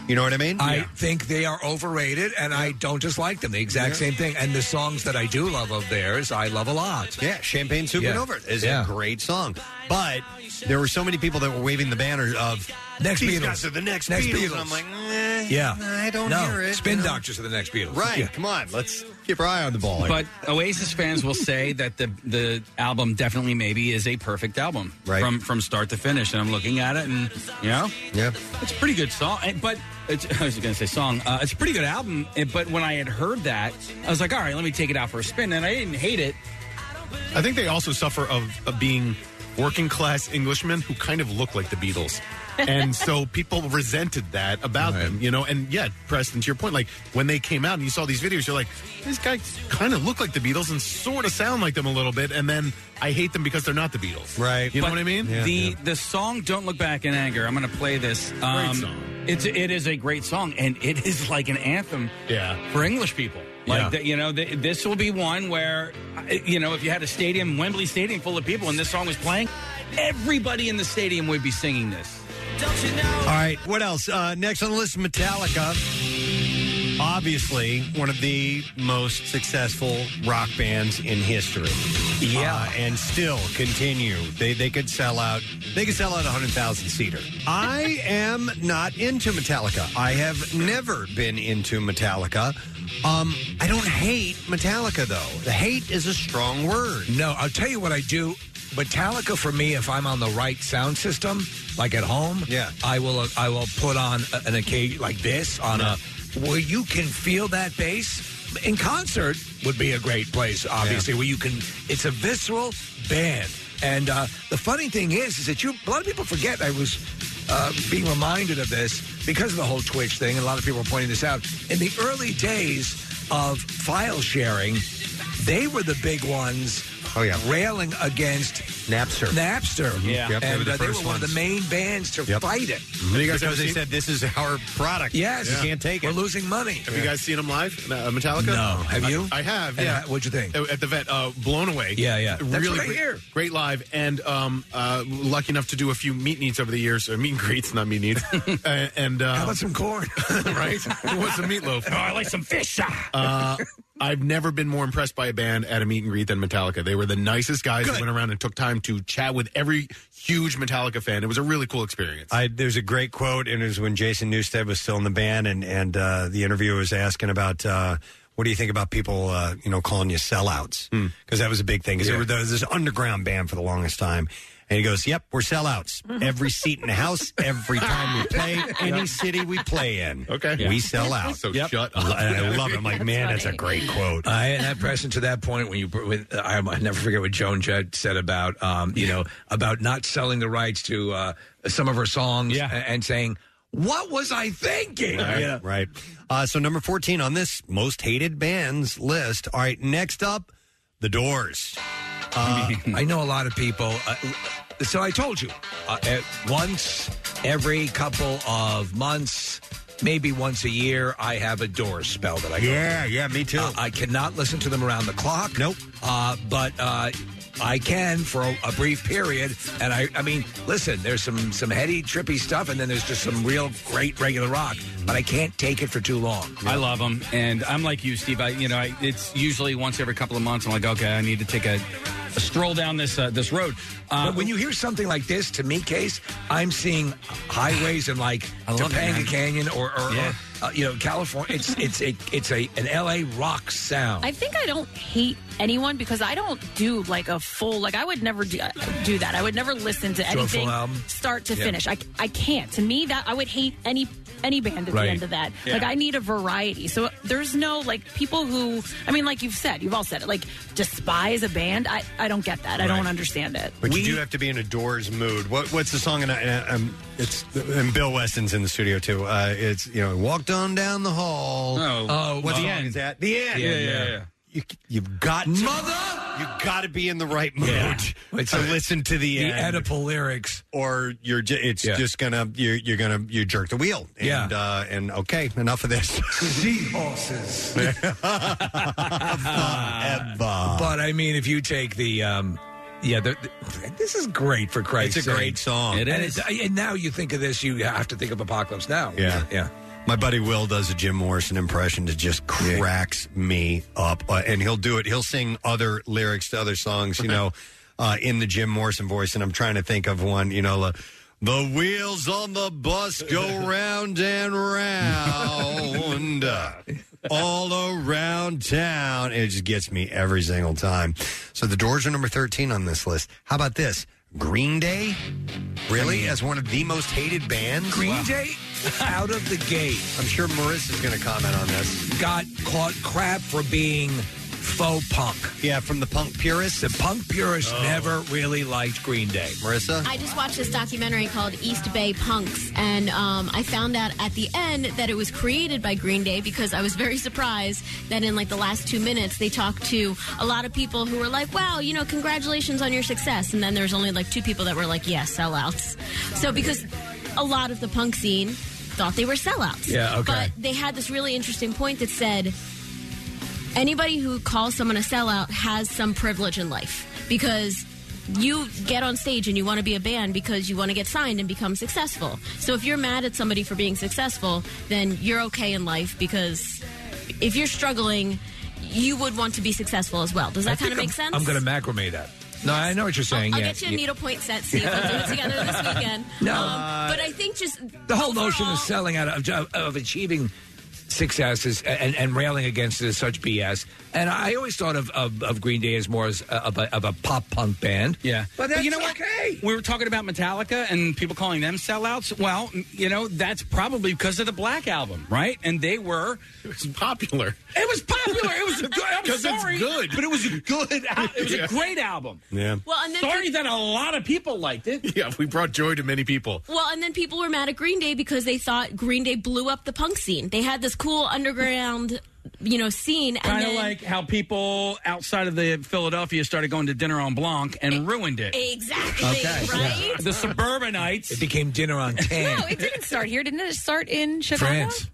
S3: You know what I mean?
S6: I think they are overrated, and I don't dislike them. The exact
S3: Yeah.
S6: same thing. And the songs that I do love of theirs, I love a lot.
S3: Yeah, Champagne Supernova
S6: Yeah.
S3: is
S6: Yeah.
S3: a great song, but there were so many people that were waving the banner of
S6: Next
S3: "These
S6: Beatles.
S3: guys are the next,
S6: Next
S3: Beatles.
S6: Beatles.
S3: I'm like, eh,
S6: Yeah.
S3: I don't
S6: No.
S3: hear it.
S6: Spin
S3: you know?
S6: doctors are the next Beatles.
S3: Right?
S6: Yeah.
S3: Come on, let's keep our eye on the ball. here.
S7: But Oasis fans will say that the the album definitely maybe is a perfect album
S3: Right.
S7: from from start to finish. And I'm looking at it, and you know,
S3: yeah,
S7: it's a pretty good song. And- But it's, I was going to say song. Uh, it's a pretty good album. and- But when I had heard that, I was like, all right, let me take it out for a spin. And I didn't hate it.
S4: I think they also suffer of, of being working class Englishmen who kind of look like the Beatles. and so people resented that about them, you know. And yeah, Preston, to your point, like when they came out and you saw these videos, you're like, these guys kind of look like the Beatles and sort of sound like them a little bit. And then I hate them because they're not the Beatles, right? You know
S7: But
S4: what I mean?
S7: The the song "Don't Look Back in Anger." I'm going to play this.
S4: song.
S7: It's it is a great song, and it is like an anthem.
S4: Yeah.
S7: for English people. Like
S4: Yeah.
S7: that, you know, th- this will be one where, uh, you know, if you had a stadium, Wembley Stadium, full of people, and this song was playing, everybody in the stadium would be singing this.
S3: All right, what else? Uh, next on the list, Metallica. Obviously, one of the most successful rock bands in history. Yeah, and still continue. They they could sell out. They could sell out a hundred thousand seater. I am not into Metallica. I have never been into Metallica. Um, I don't hate Metallica though. The hate is a strong word.
S6: No, I'll tell you what I do. Metallica for me, if I'm on the right sound system, like at home, yeah, I will. uh, I will put on a- an occasion like this on a where you can feel that bass. In concert would be a great place, obviously, where you can. It's a visceral band, and uh, the funny thing is, is that you a lot of people forget. I was uh, being reminded of this because of the whole Twitch thing, and a lot of people are pointing this out. In the early days of file sharing, they were the big ones railing against
S3: Oh, Napster.
S6: Napster.
S3: Yeah. Mm-hmm. Yep, they
S6: and
S3: were the
S6: uh, they were
S3: first
S6: one of the main bands to
S3: Yep.
S6: fight it.
S3: Mhm. Because they said this is our product.
S6: Yes,
S3: You can't take it.
S6: We're losing money.
S4: Have you guys seen them live? Uh, Metallica?
S6: No. Have
S4: I-
S6: you?
S4: I, have.
S6: And
S4: Yeah.
S6: how- what'd you think?
S4: At the vet, uh, blown away.
S6: Yeah, yeah. That's
S4: really
S6: what I
S4: great,
S6: hear.
S4: great live, and um, uh, lucky enough to do a few meet needs over the years. Or meet and greets, not meet needs. uh, and uh,
S6: How about some corn?
S4: right? Who wants some meatloaf?
S7: Oh, I like some fish. ah.
S4: Uh, I've never been more impressed by a band at a meet and greet than Metallica. They were the nicest guys that went around and took time to chat with every huge Metallica fan. It was a really cool experience.
S3: I, there's a great quote, and it was when Jason Newsted was still in the band, and and uh, the interviewer was asking about uh, what do you think about people, uh, you know, calling you sellouts? Because that was a big thing. Because
S4: Yeah.
S3: there was this underground band for the longest time, and he goes, "Yep, we're sellouts. Every seat in the house, every time we play, any city we play in, okay, we sell out."
S4: So shut up.
S3: And I love it. I'm like, man, that's a great quote.
S6: I and that pressing to that point when you when, I, I never forget what Joan Jett said about um, you know about not selling the rights to uh, some of her songs a- and saying what was I thinking?
S3: Right,
S6: You know?
S3: right. Uh, so number fourteen on this most hated bands list. All right, next up, The Doors.
S6: Uh, I know a lot of people. Uh, so I told you, uh, uh, once every couple of months, maybe once a year, I have a door spell that I go.
S3: Yeah,
S6: through.
S3: yeah, me too.
S6: Uh, I cannot listen to them around the clock. Nope. Uh, but. Uh, I can for a, a brief period, and I, I mean, listen. There's some some heady, trippy stuff, and then there's just some real great regular rock. But I can't take it for too long.
S7: I love them, and I'm like you, Steve. I, you know, I, it's usually once every couple of months. I'm like, okay, I need to take a, a stroll down this uh, this road. Uh,
S6: But when you hear something like this, to me, case I'm seeing highways in like
S7: I love it,
S6: Topanga
S7: man.
S6: Canyon or, or,
S7: Yeah.
S6: or uh, you know California. It's it's a it's a an LA rock sound.
S5: I think I don't hate anyone because I don't do like a full like I would never do, do that. I would never listen to
S6: Do a full
S5: anything
S6: album?
S5: start to
S6: Yeah.
S5: finish. I I can't. To me that I would hate any any band at
S6: Right.
S5: the end of that.
S6: Yeah.
S5: Like I need a variety. So there's no like people who I mean like you've said, you've all said it like despise a band. I I don't get that. I don't
S3: Right.
S5: understand it.
S3: But you do have to be in a Doors mood. What, what's the song? And, I, and, I, um, it's and Bill Weston's in the studio too. Uh, it's you know, walked on down the hall.
S7: Oh,
S3: what's the end? Is that the end?
S7: Yeah, yeah, yeah.
S3: You, you've got mother. You got to be in the right mood to listen to the,
S6: the
S3: end.
S6: Oedipal lyrics,
S3: or you're ju- it's
S6: Yeah.
S3: just gonna you're, you're gonna you jerk the wheel. And,
S6: Yeah.
S3: Uh, and okay, enough of this.
S6: seahorses. But I mean, if you take the. Um, yeah, the, the- this is great for Christ's
S3: It's a
S6: sake.
S3: great song. It
S6: and
S3: is.
S6: it's- and now you think of this, you have to think of Apocalypse Now.
S3: Yeah,
S6: yeah.
S3: My buddy Will does a Jim Morrison impression that just cracks me up, uh, and he'll do it. He'll sing other lyrics to other songs, you know, uh, in the Jim Morrison voice. And I'm trying to think of one, you know, uh, the wheels on the bus go round and round, uh, all around town. It just gets me every single time. So the Doors are number 13 on this list. How about this? Green Day, really, as one of the most hated bands.
S6: Green Day out of the gate.
S3: I'm sure Marissa's going to comment on this.
S6: Got caught crap for being faux punk.
S3: Yeah, from the punk purists. Oh.
S6: The punk purists never really liked Green Day.
S3: Marissa?
S10: I just watched this documentary called East Bay Punks, and um, I found out at the end that it was created by Green Day because I was very surprised that in like the last two minutes they talked to a lot of people who were like, "Wow, you know, congratulations on your success," and then there's only like two people that were like, "Yeah, sellouts." So because a lot of the punk scene thought they were sellouts.
S6: Yeah, okay.
S10: But they had this really interesting point that said anybody who calls someone a sellout has some privilege in life because you get on stage and you want to be a band because you want to get signed and become successful. So if you're mad at somebody for being successful, then you're okay in life because if you're struggling, you would want to be successful as well. Does
S6: I
S10: that kind
S6: think
S10: of make
S6: I'm-
S10: sense?
S6: I'm going to macrame that. No, I know what you're saying.
S10: I'll
S6: yeah.
S10: get you a
S6: Yeah.
S10: needlepoint set, see if we'll do it together this weekend.
S6: No. uh,
S10: Um, but I think just
S6: The whole notion
S10: Oh.
S6: of selling out of, of, of achieving success is, and, and railing against it is such BS. And I always thought of, of, of Green Day as more as a, of, a, of a pop punk band.
S7: Yeah.
S6: But
S7: you
S6: that's
S7: know
S6: okay.
S7: what? We were talking about Metallica and people calling them sellouts. Well, m- you know, that's probably because of the Black Album, right? And they were. It was popular. It was popular. It was good. I'm
S4: 'Cause it's
S7: sorry.
S4: good.
S7: But it was a good al- It was
S4: Yeah.
S7: a great album.
S3: Yeah.
S10: Well, and then
S7: sorry that a lot of people liked it.
S4: Yeah, we brought joy to many people.
S10: Well, and then people were mad at Green Day because they thought Green Day blew up the punk scene. They had this cool underground, you know, scene. and
S7: Kind of
S10: then-
S7: like how people outside of the Philadelphia started going to dinner on Blanc and ruined it.
S10: Exactly.
S5: Right?
S7: The suburbanites.
S6: It became dinner on
S5: No,
S10: Oh,
S5: it didn't start here. Didn't it start in Chicago?
S6: France.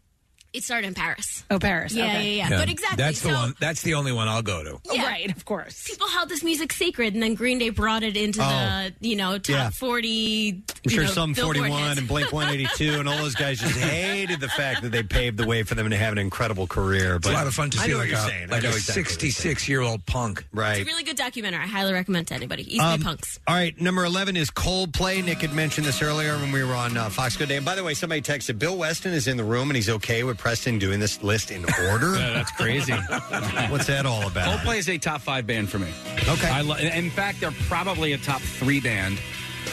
S10: It started in Paris.
S5: Oh, Paris.
S10: Yeah,
S5: okay. Oh,
S10: yeah, yeah. But exactly.
S6: That's the
S10: so-
S6: one. That's the only one I'll go to.
S10: Yeah.
S5: Right, of course.
S10: People held this music sacred, and then Green Day brought it into
S3: Oh.
S10: the, you know, top
S3: Yeah.
S10: 40.
S3: I'm
S10: you
S3: sure
S10: know,
S3: some
S10: Billboard
S3: 41
S10: hits.
S3: and Blink 182 and all those guys just hated the fact that they paved the way for them to have an incredible career.
S6: It's
S3: But
S6: a lot of fun to
S3: I
S6: see
S3: know what
S6: like
S3: you're
S6: a,
S3: saying. I
S6: like
S3: know
S6: a
S3: exactly what you're saying.
S6: 66 year old punk.
S3: Right.
S10: Really good documentary. I highly recommend to anybody. East
S3: Um,
S10: Bay Punks.
S3: All right, number 11 is Coldplay. Nick had mentioned this earlier when we were on uh, Fox Good Day. And by the way, somebody texted Bill Weston is in the room and he's okay with Preston doing this list in order.
S7: Yeah, that's crazy.
S3: What's that all about?
S7: Coldplay is a top five band for me.
S3: Okay.
S7: I lo- in fact, they're probably a top three band.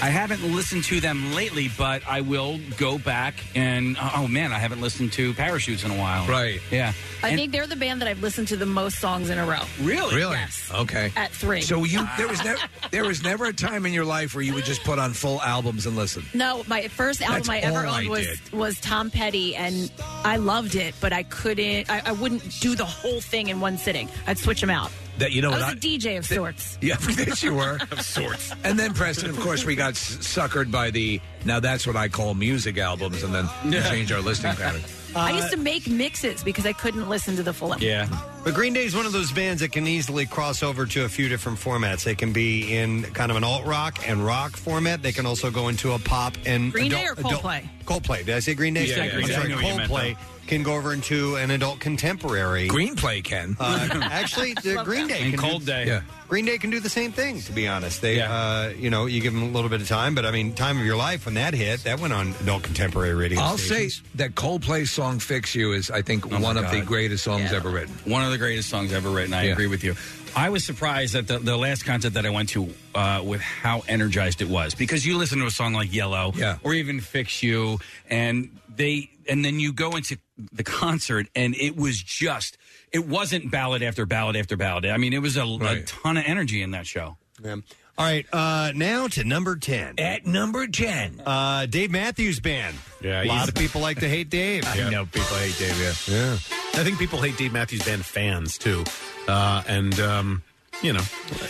S7: I haven't listened to them lately, but I will go back and oh man, I haven't listened to Parachutes in a while. Right? Yeah.
S5: I
S7: And-
S5: think they're the band that I've listened to the most songs in a row.
S7: Really? Really?
S5: Yes.
S6: Okay.
S5: At three.
S6: So you there was never there was never a time in your life where you would just put on full albums and listen.
S5: No, my first album
S6: That's
S5: I ever
S6: all I
S5: owned was
S6: did.
S5: was Tom Petty, and I loved it, but I couldn't. I, I wouldn't do the whole thing in one sitting. I'd switch them out.
S6: That you know
S5: I
S6: what
S5: was a
S6: I-
S5: DJ of sorts.
S6: Yeah, that you were of sorts. And then Preston, of course, we got s- suckered by the now that's what I call music albums, and then change our listening Uh, pattern.
S5: I used to make mixes because I couldn't listen to the full. album.
S3: But Green Day is one of those bands that can easily cross over to a few different formats. They can be in kind of an alt rock and rock format. They can also go into a pop and
S5: Green Day
S3: adult-
S5: or
S3: adult-
S5: Coldplay?
S3: Coldplay. Did I say Green Day?
S5: Yeah, yeah,
S3: I'm
S5: yeah.
S3: sorry,
S5: I knew what you meant,
S3: Coldplay can go over into an adult contemporary.
S6: Green Play can.
S3: Uh, actually, the
S6: Love
S3: Green
S6: that.
S3: Day
S6: And
S3: can
S6: Cold
S3: do,
S6: Day. Yeah.
S3: Green Day can do the same thing. To be honest, they uh, you know you give them a little bit of time, but I mean, time of your life when that hit, that went on adult contemporary radio.
S6: I'll
S3: stations.
S6: say that Coldplay's song "Fix You" is, I think,
S7: One
S6: one of the greatest songs ever written.
S7: One of the greatest songs ever written. I
S6: Yeah.
S7: agree with you. I was surprised at the, the last concert that I went to uh, with how energized it was because you listen to a song like Yellow or even Fix You and they and then you go into the concert and it was just it wasn't ballad after ballad after ballad. I mean it was a, a ton of energy in that show.
S3: All right, uh, now to number 10.
S6: At number 10,
S3: uh, Dave Matthews Band.
S4: Yeah,
S3: a lot
S4: he's-
S3: of people like to hate Dave.
S4: I know people hate Dave. Yeah. yeah, I think people hate Dave Matthews Band fans too, uh, and um, you know,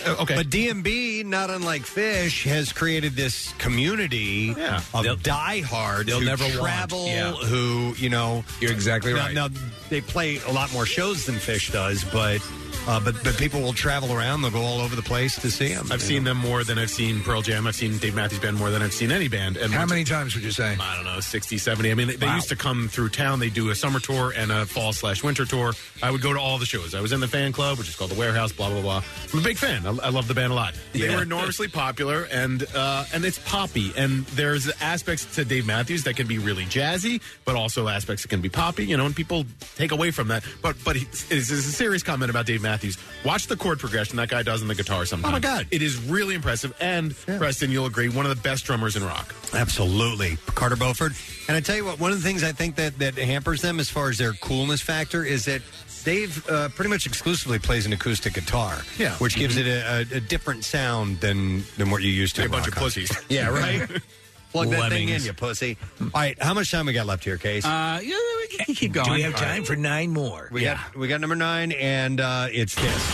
S4: uh, okay.
S3: But DMB, not unlike Fish, has created this community
S4: Yeah.
S3: of
S4: They'll-
S3: diehards
S4: they'll
S3: who
S4: never want.
S3: travel,
S4: Yeah.
S3: who, you know.
S6: You're exactly
S3: now,
S6: right.
S3: Now, they play a lot more shows than Fish does, but uh, but, but people will travel around. They'll go all over the place to see him.
S4: I've seen them more than I've seen Pearl Jam. I've seen Dave Matthews Band more than I've seen any band. And
S6: How many times would you say?
S4: I don't know, 60, 70. I mean, they, they
S6: Wow.
S4: used to come through town. They do a summer tour and a fall slash winter tour. I would go to all the shows. I was in the fan club, which is called the Warehouse. Blah blah blah. I'm a big fan. I, I love the band a lot. They
S13: Yeah.
S4: were enormously popular, and uh, and it's poppy. And there's aspects to Dave Matthews that can be really jazzy, but also aspects that can be poppy. You know, and people take away from that. But but he- it's, it's a serious comment about Dave Matthews. Watch the chord progression that guy does on the guitar. Sometimes,
S3: Oh, God.
S4: it is really impressive. And Preston, you'll agree, one of the best drummers in rock.
S3: Absolutely, Carter Beauford. And I tell you what, one of the things I think that that hampers them as far as their coolness factor is that Dave uh, pretty much exclusively plays an acoustic guitar,
S4: Yeah.
S3: which gives
S4: Mhm.
S3: it a, a, a different sound than than what you're used to.
S4: They're a
S3: in
S4: bunch
S3: rock
S4: of
S3: concerts.
S4: pussies.
S3: yeah, right. Uh, Plug that thing in,
S4: Lemmings.
S3: you pussy. All right, how much time we got left here, Case?
S7: Uh, yeah, we can keep going.
S6: Do we have
S3: All right.
S6: time for nine more?
S3: We got we got number nine, and uh, it's this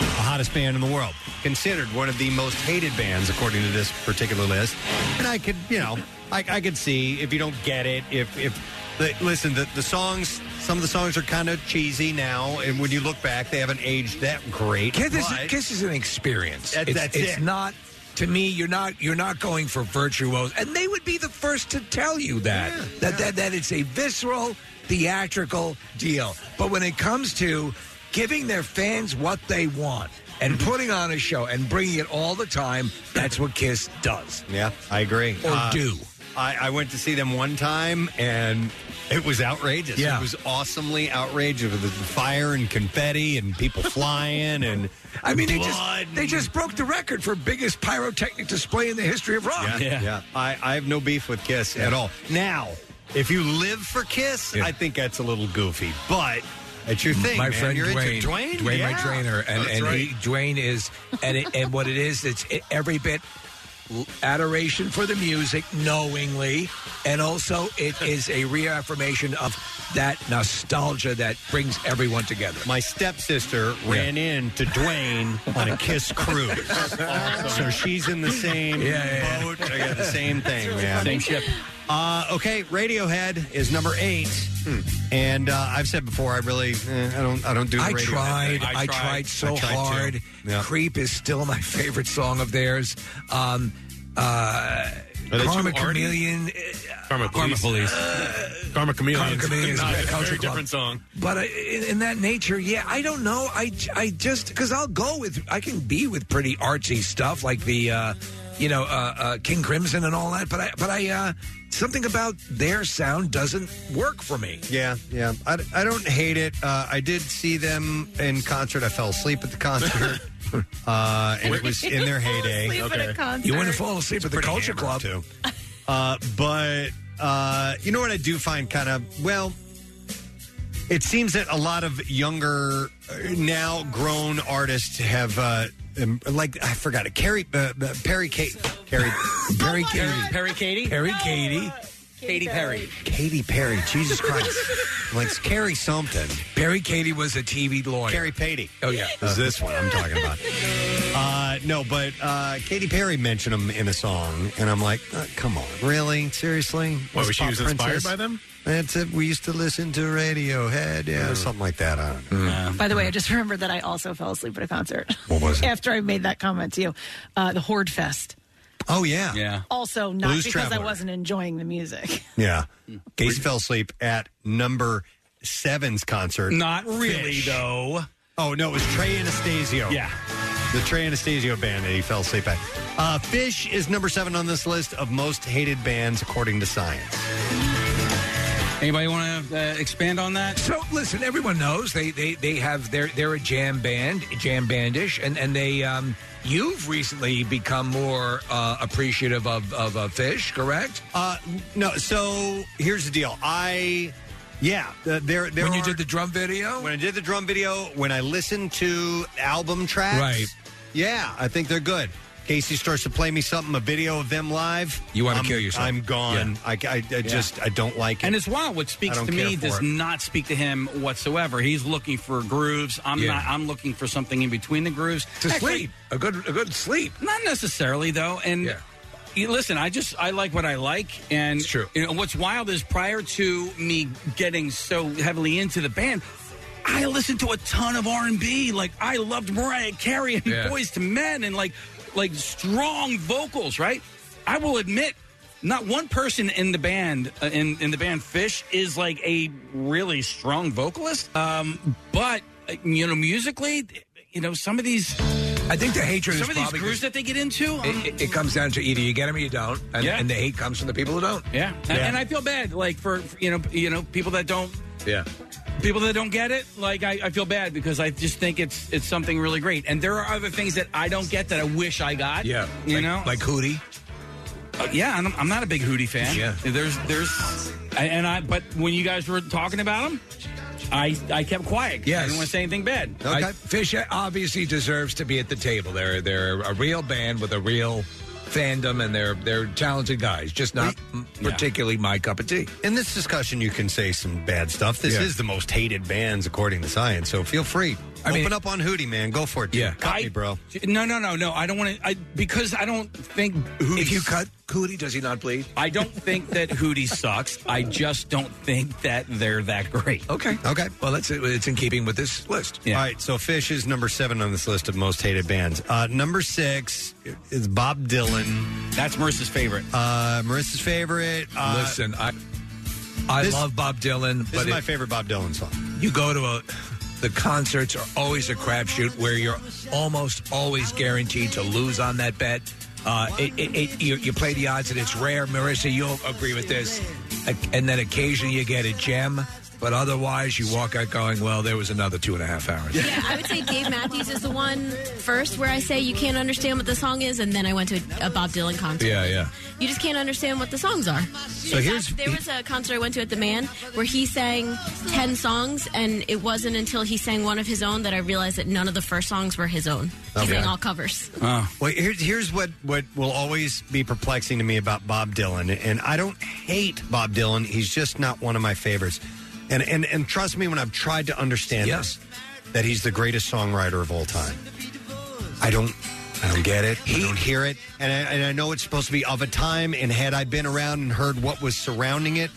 S3: the hottest band in the world, considered one of the most hated bands according to this particular list. And I could, you know, I, I could see if you don't get it, if if the, listen, the, the songs, some of the songs are kind of cheesy now, and when you look back, they haven't aged that great.
S6: Kiss is,
S3: but-
S6: Kiss is an experience.
S3: That-
S6: it's,
S3: that's
S6: it's
S3: it.
S6: not to me. You're not you're not going for virtuos, and they would be the first to tell you that that, that that it's a visceral, theatrical deal. But when it comes to giving their fans what they want and
S3: Mm-hmm.
S6: putting on a show and bringing it all the time, that's what Kiss does.
S3: Yeah, I agree. Uh,
S6: Or do.
S3: I, I went to see them one time and it was outrageous.
S6: Yeah.
S3: It was awesomely outrageous with the fire and confetti and people flying and
S6: I mean, they
S3: blood.
S6: just they just broke the record for biggest pyrotechnic display in the history of rock.
S3: Yeah, yeah. I, I have no beef with Kiss at all. Now, if you live for Kiss, I think that's a little goofy, but it's your thing,
S6: my
S3: man.
S6: friend
S3: You're
S6: Dwayne,
S3: into Dwayne,
S6: Dwayne
S3: yeah.
S6: my trainer, and
S3: That's
S6: and
S3: right.
S6: he, Dwayne is and it, and what it is, it's every bit l- adoration for the music, knowingly, and also it is a reaffirmation of that nostalgia that brings everyone together.
S3: My stepsister ran in to Dwayne on a Kiss cruise, so she's in the same boat. I got the same thing, man.
S7: funny. Same ship.
S3: Uh, okay, Radiohead is number eight,
S6: Hmm.
S3: and uh, I've said before, I really, eh, I don't, I don't do. The
S6: I
S3: Radiohead
S6: tried,
S3: thing.
S6: I, tried. so
S3: I tried too.
S6: hard.
S3: Yeah.
S6: Creep is still my favorite song of theirs. Um, uh,
S4: Are they
S6: Karma
S4: too arty?
S6: Chameleon. uh,
S4: Karma
S6: Karma
S4: Police.
S6: Police.
S4: Karma Chameleon.
S6: Karma Chameleon is
S4: Not-
S6: a
S4: very
S6: culture club.
S4: different song.
S6: But I, in, in that nature, yeah, I don't know. I, j- I just because I'll go with I can be with pretty artsy stuff like the, uh, you know, uh, uh, King Crimson and all that. But I but I uh, something about their sound doesn't work for me.
S3: Yeah, yeah. I, I don't hate it. Uh, I did see them in concert. I fell asleep at the concert. uh, and it was in their heyday.
S6: asleep at a Okay. concert. You wouldn't fall asleep
S3: It's
S6: at the
S3: pretty
S6: Culture
S3: hammered, too. Uh, but uh, you know what I do find kind of well. It seems that a lot of younger, uh, now grown artists have, uh, um, like I forgot it, Carrie, uh, uh, Perry, Kate, Carrie, Perry, Katie,
S7: Perry Katie,
S6: Oh Perry Katie,
S7: Katie Perry.
S3: Katy Perry. Jesus Christ, like it's Carrie something.
S6: Perry Katie was a TV lawyer. Carrie
S3: Patey.
S6: Oh yeah,
S3: is this one I'm talking about? Uh, no, but uh, Katy Perry mentioned them in a song, and I'm like, uh, come on, really? Seriously?
S4: What,
S3: This
S4: was she
S3: pop
S4: was inspired
S3: princess?
S4: by them? Mm.
S3: That's it. We used to listen to Radiohead, yeah, or something like that. I don't know.
S5: By the way, I just remembered that I also fell asleep at a concert.
S3: What was it?
S5: After I made that comment to you, uh, the Horde Fest.
S3: Oh yeah,
S7: yeah,
S5: Also, not
S3: Blues
S5: because I
S3: Traveler.
S5: wasn't enjoying the music.
S3: yeah.
S4: Mm.
S3: Casey fell asleep at number seven's concert.
S7: Not really, though.
S3: Oh no, it was Trey Anastasio.
S7: Yeah.
S3: The Trey Anastasio band that he fell asleep at. Uh, Fish is number seven on this list of most hated bands according to science.
S7: Anybody want to uh, expand on that?
S6: So listen, everyone knows they they they have they're they're a jam band, jam bandish, and and they um you've recently become more uh, appreciative of of a fish, correct?
S3: Uh, no. So here's the deal. I, yeah, th- there. there
S6: When you
S3: did the
S6: drum video,
S3: when I did the drum video, when I listened to album tracks,
S6: Right.
S3: Yeah, I think they're good. Casey starts to play me something, a video of them live.
S7: You wanna
S3: I'm-
S7: kill yourself.
S3: I'm gone.
S7: Yeah.
S3: I, I, I just I don't like it.
S7: And it's wild. What
S3: I
S7: speaks
S3: don't
S7: to me
S3: care for
S7: does
S3: it.
S7: not speak to him whatsoever. He's looking for grooves. I'm
S6: Yeah.
S7: not. I'm looking for something in between the grooves.
S6: To sleep. a good a good sleep.
S7: Not necessarily though. And you- listen, I just I like what I like, and true. You know, what's wild is prior to me getting so heavily into the band. I listened to a ton of R and B. Like I loved Mariah Carey and
S11: Yeah.
S7: Boys to Men, and like like strong vocals. Right? I will admit, not one person in the band uh, in in the band Fish is like a really strong vocalist. Um, but uh, you know, musically, you know, some of these.
S6: I think the hatred
S7: Some
S6: is
S7: of these
S6: probably
S7: grooves that they get into. um,
S6: It, it, it comes down to either you get them or you don't, and,
S7: Yeah.
S6: and the hate comes from the people who don't.
S7: Yeah, and, and I feel bad, like for, for, you know, you know, people that don't,
S6: yeah.
S7: people that don't get it. Like I, I feel bad because I just think it's it's something really great. And there are other things that I don't get that I wish I got.
S6: Yeah,
S7: you
S6: like-
S7: know, Uh,
S6: like Hootie.
S7: yeah, I'm, I'm not a big Hootie fan.
S6: Yeah.
S7: there's there's, and- and I. But when you guys were talking about them, I I kept quiet. 'cause I
S6: Yes.
S7: didn't want to say anything bad.
S6: I, Fish obviously deserves to be at the table. They're they're a real band with a real fandom, and they're they're talented guys, just not m particularly my cup of tea.
S3: In this discussion, you can say some bad stuff. This
S6: Yeah.
S3: is the most hated bands according to science. So feel free.
S7: I
S3: Open
S7: mean-
S3: up on Hootie, man. Go for it. Dude.
S7: Yeah.
S3: cut
S7: I-
S3: me, bro.
S7: No, no, no, no. I don't want to. I because I don't think Hootie. If you
S6: cut Hootie, does he not bleed?
S7: I don't think that Hootie sucks. I just don't think that they're that great.
S6: Okay.
S3: Okay.
S6: Well, that's it. It's in keeping with this list.
S3: All right, so Fish is number seven on this list of most hated bands. Uh, number six is Bob Dylan.
S7: That's Marissa's favorite.
S3: Uh, Marissa's favorite. Uh,
S6: Listen, I I
S3: This-
S6: love Bob Dylan,
S3: this
S6: but
S3: is my
S6: it-
S3: favorite Bob Dylan song.
S6: you go to a the concerts are always a crapshoot where you're almost always guaranteed to lose on that bet. Uh, it, it, it, you, you play the odds, and it's rare. Marissa, you'll agree with this. Ac- And then occasionally you get a gem, but otherwise you walk out going, "Well, there was another two and a half hours."
S10: Yeah, I would say Dave Matthews is the one first where I say you can't understand what the song is, and then I went to a Bob Dylan concert.
S6: Yeah, yeah.
S10: You just can't understand what the songs are.
S6: So here's-
S10: there was a concert I went to at the Man where he sang ten songs, and it wasn't until he sang one of his own that I realized that none of the first songs were his own. He
S3: Okay.
S10: sang all covers.
S3: Well, here's here's what what will always be perplexing to me about Bob Dylan, and I don't hate Bob Dylan. He's just not one of my favorites. And and and trust me when I've tried to understand this, that he's the greatest songwriter of all time. I don't. I don't get it. I don't hear it, and I, and I know it's supposed to be of a time. And had I been around and heard what was surrounding it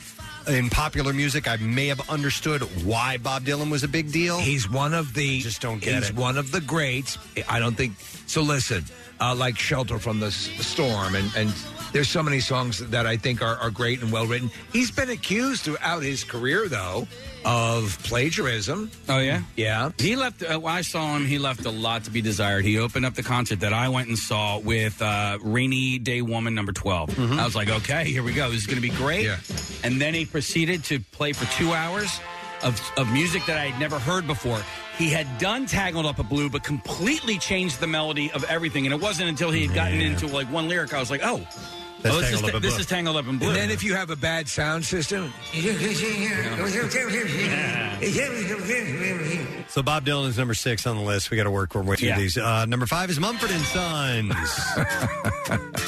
S3: in popular music, I may have understood why Bob Dylan was a big deal.
S6: He's one of the just
S3: don't get
S6: he's
S3: it.
S6: one of the greats. I don't think so. Listen, uh, like "Shelter from the S- Storm," and and there's so many songs that I think are, are great and well written. He's been accused throughout his career, though, of plagiarism.
S7: Oh yeah,
S6: yeah.
S7: He left. Uh, when I saw him, he left a lot to be desired. He opened up the concert that I went and saw with uh, "Rainy Day Woman" number 12
S6: Mm-hmm.
S7: I was like, okay, here we go. This is going to be great. And then he proceeded to play for two hours of, of music that I had never heard before. He had done Tangled Up a Blue, but completely changed the melody of everything. And it wasn't until he had gotten into like one lyric, I was like, oh, oh, this, is,
S6: Tangled Up in
S7: this
S6: Blue.
S7: is Tangled Up in Blue.
S6: And then if you have a bad sound system,
S3: So Bob Dylan is number six on the list. We got to work our way through
S6: Yeah.
S3: these. Uh, number five is Mumford and Sons.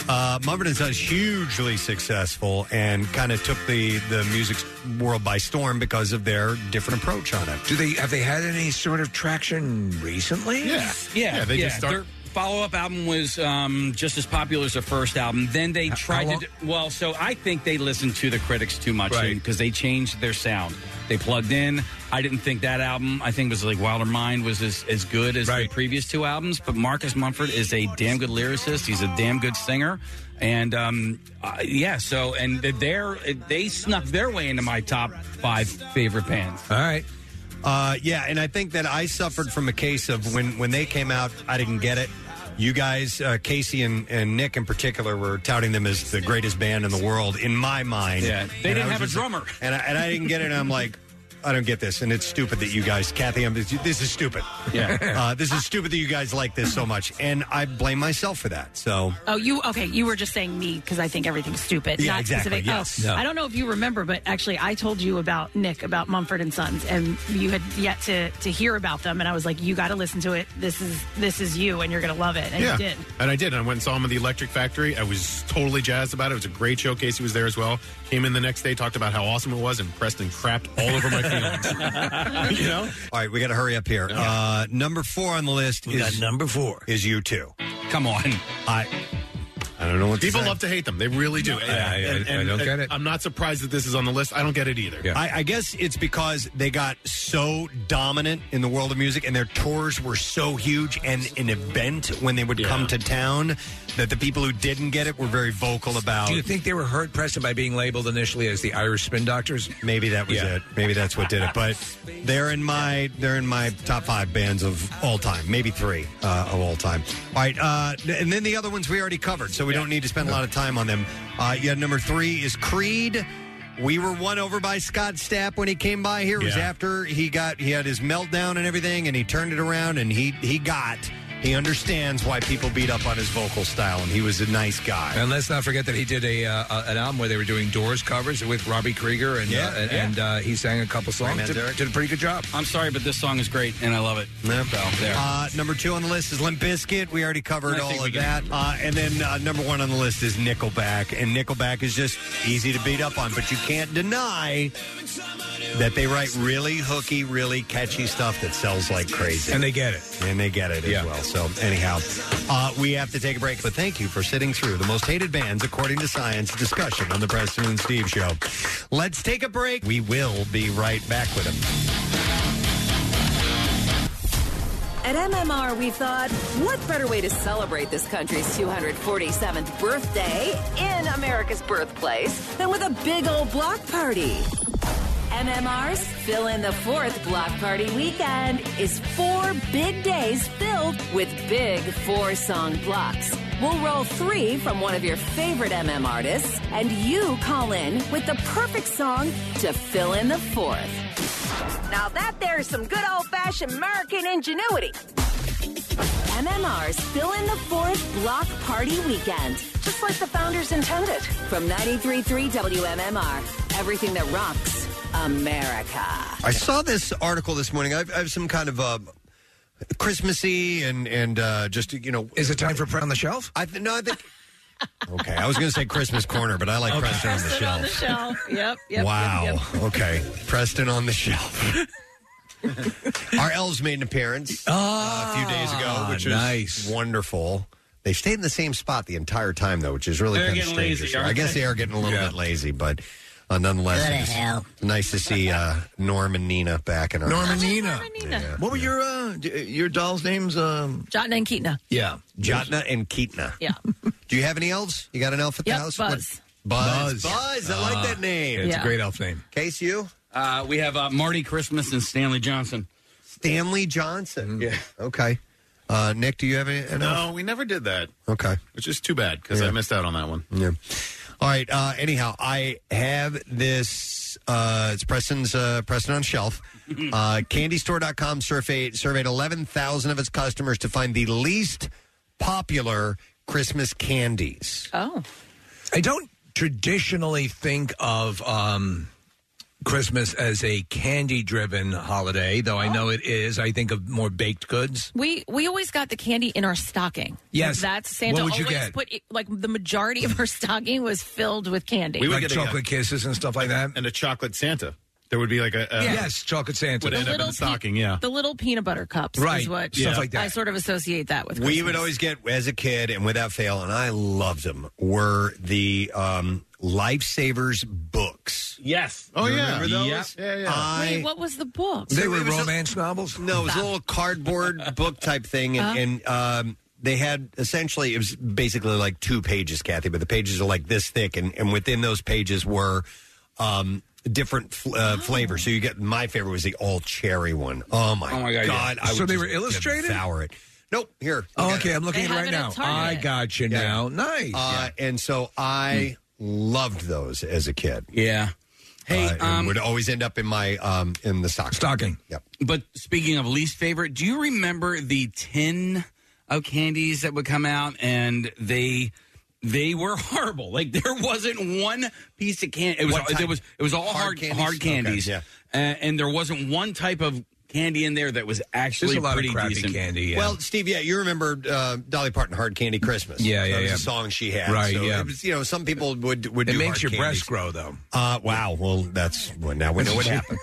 S3: uh, Mumford and Sons hugely successful and kind of took the the music world by storm because of their different approach on it.
S6: do they have they had any sort of traction recently?
S7: Yeah. Yeah. Their follow-up album was um, just as popular as their first album. Then they tried to
S6: long-
S7: do, well, so I think they listened to the critics too much
S6: Right.
S7: because they changed their sound. They plugged in. I didn't think that album. I think it was like Wilder Mind was as, as good as the previous two albums. But Marcus Mumford is a damn good lyricist. He's a damn good singer. And um, uh, yeah, so and they're, they snuck their way into my top five favorite bands.
S6: All right.
S3: Uh, yeah, and I think that I suffered from a case of when when they came out, I didn't get it. You guys, uh, Casey and, and Nick in particular, were touting them as the greatest band in the world in my mind.
S7: Yeah, they
S3: And
S7: didn't
S3: I was
S7: have a
S3: just-
S7: drummer.
S3: and I, and I didn't get it. And I'm like, I don't get this, and it's stupid that you guys, Kathy, I'm, this is stupid.
S7: Yeah.
S3: uh, this is stupid that you guys like this so much, and I blame myself for that. So
S5: Oh, you okay? You were just saying me because I think everything's stupid.
S3: Yeah,
S5: not
S3: exactly,
S5: Specific.
S3: yes.
S5: Oh,
S3: No.
S5: I don't know if you remember, but actually, I told you about Nick about Mumford and Sons, and you had yet to to hear about them. And I was like, you got to listen to it. This is this is you, and you're gonna love it. And you did.
S4: And I did. I went and saw him at the Electric Factory. I was totally jazzed about it. It was a great showcase. He was there as well. Came in the next day, talked about how awesome it was, and Preston crapped all over my feelings. you know?
S3: All right, we got to hurry up here. Uh, number four on the list
S4: We
S3: is
S4: got
S3: number four is you two.
S7: Come on,
S3: I I don't know what to
S4: People
S3: say.
S4: love to hate them. They really do.
S3: No, I- I- I don't get it.
S4: I'm not surprised that this is on the list. I don't get it either.
S3: I, I guess it's because they got so dominant in the world of music, and their tours were so huge and an event when they would come to town that the people who didn't get it were very vocal about.
S6: Do you think they were hurt, Preston, by being labeled initially as the Irish Spin Doctors?
S3: Maybe that was it. Maybe that's what did it. But they're in my they're in my top five bands of all time, maybe three uh, of all time. All right, uh, and then the other ones we already covered, so we don't need to spend a lot of time on them. Uh, yeah, number three is Creed. We were won over by Scott Stapp when he came by here. It was
S13: Yeah.
S3: after he got he had his meltdown and everything, and he turned it around and he he got. He understands why people beat up on his vocal style, and he was a nice guy.
S6: And let's not forget that he did a uh, uh, an album where they were doing Doors covers with Robbie Krieger, and
S7: Yeah,
S6: uh, and,
S7: yeah.
S6: and, uh, he sang a couple songs.
S7: man,
S6: Did,
S7: Derek.
S6: did a pretty good job.
S7: I'm sorry, but this song is great, and I love it. So, there.
S3: Uh, number two on the list is Limp Bizkit. We already covered
S7: I
S3: all
S7: think we
S3: of
S7: can-
S3: that. Uh, and then uh, number one on the list is Nickelback. And Nickelback is just easy to beat up on, but you can't deny that they write really hooky, really catchy stuff that sells like crazy.
S6: And they get it.
S3: And they get it as well. So, anyhow, uh, we have to take a break. But thank you for sitting through the most hated bands, according to science, discussion on the Preston and Steve show. Let's take a break. We will be right back with them.
S17: At MMR, we thought, what better way to celebrate this country's 247th birthday in America's birthplace than with a big old block party? MMR's Fill in the Fourth Block Party Weekend is four big days filled with big four song blocks. We'll roll three from one of your favorite MM artists, and you call in with the perfect song to fill in the fourth. Now that there's some good old fashioned American ingenuity. MMR's Fill in the Fourth Block Party Weekend, just like the founders intended. From 93.3 WMMR, everything that rocks America.
S3: I saw this article this morning. I've, I've some kind of uh, Christmassy and and uh, just you know.
S6: Is it time for print on the shelf?
S3: I th- no, I think. Okay, I was going to say Christmas corner, but I like Preston on the
S5: Preston on the
S3: shelf.
S5: shelf. Yep. yep
S3: wow.
S5: Yep,
S3: Okay, Preston on the shelf. Our elves made an appearance
S19: Oh.
S3: uh, a few days
S6: Ah,
S3: ago, which is wonderful. They stayed in the same spot the entire time, though, which is really
S13: They're
S3: kind of
S13: getting
S3: strange.
S13: lazy,
S3: So I
S13: aren't
S3: guess
S13: they?
S3: they are getting a little
S13: Yeah.
S3: bit lazy, but uh, nonetheless,
S13: Go to
S3: it's
S13: hell.
S3: nice to see uh, Norm and Nina back in our
S13: Norman
S6: Nina.
S13: What were your uh, d- your doll's names? Um,
S5: yep. Jotna and Keatna.
S13: yeah,
S3: Jotna and Keatna.
S5: Yeah.
S3: Do you have any elves? You got an elf at the
S5: Yep,
S3: house?
S5: Buzz.
S3: Buzz. Buzz. Buzz. I like that name.
S7: It's a Yeah. great
S6: elf name.
S3: Case you?
S7: Uh, we have uh, Marty Christmas and Stanley Johnson.
S3: Stanley Johnson. Yeah. Okay. Uh, Nick, do you have any? An
S4: Mm-hmm. No,
S3: elf?
S4: we never did that,
S3: Okay.
S4: which is too bad because I
S3: Yeah.
S4: missed out on that one.
S3: Yeah. All right. Uh, anyhow, I have this. Uh, it's Preston's uh, Preston on shelf. Uh, CandyStore.com surveyed surveyed eleven thousand of its customers to find the least popular Christmas candies.
S5: Oh,
S6: I don't traditionally think of um, Christmas as a candy driven holiday, though I know it is. I think of more baked goods.
S5: We we always got the candy in our stocking.
S6: Yes.
S5: that's Santa
S6: What would you
S5: always
S6: get?
S5: put. Like the majority of our stocking was filled with candy.
S6: like chocolate kisses and stuff like that,
S4: uh, and a chocolate Santa. There would be like a, a
S5: Yeah.
S6: yes, chocolate Santa
S4: would end up in the
S5: pe-
S4: stocking. Yeah,
S5: the little peanut butter cups, Is
S3: Right.
S5: what
S3: Stuff like that.
S5: I sort of associate that with.
S3: We
S5: Christmas.
S3: would always get as a kid, and without fail, and I loved them. Were the um, lifesavers books?
S7: Yes.
S4: Oh
S3: You
S4: yeah.
S3: remember those?
S4: Yeah. Yeah.
S3: I-
S5: Wait, what was the book?
S3: They were It was a- romance
S6: novels.
S3: No, it was a little cardboard book type thing, and, and um, they had essentially it was basically like two pages, Kathy, but the pages are like this thick, and, and within those pages were um, different fl- uh, flavors. So you get my favorite was the all cherry one. Oh my,
S6: Oh, my
S3: god!
S6: God, yeah.
S3: I
S6: So
S3: would
S6: they
S3: just
S6: were illustrated?
S3: Devour it. Nope. Here. you
S6: Oh,
S3: got
S6: okay, I'm looking They at it have right it at now. Target. I got you now. Nice.
S3: Uh, And so
S6: Hmm.
S3: I loved those as a kid.
S7: Yeah. Hey,
S3: uh, and
S7: um,
S3: would always end up in my um, in the stocking.
S6: Stocking.
S3: Yep.
S7: But speaking of least favorite, do you remember the tin of candies that would come out and they they were horrible. Like there wasn't one piece of candy. It was
S6: What type?
S7: it was it was all
S6: Hard
S7: hard hard
S6: candies?
S7: candies.
S6: Okay,
S7: Uh, and there wasn't one type of candy in there that was actually
S6: There's a lot of
S7: pretty
S6: crappy
S7: decent.
S6: candy, yeah.
S3: Well, Steve, yeah, you remember uh, Dolly Parton, "Hard Candy Christmas."
S6: Yeah, yeah,
S3: that was
S6: yeah.
S3: A song she had,
S6: Right,
S3: So
S6: yeah.
S3: it was, you know, some people would would.
S6: It
S3: do hard
S6: makes your breast
S3: candies.
S6: grow, though.
S3: Uh, wow. Well, that's well, now we know what happened.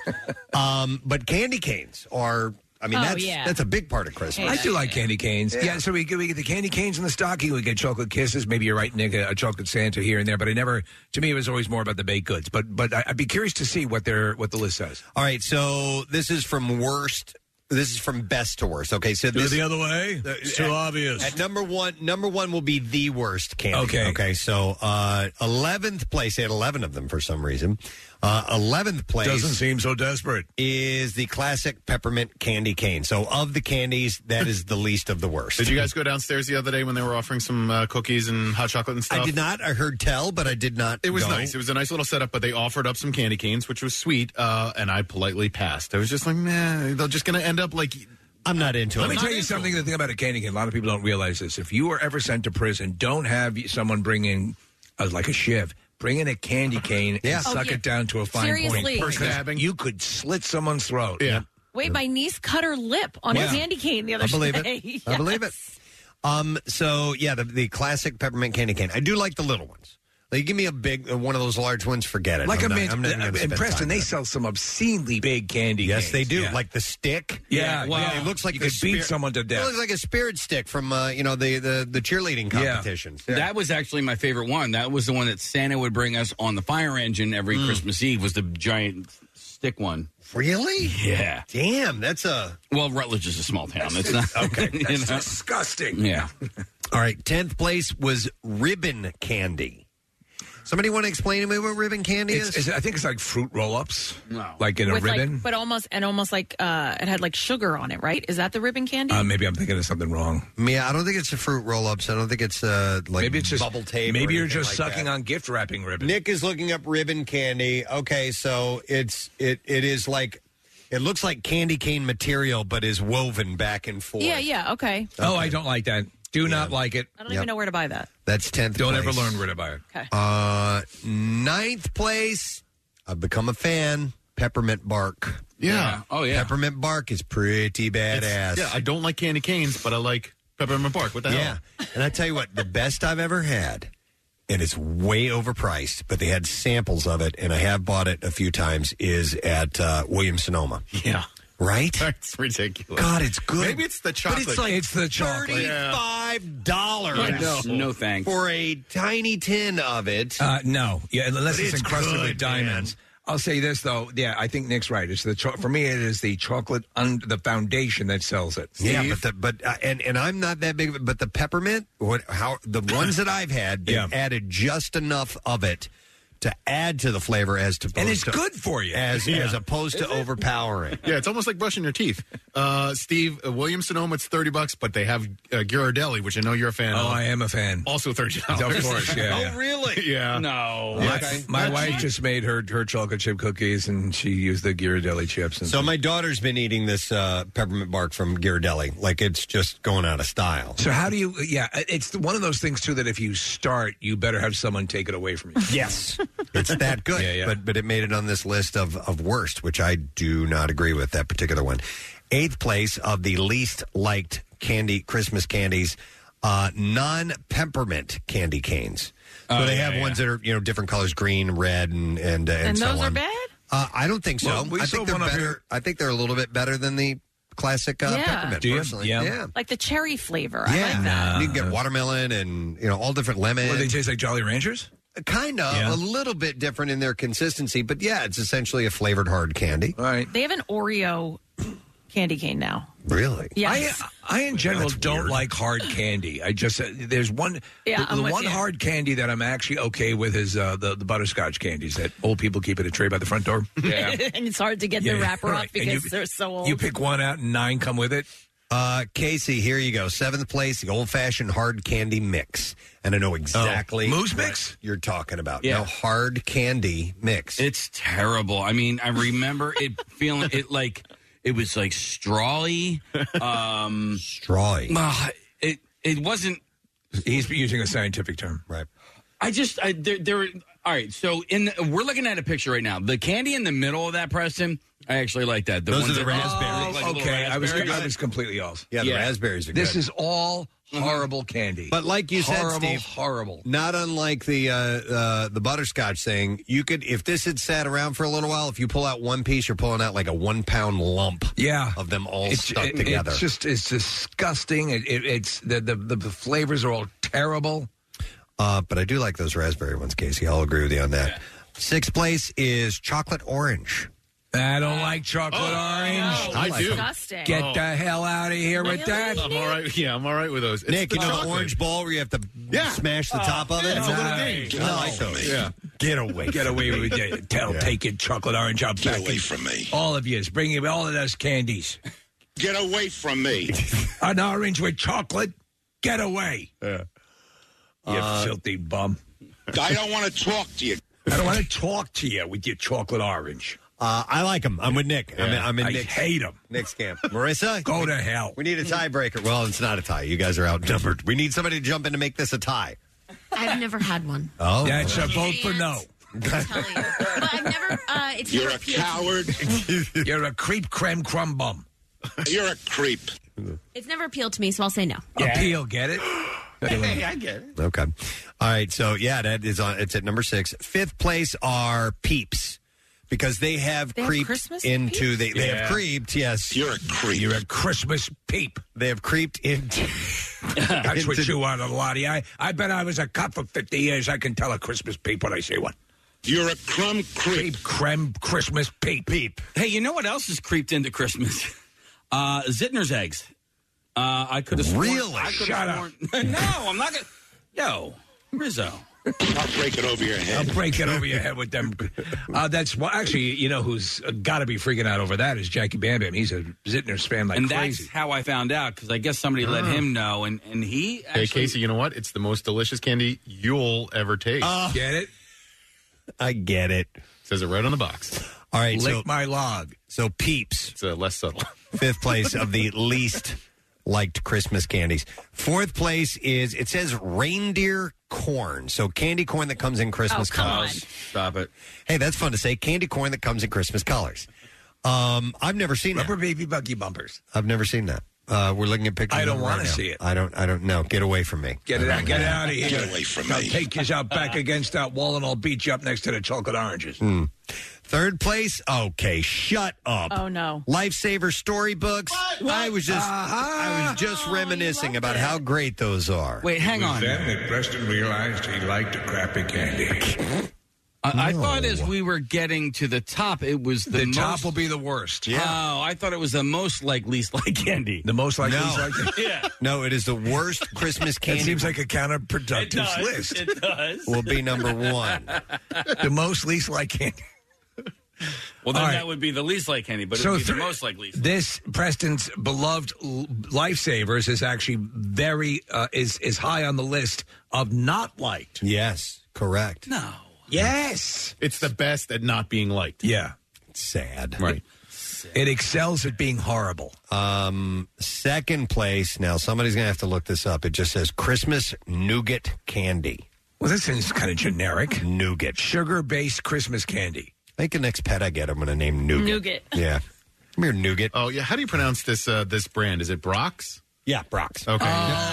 S3: Um, but candy canes are. I mean,
S6: Oh,
S3: that's
S6: yeah.
S3: that's a big part of Christmas.
S6: I do like candy canes. Yeah, so we, get- we get the candy canes in the stocking. We get chocolate kisses. Maybe you're right, Nick, a, a chocolate Santa here and there. But I never, to me, it was always more about the baked goods. But but I, I'd be curious to see what their what the list says.
S3: All right, so this is from worst. This is from best to worst. Okay, so
S6: Do it
S3: this,
S6: the other way?
S3: Uh,
S6: It's too obvious.
S3: At number one, number one will be the worst candy.
S6: Okay.
S3: okay. So uh, eleventh place. They had eleven of them for some reason. Uh, Eleventh place
S6: Doesn't seem so desperate.
S3: Is the classic peppermint candy cane. So of the candies, that is the least of the worst.
S4: Did you guys go downstairs the other day when they were offering some uh, cookies and hot chocolate and stuff?
S3: I did not. I heard tell, but I did not.
S4: It was
S3: go.
S4: nice. It was a nice little setup, but they offered up some candy canes, which was sweet, uh, and I politely passed. I was just like, nah, they're just going to end up like.
S3: I'm not into
S6: Let me tell you something. The thing about a candy cane, a lot of people don't realize this. If you are ever sent to prison, don't have someone bring in uh, like a shiv. Bring in a candy cane
S5: Yeah.
S6: and
S5: Oh,
S6: suck
S5: yeah.
S6: it down to a fine
S5: Seriously.
S6: point.
S5: Or
S6: Because You could slit someone's throat. Yeah.
S5: Wait, my niece cut her lip on
S3: Yeah.
S5: a candy cane the other
S3: I believe
S5: day.
S3: it. I believe it. Um. So yeah, the, the classic peppermint candy cane. I do like the little ones. Like, give me a big uh, one of those large ones. Forget it.
S6: Like
S3: I'm
S6: a
S3: not-
S6: mint.
S3: I'm not even gonna
S6: In
S3: spend
S6: Preston,
S3: time
S6: they sell some obscenely big candy
S3: Yes,
S6: canes.
S3: they do.
S6: Yeah.
S3: Like the stick.
S6: Yeah,
S3: Well,
S6: yeah.
S3: it looks like
S6: You
S3: the
S6: could beat someone to death.
S3: It looks like a spirit stick from uh, you know the the, the cheerleading competition.
S7: That was actually my favorite one. That was the one that Santa would bring us on the fire engine every
S6: Mm.
S7: Christmas Eve. Was the giant stick one?
S3: Really?
S7: Yeah.
S3: Damn, that's a
S7: well. Rutledge is a small town. It's not
S6: okay.
S7: you
S6: That's
S7: know?
S6: disgusting.
S7: Yeah.
S3: All right, tenth place was ribbon candy. Somebody want to explain to me what ribbon candy
S6: It's-
S3: is?
S6: it's- I think it's like fruit roll-ups.
S7: No.
S6: Like in a
S5: With, like,
S6: ribbon.
S5: but almost and almost like uh, it had like sugar on it, right? Is that the ribbon candy?
S6: uh, maybe I'm thinking of something wrong.
S3: Yeah, I don't think it's a fruit roll ups. I don't think it's uh like
S6: maybe it's just
S3: bubble tape. or
S6: Maybe you're
S3: anything
S6: just
S3: like
S6: sucking
S3: that.
S6: on gift wrapping ribbon.
S3: Nick is looking up ribbon candy. Okay, so it's it it is like it looks like candy cane material, but is woven back and forth.
S5: yeah, yeah, okay.
S6: Oh, I don't like that. Do not like it.
S5: I don't even know where to buy that.
S3: That's tenth.
S6: Don't ever
S3: place.
S6: learn where to buy it.
S5: Okay.
S3: Uh, ninth place. I've become a fan. Peppermint bark.
S4: Yeah. Oh, yeah.
S3: Peppermint bark is pretty badass.
S4: Yeah, I don't like candy canes, but I like peppermint bark. What the
S3: yeah.
S4: hell?
S3: and I tell you what, the best I've ever had, and it's way overpriced, but they had samples of it, and I have bought it a few times. Is at uh, Williams Sonoma.
S4: Yeah.
S3: Right?
S4: That's ridiculous.
S3: God, it's good.
S4: Maybe it's the chocolate.
S3: But it's like
S6: It's the chocolate.
S3: Thirty-five dollars.
S7: Yes. No thanks.
S3: For a tiny tin of it.
S6: Uh, no, yeah, unless
S3: But
S6: it's,
S3: it's
S6: encrusted with
S3: good,
S6: diamonds. I'll say this though, yeah, I think Nick's right. It's the cho- for me, it is the chocolate under the foundation that sells it.
S3: Yeah, but the, but uh, and and I'm not that big, of a- but the peppermint, what how the ones that I've had, they
S6: Yeah.
S3: added just enough of it to add to the flavor as to
S4: And it's good
S3: for you as
S4: Yeah.
S3: as opposed to
S4: Is it?
S3: overpowering.
S4: Yeah, it's almost like brushing your teeth. Uh, Steve, uh, Williams Sonoma, it's 30 bucks, but they have uh, Ghirardelli, which I know you're a fan of.
S6: Oh, I am a fan.
S4: Also $30.
S6: Of course, yeah, yeah.
S4: Oh, really? Yeah.
S7: No.
S6: My, my wife just made her her chocolate chip cookies, and she used the Ghirardelli chips. And
S3: So my daughter's been eating this uh, peppermint bark from Ghirardelli, like it's just going out of style.
S6: So how do you? Yeah, it's one of those things too that if you start, you better have someone take it away from you.
S3: Yes, it's that good. But but it made it on this list of of worst, which I do not agree with that particular one. Eighth place of the least liked candy Christmas candies, uh, non peppermint candy canes. So
S4: Oh,
S3: they
S4: yeah,
S3: have
S4: yeah.
S3: ones that are you know different colors, green, red, and and uh, and,
S5: and
S3: so
S5: those
S3: on.
S5: are bad?
S3: Uh, I don't think so.
S5: Well, we
S3: I
S5: saw
S3: think they're
S5: one up
S3: better. I think they're a little bit better than the classic uh, peppermint. Personally, yeah.
S5: Like the cherry flavor. I
S3: Yeah.
S5: like that.
S3: you can get watermelon and you know all different lemon.
S6: Well, they taste like Jolly Ranchers.
S3: Kind of a little bit different in their consistency, but yeah, it's essentially a flavored hard candy.
S6: All right,
S5: They have an Oreo candy cane now.
S3: really?
S5: Yes.
S6: I, I in general don't like hard candy. I just uh, there's one
S5: Yeah,
S6: the,
S5: I'm
S6: the
S5: with
S6: one
S5: you.
S6: hard candy that I'm actually okay with is uh, the the butterscotch candies that old people keep at a tray by the front door.
S5: and it's hard to get
S6: Yeah,
S5: the wrapper
S6: right.
S5: off
S6: And you-
S5: because they're so old.
S6: you pick one out and nine come with it.
S3: Uh, Casey, here you go. Seventh place, the old fashioned hard candy mix, and I know
S6: Oh,
S3: exactly
S7: Oh, Moose
S3: what
S7: mix?
S3: you're talking about.
S7: Yeah.
S3: No hard candy mix.
S7: It's terrible. I mean, I remember it feeling it like it was like strawy. Um,
S3: strawy.
S7: it it wasn't.
S6: He's using a scientific term,
S3: right?
S7: I just I there there. All right, so in the, we're looking at a picture right now. The candy in the middle of that, Preston. I actually like that. The
S6: Those
S7: ones
S6: are the
S7: that Oh, look
S6: raspberries.
S7: like little
S6: Oh, Okay, I was-
S7: raspberries.
S6: I was completely off.
S3: Yeah, the raspberries are
S6: This
S3: good.
S6: is all
S7: Mm-hmm.
S6: horrible candy.
S3: But like you said,
S6: horrible,
S3: Steve,
S6: horrible.
S3: Not unlike the uh, uh, the butterscotch thing, you could if this had sat around for a little while. If you pull out one piece, you're pulling out like a one pound lump.
S6: Yeah,
S3: of them all
S6: It's-
S3: stuck
S6: it-
S3: together.
S6: It's just it's disgusting. It, it, it's the, the the the flavors are all terrible.
S3: Uh, but I do like those raspberry ones, Casey. I'll agree with you on that. Sixth place is chocolate orange.
S6: I don't like chocolate
S7: Oh,
S6: orange.
S3: no, I do. disgusting.
S6: Get
S3: Oh.
S6: the hell out of here with that.
S4: I'm all right. Yeah, I'm all right with those. It's
S3: Nick,
S4: the
S3: you know
S4: chocolate.
S3: the orange ball where you have to smash the
S4: Oh,
S3: top of it?
S4: yeah, it's a little game.
S3: I like those.
S6: Yeah.
S3: Get away.
S6: Get away with it. Tell, take it, chocolate orange out Get away from me. All of you. Bring in all of those candies. Get away from me. An orange with chocolate. Get away. You
S3: Uh,
S6: filthy bum. I don't want to talk to you. I don't want to talk to you with your chocolate orange.
S3: Uh, I like them. I'm with Nick. I'm, in- I'm in
S6: I
S3: Nick's,
S6: hate 'em.
S3: Nick's camp. Marissa?
S6: Go to hell.
S3: We need a tiebreaker. Well, it's not a tie. You guys are outnumbered. We need somebody to jump in to make this a tie.
S10: I've never had one.
S3: Oh.
S6: That's a vote for no.
S10: Uh, it's
S6: You're
S10: never
S6: a
S10: appealed-
S6: You're a creep creme crumb bum. You're a creep.
S10: It's never appealed to me, so I'll say no.
S6: Appeal, get it?
S10: I get it.
S3: Okay. All right. So yeah, that is on. It's at number six. Fifth place are Peeps because they have
S6: They have
S3: creeped
S6: Christmas
S3: into
S6: Peeps?
S3: they they
S6: Yeah.
S3: have creeped. Yes, you're a creep.
S6: You're a Christmas peep.
S3: They have creeped into.
S6: That's what
S3: into-
S6: you are, Lottie. I, I bet I was a cop for 50 years. I can tell a Christmas peep when I see one. You're a crumb creep. creme Christmas peep.
S3: Peep.
S7: Hey, you know what else is creeped into Christmas? Uh, Zittner's eggs. Uh, I could have sworn.
S11: Really?
S7: I could've
S11: Shut
S7: sworn, up. no, I'm not gonna. No, Rizzo.
S11: I'll break it over your head.
S6: I'll break it over your head with them. Uh, that's well, actually, you know who's got to be freaking out over that is Jackie Bam Bam. He's a Zittner's fan like
S7: and
S6: crazy. Ah.
S7: that's how I found out because I guess somebody let
S4: Oh.
S7: him know, and and he.
S4: Hey,
S7: Actually,
S4: Casey, you know what? It's the most delicious candy you'll ever taste.
S6: Uh, get it?
S3: I get it.
S4: Says it right on the box.
S3: All right.
S4: Lick
S3: so,
S6: my log.
S3: So Peeps. It's
S4: uh, less subtle.
S3: Fifth place of the least liked Christmas candies. Fourth place is it says reindeer corn. So candy corn that comes in Christmas
S7: Oh, come
S3: colors.
S7: on. Stop it.
S3: Hey, that's fun to say. Candy corn that comes in Christmas colors. Um, I've never seen
S6: Rubber baby buggy bumpers.
S3: that. I've never seen that. Uh, we're looking at pictures.
S6: I don't
S3: of right
S6: wanna
S3: now.
S6: see it.
S3: I don't. I don't know. Get away from me.
S6: Get it
S3: I
S6: out!
S3: don't
S6: Get it
S3: know.
S6: out of here! I'll take you out back against that wall, and I'll beat you up next to the chocolate oranges.
S3: Hmm. Third place. Okay, shut up.
S5: Oh, no.
S3: Lifesaver storybooks. I was just.
S4: Uh-huh.
S3: I was
S4: Oh,
S3: just reminiscing about how great those are.
S7: Wait, hang on.
S6: that Preston realized he liked a crappy candy.
S7: I, I
S19: No.
S7: thought as we were getting to the top, it was the,
S6: The
S7: most,
S6: top will be the worst.
S7: Yeah. Oh, I thought it was the most like least like candy. The
S6: most like least like
S7: candy. yeah.
S3: No, it is the worst Christmas candy.
S6: It seems like a counterproductive
S3: It does.
S6: list.
S7: It does.
S3: Will be number one.
S6: the most least like candy.
S7: Well, then
S6: All right.
S7: that would be the least like candy, but it would be
S6: thr-
S7: the most like least.
S6: This Preston's beloved l- lifesavers is actually very uh, is is high on the list of not liked.
S3: Yes, correct.
S6: No. Yes.
S4: It's the best at not being liked.
S6: Yeah.
S3: Sad.
S6: Right. It excels at being horrible.
S3: Um, second place. Now somebody's gonna have to look this up. It just says Christmas nougat candy.
S6: Well, this is kind of generic.
S3: Nougat,
S6: sugar-based Christmas candy.
S3: I think the next pet I get, I'm gonna name nougat.
S5: Nougat.
S3: Yeah. Come here, nougat.
S4: Oh yeah. How do you pronounce this uh, this brand? Is it Brock's?
S3: Yeah, Brock's.
S4: Okay.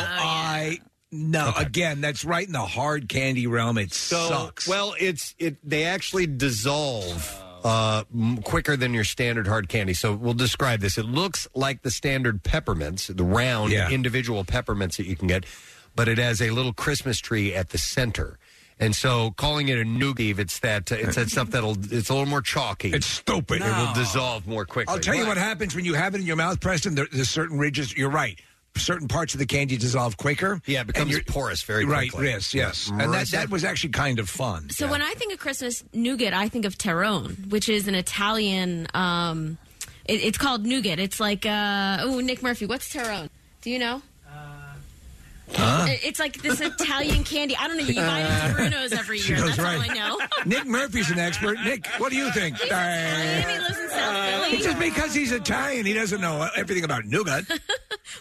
S6: I no. Again, that's right in the hard candy realm. It sucks.
S3: Well, it's it. They actually dissolve uh, m- quicker than your standard hard candy. So we'll describe this. It looks like the standard peppermints, the round
S6: Yeah.
S3: individual peppermints that you can get, but it has a little Christmas tree at the center. And so, calling it a nougat, it's that uh, it's that stuff that'll it's a little more chalky. It's
S6: stupid.
S3: It will
S6: No.
S3: dissolve more quickly.
S6: I'll tell you what happens when you have it in your mouth, Preston. There, there's certain ridges. You're right. Certain parts of the candy dissolve quicker. Yeah, it
S3: becomes porous very
S6: Right.
S3: quickly.
S6: Yes. Yes.
S3: Yeah.
S6: And that
S3: Marissa?
S6: that was actually kind of fun.
S10: So when I think of Christmas nougat, I think of Terone, which is an Italian. Um, it, it's called nougat. It's like uh, oh, Nick Murphy. What's Terone? Do you know?
S6: Uh, Huh?
S10: It- It's like this Italian candy. I don't know. You buy it at Bruno's every
S6: Uh, She
S10: year.
S6: goes
S10: That's
S6: right.
S10: all I know.
S6: Nick Murphy's an expert. Nick, what do you think? Uh,
S10: Italian. He lives in South Philly.
S6: Just because he's Italian, he doesn't know everything about nougat.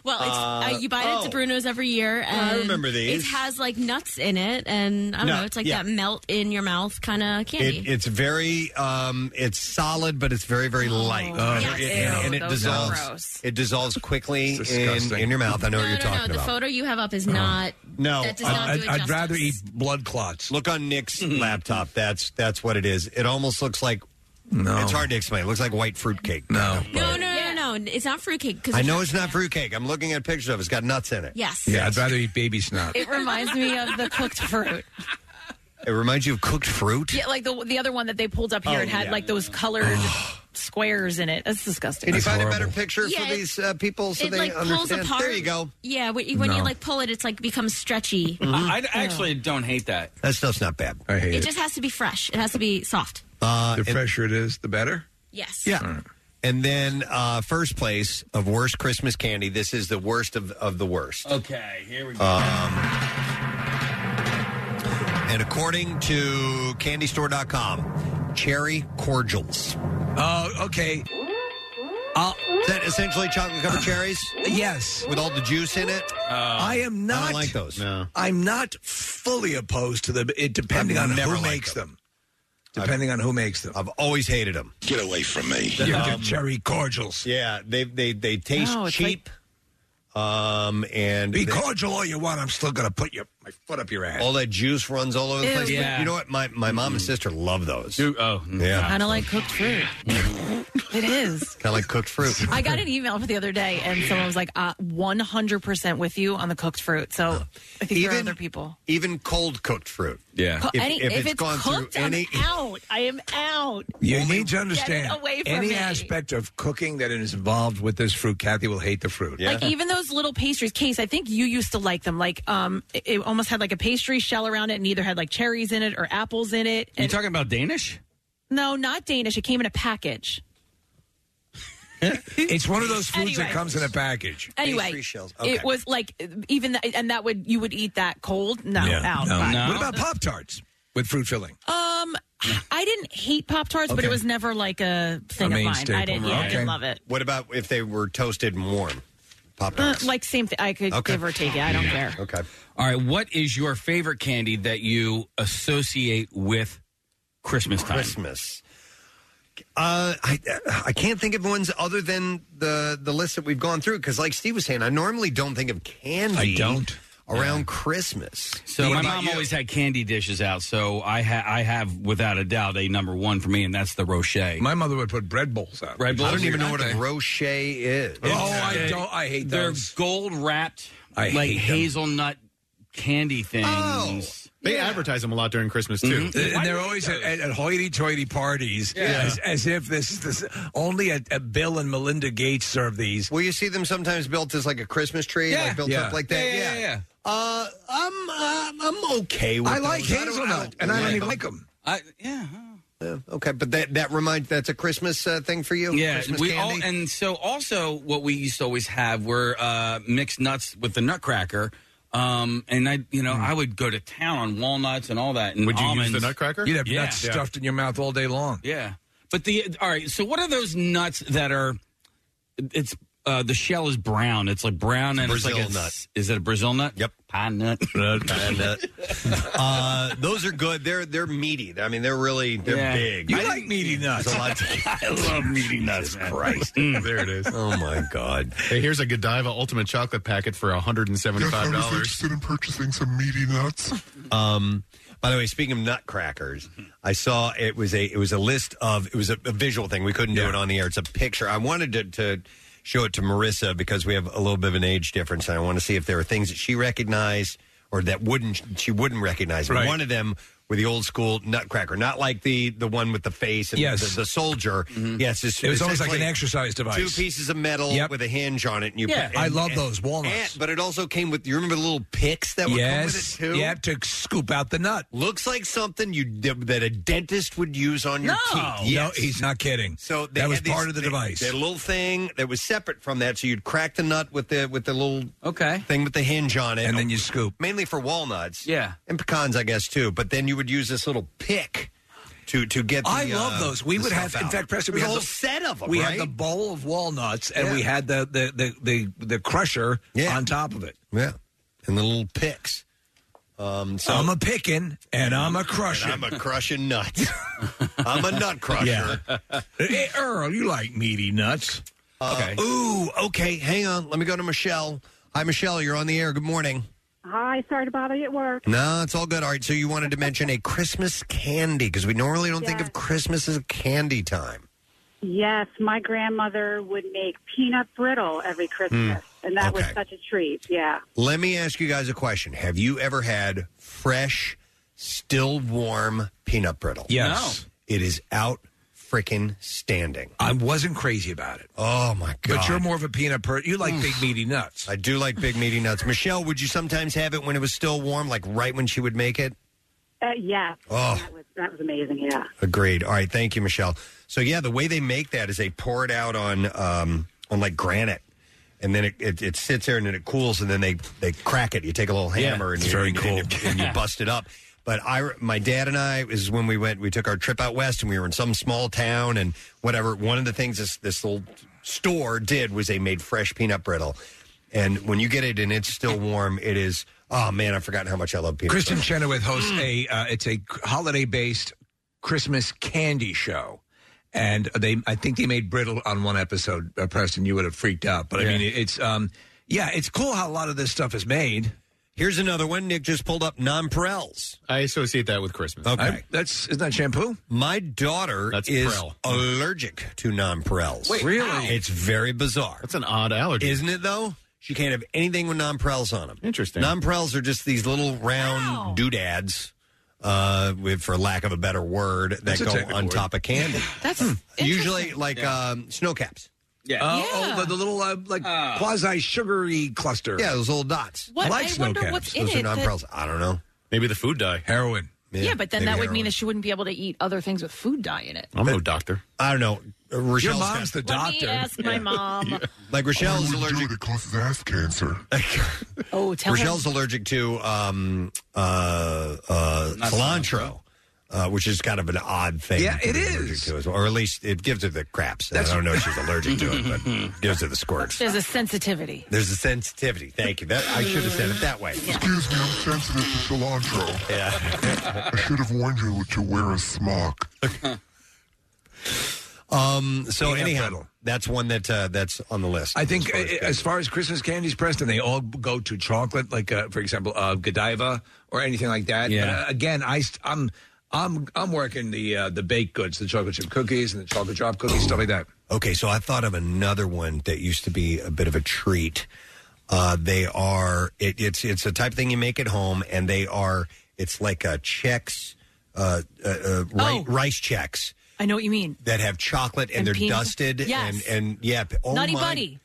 S10: Well, it's, uh,
S6: Uh,
S10: you buy it at
S6: oh.
S10: at Bruno's every year, and
S6: I remember these.
S10: It has like nuts in it, and I don't
S3: No,
S10: know. It's like
S3: yeah.
S10: that melt in your mouth kind of candy.
S3: It, it's very, um, it's solid, but it's very, very light,
S10: Oh, yes.
S3: It- and,
S10: Ew,
S3: and it
S10: those are
S3: dissolves.
S10: gross.
S3: It dissolves quickly
S6: It's
S3: in,
S6: disgusting.
S3: in your mouth. I know
S10: no,
S3: what you're
S10: no,
S3: talking
S10: no.
S3: about.
S10: The photo you have up is
S6: Uh-huh.
S10: not.
S3: No,
S10: that does not do it justice.
S3: eat
S6: blood clots.
S3: Look on Nick's laptop. That's that's what it is. It almost looks like. No, it's hard to explain. It looks like white fruitcake.
S6: No,
S10: No, no, no, no, no. It's not fruitcake. Cause
S3: I know it's not fruitcake. I'm looking at pictures of it. It's got nuts in it.
S10: Yes.
S6: Yeah, I'd rather eat baby snot.
S5: It reminds me of the cooked fruit.
S3: It reminds you of cooked fruit.
S5: Yeah, like the the other one that they pulled up here.
S3: Oh,
S5: it had
S3: yeah.
S5: like those colored squares in it. That's disgusting.
S3: Can you find a better picture
S10: Yeah,
S3: for
S10: it-
S3: these uh, people so
S10: it
S3: they
S10: like pulls
S3: understand?
S10: apart.
S3: There you go.
S10: Yeah, when, you- when you
S3: No.
S10: like pull it, it's like becomes stretchy.
S7: Mm-hmm. I, I actually don't hate that.
S3: That stuff's not bad.
S6: Mm-hmm. I hate
S10: It just has to be fresh. It has to be soft.
S3: Uh,
S6: the
S3: it-
S6: fresher it is, the better.
S10: Yes.
S3: Yeah.
S7: Mm.
S3: And then uh, first place of worst Christmas candy. This is the worst of, of the worst.
S7: Okay, here we go.
S3: Um, and according to candystore.com, cherry cordials. Uh,
S6: Oh, okay.
S3: is that essentially chocolate covered cherries?
S6: Yes.
S3: With all the juice in it?
S6: I am not.
S3: I don't like those.
S6: I'm not fully opposed to them. It depending
S3: I've
S6: on
S3: never
S6: who
S3: liked
S6: makes them. Depending on who makes them.
S3: I've always hated them.
S6: Get away from me.
S3: The, um,
S6: cherry cordials.
S3: Yeah, they they they taste
S6: No, it's
S3: cheap. um and
S6: Be
S3: they-
S6: cordial all you want. I'm still gonna put your my foot up your ass. Mm.
S3: all that juice runs all over the
S6: Ew.
S3: place. But
S6: Yeah.
S3: you know what? My my mom and sister love those.
S7: oh,
S5: Kind
S3: yeah, kind
S5: of like cooked fruit. it is.
S3: of like cooked fruit.
S5: I got an email the other day, and someone was like, uh, "100% with you on the cooked fruit." So I think there are
S3: Even-
S5: other people.
S3: even cold cooked fruit.
S7: Yeah,
S5: Co- any- if it's cooked, I'm out. I am out.
S6: You need
S5: Get
S6: to
S5: it
S6: understand
S5: away from
S6: any
S5: me.
S6: aspect of cooking that is involved with this fruit. Kathy will hate the fruit.
S5: Like even those little pastries, Case. I think you used to like them. Like um, it, it almost had like a pastry shell around it, and either had like cherries in it or apples in it.
S7: you talking about Danish?
S5: No, not Danish. It came in a package.
S6: it's one of those foods that
S5: Anyway.
S6: comes in a package.
S5: Anyway, it was like even th- and that would you would eat that cold? No, out. Bye.
S6: What about Pop Tarts with fruit filling?
S5: Um, I didn't hate Pop Tarts, but
S6: Okay.
S5: it was never like a thing of mine. I didn't, yeah, I didn't love it.
S3: What about if they were toasted and warm? Pop
S5: Uh,
S3: tarts.
S5: like same thing. I could
S3: Okay.
S5: give or take it. I don't care.
S3: Okay.
S7: All right, what is your favorite candy that you associate with Christmas time?
S3: Christmas. Uh, I I can't think of ones other than the the list that we've gone through because, like Steve was saying, I normally don't think of candy.
S7: I don't.
S3: around Christmas.
S7: So
S3: What
S7: my
S3: about
S7: mom
S3: you?
S7: always had candy dishes out, so I ha- I have without a doubt a number one for me, and that's the Rocher.
S6: My mother would put bread bowls out.
S7: Bread bowls.
S3: I don't Oh, even know what a roche
S7: It's-
S3: is.
S6: Oh, I don't- I hate
S7: They're
S6: those.
S7: gold wrapped,
S6: I
S7: like
S6: hate them. Oh,
S7: hazelnut candy things.
S3: Oh.
S4: They advertise them a lot during Christmas too.
S3: Mm-hmm.
S6: And they're always at, at, at hoity-toity parties,
S4: Yeah.
S6: as, as if this, this only a, a Bill and Melinda Gates serve these.
S3: Well, you see them sometimes built as like a Christmas tree, like built up like that. Uh, I'm uh, I'm okay with
S6: I like
S3: those. I don't- I
S6: hazelnut,
S3: don't
S6: and I don't even
S3: like
S6: like them.
S7: I, yeah.
S3: okay, but that that reminds that's a Christmas uh, thing for you.
S7: Yeah,
S3: Christmas
S7: we all,
S3: candy.
S7: and so also what we used to always have were uh, mixed nuts with the Nutcracker. Um, and I, you know, I would go to town on walnuts and all that. And
S4: Would you use
S7: almonds.
S4: the Nutcracker?
S6: You'd have
S7: Yeah.
S6: nuts stuffed in your mouth all day long.
S7: Yeah, but the all right. So what are those nuts that are? It's uh, the shell is brown. It's like brown and
S3: Brazil
S7: it's like a,
S3: nut.
S7: Is it a Brazil nut? Yep, pine nut.
S3: pine nut. uh, those are good. They're they're meaty. I mean, they're really they're
S7: Yeah.
S3: big.
S7: You
S3: I
S7: like meaty
S3: there's
S7: nuts.
S3: A lot to-
S7: I love meaty nuts. Mm.
S4: Christ, there it is.
S3: Oh my God!
S4: Hey, here's a Godiva Ultimate Chocolate Packet for 175
S12: Yes, I was
S4: dollars.
S12: interested in purchasing some meaty nuts.
S3: Um, by the way, speaking of nutcrackers, I saw it was a it was a list of it was a, a visual thing. We couldn't do it on the air. It's a picture. I wanted to, to show it to Marissa because we have a little bit of an age difference, and I want to see if there are things that she recognized or that wouldn't she wouldn't recognize. But
S6: Right.
S3: one of them were the old school nutcracker, not like the the one with the face and
S6: Yes. Mm-hmm.
S3: the, the soldier. Yes, it's,
S6: It was almost like an
S3: essentially
S6: exercise device.
S3: Two pieces of metal
S6: Yep.
S3: with a hinge on it, and you.
S6: Yeah.
S3: put,
S6: I
S3: and-
S6: love
S3: and-
S6: those walnuts.
S3: and- but it also came with. You remember the little picks that would
S6: yes,
S3: come with it too?
S6: Yep, to scoop out the nut.
S3: Looks like something you that a dentist would use on your teeth. Yes.
S6: No, he's not kidding.
S3: So they
S6: that was
S3: had these-
S6: part of the
S3: they-
S6: device.
S3: They had a little thing that was separate from that, so you'd crack the nut with the with the little
S7: okay
S3: thing with the hinge on it,
S6: And then you scoop.
S3: Mainly for walnuts,
S7: Yeah.
S3: and pecans, I guess too. But then you would use this little pick to to get. The,
S6: I love
S3: uh,
S6: those. We
S3: the
S6: would
S3: stuff
S6: have, in
S3: out.
S6: fact, Preston, we
S3: There's
S6: had
S3: a whole
S6: the-
S3: set of them.
S6: We
S3: right?
S6: had the bowl of walnuts, and
S3: Yeah.
S6: we had the the the the, the crusher on top of it.
S3: Yeah, and the little picks. Um, so
S6: I'm a picking, and I'm a crushing.
S3: And I'm a crushing nuts. I'm a nut crusher. Uh,
S6: Yeah. Hey, Earl, you like meaty nuts?
S3: okay. Ooh, okay. Hang on. Let me go to Michelle. Hi, Michelle. You're on the air. Good morning.
S8: Hi, sorry to bother you at work.
S3: No, it's all good. All right. So you wanted to mention a Christmas candy because we normally don't think of Christmas as a candy time.
S8: Yes, my grandmother would make peanut brittle every
S6: Hmm.
S8: Christmas, and that was such a treat. Yeah.
S3: Let me ask you guys a question. Have you ever had fresh, still warm peanut brittle?
S6: Yes.
S3: It is out freaking standing.
S6: I wasn't crazy about it.
S3: Oh my god!
S6: But you're more of a peanut per. You like big meaty nuts.
S3: I do like big meaty nuts. Michelle, would you sometimes have it when it was still warm, like right when she would make it?
S8: Uh, yes.
S3: Oh.
S8: That was, that was amazing. Yeah.
S3: Agreed. All right, thank you, Michelle. So yeah, the way they make that is they pour it out on um, on like granite, and then it, it, it sits there and then it cools, and then they they crack it. You take a little
S6: Yeah,
S3: hammer and
S6: it's
S3: you,
S6: very
S3: and you-
S6: cool.
S3: and, you, and you bust it up. But I, re- my dad and I is when we went. We took our trip out west, and we were in some small town and whatever. One of the things this this little store did was they made fresh peanut brittle, and when you get it and it's still warm, it is. Oh man, I've forgotten how much I love peanut.
S6: Kristen
S3: brittle.
S6: Chenoweth hosts
S3: Mm.
S6: a uh, it's a holiday based Christmas candy show, and they I think they made brittle on one episode. Uh, Preston, you would have freaked out, but I mean it's um yeah it's cool how a lot of this stuff is made.
S3: Here's another one. Nick just pulled up nonpareils.
S4: I associate that with Christmas.
S3: Okay.
S6: I- that's isn't that shampoo?
S3: My daughter
S4: That's
S3: is
S4: Prel.
S3: allergic to nonpareils.
S4: Wait, Really? how?
S3: It's very bizarre. That's
S4: an odd allergy,
S3: isn't it? Though she can't have anything with nonpareils on them.
S4: Interesting.
S3: Nonpareils are just these little round doodads, uh, with, for lack of a better word, that
S6: That's a
S3: go
S6: technical
S3: on
S6: word.
S3: top of candy.
S5: That's
S3: usually like um, snow caps.
S7: Yeah.
S6: Uh, Hmm. Oh, the, the little uh, like quasi sugary cluster.
S3: Yeah, those little dots.
S5: What? I I like snow wonder caps. what's in
S3: those
S5: it
S3: are
S5: that-
S3: nonpareils. I don't know.
S4: Maybe the food dye,
S6: heroin.
S5: Yeah, but then
S3: maybe
S5: that would
S3: heroin.
S5: mean that she wouldn't be able to eat other things with food dye in it.
S4: I'm no doctor.
S3: I don't know. Uh, Rochelle's
S6: Your mom's
S3: got-
S6: the
S5: Let me
S6: doctor.
S5: ask my mom.
S3: Like Rochelle's
S12: All I would
S3: allergic.
S12: Do it, it causes ass cancer.
S5: Oh, tell
S3: Rochelle's
S5: her.
S3: allergic to um, uh, uh,
S12: Not
S3: cilantro, uh, which is kind of an odd thing.
S6: Yeah,
S3: to
S6: it
S3: be allergic
S6: is.
S3: To as well. Or at least it gives her the craps. I don't know if she's allergic to it, but it gives her the squirts.
S5: There's a sensitivity.
S3: There's a sensitivity. Thank you. That I should have said it that way.
S12: Excuse me, I'm sensitive to cilantro.
S3: Yeah.
S12: I should have warned you to wear a smock.
S3: Um. So
S6: Peanut
S3: anyhow,
S6: brittle.
S3: that's one that uh, that's on the list.
S6: I think uh, as far, as, Christmas candies, Preston, they all go to chocolate, like uh, for example, uh, Godiva or anything like that.
S7: Yeah.
S6: But, uh, again, I st- I'm I'm I'm working the uh, the baked goods, the chocolate chip cookies and the chocolate drop cookies, stuff like that.
S3: Okay, so I thought of another one that used to be a bit of a treat. Uh, they are it, it's it's a type of thing you make at home, and they are it's like a checks, uh, uh, uh, ri- rice checks
S5: I know what you mean.
S3: that have chocolate and,
S5: Oh. And
S3: they're
S5: peanut-
S3: dusted
S5: Yes.
S3: and and yeah. p- Oh
S5: Nutty
S3: my-
S5: Buddy.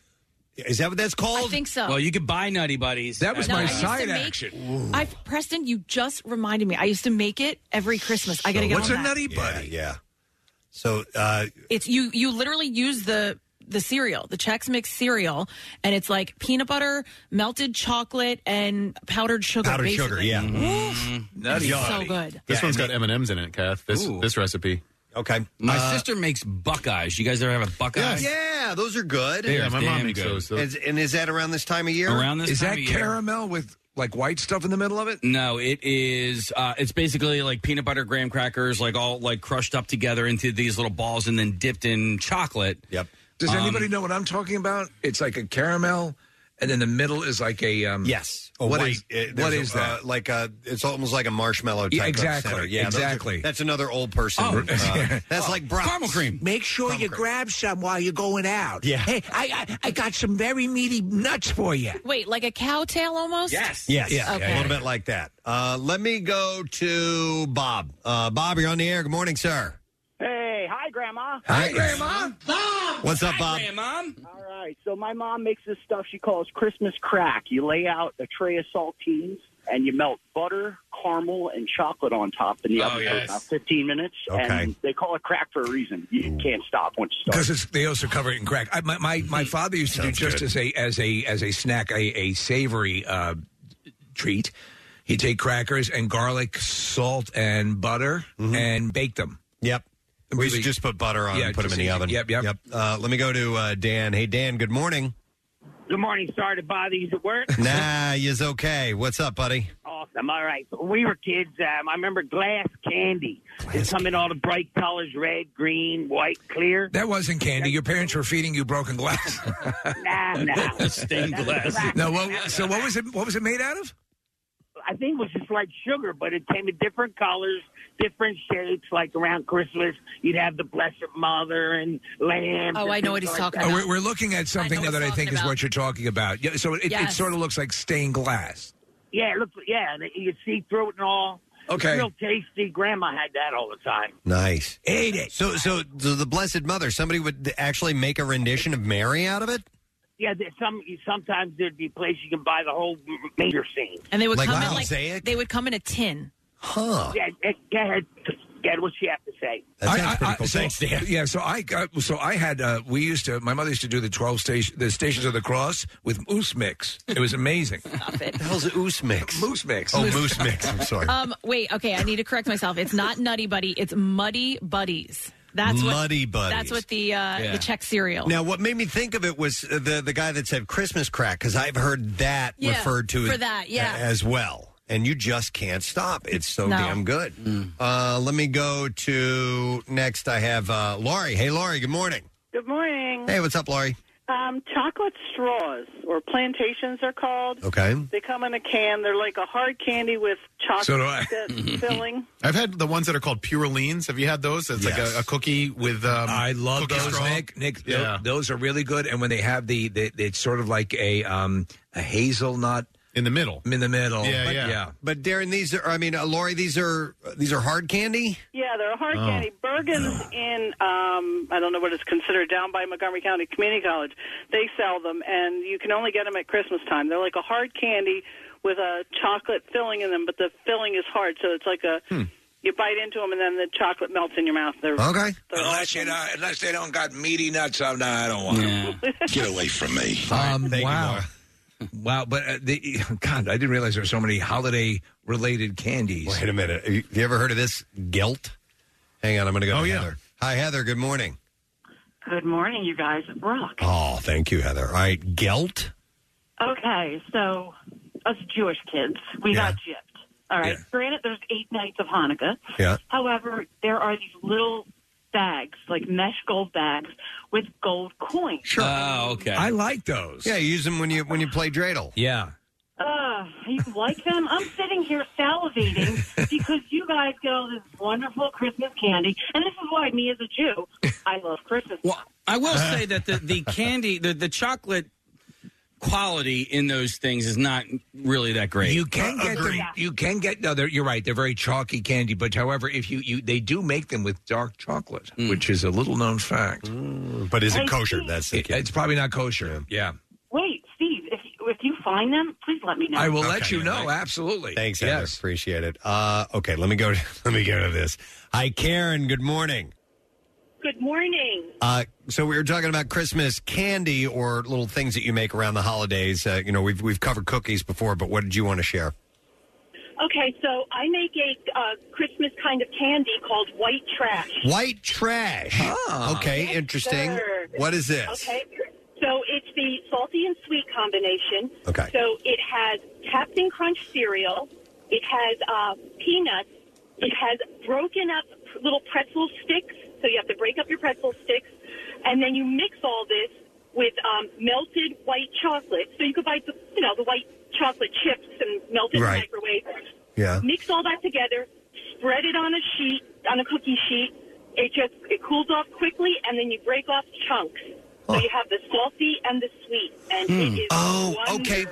S3: Is that what that's called?
S5: I think so.
S7: Well, you could buy Nutty Buddies. That
S5: No, I used to make- I've Preston, you just reminded me. I used to make it every Christmas. I gotta get on that.
S3: buddy? Yeah. yeah. So uh,
S5: It's you. You literally use the the cereal, the Chex Mix cereal, and it's like peanut butter, melted chocolate, and powdered sugar.
S4: Powdered sugar,
S5: basically.
S4: yeah.
S3: Mm-hmm.
S5: Oof.
S4: Nutty
S5: It's so
S4: Buddy.
S5: good.
S4: This
S7: Mm-hmm. Yeah,
S4: one's
S7: and
S4: got M and M's in it, Kath. This
S7: Ooh.
S4: this recipe. Uh,
S3: Okay.
S7: My sister makes Buckeyes. You guys ever have a Buckeye?
S3: Yeah, those are good.
S7: They are damn good.
S3: Is- and is that around this time of year?
S7: Around this
S6: Is
S7: time of
S6: that
S7: year.
S6: caramel with like white stuff in the middle of it?
S7: No, it is. Uh, it's basically like peanut butter graham crackers, like all like crushed up together into these little balls and then dipped in chocolate. Um, Yep.
S6: Does anybody know what I'm talking about? It's like a caramel, and then the middle is like a um,
S3: yes. A
S6: What
S3: white-
S6: is
S3: uh, there's
S6: what
S3: a-
S6: is that?
S3: uh, like a, it's almost like a marshmallow type.
S6: Yeah,
S3: of
S6: exactly,
S3: center. Yeah, those are-
S6: exactly. Oh.
S3: that's another old person. uh, that's like Brock's.
S16: Make sure you grab some while you're going out.
S3: Yeah.
S16: Hey, I, I I got some very meaty nuts for you.
S5: Wait, like a cow tail almost?
S3: Yes.
S5: Okay.
S3: A little bit like that. Uh, let me go to Bob. Uh, Bob, you're on the air. Good morning, sir.
S13: Hey, hi, Grandma.
S3: Hi, Grandma.
S13: Bob.
S3: What's up, Bob?
S13: All right. So my mom makes this stuff she calls Christmas crack. You lay out a tray of saltines and you melt butter, caramel, and chocolate on top in the
S6: Oh,
S13: oven for
S6: yes.
S13: about 15 minutes.
S6: Okay.
S13: And they call it crack for a reason. You can't stop once you start.
S6: Because they also cover it in crack. I, my,
S3: Mm-hmm.
S6: my my father used to do just as a as a as a snack, a, a savory uh, treat. He'd take crackers and garlic, salt, and butter, and bake them.
S3: Mm-hmm. Yep. We should just put butter on
S6: Yeah,
S3: and put them in
S6: just
S3: the
S6: easy.
S3: oven.
S6: Yep, yep.
S3: Uh, let me go to uh, Dan. Hey, Dan, good morning.
S13: Good morning. Sorry to bother you at work.
S3: Nah, you's okay. What's up, buddy?
S13: Awesome. All right. When we were kids, um, I remember glass candy. It come in all the bright colors red, green, white, clear.
S6: That wasn't candy. Your parents were feeding you broken glass.
S13: Nah, nah. Stained glass.
S6: No. What, so what was it? What was it made out of?
S13: I think it was just like sugar, but it came in different colors, different shapes. Like around Christmas, you'd have the Blessed Mother and lamb.
S5: Oh, I know what he's talking
S6: Oh, we're, we're looking at something now that I think is what you're talking about. Yeah, so it, it
S13: Yes.
S6: sort of looks like stained glass.
S13: Yeah, it looked, yeah, and you could see through it and all.
S6: Okay.
S13: Real tasty. Grandma had that all the time.
S3: Nice.
S6: Ate it.
S3: So, so the the Blessed Mother. Somebody would actually make a rendition of Mary out of it.
S13: Yeah, there, some sometimes there'd be places you can buy the whole major scene.
S5: And they would
S13: Like
S5: come in
S3: mosaic?
S5: like they would come in a tin.
S3: Huh.
S13: Yeah, eh, go ahead. Get what you have to say.
S6: so, Yeah, so I got, so I had uh, we used to my mother used to do the twelve station the stations of the cross with moose mix. It was amazing.
S5: Stop it.
S3: The hell's a moose mix?
S6: Moose mix.
S3: Oh, moose mix. I'm sorry.
S5: Um, wait, okay, I need to correct myself. It's not Nutty Buddy. It's Muddy Buddies. That's what,
S3: Muddy Buddies.
S5: That's what the uh,
S3: Yeah.
S5: the Czech cereal.
S3: Now, what made me think of it was uh, the the guy that said Christmas crack because I've heard that
S5: Yeah,
S3: referred to
S5: for
S3: it
S5: that, yeah.
S3: a- as well. And you just can't stop. It's so
S5: No.
S3: damn good. Uh, let me go to next. I have uh, Laurie. Hey, Laurie. Good morning.
S29: Good morning.
S3: Hey, what's up, Laurie?
S29: Um, chocolate straws, or plantations, are called.
S3: Okay.
S29: They come in a can. They're like a hard candy with chocolate
S4: So do I. Mhm.
S29: fi- filling.
S4: I've had the ones that are called Purelines. Have you had those? It's like a, a cookie with. Um,
S6: I love
S4: cookie
S6: those,
S4: straw.
S6: Nick. Nick, tho-
S4: Yeah.
S6: those are really good. And when they have the, the it's sort of like a um a hazelnut
S4: in the middle.
S6: In the middle.
S3: but,
S6: But-
S3: But Darren, these are. I mean, uh, Laurie, these are these are hard candy.
S29: Yeah, they're a hard
S3: Oh.
S29: candy. Bergen's in, um, I don't know what it's considered, down by Montgomery County Community College. They sell them, and you can only get them at Christmas time. They're like a hard candy with a chocolate filling in them, but the filling is hard, so it's like a.
S3: Hmm.
S29: You bite into them and then the chocolate melts in your mouth. They're,
S3: Okay.
S6: Unless, you don't, unless they don't got meaty nuts, I'm not, I don't want them.
S16: Get away from me.
S6: Um, wow. wow, but uh, the, God, I didn't realize there were so many holiday related candies.
S3: Wait a minute. Have you- have you ever heard of this gelt? Hang on, I'm going to go.
S6: Oh,
S3: to
S6: yeah.
S3: Heather. Hi, Heather. Good morning.
S2: Good morning, you guys. Rock.
S3: Oh, thank you, Heather. All right, gelt.
S2: Okay, so us Jewish kids, we
S3: Yeah.
S2: got gypped. All right. Granted, there's eight nights of Hanukkah.
S3: Yeah.
S2: However, there are these little bags, like mesh gold bags, with gold coins.
S3: Oh,
S2: okay.
S6: I like those.
S3: Yeah, you use them when you when you play dreidel.
S6: Yeah.
S2: Uh, you like them? I'm sitting here salivating because you guys get all this wonderful Christmas candy, and this is why me as a Jew, I love Christmas.
S7: I will say that the, the candy, the, the chocolate quality in those things is not really that great.
S6: You can get them. You can get. No, they're, you're right. They're very chalky candy. But however, if you, you they do make them with dark chocolate, which is a little known fact.
S3: But
S26: is it Hey, kosher? Steve. That's the
S6: it, it's probably not kosher. Yeah,
S8: Wait, Steve, if you, if you find them, please let me know.
S6: I will let you know. Absolutely.
S3: Thanks, Heather. Appreciate it. Uh, okay, let me go. let me go to this. Hi, Karen. Good morning.
S2: Good morning.
S3: Uh, so we were talking about Christmas candy or little things that you make around the holidays. Uh, you know, we've we've covered cookies before, but what did you want to share?
S2: Okay, so I make a uh, Christmas kind of candy called white trash.
S3: White trash. Okay, interesting.
S2: Sure.
S3: What is this?
S2: Okay. So it's the salty and sweet combination.
S3: Okay.
S2: So it has Captain Crunch cereal. It has uh, peanuts. It has broken up little pretzel sticks. So you have to break up your pretzel sticks, and then you mix all this with um, melted white chocolate. So you could buy, the, you know, the white chocolate chips and melted
S3: Right.
S2: microwave.
S3: Yeah.
S2: Mix all that together, spread it on a sheet, on a cookie sheet. It just it cools off quickly, and then you break off chunks. So you have the salty and the sweet, and it
S3: Hmm.
S2: is
S3: Oh,
S2: wonderful.
S3: okay.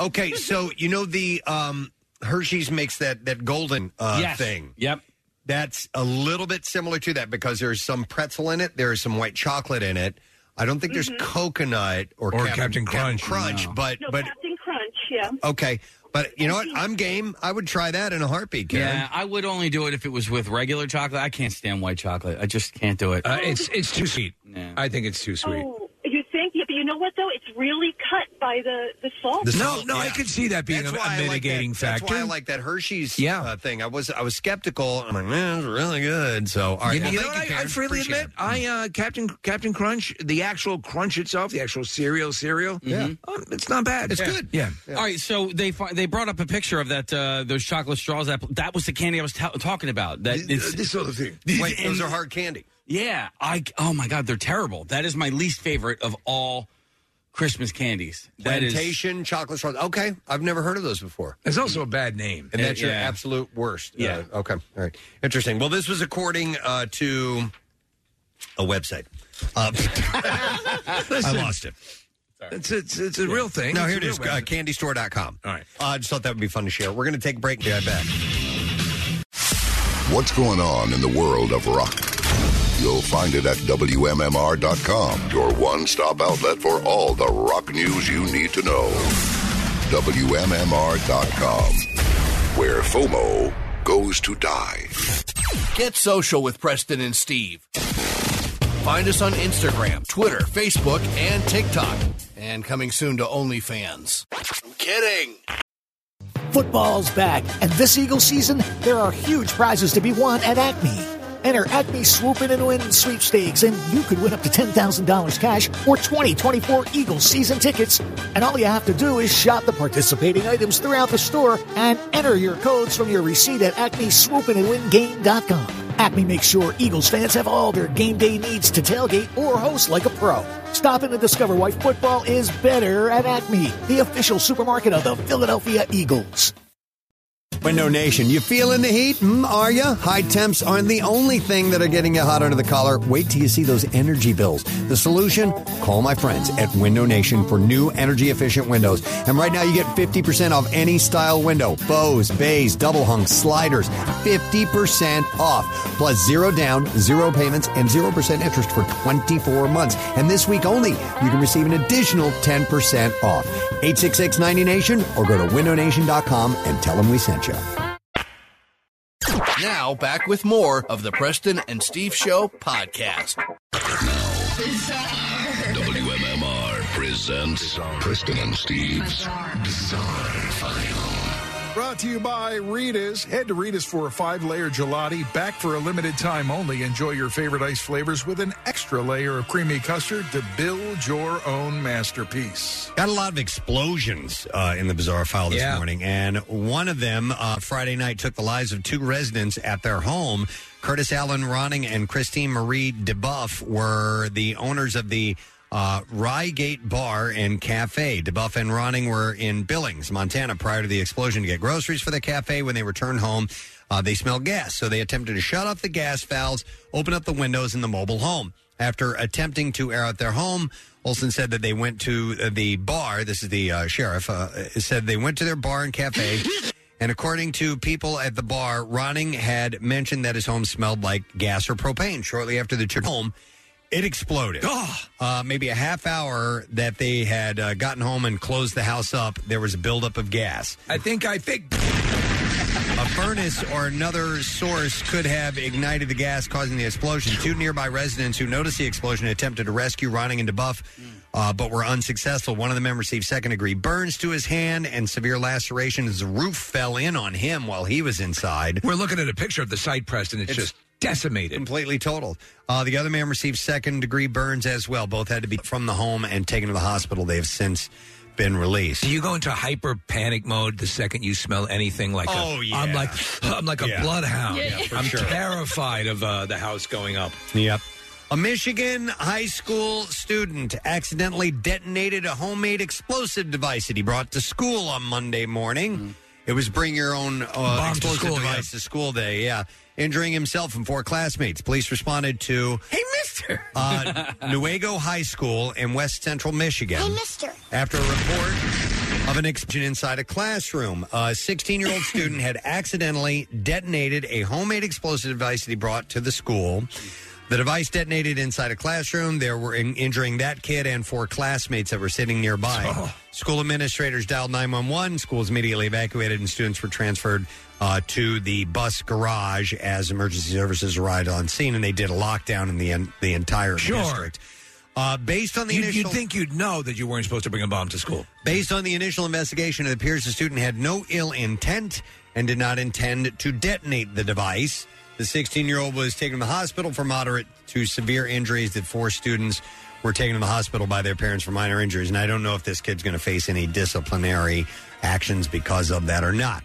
S3: Okay, so you know the um, Hershey's makes that that golden uh,
S2: Yes.
S3: thing.
S7: Yep.
S3: That's a little bit similar to that because there's some pretzel in it, there is some white chocolate in it. I don't think there's coconut or,
S6: Or Captain Crunch,
S3: Crunch,
S6: no.
S3: but
S2: Mm-hmm. No,
S3: but
S2: Captain Crunch, yeah.
S3: okay, but you know what? I'm game. I would try that in a heartbeat. Karen.
S7: Yeah, I would only do it if it was with regular chocolate. I can't stand white chocolate. I just can't do it.
S6: Uh, it's- it's too sweet.
S7: I think it's too sweet.
S2: Oh, you think? Yeah, but you know what though? It's really cut by the the salt.
S6: no, no, I could see that being
S3: That's
S6: a,
S3: why I
S6: a
S3: like
S6: mitigating
S3: that-
S6: factor.
S3: That's why I like that Hershey's
S6: Yeah.
S3: uh, thing. I was I was skeptical. I'm like, man, it's really good. So all right,
S6: you,
S3: well,
S6: you know
S3: thank
S6: what?
S3: you,
S6: I, I
S3: Karen.
S6: freely
S3: Appreciate
S6: admit, I uh, Captain Captain Crunch, the actual crunch itself, the actual cereal cereal. Yeah, um, it's not bad.
S7: It's
S6: Yeah.
S7: good.
S6: Yeah.
S7: All right, so they fi- they brought up a picture of that uh, those chocolate straws. That that was the candy I was ta- talking about. That it's,
S6: this other thing.
S3: it. Wait, those are hard candy.
S7: Yeah, I oh my god, they're terrible. That is my least favorite of all Christmas candies. That is
S3: Plantation chocolate straws. Okay, I've never heard of those before.
S6: It's also a bad name,
S3: and that's your
S7: Yeah.
S3: absolute worst.
S7: Yeah.
S3: Uh, okay. All right. Interesting. Well, this was according uh, to a website. Uh, I
S6: Listen.
S3: lost it.
S6: It's it's, it's a real thing.
S3: No,
S6: It's
S3: here
S6: a
S3: it
S6: real
S3: is.
S6: way.
S3: Uh, candystore.com. All
S6: right.
S3: Uh, I just thought that would be fun to share. We're going to take a break. Be right back.
S16: What's going on in the world of rock? You'll find it at WMMR.com, your one stop outlet for all the rock news you need to know. WMMR.com, where FOMO goes to die.
S19: Get social with Preston and Steve. Find us on Instagram, Twitter, Facebook, and TikTok. And coming soon to OnlyFans.
S1: Kidding. Football's back, and this Eagles season, there are huge prizes to be won at Acme. Enter Acme Swoop In and Win sweepstakes, and you could win up to $10,000 cash or 2024 Eagles season tickets. And all you have to do is shop the participating items throughout the store and enter your codes from your receipt at acmeswoopinandwingame.com. Acme makes sure Eagles fans have all their game day needs to tailgate or host like a pro. Stop in to discover why football is better at Acme, the official supermarket of the Philadelphia Eagles.
S20: Window Nation, you feeling the heat? Mm, are you? High temps aren't the only thing that are getting you hot under the collar. Wait till you see those energy bills. The solution? Call my friends at Window Nation for new energy efficient windows. And right now you get 50% off any style window. Bows, bays, double hung, sliders. 50% off. Plus zero down, zero payments, and 0% interest for 24 months. And this week only, you can receive an additional 10% off. 866 90 Nation or go to windownation.com and tell them we sent you.
S19: Now, back with more of the Preston and Steve Show podcast.
S16: WMMR presents Preston and Steve's Bizarre File.
S25: Brought to you by Rita's. Head to Rita's for a five layer gelati, back for a limited time only. Enjoy your favorite ice flavors with an extra layer of creamy custard to build your own masterpiece.
S3: Got a lot of explosions uh, in the bizarre file this
S25: Yeah.
S3: morning, and one of them uh, Friday night took the lives of two residents at their home. Curtis Allen Ronning and Christine Marie DeBuff were the owners of the uh, Rygate Bar and Cafe. DeBuff and Ronning were in Billings, Montana, prior to the explosion to get groceries for the cafe. When they returned home, uh, they smelled gas, so they attempted to shut off the gas valves, open up the windows in the mobile home. After attempting to air out their home, Olson said that they went to uh, the bar. This is the uh, sheriff. Uh, said they went to their bar and cafe. And according to people at the bar, Ronning had mentioned that his home smelled like gas or propane. Shortly after the trip home, it exploded. Uh, maybe a half hour that they had uh, gotten home and closed the house up, there was a buildup of gas.
S6: I think I think
S3: A furnace or another source could have ignited the gas, causing the explosion. Two nearby residents who noticed the explosion attempted to rescue Ronning and DeBuff, uh, but were unsuccessful. One of the men received second degree burns to his hand and severe lacerations. The roof fell in on him while he was inside.
S6: We're looking at a picture of the site, Preston. It's, just decimated.
S3: Completely totaled. Uh, the other man received second degree burns as well. Both had to be from the home and taken to the hospital. They have since been released.
S6: Do you go into hyper panic mode the second you smell anything like?
S3: Oh,
S6: a,
S3: yeah.
S6: I'm like I'm like a
S3: Yeah.
S6: bloodhound.
S3: Yeah, yeah. For
S6: I'm
S3: sure.
S6: terrified of uh, the house going up.
S3: Yep. A Michigan high school student accidentally detonated a homemade explosive device that he brought to school on Monday morning. It was bring your own uh,
S6: Mm. Bomb to
S3: explosive
S6: school,
S3: device to school day, yeah. Injuring himself and four classmates. Police responded to
S6: Hey, Mister.
S3: uh, Nuevo High School in West Central Michigan.
S22: Mister.
S3: After a report of an explosion inside a classroom, a 16 year old student had accidentally detonated a homemade explosive device that he brought to the school. The device detonated inside a classroom. There were in- injuring that kid and four classmates that were sitting nearby. School administrators dialed 911. Schools immediately evacuated, and students were transferred uh, to the bus garage as emergency services arrived on scene. And they did a lockdown in the en- the entire
S6: Sure.
S3: district. Uh, based on the
S6: You,
S3: initial
S6: you'd think you'd know that you weren't supposed to bring a bomb to school.
S3: Based on the initial investigation, it appears the student had no ill intent and did not intend to detonate the device. The 16 year old was taken to the hospital for moderate to severe injuries that four students were taken to the hospital by their parents for minor injuries. And I don't know if this kid's going to face any disciplinary actions because of that or not.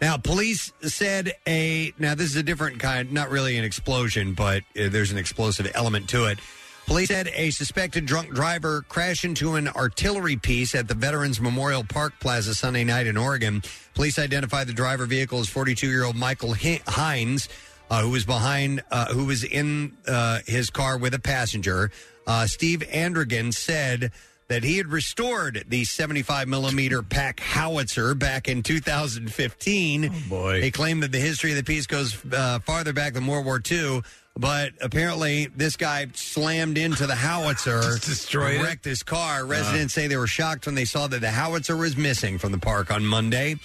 S3: Now, police said a. Now, this is a different kind, not really an explosion, but uh, there's an explosive element to it. Police said a suspected drunk driver crashed into an artillery piece at the Veterans Memorial Park Plaza Sunday night in Oregon. Police identified the driver vehicle as 42 year old Michael Hi- Hines, uh, who was behind, uh, who was in uh, his car with a passenger. Uh, Steve Andrigan said that he had restored the 75 millimeter pack howitzer back in
S6: Oh,
S3: 2015. boy. He claimed that the history of the piece goes uh, farther back than World War II, but apparently this guy slammed into the howitzer,
S6: destroyed it.
S3: wrecked his
S6: Uh-huh.
S3: car. Residents say they were shocked when they saw that the howitzer was missing from the park on Monday.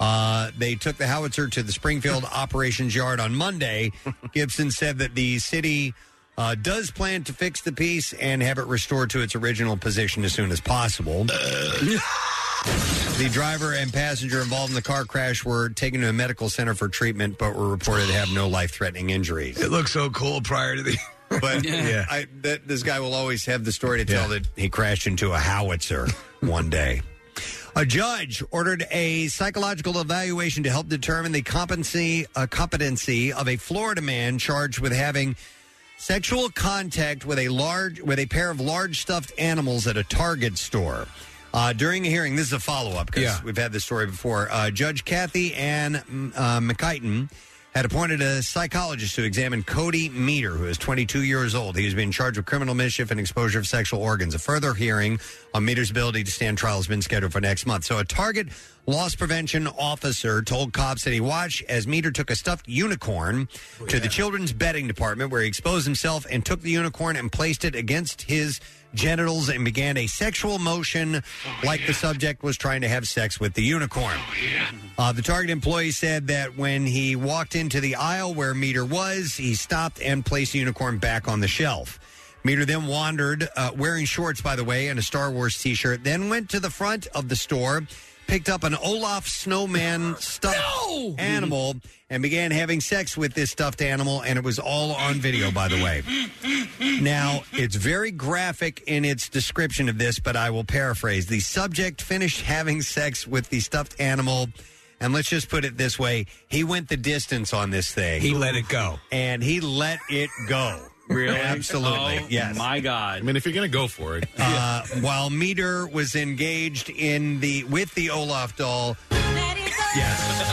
S3: Uh, they took the howitzer to the Springfield Operations Yard on Monday. Gibson said that the city uh, does plan to fix the piece and have it restored to its original position as soon as possible.
S6: Uh.
S3: The driver and passenger involved in the car crash were taken to a medical center for treatment, but were reported to have no life-threatening injuries.
S6: It looked so cool prior to the.
S3: But
S6: Yeah.
S3: I, that, this guy will always have the story to tell that he crashed into a howitzer one day. A judge ordered a psychological evaluation to help determine the competency, uh, competency of a Florida man charged with having sexual contact with a large with a pair of large stuffed animals at a Target store. Uh, during a hearing, this is a follow up because we've had this story before. Uh, Judge Kathy Ann mm, uh, McKighton had appointed a psychologist to examine Cody Meter, who is 22 years old. He has been charged with criminal mischief and exposure of sexual organs. A further hearing on Meter's ability to stand trial has been scheduled for next month. So, a Target loss prevention officer told cops that he watched as Meter took a stuffed unicorn to the children's bedding department, where he exposed himself and took the unicorn and placed it against his genitals and began a sexual motion like the subject was trying to have sex with the unicorn. Uh, the Target employee said that when he walked into the aisle where Meter was, he stopped and placed the unicorn back on the shelf. Meter then wandered, uh, wearing shorts, by the way, and a Star Wars t shirt, then went to the front of the store, picked up an Olaf snowman stuffed animal, and began having sex with this stuffed animal, and it was all on video, by the way. Now, it's very graphic in its description of this, but I will paraphrase. The subject finished having sex with the stuffed animal, and let's just put it this way he went the distance on this thing.
S6: He let it go.
S3: And he let it go.
S7: Really?
S3: Absolutely.
S7: Oh,
S3: yes.
S7: My God.
S4: I mean, if you're going to go for it,
S3: Uh, while Meter was engaged in the with the Olaf doll. Yes.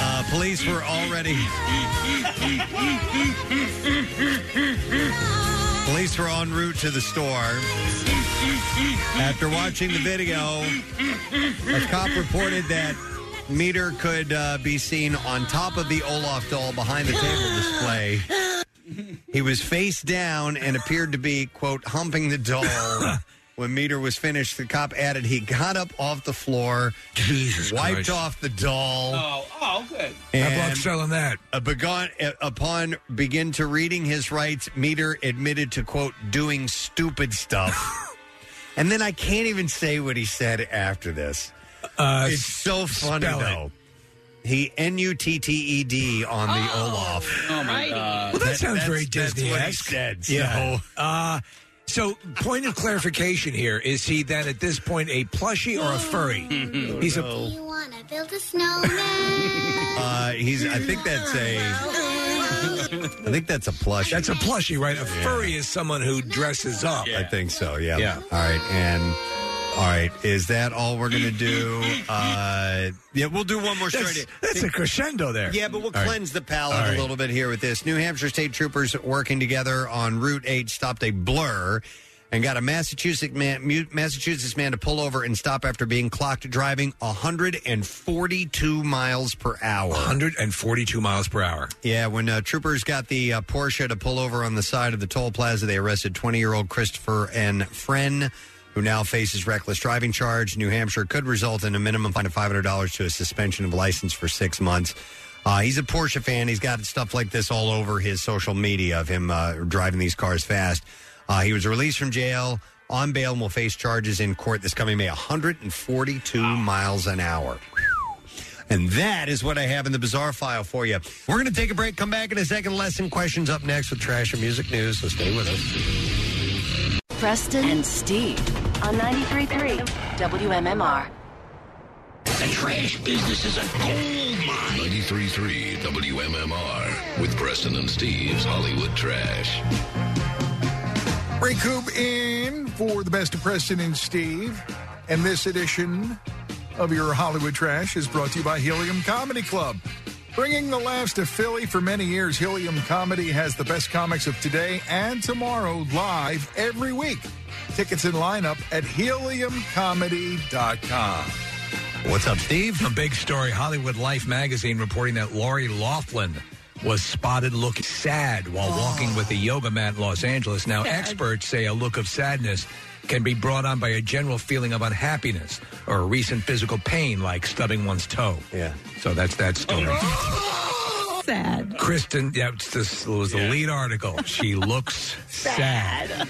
S3: Uh, police police were already. Police were en route to the store. After watching the video, a cop reported that meter could uh, be seen on top of the Olaf doll behind the table display. He was face down and appeared to be, quote, humping the doll. When meter was finished, the cop added he got up off the floor, wiped
S6: Christ.
S3: off the doll,
S7: Oh, oh, good.
S3: and
S6: Good luck selling that.
S3: uh, begon- uh, upon begin to reading his rights, Meter admitted to quote doing stupid stuff, and then I can't even say what he said after this.
S6: Uh,
S3: it's so funny
S6: spell it.
S3: though. He N U T T E D on the Olaf.
S7: Oh my god.
S6: Well, that, sounds
S3: that's-
S6: very
S3: that's what he
S6: Disney.
S3: said,
S6: Yeah. Uh, so, point of clarification here: is he then at this point a plushie or a furry? He's a.
S22: wanna build a snowman?
S3: Uh, he's. I think that's a. I think that's a plushie.
S6: That's a plushie, right? A furry is someone who dresses up.
S3: I think so. Oh, Yeah.
S6: Yeah.
S3: All right. And all right. Is that all we're gonna do? Uh, yeah, we'll do one more story.
S6: That's- that's a crescendo there.
S3: Yeah, but we'll
S6: All right.
S3: cleanse the palate
S6: All right.
S3: a little bit here with this. New Hampshire state troopers working together on Route Eight stopped a blur. And got a Massachusetts man, mu- Massachusetts man to pull over and stop after being clocked driving 142 miles per hour.
S6: 142 miles per hour.
S3: Yeah, when uh, troopers got the uh, Porsche to pull over on the side of the toll plaza, they arrested 20 year old Christopher and Friend, who now faces reckless driving charge. New Hampshire could result in a minimum fine of $500 to a suspension of license for six months. Uh, he's a Porsche fan. He's got stuff like this all over his social media of him uh, driving these cars fast. Uh, he was released from jail on bail and will face charges in court this coming May 142 miles an hour. And that is what I have in the bizarre file for you. We're going to take a break, come back in a second. Lesson questions up next with trash and music news. So stay with us.
S17: Preston and Steve on 93.3 WMMR.
S11: The trash business is a gold mine.
S16: 93.3 WMMR with Preston and Steve's Hollywood Trash.
S25: Ray Coop in for the best of Preston and Steve. And this edition of your Hollywood Trash is brought to you by Helium Comedy Club. Bringing the laughs to Philly for many years, Helium Comedy has the best comics of today and tomorrow live every week. Tickets and lineup at heliumcomedy.com.
S3: What's up, Steve?
S6: A big story. Hollywood Life magazine reporting that Lori Laughlin was spotted looking sad while
S3: Oh.
S6: walking with a yoga mat in Los Angeles. Now, experts say a look of sadness can be brought on by a general feeling of unhappiness or a recent physical pain like stubbing one's toe.
S3: Yeah. Oh,
S6: So that's that story.
S5: Sad.
S6: Kristen, yeah, it's this was the lead article. She looks sad.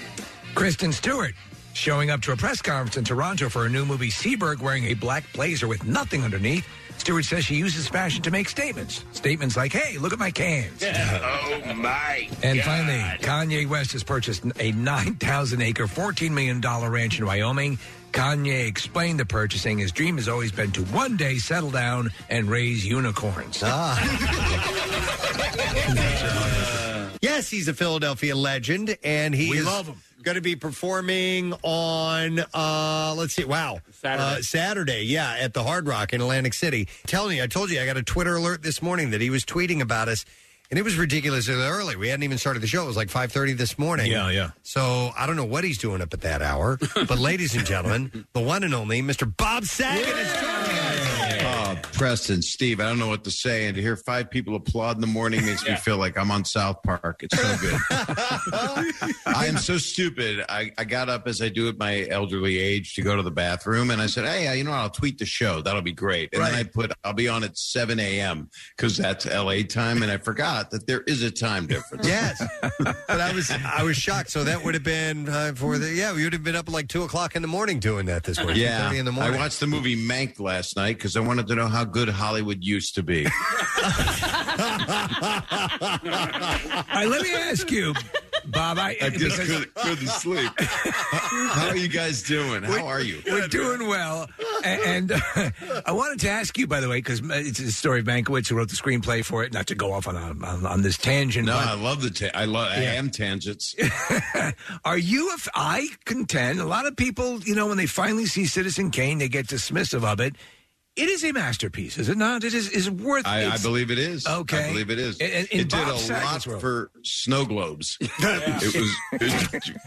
S6: Kristen Stewart showing up to a press conference in Toronto for her new movie Seaberg wearing a black blazer with nothing underneath. Stewart says she uses fashion to make statements. Statements like, hey, look at my cans.
S11: Oh my!
S6: And finally, Kanye West has purchased a 9,000 acre, $14 million ranch in Wyoming. Kanye explained the purchasing. His dream has always been to one day settle down and raise unicorns.
S3: Yes, he's a Philadelphia legend, and he
S6: We
S3: is
S6: love him.
S3: going to be performing on, uh, let's see, wow. Saturday. Uh, Saturday, yeah, at the Hard Rock in Atlantic City. Telling you, I told you, I got a Twitter alert this morning that he was tweeting about us, and it was ridiculously early. We hadn't even started the show. It was like 5.30 this morning.
S6: Yeah, yeah.
S3: So I don't know what he's doing up at that hour. But ladies and gentlemen, the one and only Mr. Bob Saget is
S27: Oh, Preston, Steve, I don't know what to say. And to hear five people applaud in the morning makes me feel like I'm on South Park. It's so good. Oh, I am so stupid. I, I got up as I do at my elderly age to go to the bathroom. And I said, Hey, uh, you know what? I'll tweet the show. That'll be great. And then I put, I'll be on at 7 a.m. because that's LA time. And I forgot that there is a time difference.
S3: Yes. but I was I was shocked. So that would have been uh, for the yeah, we would have been up at like two o'clock in the morning doing that this morning.
S27: Yeah.
S3: 2:30 in the
S27: I
S3: morning.
S27: watched the movie Mank last night because I wanted to know how good Hollywood used to be.
S6: All right, let me ask you, Bob. I,
S27: I just
S6: because-
S27: couldn't, couldn't sleep. How are you guys doing?
S6: We're-
S27: How are you?
S6: We're doing well. A- And, uh, I wanted to ask you, by the way, because it's the story of Mankiewicz who wrote the screenplay for it, not to go off on a, on, on this tangent.
S27: No,
S6: but
S27: I love the. Ta- I love. I
S6: Yeah.
S27: am tangents.
S6: are you, if I contend, a lot of people, you know, when they finally see Citizen Kane, they get dismissive of it. It is a masterpiece, is it not? It is is worth.
S27: I, I
S6: it's-
S27: believe it is.
S6: Okay,
S27: I believe it is.
S6: In- in- in
S27: it did
S6: Bob
S27: a lot
S6: Saget's world.
S27: for snow globes. It was it-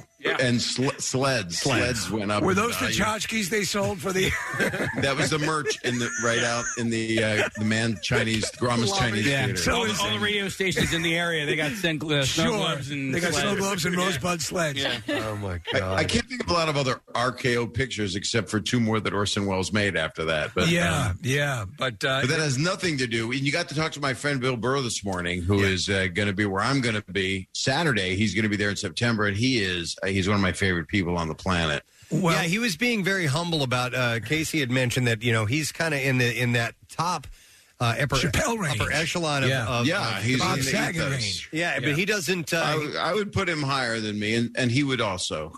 S27: and sl- sleds. sleds. went up.
S6: Were
S27: in
S6: those the
S27: value.
S6: tchotchkes they sold for the?
S27: That was the merch in the right out in the uh, the man Chinese Grandma's
S6: Love it.
S27: Chinese
S6: Yeah.
S27: theater.
S6: So
S7: all, the, all the radio stations in the area, they got sent, uh, snow
S6: Sure.
S7: globes and
S6: They got snow
S7: sleds.
S6: globes and
S7: Yeah.
S6: rosebud sleds.
S7: Yeah.
S3: Oh my
S27: I, I can't think of a lot of other RKO pictures except for two more that Orson Welles made after that. But
S6: yeah,
S27: um,
S6: yeah, but uh,
S27: but that has nothing to do. And you got to talk to my friend Bill Burr this morning, who is uh, going to be where I'm going to be Saturday. He's going to be there in September, and he is uh, he's one of my favorite people on the planet.
S3: yeah, he was being very humble about. Uh, Casey had mentioned that you know he's kind of in the in that top uh, upper,
S6: Chappelle range.
S3: upper echelon of,
S27: Yeah.
S3: of uh,
S27: Yeah,
S3: of-
S27: he's
S3: of
S27: in the
S3: ethos.
S27: ethos. range.
S3: Yeah, but he doesn't. Uh,
S27: I would- I would put him higher than me, and, and he would also.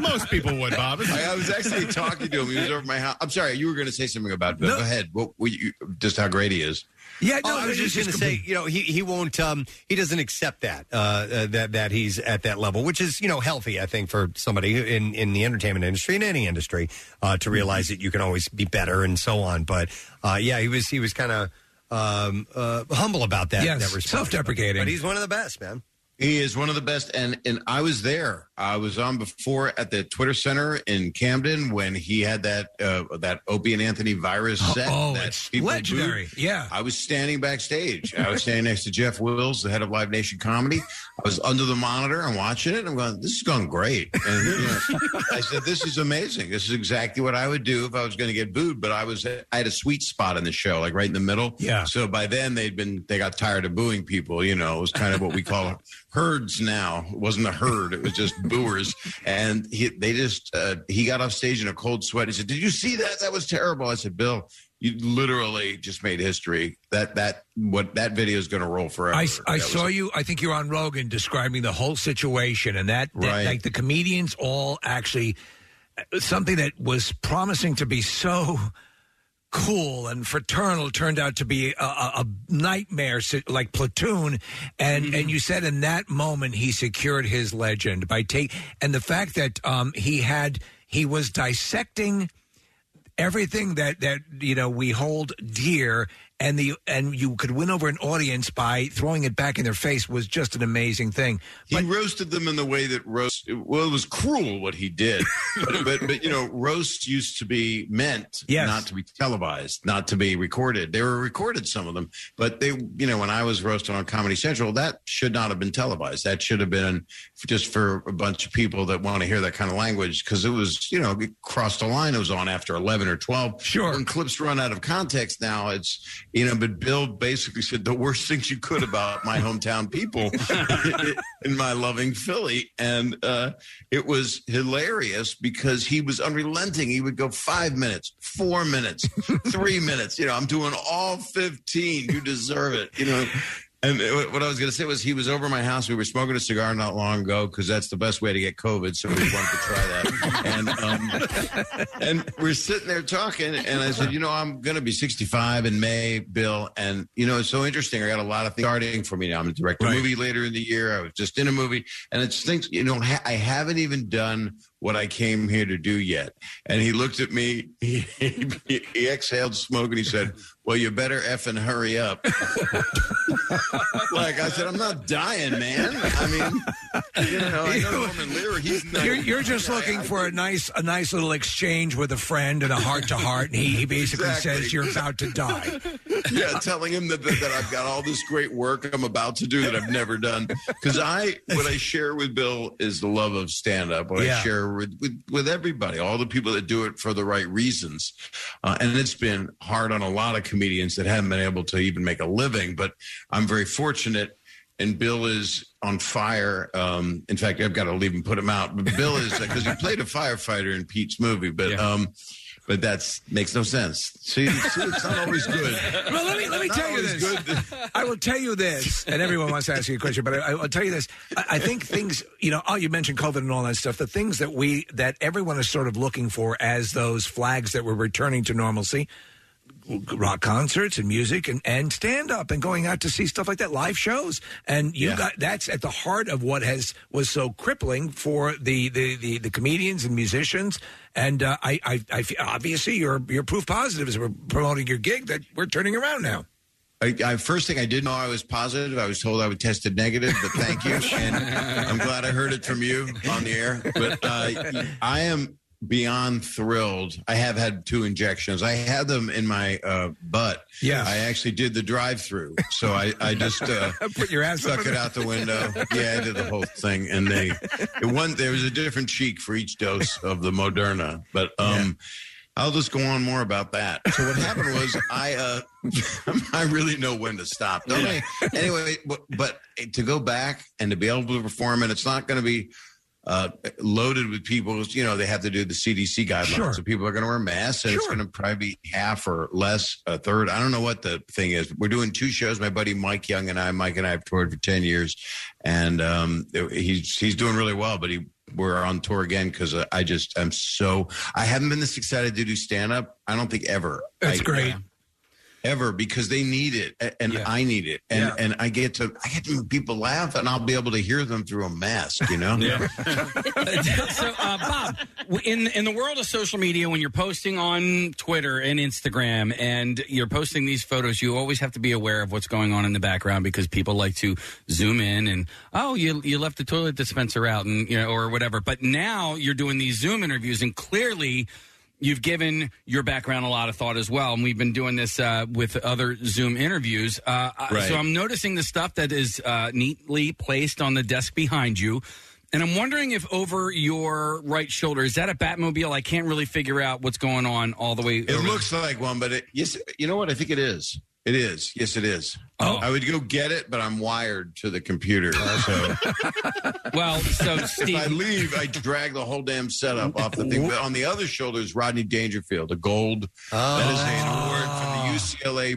S4: Most people would, Bob.
S27: I, I was actually talking to him. He was over at my house. I'm sorry, you were going to say something about Bill. Go ahead. What, what you, just how great he is.
S6: Yeah,
S3: no, Oh, I was just going to say, you know, he he won't um he doesn't accept that uh, uh that that he's at that level, which is you know healthy, I think, for somebody who- in in the entertainment industry in any industry uh, to realize that you can always be better and so on. But uh, yeah, he was he was kind of um uh humble about that.
S6: Yes,
S3: that response.
S6: self-deprecating.
S3: But he's one of the best, man.
S27: He is one of the best, and and I was there. I was on before at the Twitter Center in Camden when he had that uh, that Opie and Anthony virus set.
S6: Oh,
S27: that
S6: it's
S27: people
S6: legendary.
S27: booed.
S6: Yeah.
S27: I was standing backstage. I was standing next to Jeff Wills, the head of Live Nation Comedy. I was under the monitor and watching it. And I'm going, this is going great. And you know, I said, this is amazing. This is exactly what I would do if I was going to get booed. But I was I had a sweet spot in the show, like right in the middle.
S6: Yeah.
S27: So by then they'd been they got tired of booing people. You know, it was kind of what we call herds now. It wasn't a herd. It was just booers. And he, they just uh, he got off stage in a cold sweat. He said, "Did you see that? That was terrible." I said, "Bill." You literally just made history. That that what that video is going to roll forever.
S6: I, I
S27: That was
S6: saw you. I think you're on Rogan describing the whole situation, and that, that-
S27: Right.
S6: like the comedians all actually uh, something that was promising to be so cool and fraternal turned out to be a, a, a nightmare, si- like platoon. And
S27: Mm-hmm.
S6: and you said in that moment he secured his legend by take and the fact that um, he had he was dissecting everything that that you know we hold dear and the and you could win over an audience by throwing it back in their face was just an amazing thing
S27: He roasted them in the way that roast. Well, it was cruel what he did, but, but but you know, roast used to be meant
S6: Yes.
S27: not to be televised, not to be recorded. They were recorded, some of them, but they, you know, when I was roasted on Comedy Central, that should not have been televised. That should have been just for a bunch of people that want to hear that kind of language because it was, you know, it crossed a line. It was on after eleven or twelve. Sure, when clips run out of context now, it's you know. But Bill basically said the worst things you could about my hometown people in my loving Philly. And uh, it was hilarious because he was unrelenting. He would go five minutes, four minutes, three minutes. You know, I'm doing all 15. You deserve it. You know, and it- what I was going to say was he was over my house. We were smoking a cigar not long ago because that's the best way to get COVID. So we wanted to try that. And, um, and we're sitting there talking. And I said, you know, I'm going to be 65 in May, Bill. And, you know, it's so interesting. I got a lot of things starting for me now. I'm going to direct a movie later in the year. I was just in a movie. And it's things, you know, ha- I haven't even done what I came here to do yet. And he looked at me. He, he, he exhaled smoke and he said, well, you better effing hurry up like I said, I'm not dying, man. I mean, you know, I know Norman Lear. He's not.
S6: you're, you're just looking for a nice a nice little exchange with a friend and a heart to heart and he, he basically
S27: Exactly.
S6: says you're about to die
S27: yeah, telling him that, that, that I've got all this great work I'm about to do that I've never done. Because I, what I share with Bill is the love of stand up. What
S6: Yeah.
S27: I share with, with, with everybody, all the people that do it for the right reasons. Uh, and it's been hard on a lot of comedians that haven't been able to even make a living, but I'm very fortunate. And Bill is on fire. Um, in fact, I've got to leave and put him out. But Bill is because he played a firefighter in Pete's movie, but um, but that's makes no sense. See, see it's not always good.
S6: well let me let me
S27: Not
S6: tell you
S27: always
S6: this i will tell you this and everyone wants to ask you a question but I, i'll tell you this I, I think things you know oh you mentioned covid and all that stuff the things that we that everyone is sort of looking for as those flags that we're returning to normalcy rock concerts and music and, and stand up and going out to see stuff like that, live shows. And you
S11: Yeah.
S6: got that's at the heart of what has was so crippling for the the, the, the comedians and musicians. And uh, I, I, I fe- obviously you're you're proof positive as we're promoting your gig that we're turning around now.
S27: I, I, first thing I did know I was positive. I was told I would tested negative, but thank you, and I'm glad I heard it from you on the air. But uh, I am beyond thrilled. I have had two injections. I had them in my uh, butt.
S6: Yeah.
S27: I actually did the drive-through, so I I just uh,
S6: Put your ass
S27: stuck
S6: up
S27: it
S6: in it.
S27: out the window. Yeah, I did the whole thing, and they it one there was a different cheek for each dose of the Moderna, but um. I'll just go on more about that. So what happened was I uh I really know when to stop. Don't I? Anyway, but, but to go back and to be able to perform, and it's not going to be uh, loaded with people. You know, they have to do the CDC guidelines,
S11: Sure.
S27: so people are going to wear masks, and it's
S11: Sure.
S27: going to probably be half or less, a third. I don't know what the thing is. We're doing two shows. My buddy Mike Young and I. Mike and I have toured for ten years, and um, he's he's doing really well. But he we're on tour again because I just I'm so I haven't been this excited to do stand up. I don't think ever.
S6: That's
S27: I-
S6: great.
S27: ever because they need it a- and I need it and and I get to I get to make people laugh and I'll be able to hear them through a mask, you know.
S7: Yeah. so, uh, Bob, w- in in the world of social media, when you're posting on Twitter and Instagram, and you're posting these photos, you always have to be aware of what's going on in the background because people like to zoom in and oh, you you left the toilet dispenser out, and you know, or whatever. But now you're doing these Zoom interviews, and clearly. You've given your background a lot of thought as well, and we've been doing this uh, with other Zoom interviews. Uh, I-
S11: Right.
S7: So I'm noticing the stuff that is uh, neatly placed on the desk behind you. And I'm wondering if over your right shoulder is that a Batmobile? I can't really figure out what's going on all the way.
S27: It looks like one, but it, yes, you know what? I think it is. It is. Yes, it is.
S7: Oh.
S27: I would go get it, but I'm wired to the computer. So
S7: well, so
S27: if I leave, I drag the whole damn setup off the thing. But on the other shoulder is Rodney Dangerfield, a gold. That is an award from the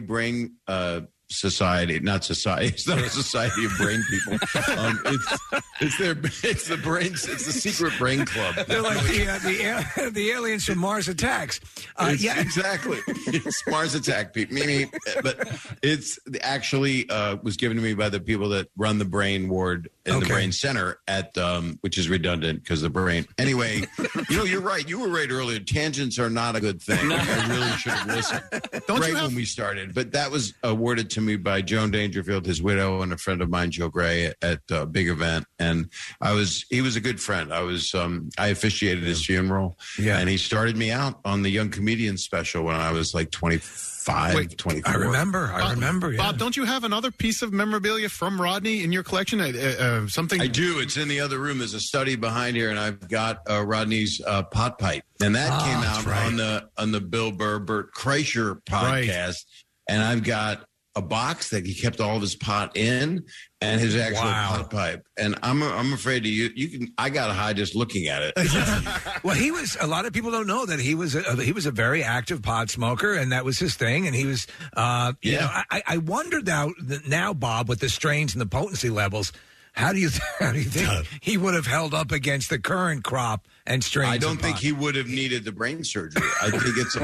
S27: UCLA Brain uh, Society. Not society. It's not a society of brain people. Um, it's it's their it's the brain it's the secret brain club.
S6: They're like the uh, the, al- the aliens from Mars attacks. Uh,
S27: It's-
S6: yeah,
S27: exactly. It's Mars Attack, Pete. Me, me. But it's actually uh, was given to me by the people that run the brain ward in the brain center at, um, which is redundant because the brain. Anyway, you know, you're right. You were right earlier. Tangents are not a good thing. Like, I really should have listened right when we started. But that was awarded to me by Joan Dangerfield, his widow, and a friend of mine, Joe Gray, at a big event. And I was, he was a good friend. I was, um, I officiated his funeral.
S6: Yeah.
S27: And he started me out on the Young Comedian special when I was like 25, 24.
S6: I remember. I
S27: Bob-
S6: remember. Yeah.
S23: Bob, don't you have another piece of memorabilia from Rodney in your collection? Uh, uh, uh, something
S27: I do. It's in the other room. There's a study behind here, and I've got uh, Rodney's uh, pot pipe, and that
S11: Ah,
S27: came
S11: that's
S27: out
S11: right.
S27: on the on the Bill Burr Burt Kreischer
S11: Right.
S27: podcast. And I've got a box that he kept all of his pot in, and his actual
S11: Wow.
S27: pot pipe. And I'm I'm afraid to you. You can. I got high just looking at it.
S6: Well, he was. A lot of people don't know that he was. A, he was a very active pot smoker, and that was his thing. And he was. Uh, You
S11: Yeah.
S6: know, I- I, I wonder now, now, Bob, with the strains and the potency levels, how do you how do you think he would have held up against the current crop and strains?
S27: I don't
S6: in
S27: think
S6: pot?
S27: he would have needed the brain surgery. I think it's.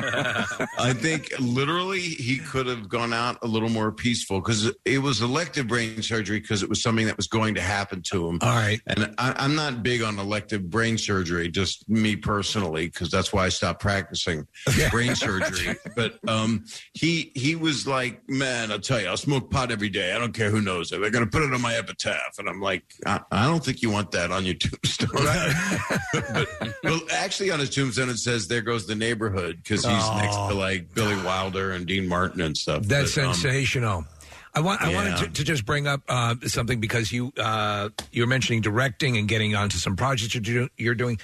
S27: I think literally he could have gone out a little more peaceful because it was elective brain surgery because it was something that was going to happen to him.
S6: All right.
S27: And I, I'm not big on elective brain surgery, just me personally, because that's why I stopped practicing brain surgery. But um, he he was like, man, I'll tell you, I'll smoke pot every day. I don't care who knows it. They're going to put it on my epitaph, and I'm like, I, I don't think you want that on your tombstone. Well, actually, on his tombstone it says "There goes the neighborhood" because he's
S6: Oh.
S27: next to like Billy Wilder and Dean Martin and stuff.
S6: That's
S27: But, um,
S6: sensational. I want. I wanted
S27: Yeah.
S6: to, to just bring up uh, something because you uh, you were mentioning directing and getting onto some projects you're, do, you're doing.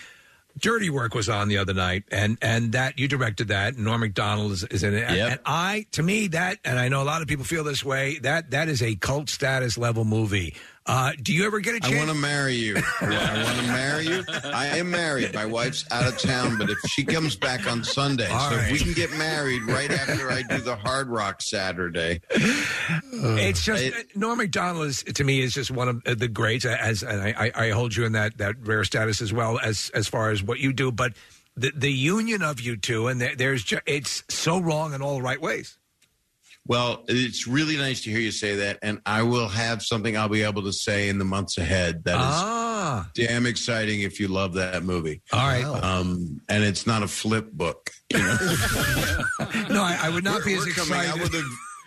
S6: Dirty Work was on the other night, and and that you directed that. Norm Macdonald is, is in it,
S11: Yep.
S6: and I to me that, and I know a lot of people feel this way. That that is a cult status level movie. Uh, do you ever get a chance?
S27: I want to marry you. I want to marry you. I am married. My wife's out of town, but if she comes back on Sunday,
S6: All
S27: so
S6: right.
S27: if we can get married right after I do the Hard Rock Saturday. Uh,
S6: it's just uh, Norm Macdonald is to me is just one of uh, the greats. As and I, I, I hold you in that that rare status as well as as far as what you do, but the, the union of you two, and there, there's ju- it's so wrong in all the right ways.
S27: Well, it's really nice to hear you say that, and I will have something I'll be able to say in the months ahead. That is
S6: Ah.
S27: damn exciting if you love that movie.
S6: All right,
S27: um, and it's not a flip book.
S6: no, I, I would not
S27: We're-
S6: be as
S27: we're coming out
S6: excited.
S27: with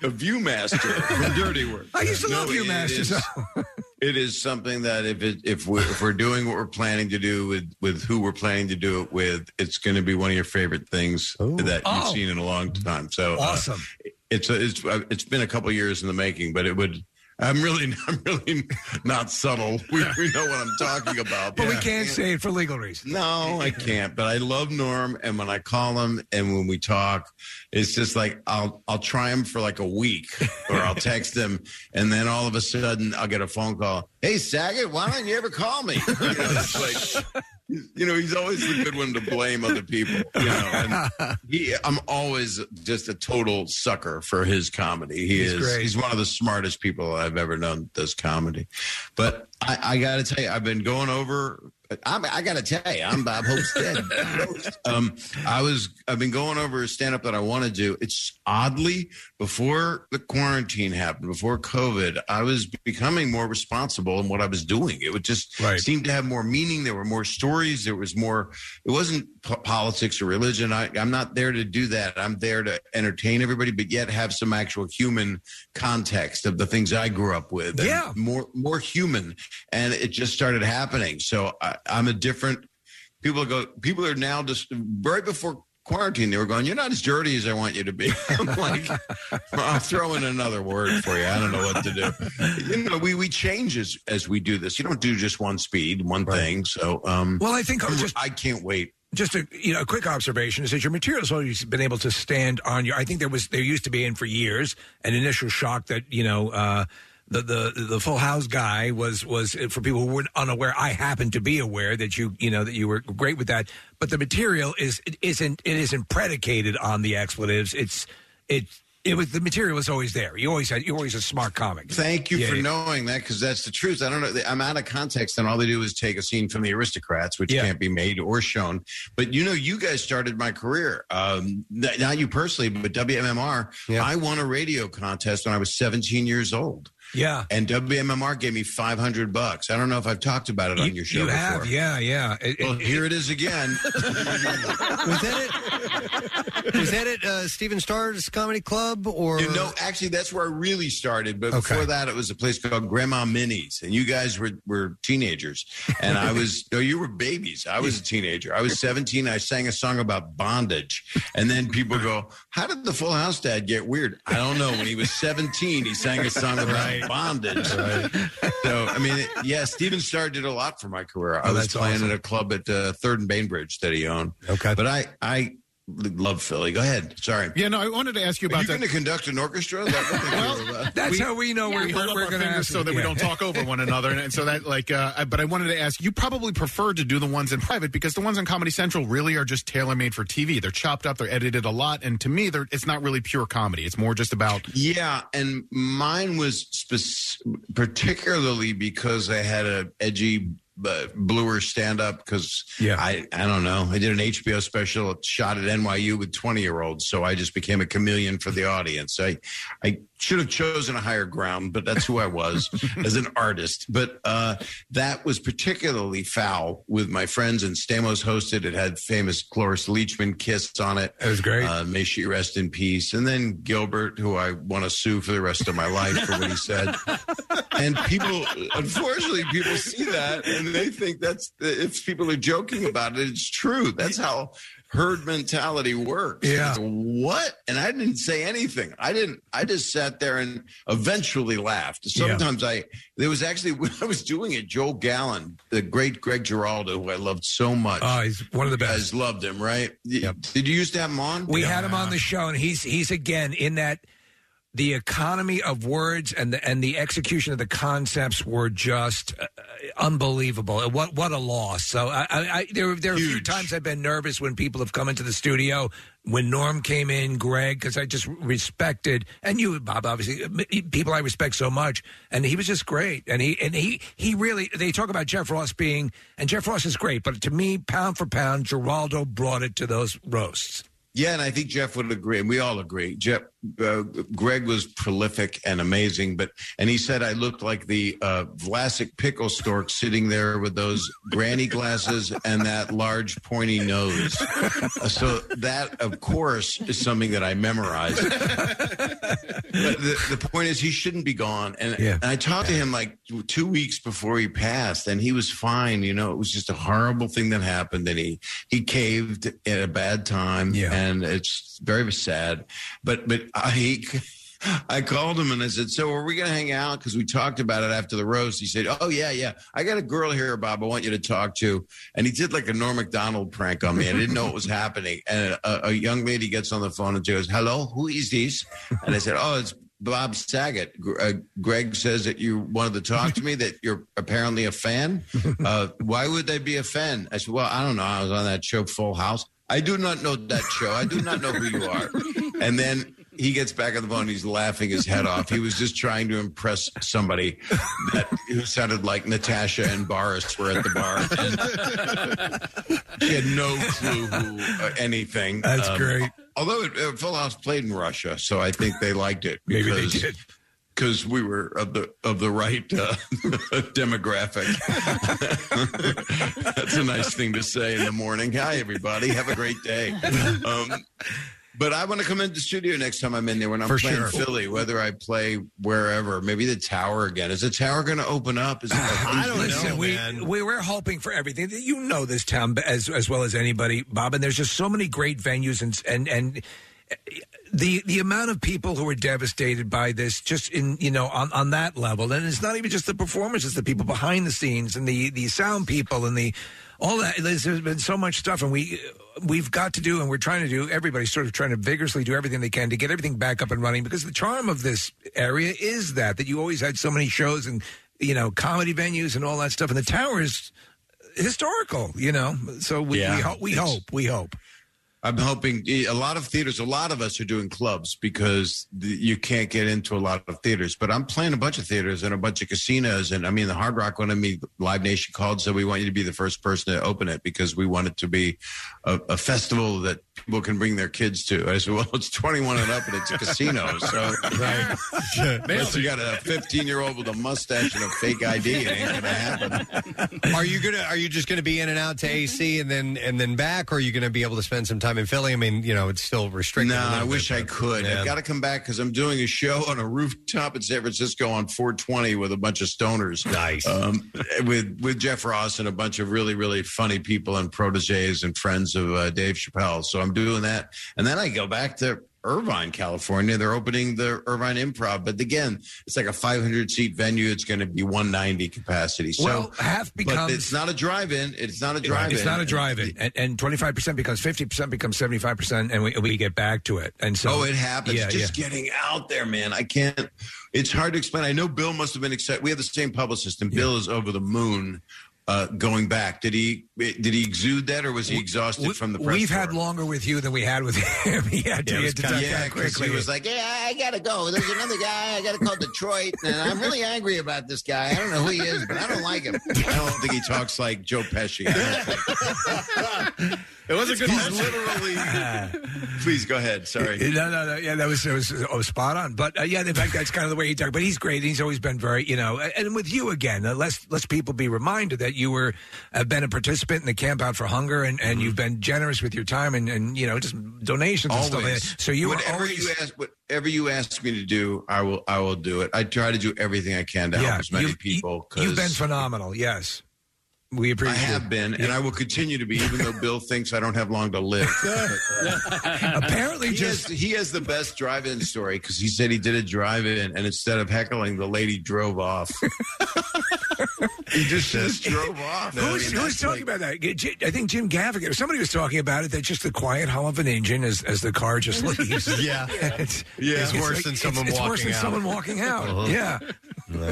S27: a, a Viewmaster from Dirty Work.
S6: I used to love Viewmasters.
S27: It is, it is something that if it, if we're if we're doing what we're planning to do with with who we're planning to do it with, it's going to be one of your favorite things that you've
S6: Oh.
S27: seen in a long time. So uh,
S6: Awesome.
S27: it's a, it's uh, it's been a couple years in the making, but it would. I'm really, I'm really not subtle. We, we know what I'm talking about,
S6: but we
S27: Yeah.
S6: can't say it for legal reasons.
S27: No, I can't. But I love Norm, and when I call him and when we talk, it's just like I'll I'll try him for like a week, or I'll text him, and then all of a sudden I'll get a phone call. Hey Saget, why don't you ever call me? You know, it's like, you know, he's always the good one to blame other people. You know, and he, I'm always just a total sucker for his comedy. He
S6: He's
S27: is.
S6: great.
S27: He's one of the smartest people I've ever known. that Does comedy, but I, I got to tell you, I've been going over. I'm, I got to tell you, I'm Bob Hopestead. um, I was. I've been going over a stand up that I want to do. It's oddly before the quarantine happened, before COVID, I was becoming more responsible in what I was doing. It would just seem to have more meaning. There were more stories. There was more. It wasn't po- politics or religion. I, I'm not there to do that. I'm there to entertain everybody, but yet have some actual human context of the things I grew up with. and
S6: Yeah.
S27: more more human, and it just started happening. So I, I'm a different people go people are now just right before quarantine they were going you're not as dirty as i want you to be i'm like i'm throwing another word for you i don't know what to do you know we we change as as we do this you don't do just one speed one thing so um
S6: well i think
S27: i i can't wait
S6: just a you know a quick observation is that your material's always been able to stand on your. I think there was there used to be in for years an initial shock that you know uh, the the the Full House guy was was uh, for people who weren't unaware. I happen to be aware that you you know that you were great with that, but the material is it isn't it isn't predicated on the expletives. It's it it was the material was always there. You always had you are always a smart comic.
S27: Thank you
S6: Yeah,
S27: for
S6: yeah.
S27: knowing that because that's the truth. I don't know. I'm out of context, and all they do is take a scene from The Aristocrats, which can't be made or shown. But you know, you guys started my career. Um, n- not you personally, but WMMR. I won a radio contest when I was 17 years old.
S6: Yeah.
S27: And WMMR gave me 500 bucks. I don't know if I've talked about it on your show
S6: You
S27: before.
S6: have, yeah, yeah. It-
S27: Well, here it is again.
S10: was that it? Was that it? Uh, Steven Starr's comedy club, or
S27: You know, actually, that's where I really started. But before that, it was a place called Grandma Minnie's, and you guys were, were teenagers, and I was no, you were babies. I was a teenager. I was seventeen. I sang a song about bondage, and then people go, "How did the Full House dad get weird?" I don't know. When he was seventeen, he sang a song about
S6: Right.
S27: bondage. So, I mean, it- yeah, Steven Starr did a lot for my career. I
S6: Oh,
S27: was
S6: that's
S27: playing
S6: awesome.
S27: at a club at uh, Third and Bainbridge that he owned. Okay, but I I love Philly. Go ahead. Sorry.
S23: Yeah, no, I wanted to ask you
S27: Are
S23: about
S27: you
S23: that.
S27: going to conduct an orchestra? well,
S6: that's how we know we're- we're- we're gonna ask
S23: so that we
S6: you.
S23: don't talk over one another, and, and so that like. Uh, I- but I wanted to ask you probably prefer to do the ones in private because the ones on Comedy Central really are just tailor made for TV. They're chopped up, they're edited a lot, and to me, they're it's not really pure comedy. It's more just about
S27: Yeah, and mine was spec- particularly because I had a edgy uh, bluer stand up because yeah. I I don't know I did an HBO special shot at NYU with twenty year olds so I just became a chameleon for the audience I I should have chosen a higher ground but that's who I was as an artist but uh, that was particularly foul with my friends and Stamos hosted it had famous Cloris Leachman kiss on it
S6: It was great.
S27: uh, may she rest in peace. And then Gilbert, who I want to sue for the rest of my life for what he said. and people, unfortunately, people see that and they think that's if people are joking about it, it's true. That's how herd mentality works.
S6: Yeah.
S27: It's, what? And I didn't say anything. I didn't. I just sat there and eventually laughed. Sometimes I there was actually when I was doing it, Joel Gallen, the great Greg Giraldo, who I loved so much.
S6: Oh, he's one of the
S27: You guys loved him, right? Did you used to have him on?
S6: We had him on the show, and he's he's again in that the economy of words and the and the execution of the concepts were just uh, unbelievable. And What what a loss! So I, I, I there there are a few times I've been nervous when people have come into the studio. When Norm came in, Greg, because I just respected and you, Bob, obviously uh, m- people I respect so much, and he was just great. And he and he he really they talk about Jeff Ross being and Jeff Ross is great, but to me, pound for pound, Geraldo brought it to those roasts.
S27: Yeah, and I think Jeff would agree, and we all agree. Jeff, uh, Greg was prolific and amazing, but and he said I looked like the uh, Vlasic pickle stork sitting there with those granny glasses and that large pointy nose. So that, of course, is something that I memorized. but the, the point is, he shouldn't be gone. And,
S6: Yeah.
S27: and I talked to him like two weeks before he passed, and he was fine. You know, it was just a horrible thing that happened, and he he caved at a bad time, and it's very sad. But but I, he. I called him and I said, "So are we going to hang out?" Because we talked about it after the roast. He said, "Oh yeah, yeah. I got a girl here, Bob. I want you to talk to." And he did like a Norm Macdonald prank on me. I didn't know what was happening. And a, a young lady gets on the phone and she goes, "Hello, who is this?" And I said, "Oh, it's Bob Saget. Gr- Uh, Greg says that you wanted to talk to me. That you're apparently a fan. Uh, why would they be a fan?" I said, "Well, I don't know. I was on that show, Full House. I do not know that show. I do not know who you are." And then he gets back on the phone. He's laughing his head off. He was just trying to impress somebody that who sounded like Natasha and Boris were at the bar. And she had no clue who uh, anything.
S6: That's great.
S27: Although it, uh, Full House played in Russia, so I think they liked it.
S6: Maybe they
S27: did. Because we were of the of the right uh, demographic. That's a nice thing to say in the morning. Hi, everybody. Have a great day. Um, but I want to come into the studio next time I'm in there when I'm
S10: For
S27: playing
S10: sure.
S27: Philly, whether I play wherever, maybe the Tower again. Is the Tower going to open up? Is it I
S6: Listen, we, we we're hoping for everything. You know this town as as well as anybody, Bob. And there's just so many great venues and and and the the amount of people who are devastated by this, just in you know on on that level. And it's not even just the performers; it's the people behind the scenes and the the sound people and the all that. There's, there's been so much stuff, and we. We've got to do, and we're trying to do. Everybody's sort of trying to vigorously do everything they can to get everything back up and running. Because the charm of this area is that that you always had so many shows and you know, comedy venues and all that stuff. And the tower is historical, you know. So we
S27: Yeah.
S6: we, ho- we
S27: It's-
S6: hope we hope.
S27: I'm hoping eh, a lot of theaters, a lot of us are doing clubs because the, you can't get into a lot of theaters. But I'm playing a bunch of theaters and a bunch of casinos. And I mean, the Hard Rock wanted me, Live Nation called, so we want you to be the first person to open it because we want it to be a, a festival that people can bring their kids to. I said, well, it's 21 and up and it's a casino. So right. unless you got a 15 year old with a mustache and a fake ID, it ain't going to happen.
S3: Are you gonna? Are you just gonna be in and out to
S27: Mm-hmm.
S3: AC and then and then back? Or are you gonna be able to spend some time in Philly? I mean, you know, it's still restricted.
S27: No, I wish I could.
S3: Yeah.
S27: I've got to come back because I'm doing a show on a rooftop in San Francisco on 420 with a bunch of stoners. Nice. Um, with with Jeff Ross and a bunch of really really funny people and proteges and friends of uh, Dave Chappelle. So I'm doing that, and then I go back to. Irvine, California. They're opening the Irvine Improv, but again, it's like a 500 seat venue. It's going to be 190 capacity. So
S6: well, half
S27: but
S6: becomes
S27: it's not a drive-in. It's not a drive-in.
S6: It's not a drive-in, and and twenty five percent becomes fifty percent becomes seventy five percent, and we we get back to it. And so
S27: oh, it happens.
S6: Yeah,
S27: just
S6: yeah.
S27: getting out there, man. I can't. It's hard to explain. I know Bill must have been excited. We have the same publicist, and Bill is over the moon uh, going back. Did he? Did he exude that, or was he exhausted from the? Press
S6: We've
S27: tour?
S6: had longer with you than we had with him. he had to,
S27: Yeah, it was
S6: he had to
S27: kinda-
S6: duck
S27: yeah,
S6: out
S27: 'cause he
S6: quickly.
S27: was like, yeah, I gotta go. There's another guy. I gotta call Detroit, and I'm really angry about this guy. I don't know who he is, but I don't like him. I don't think he talks like Joe Pesci. it was a good. He's literally. Please go ahead. Sorry.
S6: No, no, no. Yeah, that was, that was oh, spot on. But uh, yeah, in fact, that's kind of the way he talked. But he's great. He's always been very, you know. And with you again, uh, let's let's people be reminded that you were have been a participant in the Camp Out for Hunger, and, and you've been generous with your time and, and you know just donations and stuff. Like
S27: Always.
S6: that. So you were
S27: whatever
S6: always
S27: you ask, whatever you ask me to do, I will. I will do it. I try to do everything I can to
S6: Yeah,
S27: help as many
S6: you've-
S27: people. 'cause-
S6: you've been phenomenal. Yes. We appreciate.
S27: I have been, and I will continue to be, even though Bill thinks I don't have long to live.
S6: Apparently,
S27: he just has, he has the best drive-in story because he said he did a drive-in, and instead of heckling, the lady drove off. he just says drove off.
S6: who's who's talking about that? J- I think Jim Gaffigan or somebody was talking about it. That just the quiet hum of an engine as, as the car just leaves.
S27: Yeah.
S6: it's,
S27: Yeah, it's worse than
S6: it's-
S27: someone
S6: it's worse
S27: walking
S6: than
S27: out.
S6: someone walking out.
S27: Uh-huh.
S6: Yeah,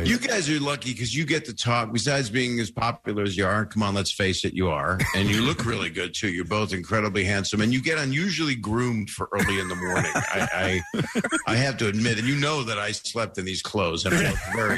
S27: You guys are lucky because you get to talk. Besides being as popular as you are, come on, let's face it, you are, and you look really good too. You're both incredibly handsome, and you get unusually groomed for early in the morning. I, I, I have to admit, and you know that I slept in these clothes, and I look very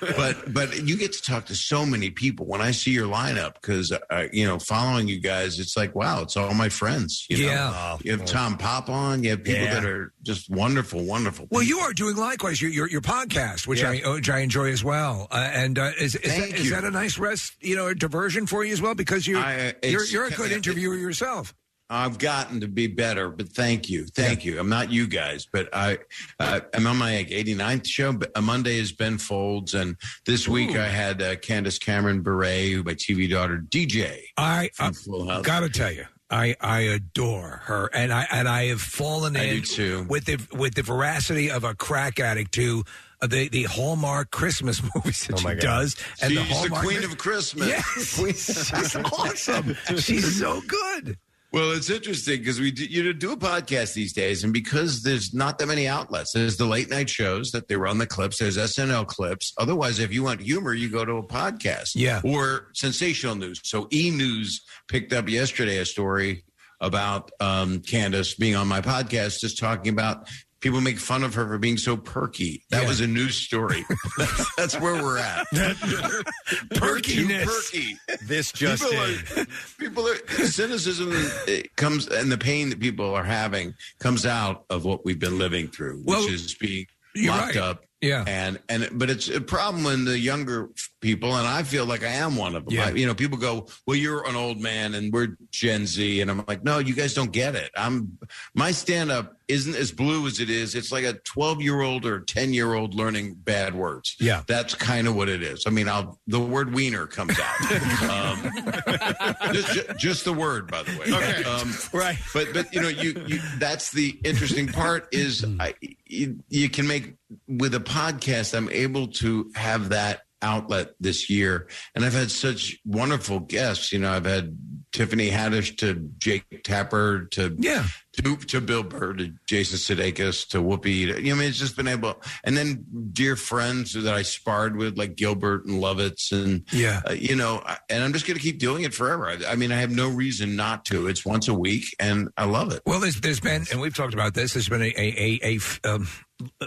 S27: groomed. but but you get to talk to so many people when I see your lineup because uh, you know following you guys, it's like wow, it's all my friends. You
S6: Yeah.
S27: know? you have Tom Pop on, you have people
S6: Yeah.
S27: that are just wonderful, wonderful.
S6: Well, you are doing likewise. Your your, your podcast, which
S27: Yeah.
S6: I oh, which I enjoy as well, uh, and uh, is is that,
S27: Thank
S6: is
S27: you.
S6: that a nice rest, you know, a diversion for you as well? Because you
S27: I- uh, it's-
S6: you're you're a good interviewer yourself.
S27: I've gotten to be better, but thank you, thank you. I'm not you guys, but I, I I'm on my like, 89th show. But uh, Monday is Ben Folds, and this week I had uh, Candace Cameron Bure, who my TV daughter DJ.
S6: I, uh,
S27: I
S6: gotta tell you, I I adore her, and I and I have fallen
S27: I do
S6: in
S27: too.
S6: with the with the veracity of a crack addict to uh, the the Hallmark Christmas movies that she does, and the
S27: She's the,
S6: Hallmark
S27: queen of Christmas.
S6: Yes, she's awesome. She's so good.
S27: Well, it's interesting because we do, you do a podcast these days, and because there's not that many outlets, there's the late night shows that they run the clips. There's SNL clips. Otherwise, if you want humor, you go to a podcast.
S6: Yeah.
S27: or sensational news. So E News picked up yesterday a story about um, Candace being on my podcast, just talking about. People make fun of her for being so perky. That was a news story. that's, that's where we're at.
S6: Perkiness.
S27: Perky.
S3: This just
S27: people Are, people are cynicism it comes and the pain that people are having comes out of what we've been living through,
S6: Well,
S27: which is being
S6: you're
S27: locked
S6: right.
S27: up.
S6: Yeah.
S27: And and but it's a problem when the younger people and I feel like I am one of them.
S6: Yeah.
S27: I- you know, people go, "Well, you're an old man and we're Gen Z," and I'm like, "No, you guys don't get it. I'm my stand up isn't as blue as it is. It's like a 12 year old or 10 year old learning bad words.
S6: Yeah,
S27: that's kind of what it is. I mean, I'll the word wiener comes out. um, just, ju- just the word, by the way.
S6: Okay.
S27: Um,
S6: right.
S27: But but you know you, you that's the interesting part is I you, you can make with a podcast. I'm able to have that outlet this year, and I've had such wonderful guests. You know, I've had Tiffany Haddish to Jake Tapper to
S6: yeah
S27: to, to Bill Burr to Jason Sudeikis to Whoopi. To, you know, I mean, it's just been able. And then dear friends that I sparred with, like Gilbert and Lovitz, and
S6: Yeah.
S27: uh, you know, I- and I'm just going to keep doing it forever. I, I mean, I have no reason not to. It's once a week, and I love it.
S6: Well, there's there's been, and we've talked about this. There's been a a, a, a f- um,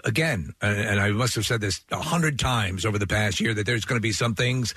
S6: again, and, and I must have said this a hundred times over the past year that there's going to be some things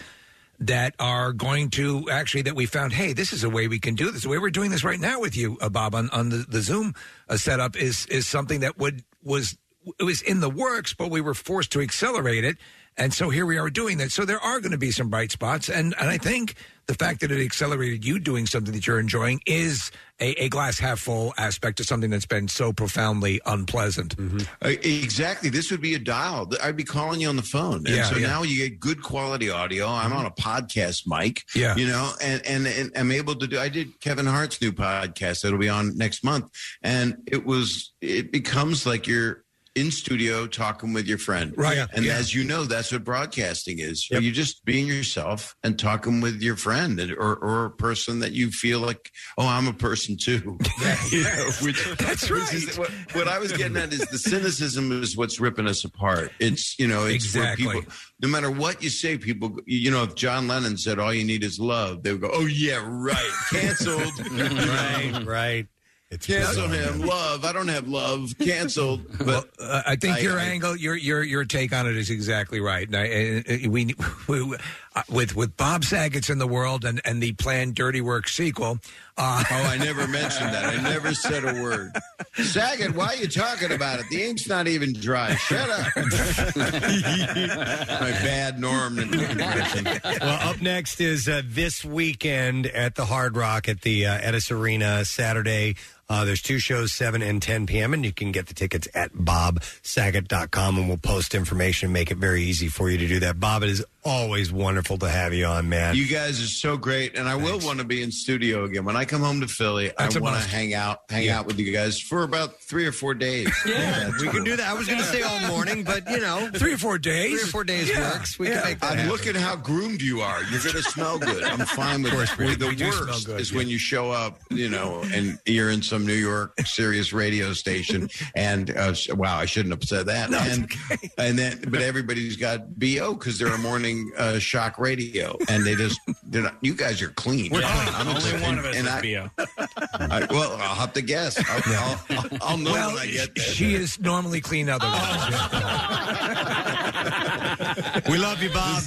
S6: that are going to actually that we found. Hey, this is a way we can do this. The way we're doing this right now with you, uh, Bob, on on the, the Zoom uh, setup is is something that would was it was in the works, but we were forced to accelerate it. And so here we are doing that. So there are going to be some bright spots. And, and I think the fact that it accelerated you doing something that you're enjoying is a, a glass half full aspect of something that's been so profoundly unpleasant.
S27: Uh, Exactly. This would be a dial. I'd be calling you on the phone. And
S6: Yeah,
S27: so
S6: yeah. Mm-hmm.
S27: now you get good quality audio. I'm on a podcast mic.
S6: Yeah.
S27: You know, and, and and I'm able to do I did Kevin Hart's new podcast that'll be on next month. And it was it becomes like you're in studio talking with your friend.
S6: Right. Yeah.
S27: And
S6: Yeah.
S27: as you know, that's what broadcasting is. You're just being yourself and talking with your friend and- or, or a person that you feel like, oh, I'm a person too. You know, which,
S6: That's
S27: which is
S6: right.
S27: what, what I was getting at is the cynicism is what's ripping us apart. It's you know it's
S6: Exactly.
S27: where people no matter what you say, people you know if John Lennon said all you need is love, they would go oh yeah right canceled
S3: right right it's
S27: cancel
S3: bizarre,
S27: him
S3: man.
S27: love I don't have love canceled but
S6: uh, I think
S27: I-
S6: your
S27: I-
S6: angle, your your your take on it is exactly right. And I, and we, we uh, with with Bob Saget's in the world and and the planned Dirty Work sequel. Uh,
S27: oh I never mentioned that I never said a word Saget why are you talking about it the ink's not even dry shut up my bad Norm impression
S3: well, up next is uh, this weekend at the Hard Rock at the uh, Edis Arena Saturday. Uh, there's two shows, 7 and 10 p.m., and you can get the tickets at bobsaget.com, and we'll post information and make it very easy for you to do that. Bob, it is always wonderful to have you on, man.
S27: You guys are so great, and I will want to be in studio again when I come home to Philly.
S3: That's
S27: I
S3: a
S27: want to
S3: must.
S27: hang out, hang
S3: Yeah.
S27: out with you guys for about three or four days.
S3: Yeah, we can do that. I was going to say all morning, but you know,
S6: three or four days,
S3: three or four days works. We can make that
S27: I'm
S3: happen.
S27: looking how groomed you are. You're going to smell good. I'm fine with
S3: Of course, we-
S27: it. The
S3: we do smell
S27: worst
S3: good,
S27: is
S3: yeah.
S27: when you show up, you know, and you're in some New York serious radio station, and uh, sh- wow, I shouldn't have said that. and and then, but everybody's got bo because they're a morning uh, shock radio, and they just they're not. You guys are clean.
S19: We're
S27: I'm
S19: clean. Only
S27: excited.
S19: one of us
S27: And
S19: is
S27: I-
S19: BO.
S27: I- well, I'll have to guess. I'll, I'll, I'll, I'll know
S6: well,
S27: when I get there.
S6: she is normally clean otherwise.
S3: we love you, Bob.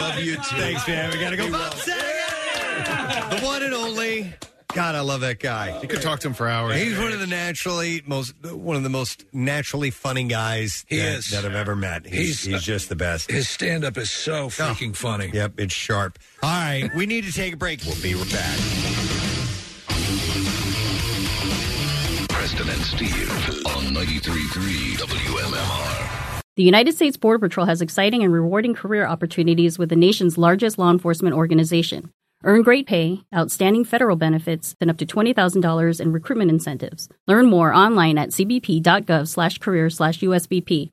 S27: love you too.
S3: Thanks, man. We got to go. Bob Saget! The one and only. God, I love that guy. You
S30: could talk to him for hours.
S3: He's one of the naturally most one of the most naturally funny guys
S6: He
S3: that,
S6: is.
S3: that I've ever met. He's,
S6: He's-
S3: he's just the best.
S6: His stand up is so freaking funny.
S3: Yep, it's sharp. All right, we need to take a break. We'll be back.
S31: Preston and Steve on 93.3 WMMR.
S32: The United States Border Patrol has exciting and rewarding career opportunities with the nation's largest law enforcement organization. Earn great pay, outstanding federal benefits, and up to $20,000 in recruitment incentives. Learn more online at cbp.gov slash career slash USBP.